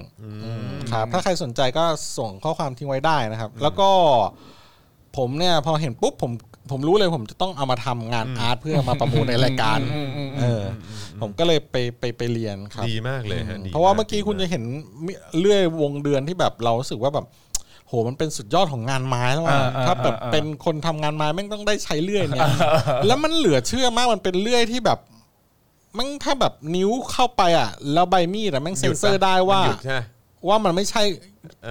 Speaker 7: ครับถ้าใครสนใจก็ส่งข้อความทิ้งไว้ได้นะครับ แล้วก็ผมเนี่ยพอเห็นปุ๊บผมผมรู้เลยผมจะต้องเอามาทำงานอาร์ตเพื่อมาประมูลในรายการเอออผมก็เลยไปไปไปเรียนครับ
Speaker 2: ดีมากเลยฮะดี
Speaker 7: เพราะว่าเมื่อกี้คุณจะ
Speaker 2: ดี
Speaker 7: เห็นเลื่อยวงเดือนที่แบบเรารู้สึกว่าแบบ โหมันเป็นสุดยอดของงานไม้แล้วอะ
Speaker 3: อ่าอ่า
Speaker 7: ถ้าแบบ
Speaker 3: อ่า
Speaker 7: เป็นคนทำงานไม้แม่งต้องได้ใช้เลื่อยเนี่ย แล้วมันเหลือเชื่อมากมันเป็นเลื่อยที่แบบแมันถ้าแบบนิ้วเข้าไปอ่ะ แล้วใบมีดอ่ะแม่ง
Speaker 2: มก
Speaker 7: เซ็นเซอร์ได้ว่า
Speaker 2: หยุดใช่ไหม
Speaker 7: ว่ามันไม่ใช่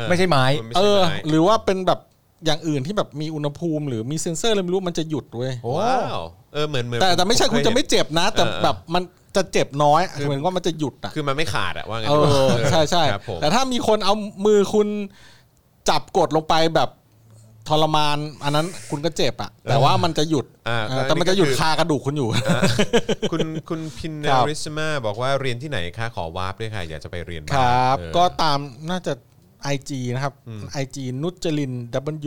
Speaker 3: ไม่ใช่ไม้
Speaker 2: น
Speaker 7: เออ
Speaker 2: ไม้
Speaker 7: หรือว่าเป็นแบบอย่างอื่นที่แบบมีอุณหภูมิ หรือมีเซ็นเซอร์อะไรไม่รู้มันจะหยุดเว้ย
Speaker 2: ว้าวเออเหมือนเหมือน
Speaker 7: แต่แต่ไม่ใช่
Speaker 2: ผ
Speaker 7: คุณจะไม่
Speaker 2: เยเห็
Speaker 7: เจ็บนะ แต่
Speaker 2: เออเออ
Speaker 7: แบบมันจะเจ็บน้อยเหมือนว่ามันจะหยุดอ่ะ
Speaker 2: นคือมันไม่ขาดอะว่างั้น
Speaker 7: เออใช่ใช่
Speaker 2: ครับผม
Speaker 7: แต่ถ้ามีคนเอามือคุณจับกดลงไปแบบ ทรมานอันนั้นคุณก็เจ็บอะแต่ว่ามันจะหยุด
Speaker 2: อ่า
Speaker 7: เออ
Speaker 2: แต่
Speaker 7: แต่
Speaker 2: อันนี้
Speaker 7: มันจะหยุด
Speaker 2: ก็คือ
Speaker 7: คากระดูกคุณอยู่
Speaker 2: [laughs] คุณคุณพิน
Speaker 7: ครั
Speaker 2: นา
Speaker 7: บ
Speaker 2: ริสมาบอกว่าเรียนที่ไหนคะขอวาร์ปด้วยค่ะ อยากจะไปเรียนาง
Speaker 7: ครับ
Speaker 2: เออ
Speaker 7: ก็ตามน่าจะ IG นะครับ IG นุจจริน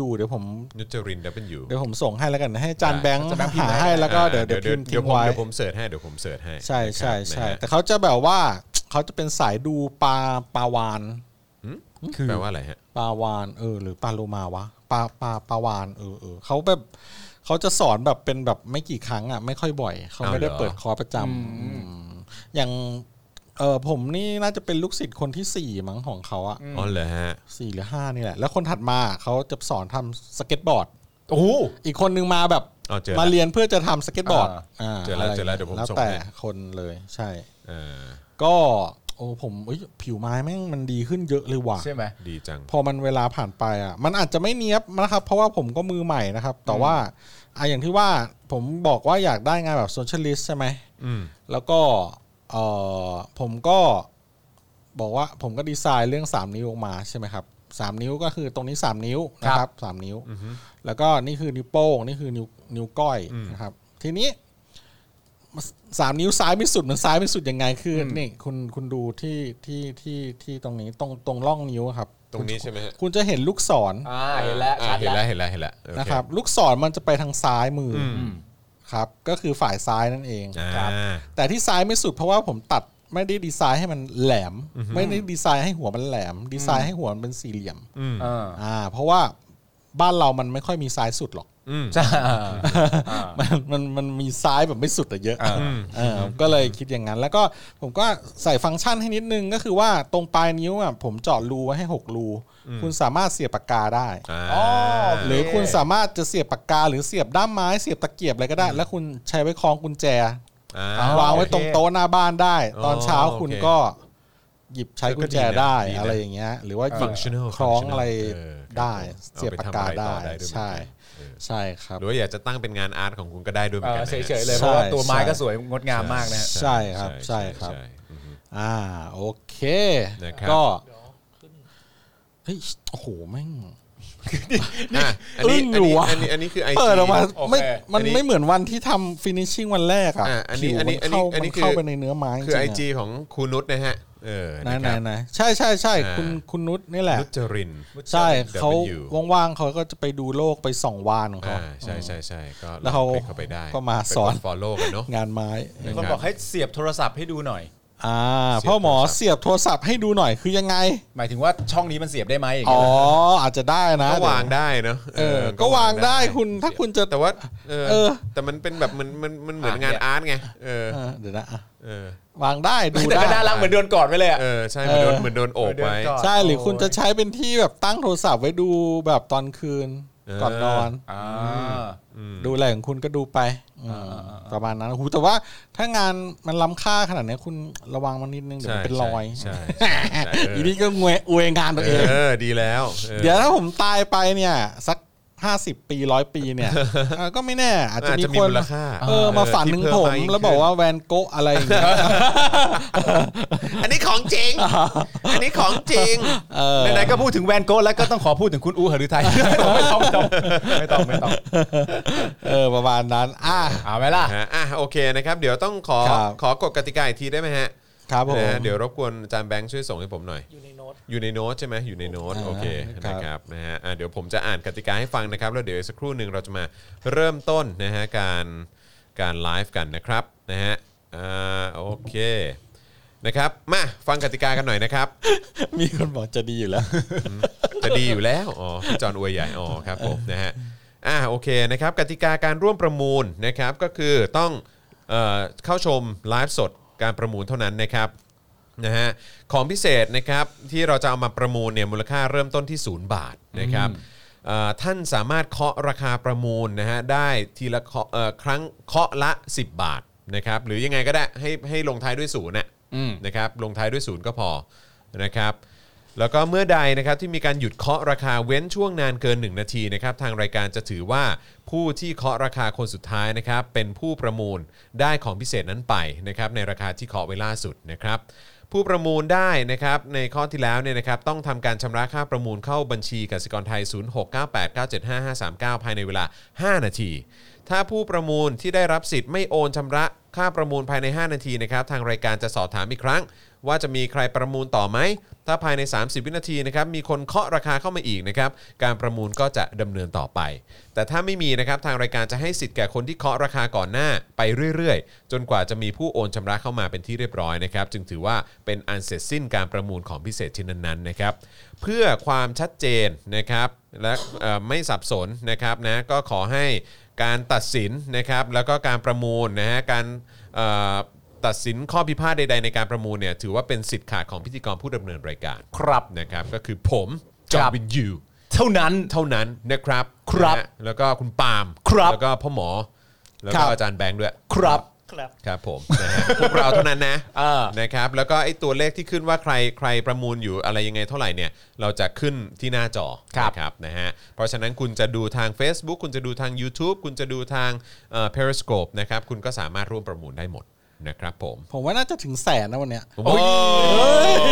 Speaker 7: W เดี๋ยวผม
Speaker 2: นุจริน W
Speaker 7: เดี๋ยวผมส่งให้แล้วกัน ให้อาจานแบงค์
Speaker 3: อาจารย์แบงค์พิมพ์
Speaker 7: หา
Speaker 3: ให้
Speaker 7: ให้แล้วก็
Speaker 2: อ่า
Speaker 7: เดี๋ยวเดี๋ยวพิมพ์
Speaker 2: เดี๋
Speaker 7: ทิ้
Speaker 2: ยว
Speaker 7: ง
Speaker 2: ผม
Speaker 7: ไว้
Speaker 2: เดี๋ยวผมเสิร์ชให้เดี๋ยวผมเสิร์ชให้
Speaker 7: ใช่ใช่ใช่
Speaker 2: นะครับ
Speaker 7: แต่เขาจะแบบว่า เขาจะเป็นสายดูปลาปลาวาน
Speaker 2: นะฮะแปลว่าอะไรฮะ
Speaker 7: ปลาวานเออหรือปลาโลมาวะปลาปลาปลาวานเออเออเขาแบบเขาจะสอนแบบเป็นแบบไม่กี่ครั้งอ่ะไม่ค่อยบ่อยเขา
Speaker 2: เอา
Speaker 7: ไม่ได้
Speaker 2: เหรอ
Speaker 7: เปิดคอร์สประจำอืมอย่างเออผมนี่น่าจะเป็นลูกศิษย์คนที่สี่มั้งของเขาอ่ะ
Speaker 2: อ๋อเหรอฮะ
Speaker 7: สี่หรือห้านี่แหละ แล้วคนถัดมาเขาจะสอนทำสเก็ตบอร์ด
Speaker 3: โอ้โห
Speaker 7: อีกคนนึงมาแบบ
Speaker 2: อ๋อเจอละ
Speaker 7: มาเรียนเพื่อจะทำสเก็ตบอร์ด
Speaker 3: อ่า
Speaker 7: อ่า
Speaker 2: เจอละ
Speaker 7: ไร
Speaker 2: เจอละเดี๋ยวผม
Speaker 7: แล้ว
Speaker 2: ส่ง
Speaker 7: แต่
Speaker 2: ให้
Speaker 7: คนเลยใช่
Speaker 2: เออ
Speaker 7: ก็โอ้ผมเอ้ยผิวไม้แม่งมันดีขึ้นเยอะเลยว่ะ
Speaker 3: ใช่ไหม
Speaker 2: ดีจัง
Speaker 7: พอมันเวลาผ่านไปอ่ะ มันอาจจะไม่เนี้ยบนะครับ เพราะว่าผมก็มือใหม่นะครับ แต่ว่าอ่ะอย่างที่ว่าผมบอกว่าอยากได้งานแบบโซเชียลิสต์ใช่ไหม
Speaker 2: อืม
Speaker 7: แล้วก็เออผมก็บอกว่าผมก็ดีไซน์เรื่อง 3 นิ้วออกมาใช่ไหมครับสามนิ้วก็คือตรงนี้ 3 นิ้วนะครับสามนิ้ว แล้วก็นี่คือนิ้วโป้งนี่คือนิ้วนิ้วก้อยนะครับ ทีนี้สามนิ้วซ้ายไม่สุดมันซ้ายไม่สุดยังไงคืออนี่คุณคุณดูที่ที่ที่ที่ตรงนี้ตรงตรงร่องนิ้วครับ
Speaker 2: ตรงนี้ใช่ไหมฮะ
Speaker 7: คุณจะเห็นลูกศร
Speaker 3: อ่าเห็นแล้ว
Speaker 2: อ่า
Speaker 3: ชัด
Speaker 2: เห็นแล้วเห็นแล้วเห็นแล้วโอเ
Speaker 7: นะครับ ลูกศรมันจะไปทางซ้ายมืออ
Speaker 3: อืม
Speaker 7: ครับ ก็คือฝ่ายซ้ายนั่นเอง
Speaker 2: อ่า
Speaker 7: แต่ที่ซ้ายไม่สุดเพราะว่าผมตัดไม่ได้ดีไซน์ให้มันแหลม ไม่ได้ดีไซน์ให้หัวมันแหลม ดีไซน์ให้หัวมันเป็นสี่เหลี่ยม
Speaker 2: อืม
Speaker 3: อ่า
Speaker 7: อ่าเพราะว่าบ้านเรามันไม่ค่อยมีซ้ายสุดหรอก
Speaker 2: อืม
Speaker 3: จ้า
Speaker 7: [laughs] มันมันมันมีซ้ายแบบไม่สุดแต่เยอะ
Speaker 3: อ่า
Speaker 7: เออก็เลยคิดอย่างนั้น แล้วก็ผมก็ใส่ฟังก์ชันให้นิดนึงก็คือว่าตรงปลายนิ้วอ่ะผมเจาะรูไว้ให้หกรูคุณสามารถเสียบปากกาได้
Speaker 2: อ่า
Speaker 3: อ๋อ
Speaker 7: หรือคุณสามารถจะเสียบปากกา หรือเสียบด้ามไม้เสียบตะเกียบอะไรก็ได้ แล้วคุณใช้ไว้คล้องกุญแจ
Speaker 2: อ่า
Speaker 3: อ๋อ
Speaker 7: วางไว้ตรงโต๊ะหน้าบ้านได้
Speaker 2: อ๋อ
Speaker 7: ตอนเช้า
Speaker 2: โอเค
Speaker 7: คุณก็หยิบใช้กุญแจได้
Speaker 2: ก็ดีนะดีนะ
Speaker 7: อะไรอย่างเงี้ย หรือว่าหยิบ
Speaker 2: Functional
Speaker 7: คล้อง
Speaker 2: functional
Speaker 7: อะไร
Speaker 2: เออครับ
Speaker 7: ได้
Speaker 2: ผม
Speaker 7: เสียบปากกา
Speaker 2: เอาไปทำอะไรต่อ
Speaker 7: ได้
Speaker 2: ได้ด้วยเหมือนกัน
Speaker 7: ใช่
Speaker 2: เออ
Speaker 7: ใช่ครับ
Speaker 2: หรือว่าอยากจะตั้งเป็นงานอาร์ตของคุณก็ได้ด้วยเหมื
Speaker 3: เอ
Speaker 2: อนกั
Speaker 3: อน
Speaker 2: นะฮะ
Speaker 3: เฉยๆเลยเพ
Speaker 7: ใช่
Speaker 3: ราะว่าตัวไม้
Speaker 7: ใช่
Speaker 3: ก็สวยงดงามมากนะฮะ
Speaker 7: ใช่ครับใช่ครับ
Speaker 2: ใช่อือฮึ
Speaker 7: อ่าโอเค
Speaker 2: นะครับ
Speaker 7: ก็เฮ้ยโอ้โหแม่ง
Speaker 2: อ่ะอันนี้
Speaker 7: อึ้งอยู่วะ
Speaker 2: อันนี้อันนี้คือไอ
Speaker 7: เปิดออกมา
Speaker 3: โอเค
Speaker 7: ไม่มัน
Speaker 2: อันนี้
Speaker 7: ไม่เหมือนวันที่ทำฟินิชชิ่งวันแรกอ่ะ
Speaker 2: อ่ะอันนี้
Speaker 7: ผิว
Speaker 2: อันนี้
Speaker 7: มัเข้า
Speaker 2: อันนี้อันนี้
Speaker 7: มันเข้า
Speaker 2: คือ
Speaker 7: ไปในเนื้อไม้
Speaker 2: คือไอ
Speaker 7: จ
Speaker 2: จี
Speaker 7: ริง
Speaker 2: ของครูนุชนะฮะเออ
Speaker 7: ๆนะ
Speaker 2: ค
Speaker 7: ไหน
Speaker 2: รับ
Speaker 7: ๆไหนใช่ใช่ใช่
Speaker 2: อ่า
Speaker 7: คุณคุณนุชนี่แหละ
Speaker 2: นุจริน
Speaker 7: ใช่
Speaker 2: W
Speaker 7: เขาว่างๆเขาก็จะไปดูโลกไปส่องวานของ
Speaker 2: อ่า
Speaker 7: เขา
Speaker 2: ใช่ใช่ใช่ก็
Speaker 7: แล้วเขา
Speaker 2: คลิกเข้าไปได้
Speaker 7: ก็มาสอน
Speaker 2: ฟอลโล่กันเนาะ
Speaker 7: งานไม้
Speaker 3: มี
Speaker 2: ค
Speaker 3: คน
Speaker 2: รับ
Speaker 3: บอกให้เสียบโทรศัพท์ให้ดูหน่อย
Speaker 7: อ่าพ่อหมอเสียบโทรศัพท์ให้ดูหน่อยคือยังไง
Speaker 3: หมายถึงว่าช่องนี้มันเสียบได้ไหมอย่าง
Speaker 7: อ๋
Speaker 3: เงี้
Speaker 7: อย
Speaker 3: เหรอ
Speaker 7: อาจจะได้นะ
Speaker 2: ก็วางได้เนอะ
Speaker 7: เออ ก็วางได้คุณถ้าคุณจะ
Speaker 2: แต่ว่าเอ
Speaker 7: เอ
Speaker 2: อ
Speaker 7: อ
Speaker 2: แต่มันเป็นแบบมันมันมันเหมือนงานอาร์ตไงเออ
Speaker 7: เออเดี๋ยวนะอ่ะ
Speaker 2: เออ
Speaker 7: วางได้ดู
Speaker 3: แต่
Speaker 7: ได้
Speaker 3: ก็น่ารักเหมือนโดนกอดไปเลยอะ
Speaker 2: เออใช่เหมือนโดนเห
Speaker 7: เออ
Speaker 2: มือนโดนโอบไว้
Speaker 3: เหมือนโดนกอด
Speaker 7: ใช่หรือคุณจะใช้เป็นที่แบบตั้งโทรศัพท์ไว้ดูแบบตอนคืน
Speaker 2: เออ
Speaker 7: ก่อนนอน
Speaker 3: อ่า
Speaker 7: ดูอะไรของคุณก็ดูไปอืมประมาณนั้นหูแต่ว่าถ้างานมันล้ำค่าขนาดเนี้ยคุณระวังมันนิดนึงเดี๋ยว
Speaker 2: ใช่
Speaker 7: มันเป็นรอย
Speaker 2: ใช่ใช่ใช่เออ
Speaker 7: อีนี่ก็งวยอวยงานตัวเอง
Speaker 2: เออดีแล้วออ
Speaker 7: เดี๋ยวถ้าผมตายไปเนี่ย สักห้าสิบปีร้อยปีเนี่ยเออก็ไม่แน่อาจจะ
Speaker 2: อาจ
Speaker 7: มี
Speaker 2: จะมี
Speaker 7: คน
Speaker 2: มูลค่า
Speaker 7: เออมาฝันถึง
Speaker 2: ที่เพิ่
Speaker 7: ผม ม
Speaker 2: มากยิ่ง
Speaker 7: แล้วบอกว่าแวนโกะอะไรอย่างเงี้ย
Speaker 2: อันนี้ของจริง อันนี้ของจริง
Speaker 7: เออ
Speaker 3: ไหนๆก็พูดถึงแวนโก้แล้วก็ต้องขอพูดถึงคุณอูหฤทัย [laughs] ไม่ต้องไม่ต้องไม่ต้องไม่ต้อง
Speaker 7: เออประมาณนั้น อ่ะ
Speaker 3: เอาไหมล่ะ
Speaker 2: อ่ะอ่ะโอเคนะครับ เดี๋ยวต้องขอ
Speaker 7: ครับ
Speaker 2: ขอกฎกติกาอีกทีได้ไหมฮะ
Speaker 7: ครับผม
Speaker 2: นะฮะเดี๋ยวรบกวนอาจารย์แบงค์ช่วยส่งให้ผมหน่อย
Speaker 4: อยู่ในโน้ต
Speaker 2: อยู่ในโน้ตใช่ไหมอยู่ในโน้ต
Speaker 7: อ่า
Speaker 2: โอเค
Speaker 7: ครับ
Speaker 2: นะครับนะฮะอ่ะเดี๋ยวผมจะอ่านกติกาให้ฟังนะครับ แล้วเดี๋ยวอีกสักครู่หนึ่งเราจะมาเริ่มต้นนะฮะการการไลฟ์กันนะครับนะฮะอ่าโอเคนะครับมาฟังกติกากันหน่อยนะครับ
Speaker 7: มีคนบอกจะดีอยู่แล้ว
Speaker 2: จะดีอยู่แล้ว อ๋อพี่จอนอวยใหญ่ อ๋อครับผมนะฮะ อ่าโอเคนะครับ กติกาการร่วมประมูลนะครับ ก็คือต้องเอ่อเข้าชมไลฟ์สดการประมูลเท่านั้นนะครับนะฮะของพิเศษนะครับที่เราจะเอามาประมูลเนี่ยมูลค่าเริ่มต้นที่ 0 บาทนะครับเอ่อท่านสามารถเคาะราคาประมูลนะฮะได้ทีละเคาะเอ่อครั้งเคาะละ 10 บาทนะครับหรือยังไงก็ได้ให้ให้ลงท้ายด้วยศูนย์น่ะนะครับลงท้ายด้วยศูนย์ก็พอนะครับ แล้วก็เมื่อใดนะครับที่มีการหยุดเคาะราคาเว้นช่วงนานเกิน 1 นาทีนะครับทางรายการจะถือว่าผู้ที่เคาะราคาคนสุดท้ายนะครับเป็นผู้ประมูลได้ของพิเศษนั้นไปนะครับในราคาที่เคาะไว้ล่าสุดนะครับ ผู้ประมูลได้นะครับในข้อที่แล้วเนี่ยนะครับต้องทำการชำระค่าประมูลเข้าบัญชีกสิกรไทย 0698975539 ภายในเวลา 5 นาที ถ้าผู้ประมูลที่ได้รับสิทธิ์ไม่โอนชำระค่าประมูลภายใน 5 นาทีนะครับทางรายการจะสอบถามอีกครั้ง ว่าจะมีใครประมูลต่อไหม ถ้าภายใน 30 วินาทีนะครับมีคนเคาะราคาเข้ามาอีกนะครับการประมูลก็จะดำเนินต่อไป แต่ถ้าไม่มีนะครับทางรายการจะให้สิทธิ์แก่คนที่เคาะราคาก่อนหน้าไปเรื่อยๆ จนกว่าจะมีผู้โอนชำระเข้ามาเป็นที่เรียบร้อยนะครับจึงถือว่าเป็นอันเสร็จสิ้นการประมูลของพิเศษชิ้นนั้นๆนะครับเพื่อความชัดเจนนะครับและเอ่อไม่สับสนนะครับนะก็ขอให้การตัดสินนะครับแล้วก็การประมูลนะฮะการเอ่อ ตัดสินข้อพิพาทใดๆในการประมูลเนี่ยถือว่าเป็นสิทธิ์ขาดของพิธีกรผู้ดำเนินรายการ
Speaker 3: ครับ
Speaker 2: นะครับ ก็คือผมจอ
Speaker 3: ครั
Speaker 2: ห์น
Speaker 3: บ
Speaker 2: วินยู
Speaker 3: เท่านั้น
Speaker 2: เท่านั้นนะครับ
Speaker 3: ครับ
Speaker 2: นะฮะแล้วก็คุณปาล์ม
Speaker 3: ครับ
Speaker 2: แล้วก็พ่อหมอ แล้ว
Speaker 3: ครั
Speaker 2: ก็
Speaker 3: บ
Speaker 2: อาจารย์แบงค์ด้วย
Speaker 3: ครับ
Speaker 4: ครับ
Speaker 2: ครับผมนะฮะ [laughs] พวกเราเท่านั้นนะ
Speaker 3: เออ
Speaker 2: นะครับแล้วก็ไอ้ตัวเลขที่ขึ้นว่าใครใครประมูลอยู่อะไรยังไงเท่าไหร่เนี่ยเราจะขึ้นที่หน้าจอ
Speaker 3: ครับ
Speaker 2: นะครับนะฮะเพราะฉะนั้นคุณจะดูทาง Facebook คุณจะดูทาง YouTube คุณจะดูทางเอ่อ Periscope นะครับคุณก็สามารถร่วมประมูลได้หมดนะครับผม
Speaker 7: ผมว่าน่าจะถึงแสนนะวันเนี้ย
Speaker 2: โอ้ย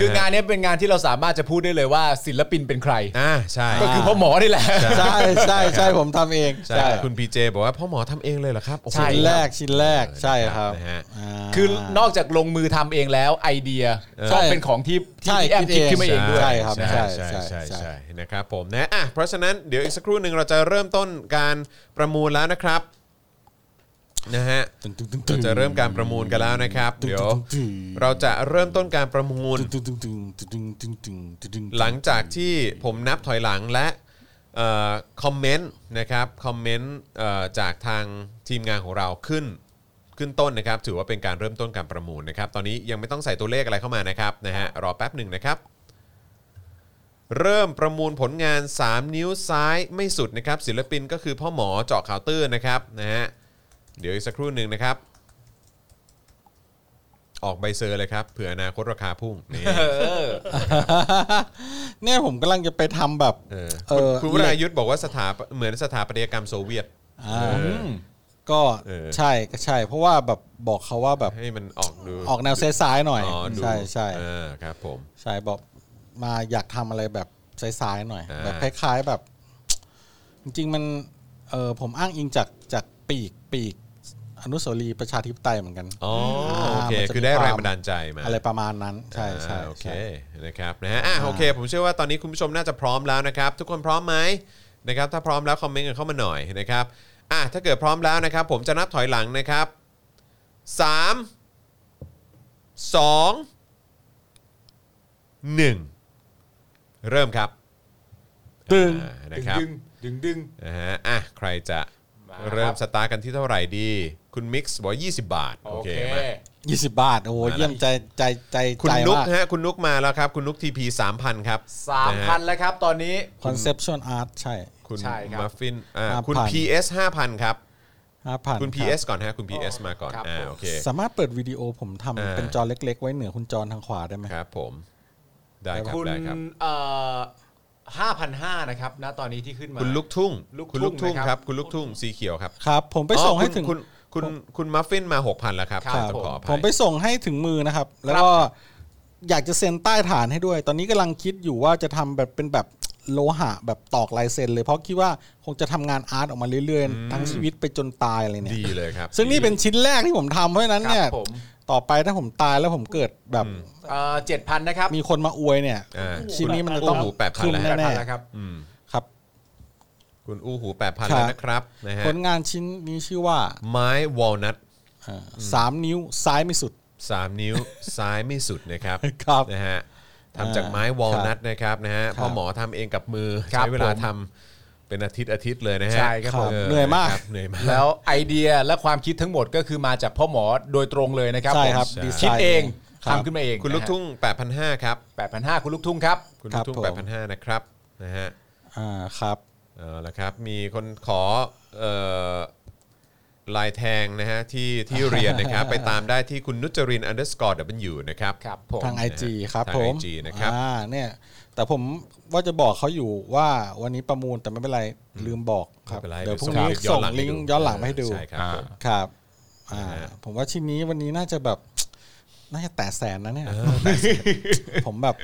Speaker 3: คืองานเนี้ยเป็นงานที่เราสามารถจะพูดได้เลยว่าศิลปินเป็นใคร
Speaker 2: อ่าใช่
Speaker 3: ก็คือพ่อหมอนี่แหละ
Speaker 7: ใช่ใช่ใช่ผมทำเอง
Speaker 2: ใช่คุณพีเจบอกว่าพ่อหมอทำเองเลยเหรอครับโอ้โห
Speaker 3: ใช่
Speaker 7: ชิ้นแรกชิ้นแรกใช่ครับ
Speaker 2: นะฮะ
Speaker 7: า
Speaker 3: [laughs] คือนอกจากลงมือทำเองแล้วไอเดียก็เป็นของที่
Speaker 7: ใช่
Speaker 3: ที่พี่แอมคิดขึ้นมาเองด้วย
Speaker 7: ใช่ครับ
Speaker 2: ใช่ใช่
Speaker 7: ใช่
Speaker 2: ใช่
Speaker 7: ใช่
Speaker 2: ใช่นะครับผมนะอ่ะเพราะฉะนั้นเดี๋ยวอีกสักครู่หนึ่งเราจะเริ่มต้นการประมูลแล้วนะครับนะฮะ
Speaker 7: ตึงตึงตึงตึ
Speaker 2: เรา
Speaker 7: ง
Speaker 2: จะเริ่มการประมูลกันแล้วนะครับ เดี๋ยวเราจะเริ่มต้นการประมูล
Speaker 7: ตึงตึงตึงตึงตึงตึงตึงตึงตึง
Speaker 2: หลังจากที่ผมนับถอยหลังและคอมเมนต์นะครับคอมเมนต์จากทางทีมงานของเราขึ้นขึ้นต้นนะครับ ถือว่าเป็นการเริ่มต้นการประมูลนะครับ ตอนนี้ยังไม่ต้องใส่ตัวเลขอะไรเข้ามานะครับนะฮะรอแป๊บหนึ่งนะครับ เริ่มประมูลผลงาน 3 นิ้วซ้ายไม่สุดนะครับ ศิลปินก็คือพ่อหมอเจาะข่าวตื้นนะครับนะฮะเดี๋ยวอีกสักครู่หนึ่งนะครับ ออกใบเซอร์เลยครับเผื่ออนาคตราคาพุ่งนี่
Speaker 7: [laughs] เนี่ยผมกำลังจะไปทำแบบ
Speaker 2: เออ
Speaker 7: เออ
Speaker 2: คุณวรายุทธ์บอกว่าสถาปเหมือนสถาปัตยกรรมโซเวียต
Speaker 7: อ่า
Speaker 2: เออ
Speaker 7: ก็
Speaker 2: เออ
Speaker 7: ใช่ก็ใช่ เพราะว่าแบบบอกเขาว่าแบบ
Speaker 2: ให้มันออกดู
Speaker 7: ออกแนวซ้ายๆหน่อย
Speaker 2: อ๋อดู
Speaker 7: ใช่ใช่
Speaker 2: เออครับผม
Speaker 7: ใช่บอกมาอยากทำอะไรแบบซ้ายๆหน่อย
Speaker 2: อ่า
Speaker 7: แบบคล้ายๆแบบ จริงๆมันเออผมอ้างอิงจากจากปีกปีกอนุสาวรีย์ประชาธิปไตยเหมือนกัน
Speaker 2: อ๋อโอเค
Speaker 7: มันจะมี
Speaker 2: คือได้แรงบันดาลใจมา
Speaker 7: อะไรประมาณนั้น ใช่ใช่
Speaker 2: อ่าโอเค
Speaker 7: ใช่
Speaker 2: นะครับนะฮะอ่ะโอเค ผมเชื่อว่าตอนนี้คุณผู้ชมน่าจะพร้อมแล้วนะครับ ทุกคนพร้อมไหมนะครับ ถ้าพร้อมแล้วคอมเมนต์กันเข้ามาหน่อยนะครับอ่ะถ้าเกิดพร้อมแล้วนะครับ ผมจะนับถอยหลังนะครับสามสองหนึ่งเริ่มครับ
Speaker 7: ตึง
Speaker 2: อ่านะครับ
Speaker 3: ดึงดึง
Speaker 2: นะฮะอ่ะใครจะ
Speaker 3: มาครับ
Speaker 2: เริ่มสตาร์ทกันที่เท่าไหร่ดี คุณมิกซ์บอกว่า20 บาท โอเคมา
Speaker 7: ยี่สิบบาท โอ้โหเยี่ยมใจใจใจ
Speaker 2: คุณ
Speaker 7: ใจ
Speaker 2: นุก
Speaker 7: มาก
Speaker 2: ฮะคุณนุกมาแล้วครับ คุณนุกทีพีสามพันครับ
Speaker 3: สามพันะ
Speaker 2: ฮะ
Speaker 3: แล้วครับตอนนี้
Speaker 7: คอนเซปชวลอาร์ตใช่
Speaker 2: คุณ
Speaker 3: ใช่ครับ
Speaker 2: มัฟฟินอ่า
Speaker 7: 5,000
Speaker 2: คุณ PS 5,000 ครับ
Speaker 7: ห้าพัน
Speaker 2: คุณ PS ก่อนฮะ คุณ PS มาก่อน
Speaker 3: ครับ
Speaker 2: อ่า
Speaker 3: ผม
Speaker 2: โอเค
Speaker 7: สามารถเปิดวิดีโอผมทำ
Speaker 2: อ่า
Speaker 7: เป็นจอเล็ก ๆ ไว้เหนือคุณจอทางขวาได้ไหม
Speaker 2: ครับผม ได้ครับ
Speaker 3: คุณ
Speaker 2: ได้ครับ
Speaker 3: ห้าพันห้านะครับณตอนนี้ที่ขึ้นมา
Speaker 2: คุณลูกทุ่ง
Speaker 3: ลูก
Speaker 2: คุ
Speaker 3: ทุ่ง
Speaker 2: ณลูกทุ่ง
Speaker 3: นะค
Speaker 2: ครั
Speaker 3: รับ
Speaker 2: บ คุณลูกทุ่งสีเขียวครับ
Speaker 7: ครับ ผมไป
Speaker 2: อ๋อ
Speaker 7: ส่งให้
Speaker 2: คุณ
Speaker 7: ถึง
Speaker 2: คุณคุณคุณมัฟฟินมา 6,000แล้วครับ
Speaker 3: ครับ
Speaker 2: ต้องขออภัย
Speaker 7: ผมไปส่งให้ถึงมือนะครับ แล้วก็อยากจะเซ็นใต้ฐานให้ด้วย ตอนนี้กำลังคิดอยู่ว่าจะทำแบบเป็นแบบโลหะแบบตอกลายเซ็นเลยเพราะคิดว่าคงจะทำงานอาร์ตออกมาเรื่อยๆ ทั้งชีวิตไปจนตายอะไรเนี่ย
Speaker 2: ดีเลยครับ
Speaker 7: ซึ่งนี่เป็นชิ้นแรกที่ผมทำเพราะฉะนั้นเนี่ย
Speaker 3: ครับผม
Speaker 7: ต่อไปถ้าผมตายแล้วผมเกิดแบบ
Speaker 3: เจ็ดพันนะครับ
Speaker 7: มีคนมาอวยเนี่ย
Speaker 2: อ่า
Speaker 7: ชิ้นนี้มันจะ
Speaker 2: คุณ
Speaker 7: ต้อง
Speaker 2: อู้หู8,000
Speaker 7: คุ้ม
Speaker 2: แล้ว
Speaker 7: แน่
Speaker 2: ฮะ
Speaker 3: 8,000แล้วครับ
Speaker 2: อืม
Speaker 7: ครับ
Speaker 2: คุณอู้หู8,000
Speaker 7: ครับ
Speaker 2: แล้วนะครับนะฮะ
Speaker 7: ผลงานชิ้นนี้ชื่อว่า
Speaker 2: ไม้วอลนัท
Speaker 7: อ่าสามนิ้วซ้ายไม่สุด
Speaker 2: สามนิ้ว ซ้ายไม่สุดนะครับ
Speaker 7: ครับ
Speaker 2: นะฮะทำจากไม้วอลนัทนะครับนะฮะพ่อหมอทำเองกับมือ
Speaker 3: ครับ
Speaker 2: ใช้เวลา
Speaker 3: ผม
Speaker 2: ทำเป็นอาทิตย์อาทิตย์เลยนะฮะ
Speaker 3: ใช่ครับผม
Speaker 7: เหนื่อยมาก
Speaker 2: ครับเหนื่อยมาก
Speaker 3: แล้วไอเดียและความคิดทั้งหมดก็คือมาจากพ่อหมอโดยตรงเลยนะครับ
Speaker 7: ใช่ครับ
Speaker 3: ผม
Speaker 7: ใช่
Speaker 3: คิดเอง
Speaker 7: ครับ
Speaker 3: ทำขึ้นมาเอง
Speaker 2: คุณลูกทุ่ง 8,500 ครับ
Speaker 3: 8,500 คุณลูกทุ่งครับ
Speaker 2: คุณ
Speaker 7: ค
Speaker 2: ลู
Speaker 7: รับ
Speaker 2: กทุ่ง
Speaker 7: ผม
Speaker 2: 8,500 นะครับนะฮะ
Speaker 7: อ่าครับ
Speaker 2: เอาละครับมีคนขอเอ่อลายแทงนะฮะที่ที่เรียนนะครับ ไปตามได้ที่คุณนุจริน underscore w นะครับ
Speaker 3: ครับผม
Speaker 7: ทาง IG
Speaker 2: นะฮะ
Speaker 7: ครับ
Speaker 2: ทาง
Speaker 7: ผม
Speaker 2: IG นะครับ
Speaker 7: อ่าเนี่ยแต่ผมว่าจะบอกเขาอยู่ว่าวันนี้ประมูลแต่ไม่เป็นไรลืมบอกครับ
Speaker 2: ไม่ป็นไ
Speaker 7: เดี๋ยวพรุ่งนี้
Speaker 2: ไป
Speaker 7: ส่งลิงก์ย้อนหลังมาให้ดู
Speaker 2: ใช่ครับผม
Speaker 7: ครับอ่า
Speaker 2: นะฮะ
Speaker 7: ผมว่าชิ้นนี้วันนี้น่าจะแบบ น่าจะแต่แสนนะเนี่ย [laughs] ผมแบบ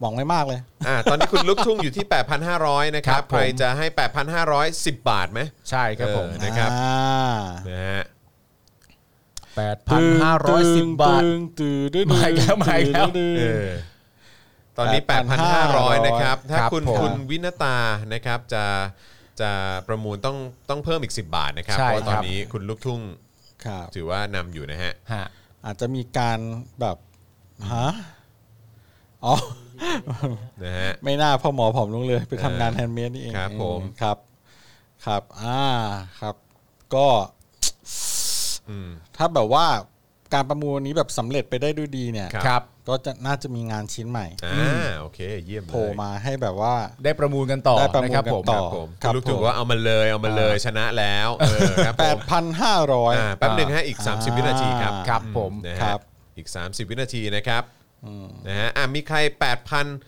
Speaker 7: หวังไว้มากเลย
Speaker 2: อ่าตอนนี้คุณลูกทุ่งอยู่ที่ 8,500 นะครับ
Speaker 3: ครับผม
Speaker 2: ใครจะให้ 8,510 บาทไหม
Speaker 3: ใช่ครับผม
Speaker 2: เออ นะครับ
Speaker 7: อ่า
Speaker 2: นะฮะ
Speaker 3: แปดพันห้าร้อยสิบบาท
Speaker 7: ตึงตึงตึง
Speaker 3: มาอีกแล้วมาอีกแล้ว
Speaker 7: ตึง
Speaker 2: เอ
Speaker 7: ตึง
Speaker 2: อตอนนี้ 8,500
Speaker 7: 8,500
Speaker 2: นะครับ ถ้า
Speaker 3: ครับ
Speaker 2: คุณ
Speaker 3: ผม
Speaker 2: คุณวินตานะครับจะจะประมูลต้องต้องเพิ่มอีก 10 บาทนะครับ
Speaker 3: ใช่
Speaker 2: เพราะว่าตอน
Speaker 3: ครับ
Speaker 2: นี้คุณลูกทุ่ง
Speaker 7: ครับ
Speaker 2: ถือว่านำอยู่นะฮะ
Speaker 3: ฮะ
Speaker 7: อาจจะมีการแบบฮะอ๋อ [laughs]
Speaker 2: นะฮะ
Speaker 7: ไม่น่าพ่อหมอผอมลงเลยไปทำงานแฮนด์เมดนี่เอง
Speaker 2: ครับผม
Speaker 7: ครับ ครับอ่าครับ ก็
Speaker 2: อืม
Speaker 7: ถ้าแบบว่าการประมูลนี้แบบสำเร็จไปได้ด้วยดีเนี่ย
Speaker 2: ครับ
Speaker 3: ครับ
Speaker 7: ก็จะน่าจะมีงานชิ้นใหม่
Speaker 2: อ่าโอเค เยี่ยมเลย
Speaker 7: โผล่มาให้แบบว่า
Speaker 3: ได้ประมูลกันต่อ
Speaker 7: ได้ประ
Speaker 3: นะ
Speaker 7: มูล
Speaker 3: ครับ
Speaker 7: กัน
Speaker 3: ผม
Speaker 7: ต่
Speaker 2: ครั
Speaker 7: อ
Speaker 2: บผม
Speaker 7: ครับ
Speaker 2: คุณลูกทุ่ง
Speaker 7: ผม
Speaker 2: ว่าเอามาเลยเอามาเลยชนะแล้วเออครับผม
Speaker 7: 8,500
Speaker 2: อ่าแป๊บหนึ่งฮะอีก 30 วินาทีครับ
Speaker 7: อ่า
Speaker 3: ครับผม
Speaker 2: นะ
Speaker 7: ครั
Speaker 2: ฮะ
Speaker 7: บ
Speaker 2: อีก 30 วินาทีนะครับนะฮะอ่ะมีใคร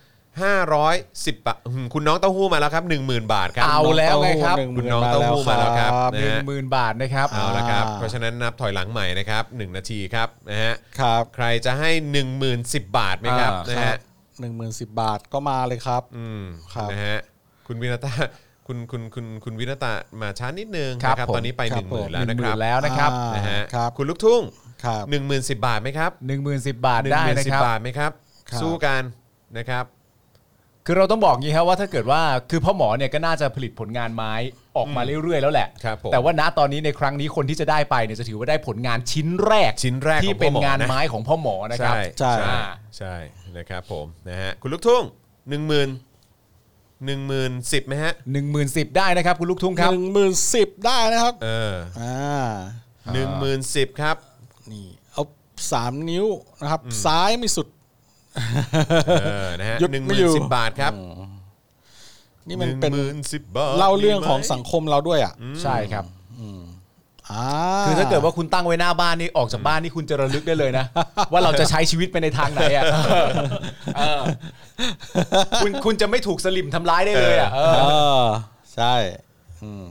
Speaker 2: 8,510บาทอืมคุณน้องเต้าหู้มาแล้วครับ 10,000 บาทครับ
Speaker 3: เอาแล้วไงครับ
Speaker 7: ห
Speaker 2: คุณน้องเต้าหู้มาแล้วครับ
Speaker 7: ครั
Speaker 2: นะ
Speaker 3: หนึ่ง
Speaker 2: ฮะ
Speaker 3: หมื่นบาทนะครับ
Speaker 2: เอาละครับ
Speaker 7: อ่า
Speaker 2: เพราะฉะนั้นนับถอยหลังใหม่นะครับ 1 นาทีครับนะฮะ
Speaker 7: ครับ
Speaker 2: ใครจะให้ 10,010 บาทไหมครับ
Speaker 3: อ่าน
Speaker 2: นะ
Speaker 7: ครั
Speaker 2: ฮะ
Speaker 7: บหนึ่งหมื่นสิบบาทก็มาเลยครับ
Speaker 2: อืม
Speaker 7: ครับ
Speaker 2: นะฮะคุณวินตาคุณคุณคุณคุณวินตามาช้านิดนึง
Speaker 3: ครับ
Speaker 2: นะครับ
Speaker 3: ผม
Speaker 2: ตอนนี้ไป
Speaker 7: ครับผม
Speaker 2: 10,000
Speaker 3: ห
Speaker 2: แล้ว
Speaker 3: นึ่ง
Speaker 2: นะ
Speaker 3: ห
Speaker 2: ค
Speaker 3: มื่
Speaker 2: รับ
Speaker 3: นแล้วนะครับ
Speaker 7: อ่า
Speaker 2: นะฮะ
Speaker 7: ครับ
Speaker 2: คุณลูกทุ่ง
Speaker 7: ครับ
Speaker 2: 10,010 บาทไหมครับ
Speaker 3: หนึ่งหมื่นสิบบาทได้นะ
Speaker 2: 10,010
Speaker 3: ครับ
Speaker 2: บาทไหมครับ
Speaker 7: ครับ
Speaker 2: สู้กันนะครับ
Speaker 3: คือเราต้องบอกงี้ครับว่าถ้าเกิดว่าคือพ่อหมอเนี่ยก็น่าจะผลิตผลงานไม้ออกมาเรื่อยๆแล้วแหละ
Speaker 2: ครับผม
Speaker 3: แต่ว่าณตอนนี้ในครั้งนี้คนที่จะได้ไปเนี่ยจะถือว่าได้ผลงานชิ้นแรก
Speaker 2: ชิ้นแรกของ
Speaker 3: ที่เป็
Speaker 2: พ่อ
Speaker 3: น
Speaker 2: หมอนะ
Speaker 3: งานไม้ของพ่อหมอนะครับ
Speaker 2: ใช่
Speaker 7: ใช่
Speaker 2: ใช่ใช่นะครับผมนะฮะคุณลูกทุ่ง 10,000 10,010ไหมฮะ
Speaker 3: หนึ่งหมื่นสิบได้นะครับ คุณลูกทุ่งค
Speaker 7: ห
Speaker 3: รับ
Speaker 7: นึ่งหมื่นสิบได้นะครับ
Speaker 2: เออ
Speaker 7: อ่า
Speaker 2: 10,010ครับ
Speaker 7: นี่เอาสามนิ้วนะครับ ซ้ายไม่สุด
Speaker 2: เออนะฮะ
Speaker 7: หยุด
Speaker 2: หนึ่งห
Speaker 7: ไม่
Speaker 2: มื่
Speaker 7: อยู่
Speaker 2: นสิบบาทครับ
Speaker 7: นี่มันเป็น
Speaker 2: หงหสิบบาท
Speaker 7: เล่าเรื่องของสังคมเราด้วยอ่ะ
Speaker 3: ใช่ครับ
Speaker 7: อ่า
Speaker 3: คือถ้าเกิดว่าคุณตั้งไว้หน้าบ้านนี่ออกจากบ้านนี่คุณจะระลึกได้เลยนะ [laughs] ว่าเราจะใช้ชีวิตไปในทางไหนอ่ะเออคุณ [laughs] คุณจะไม่ถูกสลิมทำร้ายได้เลยอ่ะเออ
Speaker 7: เออใช่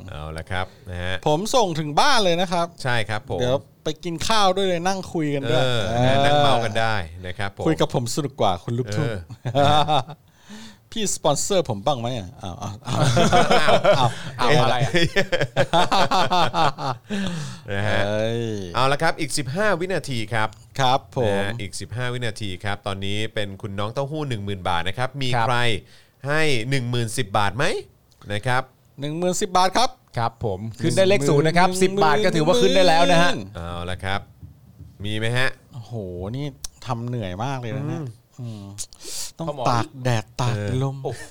Speaker 2: เอาละครับนะฮะ
Speaker 7: ผมส่งถึงบ้านเลยนะครับ
Speaker 2: ใช่ครับผม
Speaker 7: เดี๋ยวไปกินข้าวด้วยเลยนั่งคุยกัน
Speaker 2: เอ
Speaker 7: ด้วย
Speaker 2: อนะฮะนั่งเมากันได้นะครับผม
Speaker 7: คุยกับผมสนุกกว่าคุณลูกทุ่ง
Speaker 2: เอ
Speaker 7: [laughs] พี่สปอนเซอร์ผมบ้างไหมอ่ะอ้าวอ้าวอ้าว
Speaker 3: เอาอะไรอะ
Speaker 2: [laughs] นะฮะ
Speaker 7: เอ้ย
Speaker 2: เอาละครับอีก 15 วินาทีครับ
Speaker 7: ครับผ
Speaker 2: นะ
Speaker 7: ม
Speaker 2: ฮะอีก 15 วินาทีครับ ตอนนี้เป็นคุณน้องเต้าหู้ 10,000 บาทนะครับ มี
Speaker 3: ครับ
Speaker 2: ใครให้ 10,010 บาทไหมนะครับ
Speaker 7: หนึ่งหมื่นสิบบาทครับ
Speaker 3: ครับผมขึ้นได้เลขศูนย์นะครับสิบบาทก็ถือว่าขึ้นได้แล้วนะฮะ
Speaker 2: เอาละครับ มีไหมฮะ
Speaker 7: โอ้โห นี่ทำเหนื่อยมากเลยนะเนี่ยอืมต้อง
Speaker 3: พ่อหมอ
Speaker 7: ตากแดดตากลม
Speaker 3: โอ้โห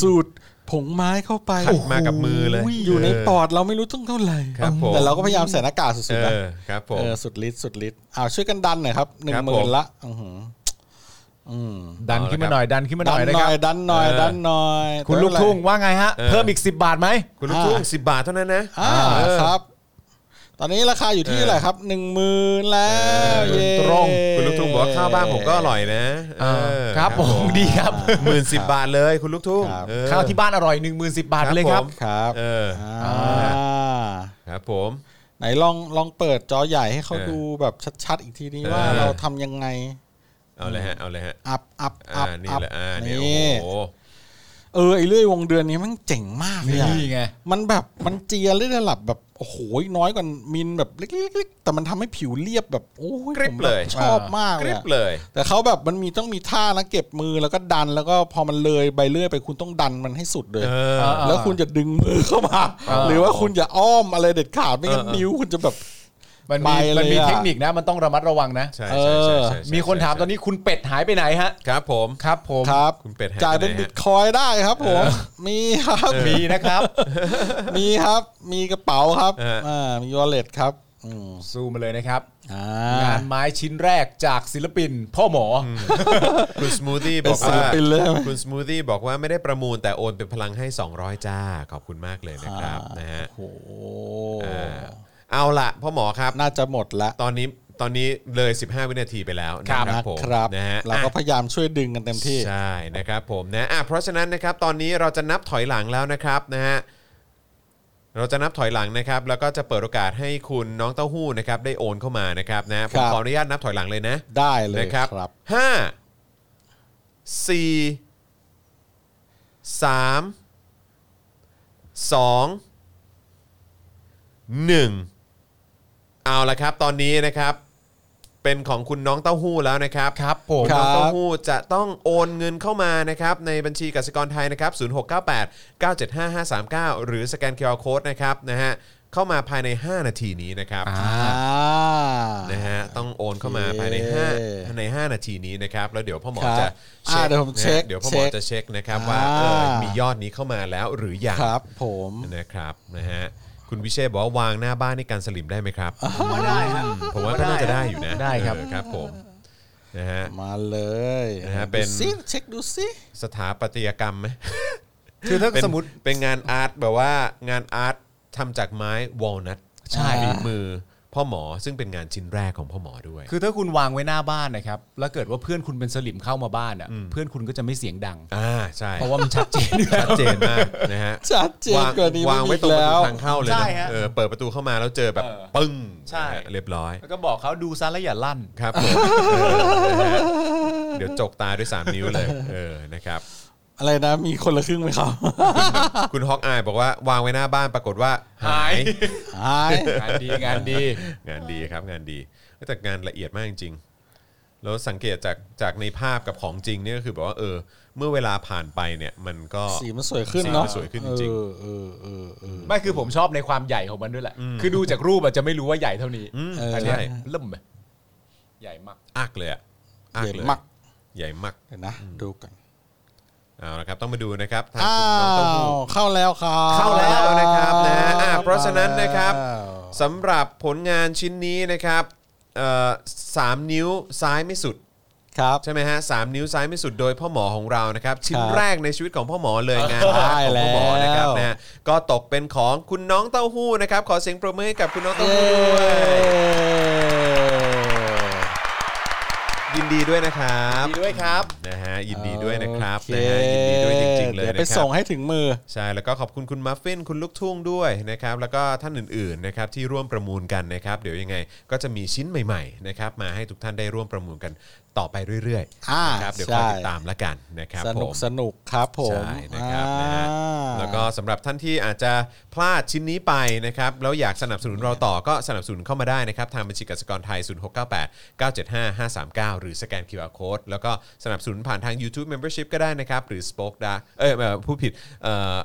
Speaker 7: สูตรผงไม้เข้าไป
Speaker 2: ขัดมากับมือเลย
Speaker 7: โโหอยู่ใน
Speaker 2: เออ
Speaker 7: ปอดเราไม่รู้ต้องเท่าไหร่
Speaker 2: ครับผม
Speaker 7: แต่เราก็พยายามใส่หน้ากากสุด
Speaker 2: เอ
Speaker 7: ๆนะ
Speaker 2: อครับผม
Speaker 7: เออสุดฤทธิ์สุดฤทธิ์อ้าวช่วยกันดันหน่อยครับหนึ่ง
Speaker 2: ครับ
Speaker 7: ห
Speaker 2: ผ
Speaker 7: มื่
Speaker 2: ม
Speaker 7: นละอื้อหืออืม
Speaker 3: ดันขึ้นมาหน่อยดันขึ้นมาห
Speaker 7: ดั
Speaker 3: น่อนยนะ
Speaker 7: ห
Speaker 3: ค
Speaker 7: น่
Speaker 3: รั
Speaker 7: อบ ยดันหน่อย
Speaker 2: เออ
Speaker 7: ดันหน่อย
Speaker 3: คุณลูกทุ่งว่าไงฮะ
Speaker 2: เออ
Speaker 3: เพิ่มอีก 10 บาทไหม
Speaker 2: คุณลูกทุ่ง10 บาทเท่านั้นนะ
Speaker 7: อ่า
Speaker 2: เออ
Speaker 7: ครับ ตอนนี้ราคาอยู่ที่เท่าไหร่ครับหนึ่งหมื่นแล้วเย้
Speaker 3: ตรง
Speaker 2: คุณลูกทุ่งบอกว่าข้าวบ้านผมก็อร่อยนะเออ
Speaker 3: ครับผมดีครับ
Speaker 2: หมื่นสิบบาทเลยคุณลูกทุ่งเออ
Speaker 3: ข้าวที่บ้านอร่อย 1 0 0 0 0 บาทเลยครับ
Speaker 2: ผม
Speaker 7: ครับ
Speaker 2: เออ
Speaker 7: อ่า
Speaker 2: ครับผม
Speaker 7: ไหนลองลองเปิดจอใหญ่ให้เขา
Speaker 2: เออ
Speaker 7: ดูแบบชัดๆอีกทีนี้
Speaker 2: เออ
Speaker 7: ว่าเราทำยังไง
Speaker 2: เอาเลยฮะเอาเลยฮะ
Speaker 7: อัพอัพ
Speaker 2: อ่า
Speaker 7: อัพ
Speaker 2: นี่
Speaker 7: อัพ
Speaker 2: แหละอ่านี่
Speaker 7: นี่
Speaker 2: โอ้โห
Speaker 7: เออไอเรื่อยวงเดือนนี้มันเจ๋งมากเลยอะ
Speaker 3: นี่ไง
Speaker 7: มันแบบมันเจียเรื่อยระดับแบบโอ้โหน้อยกว่ามินแบบเล็กๆๆแต่มันทำให้ผิวเรียบแบบโอ้ย
Speaker 2: กริบ
Speaker 7: ผม
Speaker 2: เล
Speaker 7: แบบ
Speaker 2: ย
Speaker 7: ชอบมาก
Speaker 2: ก
Speaker 7: เล
Speaker 2: ริ
Speaker 7: ย
Speaker 2: บ
Speaker 7: อะ
Speaker 2: เลย
Speaker 7: แต่เขาแบบมันมีต้องมีท่านะเก็บมือแล้วก็ดันแล้วก็พอมันเลยใบเลื่อยไปคุณต้องดันมันให้สุดเลย
Speaker 2: เออ
Speaker 7: แล้วคุณจะดึงมือเข้ามา หรือว่าคุณจะอ้อมอะไรเด็ดขาดไม่งั้น
Speaker 2: เออ
Speaker 7: นิ้วคุณจะแบบ
Speaker 3: มันมี
Speaker 7: ไปเล
Speaker 3: มั
Speaker 7: ยอะ
Speaker 3: นมีเทคนิคนะ มันต้องระมัดระวังนะ
Speaker 2: ใช่ใช่ใช่ใช่ใช่
Speaker 3: มีคนถามตอนนี้คุณเป็ดหายไปไหนฮะ
Speaker 2: ครับผม
Speaker 3: ครับผม
Speaker 7: ครับ
Speaker 2: คุณเป็ดหาย
Speaker 7: จ่าย
Speaker 2: ไปไหน
Speaker 7: เป็น
Speaker 2: ฮะ
Speaker 7: บิตคอยน์ได้ครับผม มีครับ
Speaker 3: มีนะครับ
Speaker 7: มีครับ มีกระเป๋าครับ
Speaker 2: เอออ่
Speaker 7: ่ามีวอลเล็ตครับอืม
Speaker 3: สู้มาเลยนะครับ
Speaker 7: อ่าง
Speaker 3: านไม้ชิ้นแรกจากศิลปิน พ่อหมออ
Speaker 2: คุณสมูทตี้บ
Speaker 7: เป็
Speaker 2: อน ก
Speaker 7: ศิล
Speaker 2: ว่า
Speaker 7: ปินเลยไหม
Speaker 2: คุณสมูทตี้บอกว่าไม่ได้ประมูลแต่โอนเป็นพลังให้ 200 จ้า ขอบคุณมากเลยนะครับนะฮะ
Speaker 7: โอ้โห
Speaker 2: เออเอาละพ่อหมอครับ
Speaker 7: น่าจะหมดละ
Speaker 2: ตอนนี้ตอนนี้เลย 15 วินาทีไปแล้วนะครับ
Speaker 7: นะ
Speaker 2: ผม
Speaker 7: ครับ
Speaker 2: นะฮะ
Speaker 7: เราก็พยายามช่วยดึงกันเต็มที่
Speaker 2: ใช่นะครับผมนะอ่ะเพราะฉะนั้นนะครับตอนนี้เราจะนับถอยหลังแล้วนะครับนะฮะ เราจะนับถอยหลังนะครับ แล้วก็จะเปิดโอกาสให้คุณน้องเต้าหู้นะครับได้โอนเข้ามานะครับนะผม
Speaker 7: ครับ
Speaker 2: ขออนุญาตนับถอยหลังเลยนะ
Speaker 7: ได้เลย
Speaker 2: นะค
Speaker 7: ค
Speaker 2: รั
Speaker 7: รั
Speaker 2: บบ ห้าสี่สามสองหนึ่งเอาละครับ ตอนนี้นะครับ เป็นของคุณน้องเต้าหู้แล้วนะครับ
Speaker 3: ครับผม
Speaker 2: ผมน้อง
Speaker 7: ครับ
Speaker 2: เต้าหู้จะต้องโอนเงินเข้ามานะครับในบัญชีกสิกรไทยนะครับ 0698 975539 หรือสแกน QR Code นะครับนะฮะเข้ามาภายใน 5 นาทีนี้นะครับ
Speaker 7: อ่า
Speaker 2: นะฮะต้องโอนเข้ามาภายใน5ภายใน 5 นาทีนี้นะครับแล้วเดี๋ยวพ่อหมอ
Speaker 7: ครับ
Speaker 2: จะ
Speaker 7: อ่าเดี๋ยวผมเช็ค
Speaker 2: นะเดี๋ยวพ่อหมอ
Speaker 7: เช็ค
Speaker 2: จะเช็คนะครับว่า
Speaker 7: อ่า
Speaker 2: เออมียอดนี้เข้ามาแล้วหรือยัง
Speaker 7: ครับผม
Speaker 2: นะครับนะฮะคุณวิเชษบอกว่าวางหน้าบ้านในการสลิมได้ไหมครับผมว่าได้ผมว่าก็น่าจะได้อยู่นะ
Speaker 3: ได้ครับ
Speaker 2: เออครับผมนะฮะ
Speaker 7: มาเลย
Speaker 2: นะฮะเป็น
Speaker 7: ดูซิเช็คดูซิ
Speaker 2: สถาปัตยกรรมไหม
Speaker 3: คือถ้า
Speaker 2: เป็น
Speaker 3: สมมติ
Speaker 2: เป็นงานอาร์ตแบบว่างานอาร์ตทำจากไม้วอลนัท
Speaker 3: ใช่
Speaker 2: ฝีมือพ่อหมอซึ่งเป็นงานชิ้นแรกของพ่อหมอด้วย
Speaker 3: คือถ้าคุณวางไว้หน้าบ้านนะครับ แล้วเกิดว่าเพื่อนคุณเป็นสลิมเข้ามาบ้านอ่ะ เพื่อนคุณก็จะไม่เสียงดัง
Speaker 2: อ่าใช่
Speaker 3: เพราะว่ามันชัดเจน
Speaker 2: ชัดเจนมากนะฮะ
Speaker 7: ชัดเจนกว่านี้
Speaker 2: วาง
Speaker 7: ไม่มี
Speaker 2: ไว้ตรงประ
Speaker 7: แล้
Speaker 2: ตู
Speaker 7: ว
Speaker 2: ทางเข้าเลย
Speaker 3: ใช่
Speaker 2: นะ
Speaker 3: ฮะ
Speaker 2: เออเปิดประตูเข้ามาแล้วเจอแบบ
Speaker 3: เออ
Speaker 2: ปึ้ง
Speaker 3: ใช่
Speaker 2: นะฮะเรียบร้อย
Speaker 3: แล้วก็บอกเขาดูซะแล้วอย่าลั่น
Speaker 2: ครับ
Speaker 7: [laughs]
Speaker 2: ผมเออนะฮะเดี๋ยวจกตาด้วย 3 นิ้ว
Speaker 7: [laughs]
Speaker 2: เลยเออนะครับ
Speaker 7: อะไรนะ มีคนละครึ่งไหมครับ
Speaker 2: คุณฮอกอายบอกว่าวางไว้หน้าบ้านปรากฏว่าหา
Speaker 3: หาย ย
Speaker 7: หาย
Speaker 3: งานดีงานดี
Speaker 2: งานดีครับงานดีแต่งานละเอียดมากจริงๆแล้วสังเกตจากจากในภาพกับของจริงเนี่ยก็คือแบบว่าเออ เมื่อเวลาผ่านไปเนี่ยมันก็
Speaker 7: [laughs] สีมันสวยขึ้น
Speaker 2: สี
Speaker 7: เนาะ
Speaker 2: มันสวยขึ้นจริง
Speaker 7: เออเออเออเออ
Speaker 3: ไม่คือผมชอบในความใหญ่ของมันด้วยแหละ คือดูจากรูปอาจจะไม่รู้ว่าใหญ่เท่านี้
Speaker 2: อืม
Speaker 7: เออ
Speaker 2: แต่
Speaker 3: แต่
Speaker 2: เนี่
Speaker 3: เนี้
Speaker 2: ย
Speaker 3: ยเริ่มเลยใหญ่มาก
Speaker 2: อักเลยอะอัก
Speaker 7: ใหญ่
Speaker 2: เลย
Speaker 7: มาก
Speaker 2: ใหญ่มาก
Speaker 7: เดี๋ยวนะ ดูกัน
Speaker 2: เอาละครับต้องมาดูนะครับทาง
Speaker 7: อ้า
Speaker 2: คุณน้องเต้าหู้
Speaker 7: วเข้าแล้วครับ
Speaker 2: เข้าแล้วนะครับนะอ่ะเพราะฉะนั้นนะครับ
Speaker 7: อ้าว
Speaker 2: สำหรับผลงานชิ้นนี้นะครับเอ่อสามนิ้วซ้ายไม่สุด
Speaker 7: ครับ
Speaker 2: ใช่ไหมฮะสามนิ้วซ้ายไม่สุดโดยพ่อหมอของเรานะครับ ชิ้น
Speaker 7: ครับ
Speaker 2: แรกในชีวิตของพ่อหมอเลยงาน
Speaker 7: ใช่
Speaker 2: ของพ่อหมอนะครับ
Speaker 7: แล้ว
Speaker 2: นะฮะก็ตกเป็นของคุณน้องเต้าหู้นะครับ ขอเสียงปรบมือให้กับคุณน้องเต้าหู้ด้วยยินดีด้วยนะครับ
Speaker 3: ดีด้วยครับ
Speaker 2: นะฮะยินดีด้วยนะครับ
Speaker 7: โอเค
Speaker 2: นะฮะยินดีด้วยจริงๆเลย
Speaker 7: ดี๋ว
Speaker 2: นะ
Speaker 7: ไป
Speaker 2: ครั
Speaker 7: ส่
Speaker 2: บ
Speaker 7: งให้ถึงมือ
Speaker 2: ใช่แล้วก็ขอบคุณคุณมัฟฟินคุณลูกทุ่งด้วยนะครับแล้วก็ท่านอื่นๆนะครับที่ร่วมประมูลกันนะครับ เดี๋ยวยังไงก็จะมีชิ้นใหม่ๆนะครับมาให้ทุกท่านได้ร่วมประมูลกันต่อไปเรื่อย
Speaker 7: อ่า
Speaker 2: ๆนะครับเดี๋ยวคอย
Speaker 7: ใช่
Speaker 2: ติดตามละกันนะครับ
Speaker 7: สนุ
Speaker 2: ผ
Speaker 7: ก
Speaker 2: ม
Speaker 7: สนุกครับผม
Speaker 2: ใช่นะครับ
Speaker 7: อ่า
Speaker 2: นะฮะแล้วก็สำหรับท่านที่อาจจะพลาดชิ้นนี้ไปนะครับแล้วอยากสนับสนุนเราต่อก็สนับสนุนเข้ามาได้นะครับ ทางบัญชีกสิกรไทย 0698 975 539 หรือสแกน QR Code แล้วก็สนับสนุนผ่านทาง YouTube Membership ก็ได้นะครับ หรือ Spoke Dark เอยเอ่อผู้ผิดเอ่อ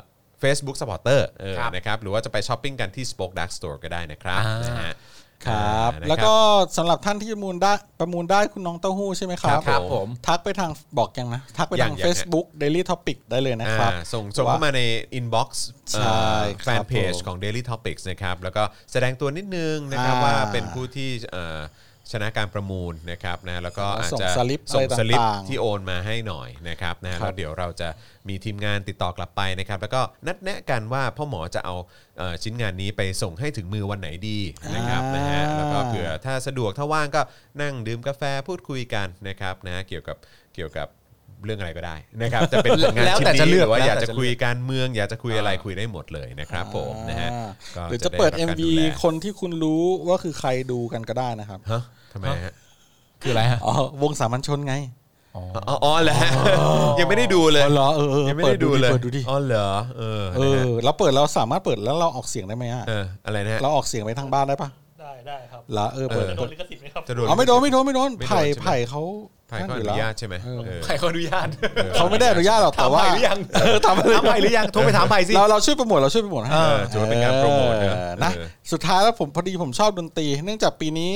Speaker 2: Facebook Supporter เออ
Speaker 3: ครับ
Speaker 2: นะครับหรือว่าจะไปช้อปปิ้งกันที่ Spoke Dark Store ก็ได้นะครับนะฮะ
Speaker 7: ครับ
Speaker 2: อ่านะครับ
Speaker 7: แล้วก็สำหรับท่านที่ประมูลได้ประมูลได้คุณน้องเต้าหู้ใช่ไหมครับ
Speaker 2: ครับผม
Speaker 7: ทักไปทางบอกยังนะ ทักไปทาง
Speaker 2: ยังๆฮะ
Speaker 7: Facebook Daily Topic ได้เลยนะครับ
Speaker 2: อ่าส่งส่งเข้ามาใน inbox
Speaker 7: ใช่
Speaker 2: เอ่อ
Speaker 7: ครับ
Speaker 2: แฟนเพจ
Speaker 7: ผม
Speaker 2: ของ Daily Topics นะครับ แล้วก็แสดงตัวนิดนึงนะครับ
Speaker 7: อ่า
Speaker 2: ว่าเป็นผู้ที่เอ่อชนะการประมูลนะครับนะแล้วก็อาจ
Speaker 7: ส่ง
Speaker 2: จะ
Speaker 7: สลิป
Speaker 2: ส่ง
Speaker 7: อะไร
Speaker 2: สลิป
Speaker 7: ต่างๆ
Speaker 2: ที่โอนมาให้หน่อยนะครับนะแล้วเดี๋ยวเราจะมีทีมงานติดต่อกลับไปนะครับ แล้วก็นัดแนะกันว่าพ่อหมอจะเอาเอ่อชิ้นงานนี้ไปส่งให้ถึงมือวันไหนดีนะครับนะฮะ
Speaker 7: อ่า
Speaker 2: แล้วก็เผื่อ ถ้าสะดวกถ้าว่างก็นั่งดื่มกาแฟพูดคุยกันนะครับนะเกี่ยวกับเกี่ยวกับเรื่องอะไรก็ได้นะครับจะเป็นผลงาน
Speaker 3: แล้ว
Speaker 2: ชิ้น
Speaker 3: แต่จะ
Speaker 2: นี้
Speaker 3: เลื
Speaker 2: ห
Speaker 3: อก
Speaker 2: รือว่า
Speaker 3: แล้ว
Speaker 2: อยาก
Speaker 3: แต่
Speaker 2: จะ
Speaker 3: จะ
Speaker 2: คุย
Speaker 3: เลือก
Speaker 2: การเมือง อยากจะคุยอะไรคุยได้หมดเลยนะครับผมนะฮะ
Speaker 7: อ่า
Speaker 2: ก็
Speaker 7: หรือจะเปิด
Speaker 2: ไรับ
Speaker 7: MV
Speaker 2: การแล
Speaker 7: คนที่คุณรู้ว่าคือใครดูกันก็ได้นะครับ
Speaker 2: ฮะทำไมฮะ
Speaker 3: คืออะไรฮะ
Speaker 7: อ๋อวงสามัญชนไง
Speaker 2: อ๋ออ๋ออ๋อเหรอฮะยังไม่ได้ดูเลย
Speaker 7: อ๋อเหรอเออเออ
Speaker 2: ยังไม่ได้ดูเลย
Speaker 7: เปิดดูดิ
Speaker 2: อ๋อเหรอเออ
Speaker 7: เอ
Speaker 2: นะ
Speaker 7: อ
Speaker 2: ฮะ
Speaker 7: เราเปิดเราสามารถเปิดแล้วเราออกเสียงได้ไหมอ่ะ
Speaker 2: เอออะไรนะฮะ
Speaker 7: เราออกเสียงไปทางบ้านได้ปะ
Speaker 4: ได้ได้ครับ
Speaker 7: เหรอเออเปิด
Speaker 4: จะโด
Speaker 7: เปิ
Speaker 4: น
Speaker 7: ด
Speaker 4: ลิขสิทธิ์ไหมครับ
Speaker 2: จะโดน
Speaker 7: อ๋อไม่โดนไม่โดนไม่โดน
Speaker 2: ไม่โดน
Speaker 7: ไผ่
Speaker 2: ใช่ไหม
Speaker 7: ไผ่เขา
Speaker 2: ภายเขาอ
Speaker 7: แล้
Speaker 2: นุ
Speaker 7: ว
Speaker 2: ญาตใช่ไหมเออ
Speaker 3: ใครเขาอนุญาต
Speaker 7: เขาไม่ได้อนุญาตหรอกแต่ว่า
Speaker 3: ถามไผ่หรือยัง
Speaker 7: เออทำอะไร
Speaker 3: ถามไผ่หรือยังโทรไปถามไผ่สิ
Speaker 7: เราเราช่วยโปรโมทเราช่วยโปรโมทให้
Speaker 2: เออถือว่าเป็นการโปรโมทนะ
Speaker 7: เออนะ
Speaker 2: เออ
Speaker 7: สุดท้ายแล้วผมพอดีผมชอบดนตรี เนื่องจากปีนี้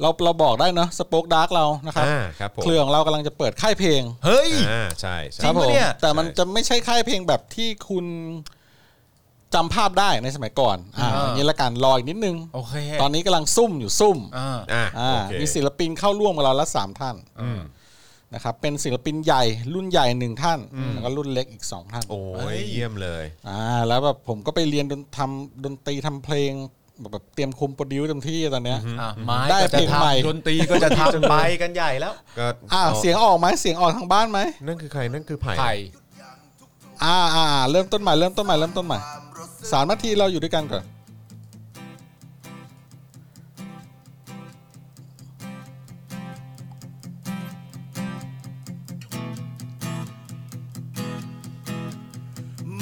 Speaker 7: เราเราบอกได้เนาะสป็อกดาร์กเรานะครับ
Speaker 2: อ่าครับผม
Speaker 7: เครือของเรากำลังจะเปิดค่ายเพลง
Speaker 3: เฮ้ย
Speaker 2: อ่าใช่ใช่
Speaker 3: จริงปะเนี่ย
Speaker 7: แต่มันจะไม่ใช่ค่ายเพลงแบบที่คุณจำภาพได้ในสมัยก่อนอ่า
Speaker 3: อ่า
Speaker 7: อย่างนี้ละกันรออีกนิดนึง
Speaker 3: โอเค
Speaker 7: ตอนนี้กำลังซุ่มอยู่ซุ่ม
Speaker 3: อ่า
Speaker 2: อ่า
Speaker 7: อ่า
Speaker 2: โอเค
Speaker 7: มีศิลปินเข้าร่วมกับเราละสามท่าน
Speaker 2: อืม
Speaker 7: นะครับเป็นศิลปินใหญ่รุ่นใหญ่หนึ่งท่านแล้วก็รุ่นเล็กอีกสองท่าน
Speaker 2: โอ้
Speaker 3: เฮ้
Speaker 2: ย
Speaker 3: ย
Speaker 2: เยี่ยมเลย
Speaker 7: อ่าแล้วแบบผมก็ไปเรียนดนทำดนตรีทำเพลงแบบแบบเตรียมคุมโปรดิวเต็มที่ตอนเนี้ย
Speaker 3: อ่ะไม้
Speaker 7: ได้
Speaker 3: ก็จะ
Speaker 7: เพลงใหม่
Speaker 3: ทำดนตรีก็จะทำไปกันใหญ่แล้ว
Speaker 2: ก็
Speaker 7: อ่า
Speaker 2: า
Speaker 7: เสียงออกไหมเสียงออกทางบ้านไหม
Speaker 2: นั่นคือใครนั่นคือไผ่
Speaker 3: ไผ่
Speaker 7: อ่าอ่าเริ่มต้นใหม่เริ่มต้นใหม่เริ่มต้นใหม่
Speaker 8: ความรส
Speaker 7: สามนาทีเราอยู่ด้วยกันก่อน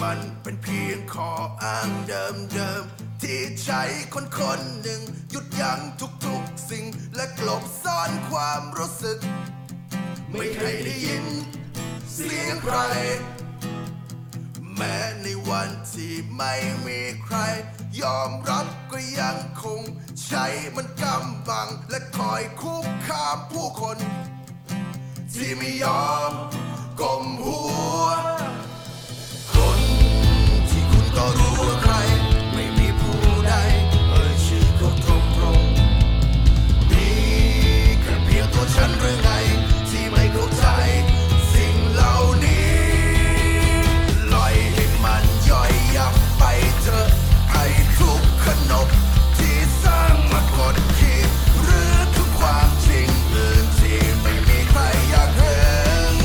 Speaker 8: มันเป็นเพียงขออ้างเดิมๆ ที่ใช้คนคนหนึ่ง หยุดยั้งทุกๆสิ่งและกลบซ่อนความรู้สึก ไม่ให้ได้ยิน เสียงใคร แม้ในวันที่ไม่มีใคร ยอมรับก็ยังคง ใช้มันกำบัง และคอยคุกคามผู้คน ที่ไม่ยอมก้มหัว คนที่คุณก็รู้ว่าใคร ไม่มีผู้ใดเอ่ยชื่อเขาตรงตรงๆมีแค่เพียงตัวฉันหรือไงที่ไม่เข้าใจ สิ่งเหล่านี้ ลอยให้มันย่อยยับไปเถอะให้ทุกขนบที่สร้างมากดขี่หรือทุกความจริงอื่นที่ไม่มีใครอยากเห็น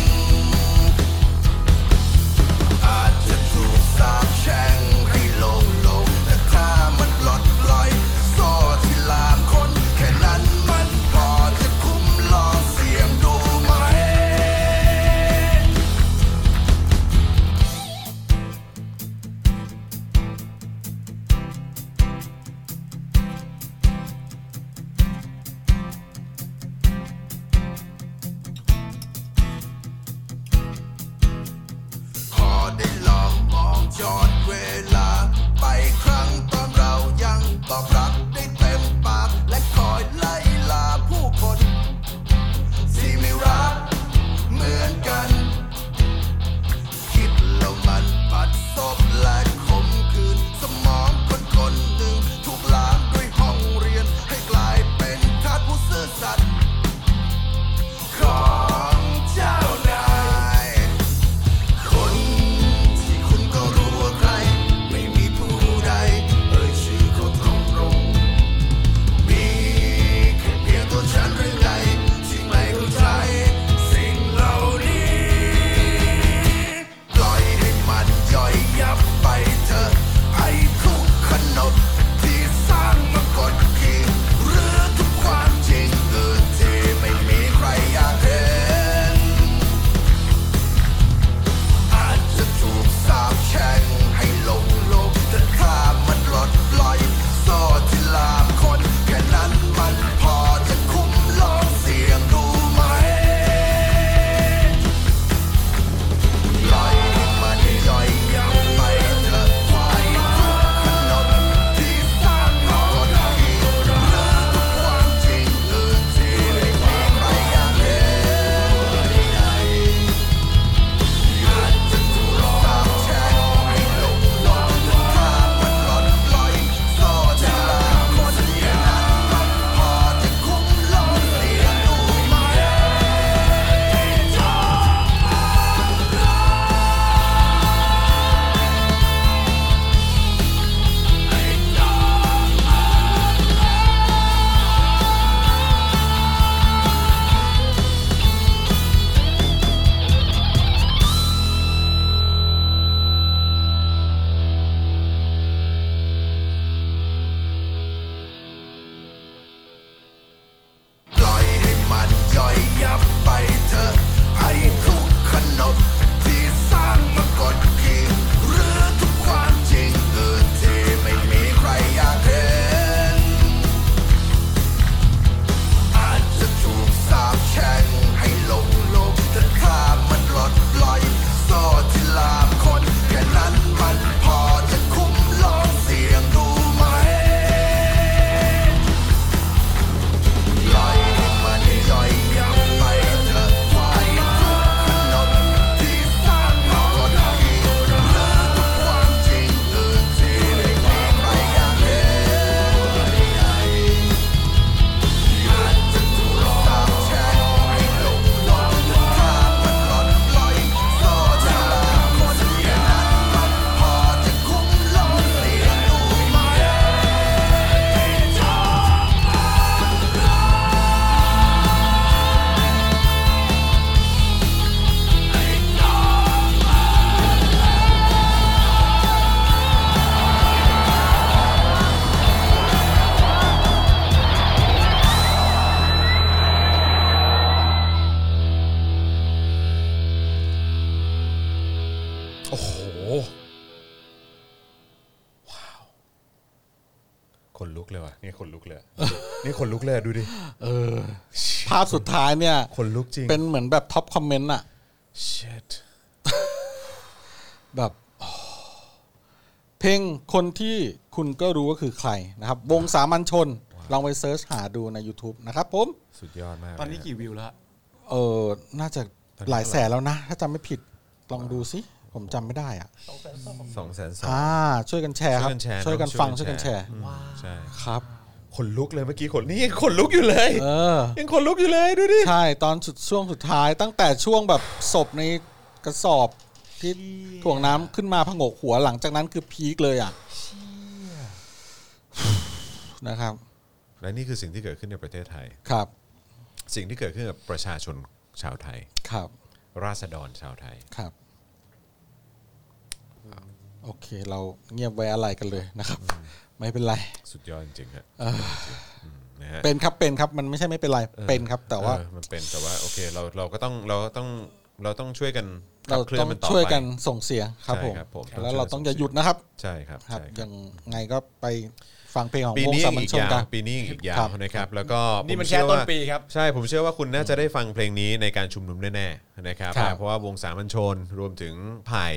Speaker 2: ขนลุกเลยว่ะนี่ขนลุกเลย นี่ [laughs] ขนลุกเลยดูดิ
Speaker 7: เออ ภาพสุดท้ายเนี่ย
Speaker 2: ขนลุกจริง
Speaker 7: เป็นเหมือนแบบท็อปคอมเมนต์อะ
Speaker 2: shit
Speaker 7: แบบอ๋อเพลงคนที่คุณก็รู้ก็คือใครนะครับ วงสามัญชน ลองไปเซิร์ชหาดูใน YouTube นะครับผม
Speaker 2: สุดยอดมาก
Speaker 3: ตอนนี้
Speaker 2: เลยะ
Speaker 3: กี่วิวแล้ว
Speaker 7: เออน่าจะหลายแสนแล้วนะ ถ้าจำไม่ผิดลองดูสิผมจำไม่ได้อ่ะ
Speaker 4: สองแสนสอง
Speaker 2: สองแสนสอง
Speaker 7: อ่าช่วยกันแชร์ครับ ช่วยกันฟังช่วยกันแชร์
Speaker 2: อืมใช่
Speaker 7: ครับ
Speaker 2: ขนลุกเลยเมื่อกี้ขนนี่ยังขนลุกอยู่เลย
Speaker 7: เออ
Speaker 2: ยังขนลุกอยู่เลยดูดิ
Speaker 7: ใช่ตอนสุดช่วงสุดท้ายตั้งแต่ช่วงแบบศพในกระสอบที่ถ่วงน้ำขึ้นมาผงกหัวหลังจากนั้นคือพีคเลยอ่ะนะครับ
Speaker 2: และนี่คือสิ่งที่เกิดขึ้นในประเทศไทย
Speaker 7: ครับ
Speaker 2: สิ่งที่เกิดขึ้นกับประชาชนชาวไทย
Speaker 7: ครับ
Speaker 2: ราษฎรชาวไทย
Speaker 7: ครับ โอเค เราเงียบไว้อะไรกันเลยนะครับ ไม่เป็นไร
Speaker 2: สุดยอดจริงๆครับ
Speaker 7: เออ
Speaker 2: นะฮะ
Speaker 7: เป็นครับเป็นครับ มันไม่ใช่ไม่เป็นไร เป็นครับ แต่ว่า
Speaker 2: เออมันเป็นแต่ว่าโอเคเราเราก็ต้องเราก็ต้องเราต้องช่วยกัน
Speaker 7: เรา
Speaker 2: ขับคลื่น
Speaker 7: ต้อง
Speaker 2: มันต่อ
Speaker 7: ช่วย
Speaker 2: ไป
Speaker 7: กันส่งเสียงครับ
Speaker 2: ใช่
Speaker 7: ผม
Speaker 2: ครับผม
Speaker 7: แล้
Speaker 2: ต้
Speaker 7: ว
Speaker 2: องช่วย
Speaker 7: เราต้องอย่า
Speaker 2: ส่งเสียง
Speaker 7: หยุดนะครับ
Speaker 2: ใช่ครับ
Speaker 7: ครับ
Speaker 2: ใช่
Speaker 7: ยังไงก็ไปฟังเพลงของ
Speaker 2: ปี
Speaker 7: วง
Speaker 2: นี้
Speaker 7: สามัญ
Speaker 2: อีก
Speaker 7: ชน
Speaker 2: ยา
Speaker 7: กัน
Speaker 2: วปีนี้อีกยา
Speaker 7: ครั
Speaker 2: ว
Speaker 7: บ
Speaker 2: นะครับแล้วก็
Speaker 3: นี่มัน
Speaker 2: ผเชื่อ
Speaker 3: แค่ต้น
Speaker 2: ว่า
Speaker 3: ปีครับ
Speaker 2: ใช่ผมเชื่อว่าคุณน่าจะได้ฟังเพลงนี้ในการชุมนุมแน่ๆนะครับ
Speaker 3: ครับ
Speaker 2: เพราะว่าวงสามัญชนรวมถึงไผ่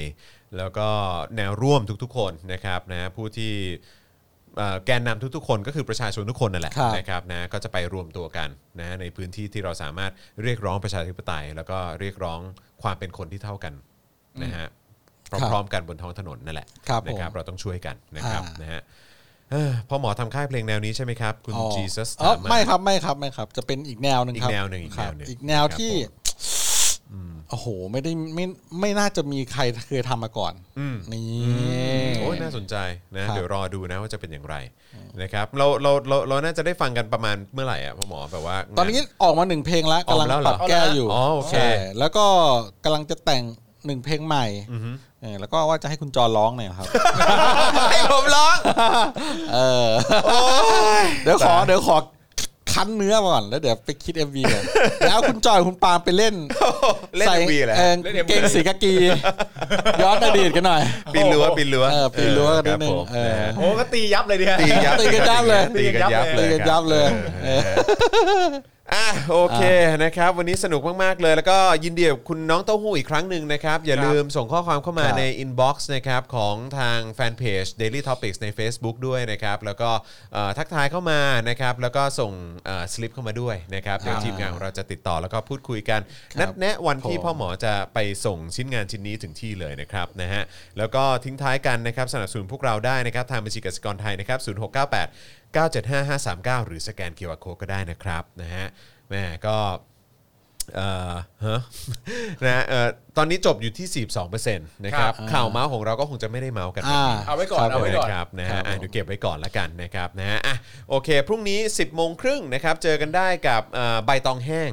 Speaker 2: แล้วก็แนวร่วมทุกๆ คนนะครับนะผู้ที่เอ่อแกนนำทุกๆ คนก็คือประชาชนทุกคนนั่นแหละ
Speaker 7: ครับ
Speaker 2: นะครับนะก็จะไปรวมตัวกันนะในพื้นที่ที่เราสามารถเรียกร้องประชาธิปไตย แล้วก็เรียกร้องความเป็นคนที่เท่ากันนะฮะพร้อมๆกันบนท้องถนนนั่นแหละ
Speaker 7: ครับ
Speaker 2: นะครั
Speaker 7: ผม
Speaker 2: เราต้องช่วยกันนะครับ
Speaker 7: อ่าน
Speaker 2: นะฮะ เอ้อพ่อหมอทำค่ายเพลงแนวนี้ใช่ไหมครับ คุณ
Speaker 7: อ๋อ
Speaker 2: Jesus
Speaker 7: เอ้อ
Speaker 2: ถามมา
Speaker 7: ไม่ครับไม่ครับไม่ครับ จะเป็นอีกแนวหนึ่งครับ
Speaker 2: อีกแนวหนึ่งอีก
Speaker 7: ครั
Speaker 2: แน
Speaker 7: บ
Speaker 2: วหนึ่ง
Speaker 7: อีกแนวที่
Speaker 2: ครับผม
Speaker 7: โอ้โห ไม่ได้ไม่ไม่น่าจะมีใครเคยทำมาก่อน
Speaker 2: อืม
Speaker 7: นี่
Speaker 2: โอ้ยน่าสนใจนะ
Speaker 7: ครับ
Speaker 2: เดี๋ยวรอดูนะว่าจะเป็นอย่างไรนะครับเราเราเราเราน่าจะได้ฟังกันประมาณเมื่อไหร่อ่ะพ่อหมอแบบว่า
Speaker 7: ตอนนี้ออกมาหนึ่งเพลงแล้ว
Speaker 2: ออก
Speaker 7: กำลั
Speaker 2: มางแล้วเห
Speaker 7: ป
Speaker 2: รอ
Speaker 7: รับแก้อยู่
Speaker 2: อ๋อโอเค
Speaker 7: ใช่แล้วก็กำลังจะแต่งหนึ่งเพลงใหม่เออแล้วก็ว่าจะให้คุณจอร้องหน่อยครับ
Speaker 2: [laughs] ให้ผมร้อง
Speaker 7: เออเดี๋ยวขอเดี๋ยวขอคั้นเนื้อก่อนแล้วเดี๋ยวไปคิด MV ก่อนแล้วคุณจอยคุณปาล์มไปเล่น
Speaker 2: เล่น MV เหรอ
Speaker 7: ใส่เออเกงสีกากี ย้อนอดีตกันหน่อย
Speaker 2: ปีนรั้วปีนรั้ว
Speaker 7: เออปีนรั้วกันนิดนึง
Speaker 2: ครับผม
Speaker 7: เออ
Speaker 2: นะฮะ
Speaker 3: โอ้ก็ตียับเลยดิฮะ
Speaker 2: ตียับ
Speaker 7: ตีกันยับเลย
Speaker 2: ตีกันยับเลย
Speaker 7: เล่นกันยับเลย
Speaker 2: เอออ่ะโอเคนะครับ วันนี้สนุกมาก ๆ เลย แล้วก็ยินดีกับคุณน้องเต้าหู้อีกครั้งหนึ่งนะครับ อย่าลืมส่งข้อความเข้ามา
Speaker 7: ครับ
Speaker 2: ใน inbox นะครับของทางแฟนเพจ Daily Topics ใน Facebook ด้วยนะครับ แล้วก็เอ่อทักทายเข้ามานะครับ แล้วก็ส่งสลิปเข้ามาด้วยนะครับ เดี๋ยวทีมงานของเราจะติดต่อแล้วก็พูดคุยกัน นัดแนะวันที่
Speaker 7: ผม
Speaker 2: พ่อหมอจะไปส่งชิ้นงานชิ้นนี้ถึงที่เลยนะครับนะฮะแล้วก็ทิ้งท้ายกันนะครับสนับสนุนพวกเราได้นะครับ ทางบัญชีกสิกรไทยนะครับ 0698 975539 หรือสแกนเคอร์โคก็ได้นะครับนะฮะแม่ก็ เอ่อฮะ [laughs] นะเอ่อตอนนี้จบอยู่ที่ 42%นะครับข่าวเมาส์ของเราก็คงจะไม่ได้เมาส์กันแบบ
Speaker 7: อ่า
Speaker 2: นี้
Speaker 3: เอาไว้ก่อนเอาไว้ก่อน
Speaker 2: ครับนะ
Speaker 7: ครั
Speaker 2: ฮะ
Speaker 7: บ
Speaker 2: อ่ะ
Speaker 7: ผม
Speaker 2: เดี๋ยวเก็บไว้ก่อนละกันนะครับนะฮะอ่ะโอเค พรุ่งนี้ 10บโมงครึ่งนะครับ เจอกันได้กับเอ่อใบตองแห้ง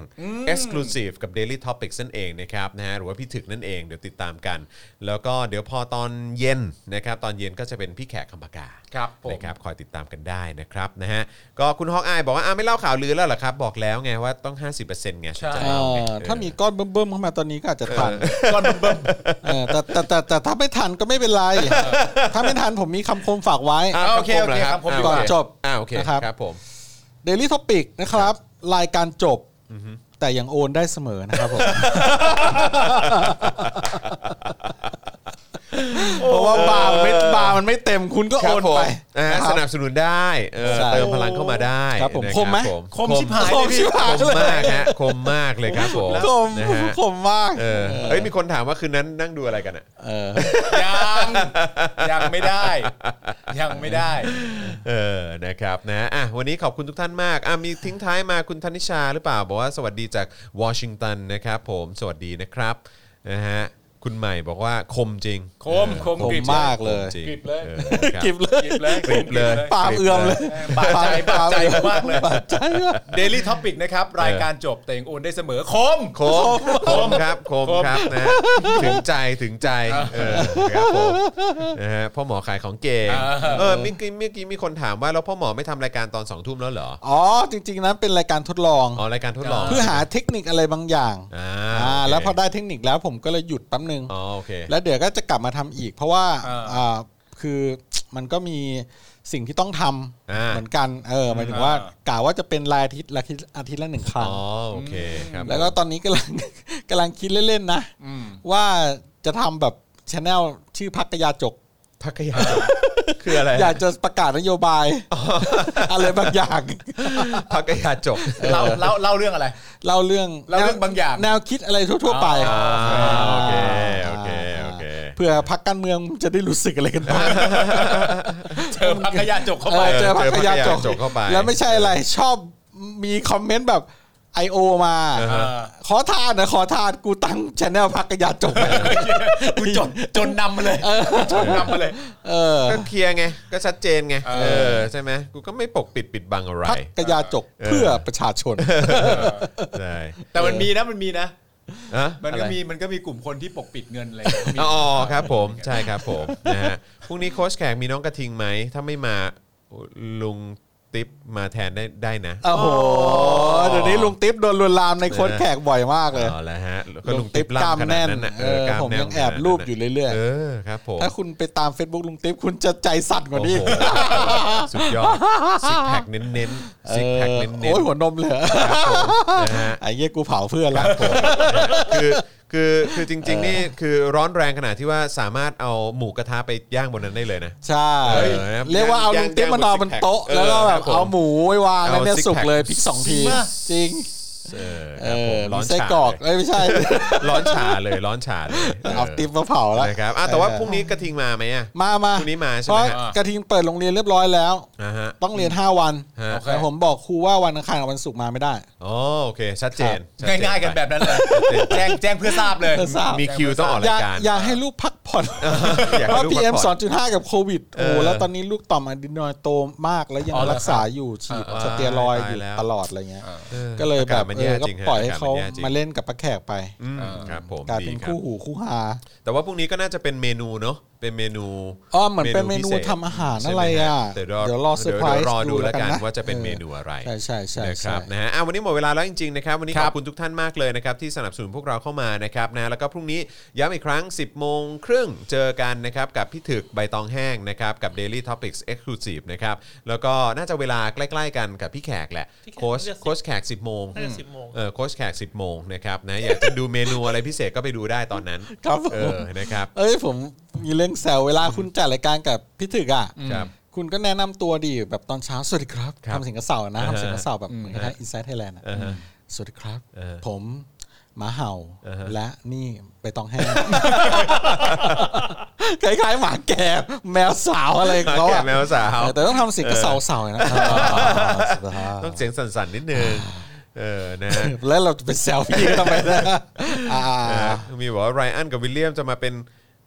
Speaker 2: Exclusive กับ Daily Topics นั่นเองนะครับนะฮะหรือว่าพี่ถึกนั่นเองเดี๋ยวติดตามกัน แล้วก็เดี๋ยวพอตอนเย็นนะครับ ตอนเย็นก็จะเป็นพี่แขกคำปากา
Speaker 3: ครับผม
Speaker 2: นะครับคอยติดตามกันได้นะครับนะฮะก็คุณฮอกอายบอกว่าอ้าวไม่เล่าข่าวลือแล้วเหรอครับ บอกแล้วไงว่าต้อง 50%ไงถึงจะ
Speaker 7: เอ
Speaker 2: เล่าไง
Speaker 7: อ
Speaker 2: เออ
Speaker 7: ถ้ามีก้อนเบิ่มๆเข้ามาตอนนี้ก็อาจจะทัน
Speaker 3: ก้อนเบิ่ม
Speaker 7: เออแต่แต่แต่แต่ถ้าไม่ทันก็ไม่เป็นไร ถ้าไม่ทันผมมีคำคมฝากไว้
Speaker 2: อ่ะ
Speaker 3: าโอเค
Speaker 2: คำมห
Speaker 3: โอเคครับผมดีก
Speaker 7: ก่
Speaker 3: ว่า
Speaker 7: อนจบ
Speaker 2: อ่าโอเค
Speaker 7: นะครับ
Speaker 2: ครับผม
Speaker 7: Daily Topic นะครับ รายการจบ แต่ยังโอนได้เสมอนะครับผม เพราะว่าบาร์ไม่บาร์มันไม่เต็มคุณก็
Speaker 2: ค
Speaker 7: โอ
Speaker 2: รับ
Speaker 7: น
Speaker 2: ผม
Speaker 7: ไป
Speaker 2: นะฮะ
Speaker 7: ค
Speaker 2: ส
Speaker 7: รับ
Speaker 2: นับสนุนได้เออ
Speaker 7: ใช่
Speaker 2: เติมพลังเข้ามาได้
Speaker 7: ครับผม
Speaker 2: นะ
Speaker 7: คมไหม
Speaker 2: ค
Speaker 3: ค
Speaker 2: ม
Speaker 3: มชิบหาย
Speaker 2: ค
Speaker 3: เล
Speaker 2: ม
Speaker 3: ยพี่
Speaker 2: ชิบหายคมมากฮะคมมากเลยครับผม
Speaker 7: ขม
Speaker 2: นะฮะ
Speaker 7: ขมมาก
Speaker 2: เออเฮ้ยมีคนถามว่าคืนนั้นนั่งดูอะไรกันอ่ะ
Speaker 7: เออ
Speaker 3: ยังยังไม่ได้ ยังไม่ได้
Speaker 2: เออนะครับนะอ่ะวันนี้ขอบคุณทุกท่านมากอ่ะมีทิ้งท้ายมาคุณธนิชาหรือเปล่าบอกว่าสวัสดีจากวอชิงตันนะครับผมสวัสดีนะครับนะฮะคุณใหม่บอกว่าคมจริง
Speaker 3: คมคม
Speaker 7: คม
Speaker 3: กริบ
Speaker 7: มาก เลย
Speaker 2: คมจริง
Speaker 3: กริบเลย
Speaker 2: ออนะครับ
Speaker 7: กิบเลย
Speaker 3: กริบเลย
Speaker 2: กริบเลย
Speaker 7: ปากเอือมเลย
Speaker 3: ปากใจปากใจผมมากเลย
Speaker 7: ปากใจมาก
Speaker 3: Daily Topic นะครับ รายการจบแต่ยังโอนได้เสมอคม
Speaker 2: คมคมครับคม
Speaker 3: คม
Speaker 2: ครับนะฮะถึงใจถึงใจเออครับผมนะฮะพ่อหมอขายของเก่งเออเมื่อกี้เมื่อกี้มีคนถามว่าแล้วพ่อหมอไม่ทำรายการตอนสองทุ่มแล้วเหรอ
Speaker 7: อ๋อ จริง ๆ นั้นเป็นรายการทดลอง
Speaker 2: อ๋อรายการทดลอง
Speaker 7: เพื่อหาเทคนิคอะไรบางอย่าง
Speaker 2: อ่า
Speaker 7: อ่า
Speaker 2: โเค
Speaker 7: แล้วพอได้เทคนิคแล้วผมก็เลยหยุดแป๊บนึง
Speaker 2: อ๋อโอเค
Speaker 7: แล้วเดี๋ยวก็จะกลับมาทำอีก เพราะว่า
Speaker 3: อ่า
Speaker 7: อ่าคือ มันก็มีสิ่งที่ต้องทำ
Speaker 2: อ่า
Speaker 7: เหมือนกันเออหมายถึงว่ากล่าวว่าจะเป็นรายอาทิตย์ละอาทิตย์ละหนึ่งครั้ง
Speaker 2: อ๋อโอเคครับ
Speaker 7: แล้วก็ตอนนี้กำลัง [laughs] กำลังคิดเล่นๆนะว่าจะทำแบบชแนลชื่อพักกะยาจก
Speaker 2: พักยาจ
Speaker 7: [laughs]
Speaker 2: กคืออะไร
Speaker 7: อยากจะประกาศนโยบาย อะไรบางอย่าง
Speaker 2: พักยาจก
Speaker 3: เล่าเล่าเล่าเรื่องอะไร
Speaker 7: เล่าเรื่อง
Speaker 3: เล่าเรื่องบางอย่าง
Speaker 7: แนวคิดอะไรทั่ว ๆ ไป
Speaker 2: อ่าโอเคโอเคโอเค
Speaker 7: เพื่อพักการเมืองจะได้รู้สึกอะไรกันบ้าง
Speaker 3: เจอพักขยะจกเข้า
Speaker 7: เอ
Speaker 3: ไป
Speaker 7: อเจอพักกะยา
Speaker 2: เจอพรรคกะยา
Speaker 7: จ
Speaker 2: จ
Speaker 7: ก
Speaker 2: กเข้าไป
Speaker 7: แล้วไม่ใช่อะไรชอบมีคอมเมนต์แบบ I.O. มา ขอทานนะขอทานกูตั้งชแนลพักกะยาจก
Speaker 3: กูจนจนนำมาเลยจนนำมาเลย
Speaker 7: เออ
Speaker 2: ก็เคลียร์ไงก็ชัดเจนไง
Speaker 3: เออ
Speaker 2: เออใช่ไหมกูก็ไม่ปกปิดปิดบังอะไร
Speaker 7: พักกะยาจก
Speaker 2: เออ
Speaker 7: เพื่อประชาชน
Speaker 2: ใช่
Speaker 3: แต่มันมีนะมันมีนะ
Speaker 2: ฮะ
Speaker 3: มันก็
Speaker 2: อะไร
Speaker 3: มีมันก็มีกลุ่มคนที่ปกปิดเงินอะไรมี
Speaker 2: อ๋อครับผมใช่ครับผมนะฮะพรุ่งนี้โค้ชแขกมีน้องกระทิงไหม ถ้าไม่มาลุงติ๊บมาแทนได้ได้นะ
Speaker 7: โอ้โห เดี๋ยวนี้ลุงติ๊บโดนลวนลามในโค้ดแขกบ่อยมากเลย
Speaker 2: เอาละฮะก็ลุงติ๊บล่ำขนาดนั้นน่ะ
Speaker 7: เออ
Speaker 2: เออกล้าม
Speaker 7: ผม
Speaker 2: แน่น
Speaker 7: ยังแอบรูปอยู่เรื่อยๆ
Speaker 2: เออครับผม
Speaker 7: ถ้าคุณไปตาม Facebook ลุงติ๊บคุณจะใจสั่นกว่านี้
Speaker 2: โอ้โหสุดยอดซิกแพคเน้นๆซิกแพคเน้นๆ
Speaker 7: โอ้ยหัวนมเลยเหรอ
Speaker 2: ครับผมนะฮะ
Speaker 7: ไอ้เหี้ยกูเผาเพื่อนละ
Speaker 2: คือคือคือจริง ๆ นี่คือร้อนแรงขนาดที่ว่าสามารถเอาหมูกระทะไปย่างบนนั้นได้เลยนะ
Speaker 7: ใช่
Speaker 2: เออครับ
Speaker 7: เรียกว่าเอา
Speaker 2: ย่าง
Speaker 7: ลุงติ๊บมานอนบนโต๊ะ
Speaker 2: เออ
Speaker 7: แล้วก็
Speaker 2: ค
Speaker 7: แบ
Speaker 2: รับ บผม
Speaker 7: เอาหมูไว้วาง
Speaker 2: เอา
Speaker 7: แล้วเนี่ย
Speaker 2: six
Speaker 7: สุก
Speaker 2: pack
Speaker 7: เลยพริกสองที
Speaker 2: จริงปะ
Speaker 7: จริง
Speaker 2: เออค
Speaker 7: เอ
Speaker 2: รับผ
Speaker 7: อ
Speaker 2: มร้อน
Speaker 7: ไส้
Speaker 2: ฉาก
Speaker 7: รอก
Speaker 2: เลย
Speaker 7: เอ้ยไม่ใช่
Speaker 2: ร้อนฉาเลยร้อนฉาเลย
Speaker 7: เอาติ๊บมาเผาละ
Speaker 2: นะครับอ่ะแต่ว่าพรุ่งนี้กระทิงมาไหมอ่ะ
Speaker 7: มามา
Speaker 2: พรุ่งนี้มาใช่ไหม
Speaker 7: เพราะ
Speaker 2: ฮะ
Speaker 7: กระทิงเปิดโรงเรียนเรียบร้อยแล้ว
Speaker 2: อ่าฮะ
Speaker 7: ต้องเรียน 5 วัน
Speaker 2: ฮะ
Speaker 7: แต่ผมบอกครูว่าวันอังคารกับวันศุกร์มาไม่ได้
Speaker 2: อ๋อโอเค ชัดเจนชัดเจ
Speaker 3: ง่ายๆกันแบบนั้นเลยแจ้งแจ้งเพื่อทราบเลย
Speaker 7: เพื่อทราบ
Speaker 2: มีคิวต้องออก
Speaker 7: อ
Speaker 2: ราย
Speaker 7: ยาก
Speaker 2: การ
Speaker 7: อยากให้ลูกพักผ่อน เพราะ
Speaker 2: ให้
Speaker 7: PM
Speaker 2: ลูกพักผ่น
Speaker 7: 2.5 กับโควิด โอ้
Speaker 2: เออ
Speaker 7: แล้วตอนนี้ลูกต่อมอะดรีนอยโตมาก แล้วยัง
Speaker 3: อ๋อเหรอ
Speaker 7: รักษาอยู่ฉีด
Speaker 2: อ่า
Speaker 7: สเตียรอยด์อยู่
Speaker 2: ตายแล้ว
Speaker 7: ตลอดอะไรเงี้ย
Speaker 2: ออ
Speaker 7: ก็เลยแบบ
Speaker 2: อากาศมัน
Speaker 7: เอ
Speaker 2: แย่
Speaker 7: อก็
Speaker 2: จริงฮะ
Speaker 7: ปล่อยให้เขา
Speaker 2: กศนแจริง
Speaker 7: มาเล่นกับป้าแขกไป
Speaker 2: อืมครับผม
Speaker 7: กลาย
Speaker 2: ดี
Speaker 7: เป็น
Speaker 2: รับ
Speaker 7: คู่หูคู่ฮา
Speaker 2: แต่ว่าพรุ่งนี้ก็น่าจะเป็นเมนูเนาะเป็นเมนู
Speaker 7: อ๋อเหมือนเป็นเมนู
Speaker 2: พิศษ
Speaker 7: ทำอาหาร
Speaker 2: ใช่
Speaker 7: อะ
Speaker 2: หม
Speaker 7: ไรอ่ะ
Speaker 2: ฮเดี๋
Speaker 7: เดี๋
Speaker 2: ย
Speaker 7: ยว
Speaker 2: ร
Speaker 7: วร
Speaker 2: อ
Speaker 7: อ
Speaker 2: เซ
Speaker 7: เซ
Speaker 2: อร์
Speaker 7: อร์
Speaker 2: ไพร
Speaker 7: ไพร
Speaker 2: ส์
Speaker 7: ส์
Speaker 2: รอดู
Speaker 7: ดู
Speaker 2: แล้
Speaker 7: แล้ว ว
Speaker 2: กั
Speaker 7: กัน นนะ
Speaker 2: ว่าจะเป็นเมนูอะไร
Speaker 7: ใช่ใช่ใช่
Speaker 2: นะค
Speaker 7: ใช่
Speaker 2: รับนะฮะอ่ะวันนี้หมดเวลาแล้วจริงๆนะครับวันนี้
Speaker 7: ครั
Speaker 2: ข
Speaker 7: บ
Speaker 2: อบคุณทุกท่านมากเลยนะครับที่สนับสนุนพวกเราเข้ามานะครับนะแล้วก็พรุ่งนี้ย้ำอีกครั้ง 10 โมงครึ่งเจอกันนะครับกับพี่ถึกใบตองแห้งนะครับกับ Daily Topics Exclusive นะครับแล้วก็น่าจะเวลาใกล้ๆกันกับพี่แขกแหละ
Speaker 4: พี่แขก
Speaker 2: โค้ช
Speaker 4: น่าจะ
Speaker 2: โค้ชแขก 10 โมง
Speaker 4: น่าจะ10โมง
Speaker 2: เออโค้ชแขก 10 โมงนะครับนะอยากจะดูเมนูอะไรพิเศษก็ไปดูได้ตอนนั้น
Speaker 7: ครับผ
Speaker 2: เอ
Speaker 7: ม
Speaker 2: อนะครับ
Speaker 7: เอ้ยผมมีเรื่องแซวเวลาคุณจัดรายการกับพี่ถึกอ่ะ
Speaker 2: ครับ
Speaker 7: คุณก็แนะนำตัวดีแบบตอนเช้าสวัสดีครับ
Speaker 2: ครับ
Speaker 7: ทำเสียงกระเสานะ
Speaker 2: อ่าฮะ
Speaker 7: ทำเสียงกระเสาแบบเหมือนกับอินไซต์ไทยแลนด์สวัสดีครับ
Speaker 2: เออ
Speaker 7: ผมหมาเห่า
Speaker 2: อ่าฮะ
Speaker 7: และนี่ไปตองแห้งคล้ายๆหมาแก่แมวสาวอะไรของเขา
Speaker 2: แข
Speaker 7: อะ
Speaker 2: กแมวสาว
Speaker 7: แต่ต้องทำเสียงกระเสาเสาๆนะ
Speaker 2: ต้องเสียงสั่นๆนิดนึง เออ นะฮะ
Speaker 7: แล้วเราจะไปแซวพี่ทำไมนะอ่า
Speaker 2: นะฮะมีบอกว่าไรอันกับวิลเลียมจะมาเป็น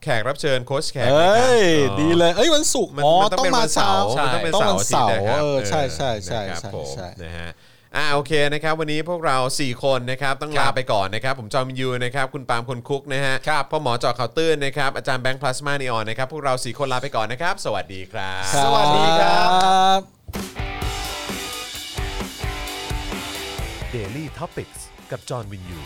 Speaker 2: แขกรับเชิญโค้ชแขก
Speaker 7: เอ
Speaker 2: นะค้
Speaker 7: ย
Speaker 2: รับ
Speaker 7: ดีเลยเอ้ยวันศุกร์
Speaker 2: มัน
Speaker 7: อ๋อ
Speaker 2: มัน
Speaker 7: ต้อง
Speaker 2: เป็น
Speaker 7: มา
Speaker 2: วัน
Speaker 7: เช้า
Speaker 2: มันต้องเป็น
Speaker 7: ต้อง
Speaker 2: เสา
Speaker 7: วั
Speaker 2: ร์
Speaker 7: น
Speaker 2: อาทิต
Speaker 7: เสา
Speaker 2: ย์
Speaker 7: ร์
Speaker 2: นะครับ
Speaker 7: เออใช่ใช่ใช่
Speaker 2: นะครับ
Speaker 7: ใช่
Speaker 2: ผม
Speaker 7: ใช่
Speaker 2: นะฮะ อ่าโอเคนะครับ วันนี้พวกเรา 4 คนนะครับ ต้องลาไปก่อนนะครับ ผมจอมยูนะครับ คุณปาล์มคนคุกนะฮะครับพ่อหมอจอข่าวตื้นนะครับ อาจารย์แบงค์พลาสมานีออนนะครับ พวกเรา 4 คนลาไปก่อนนะครับ สวัสดีครับ
Speaker 7: สวัสดีครับ
Speaker 1: Daily t o p i c กกับจอห์นวินยู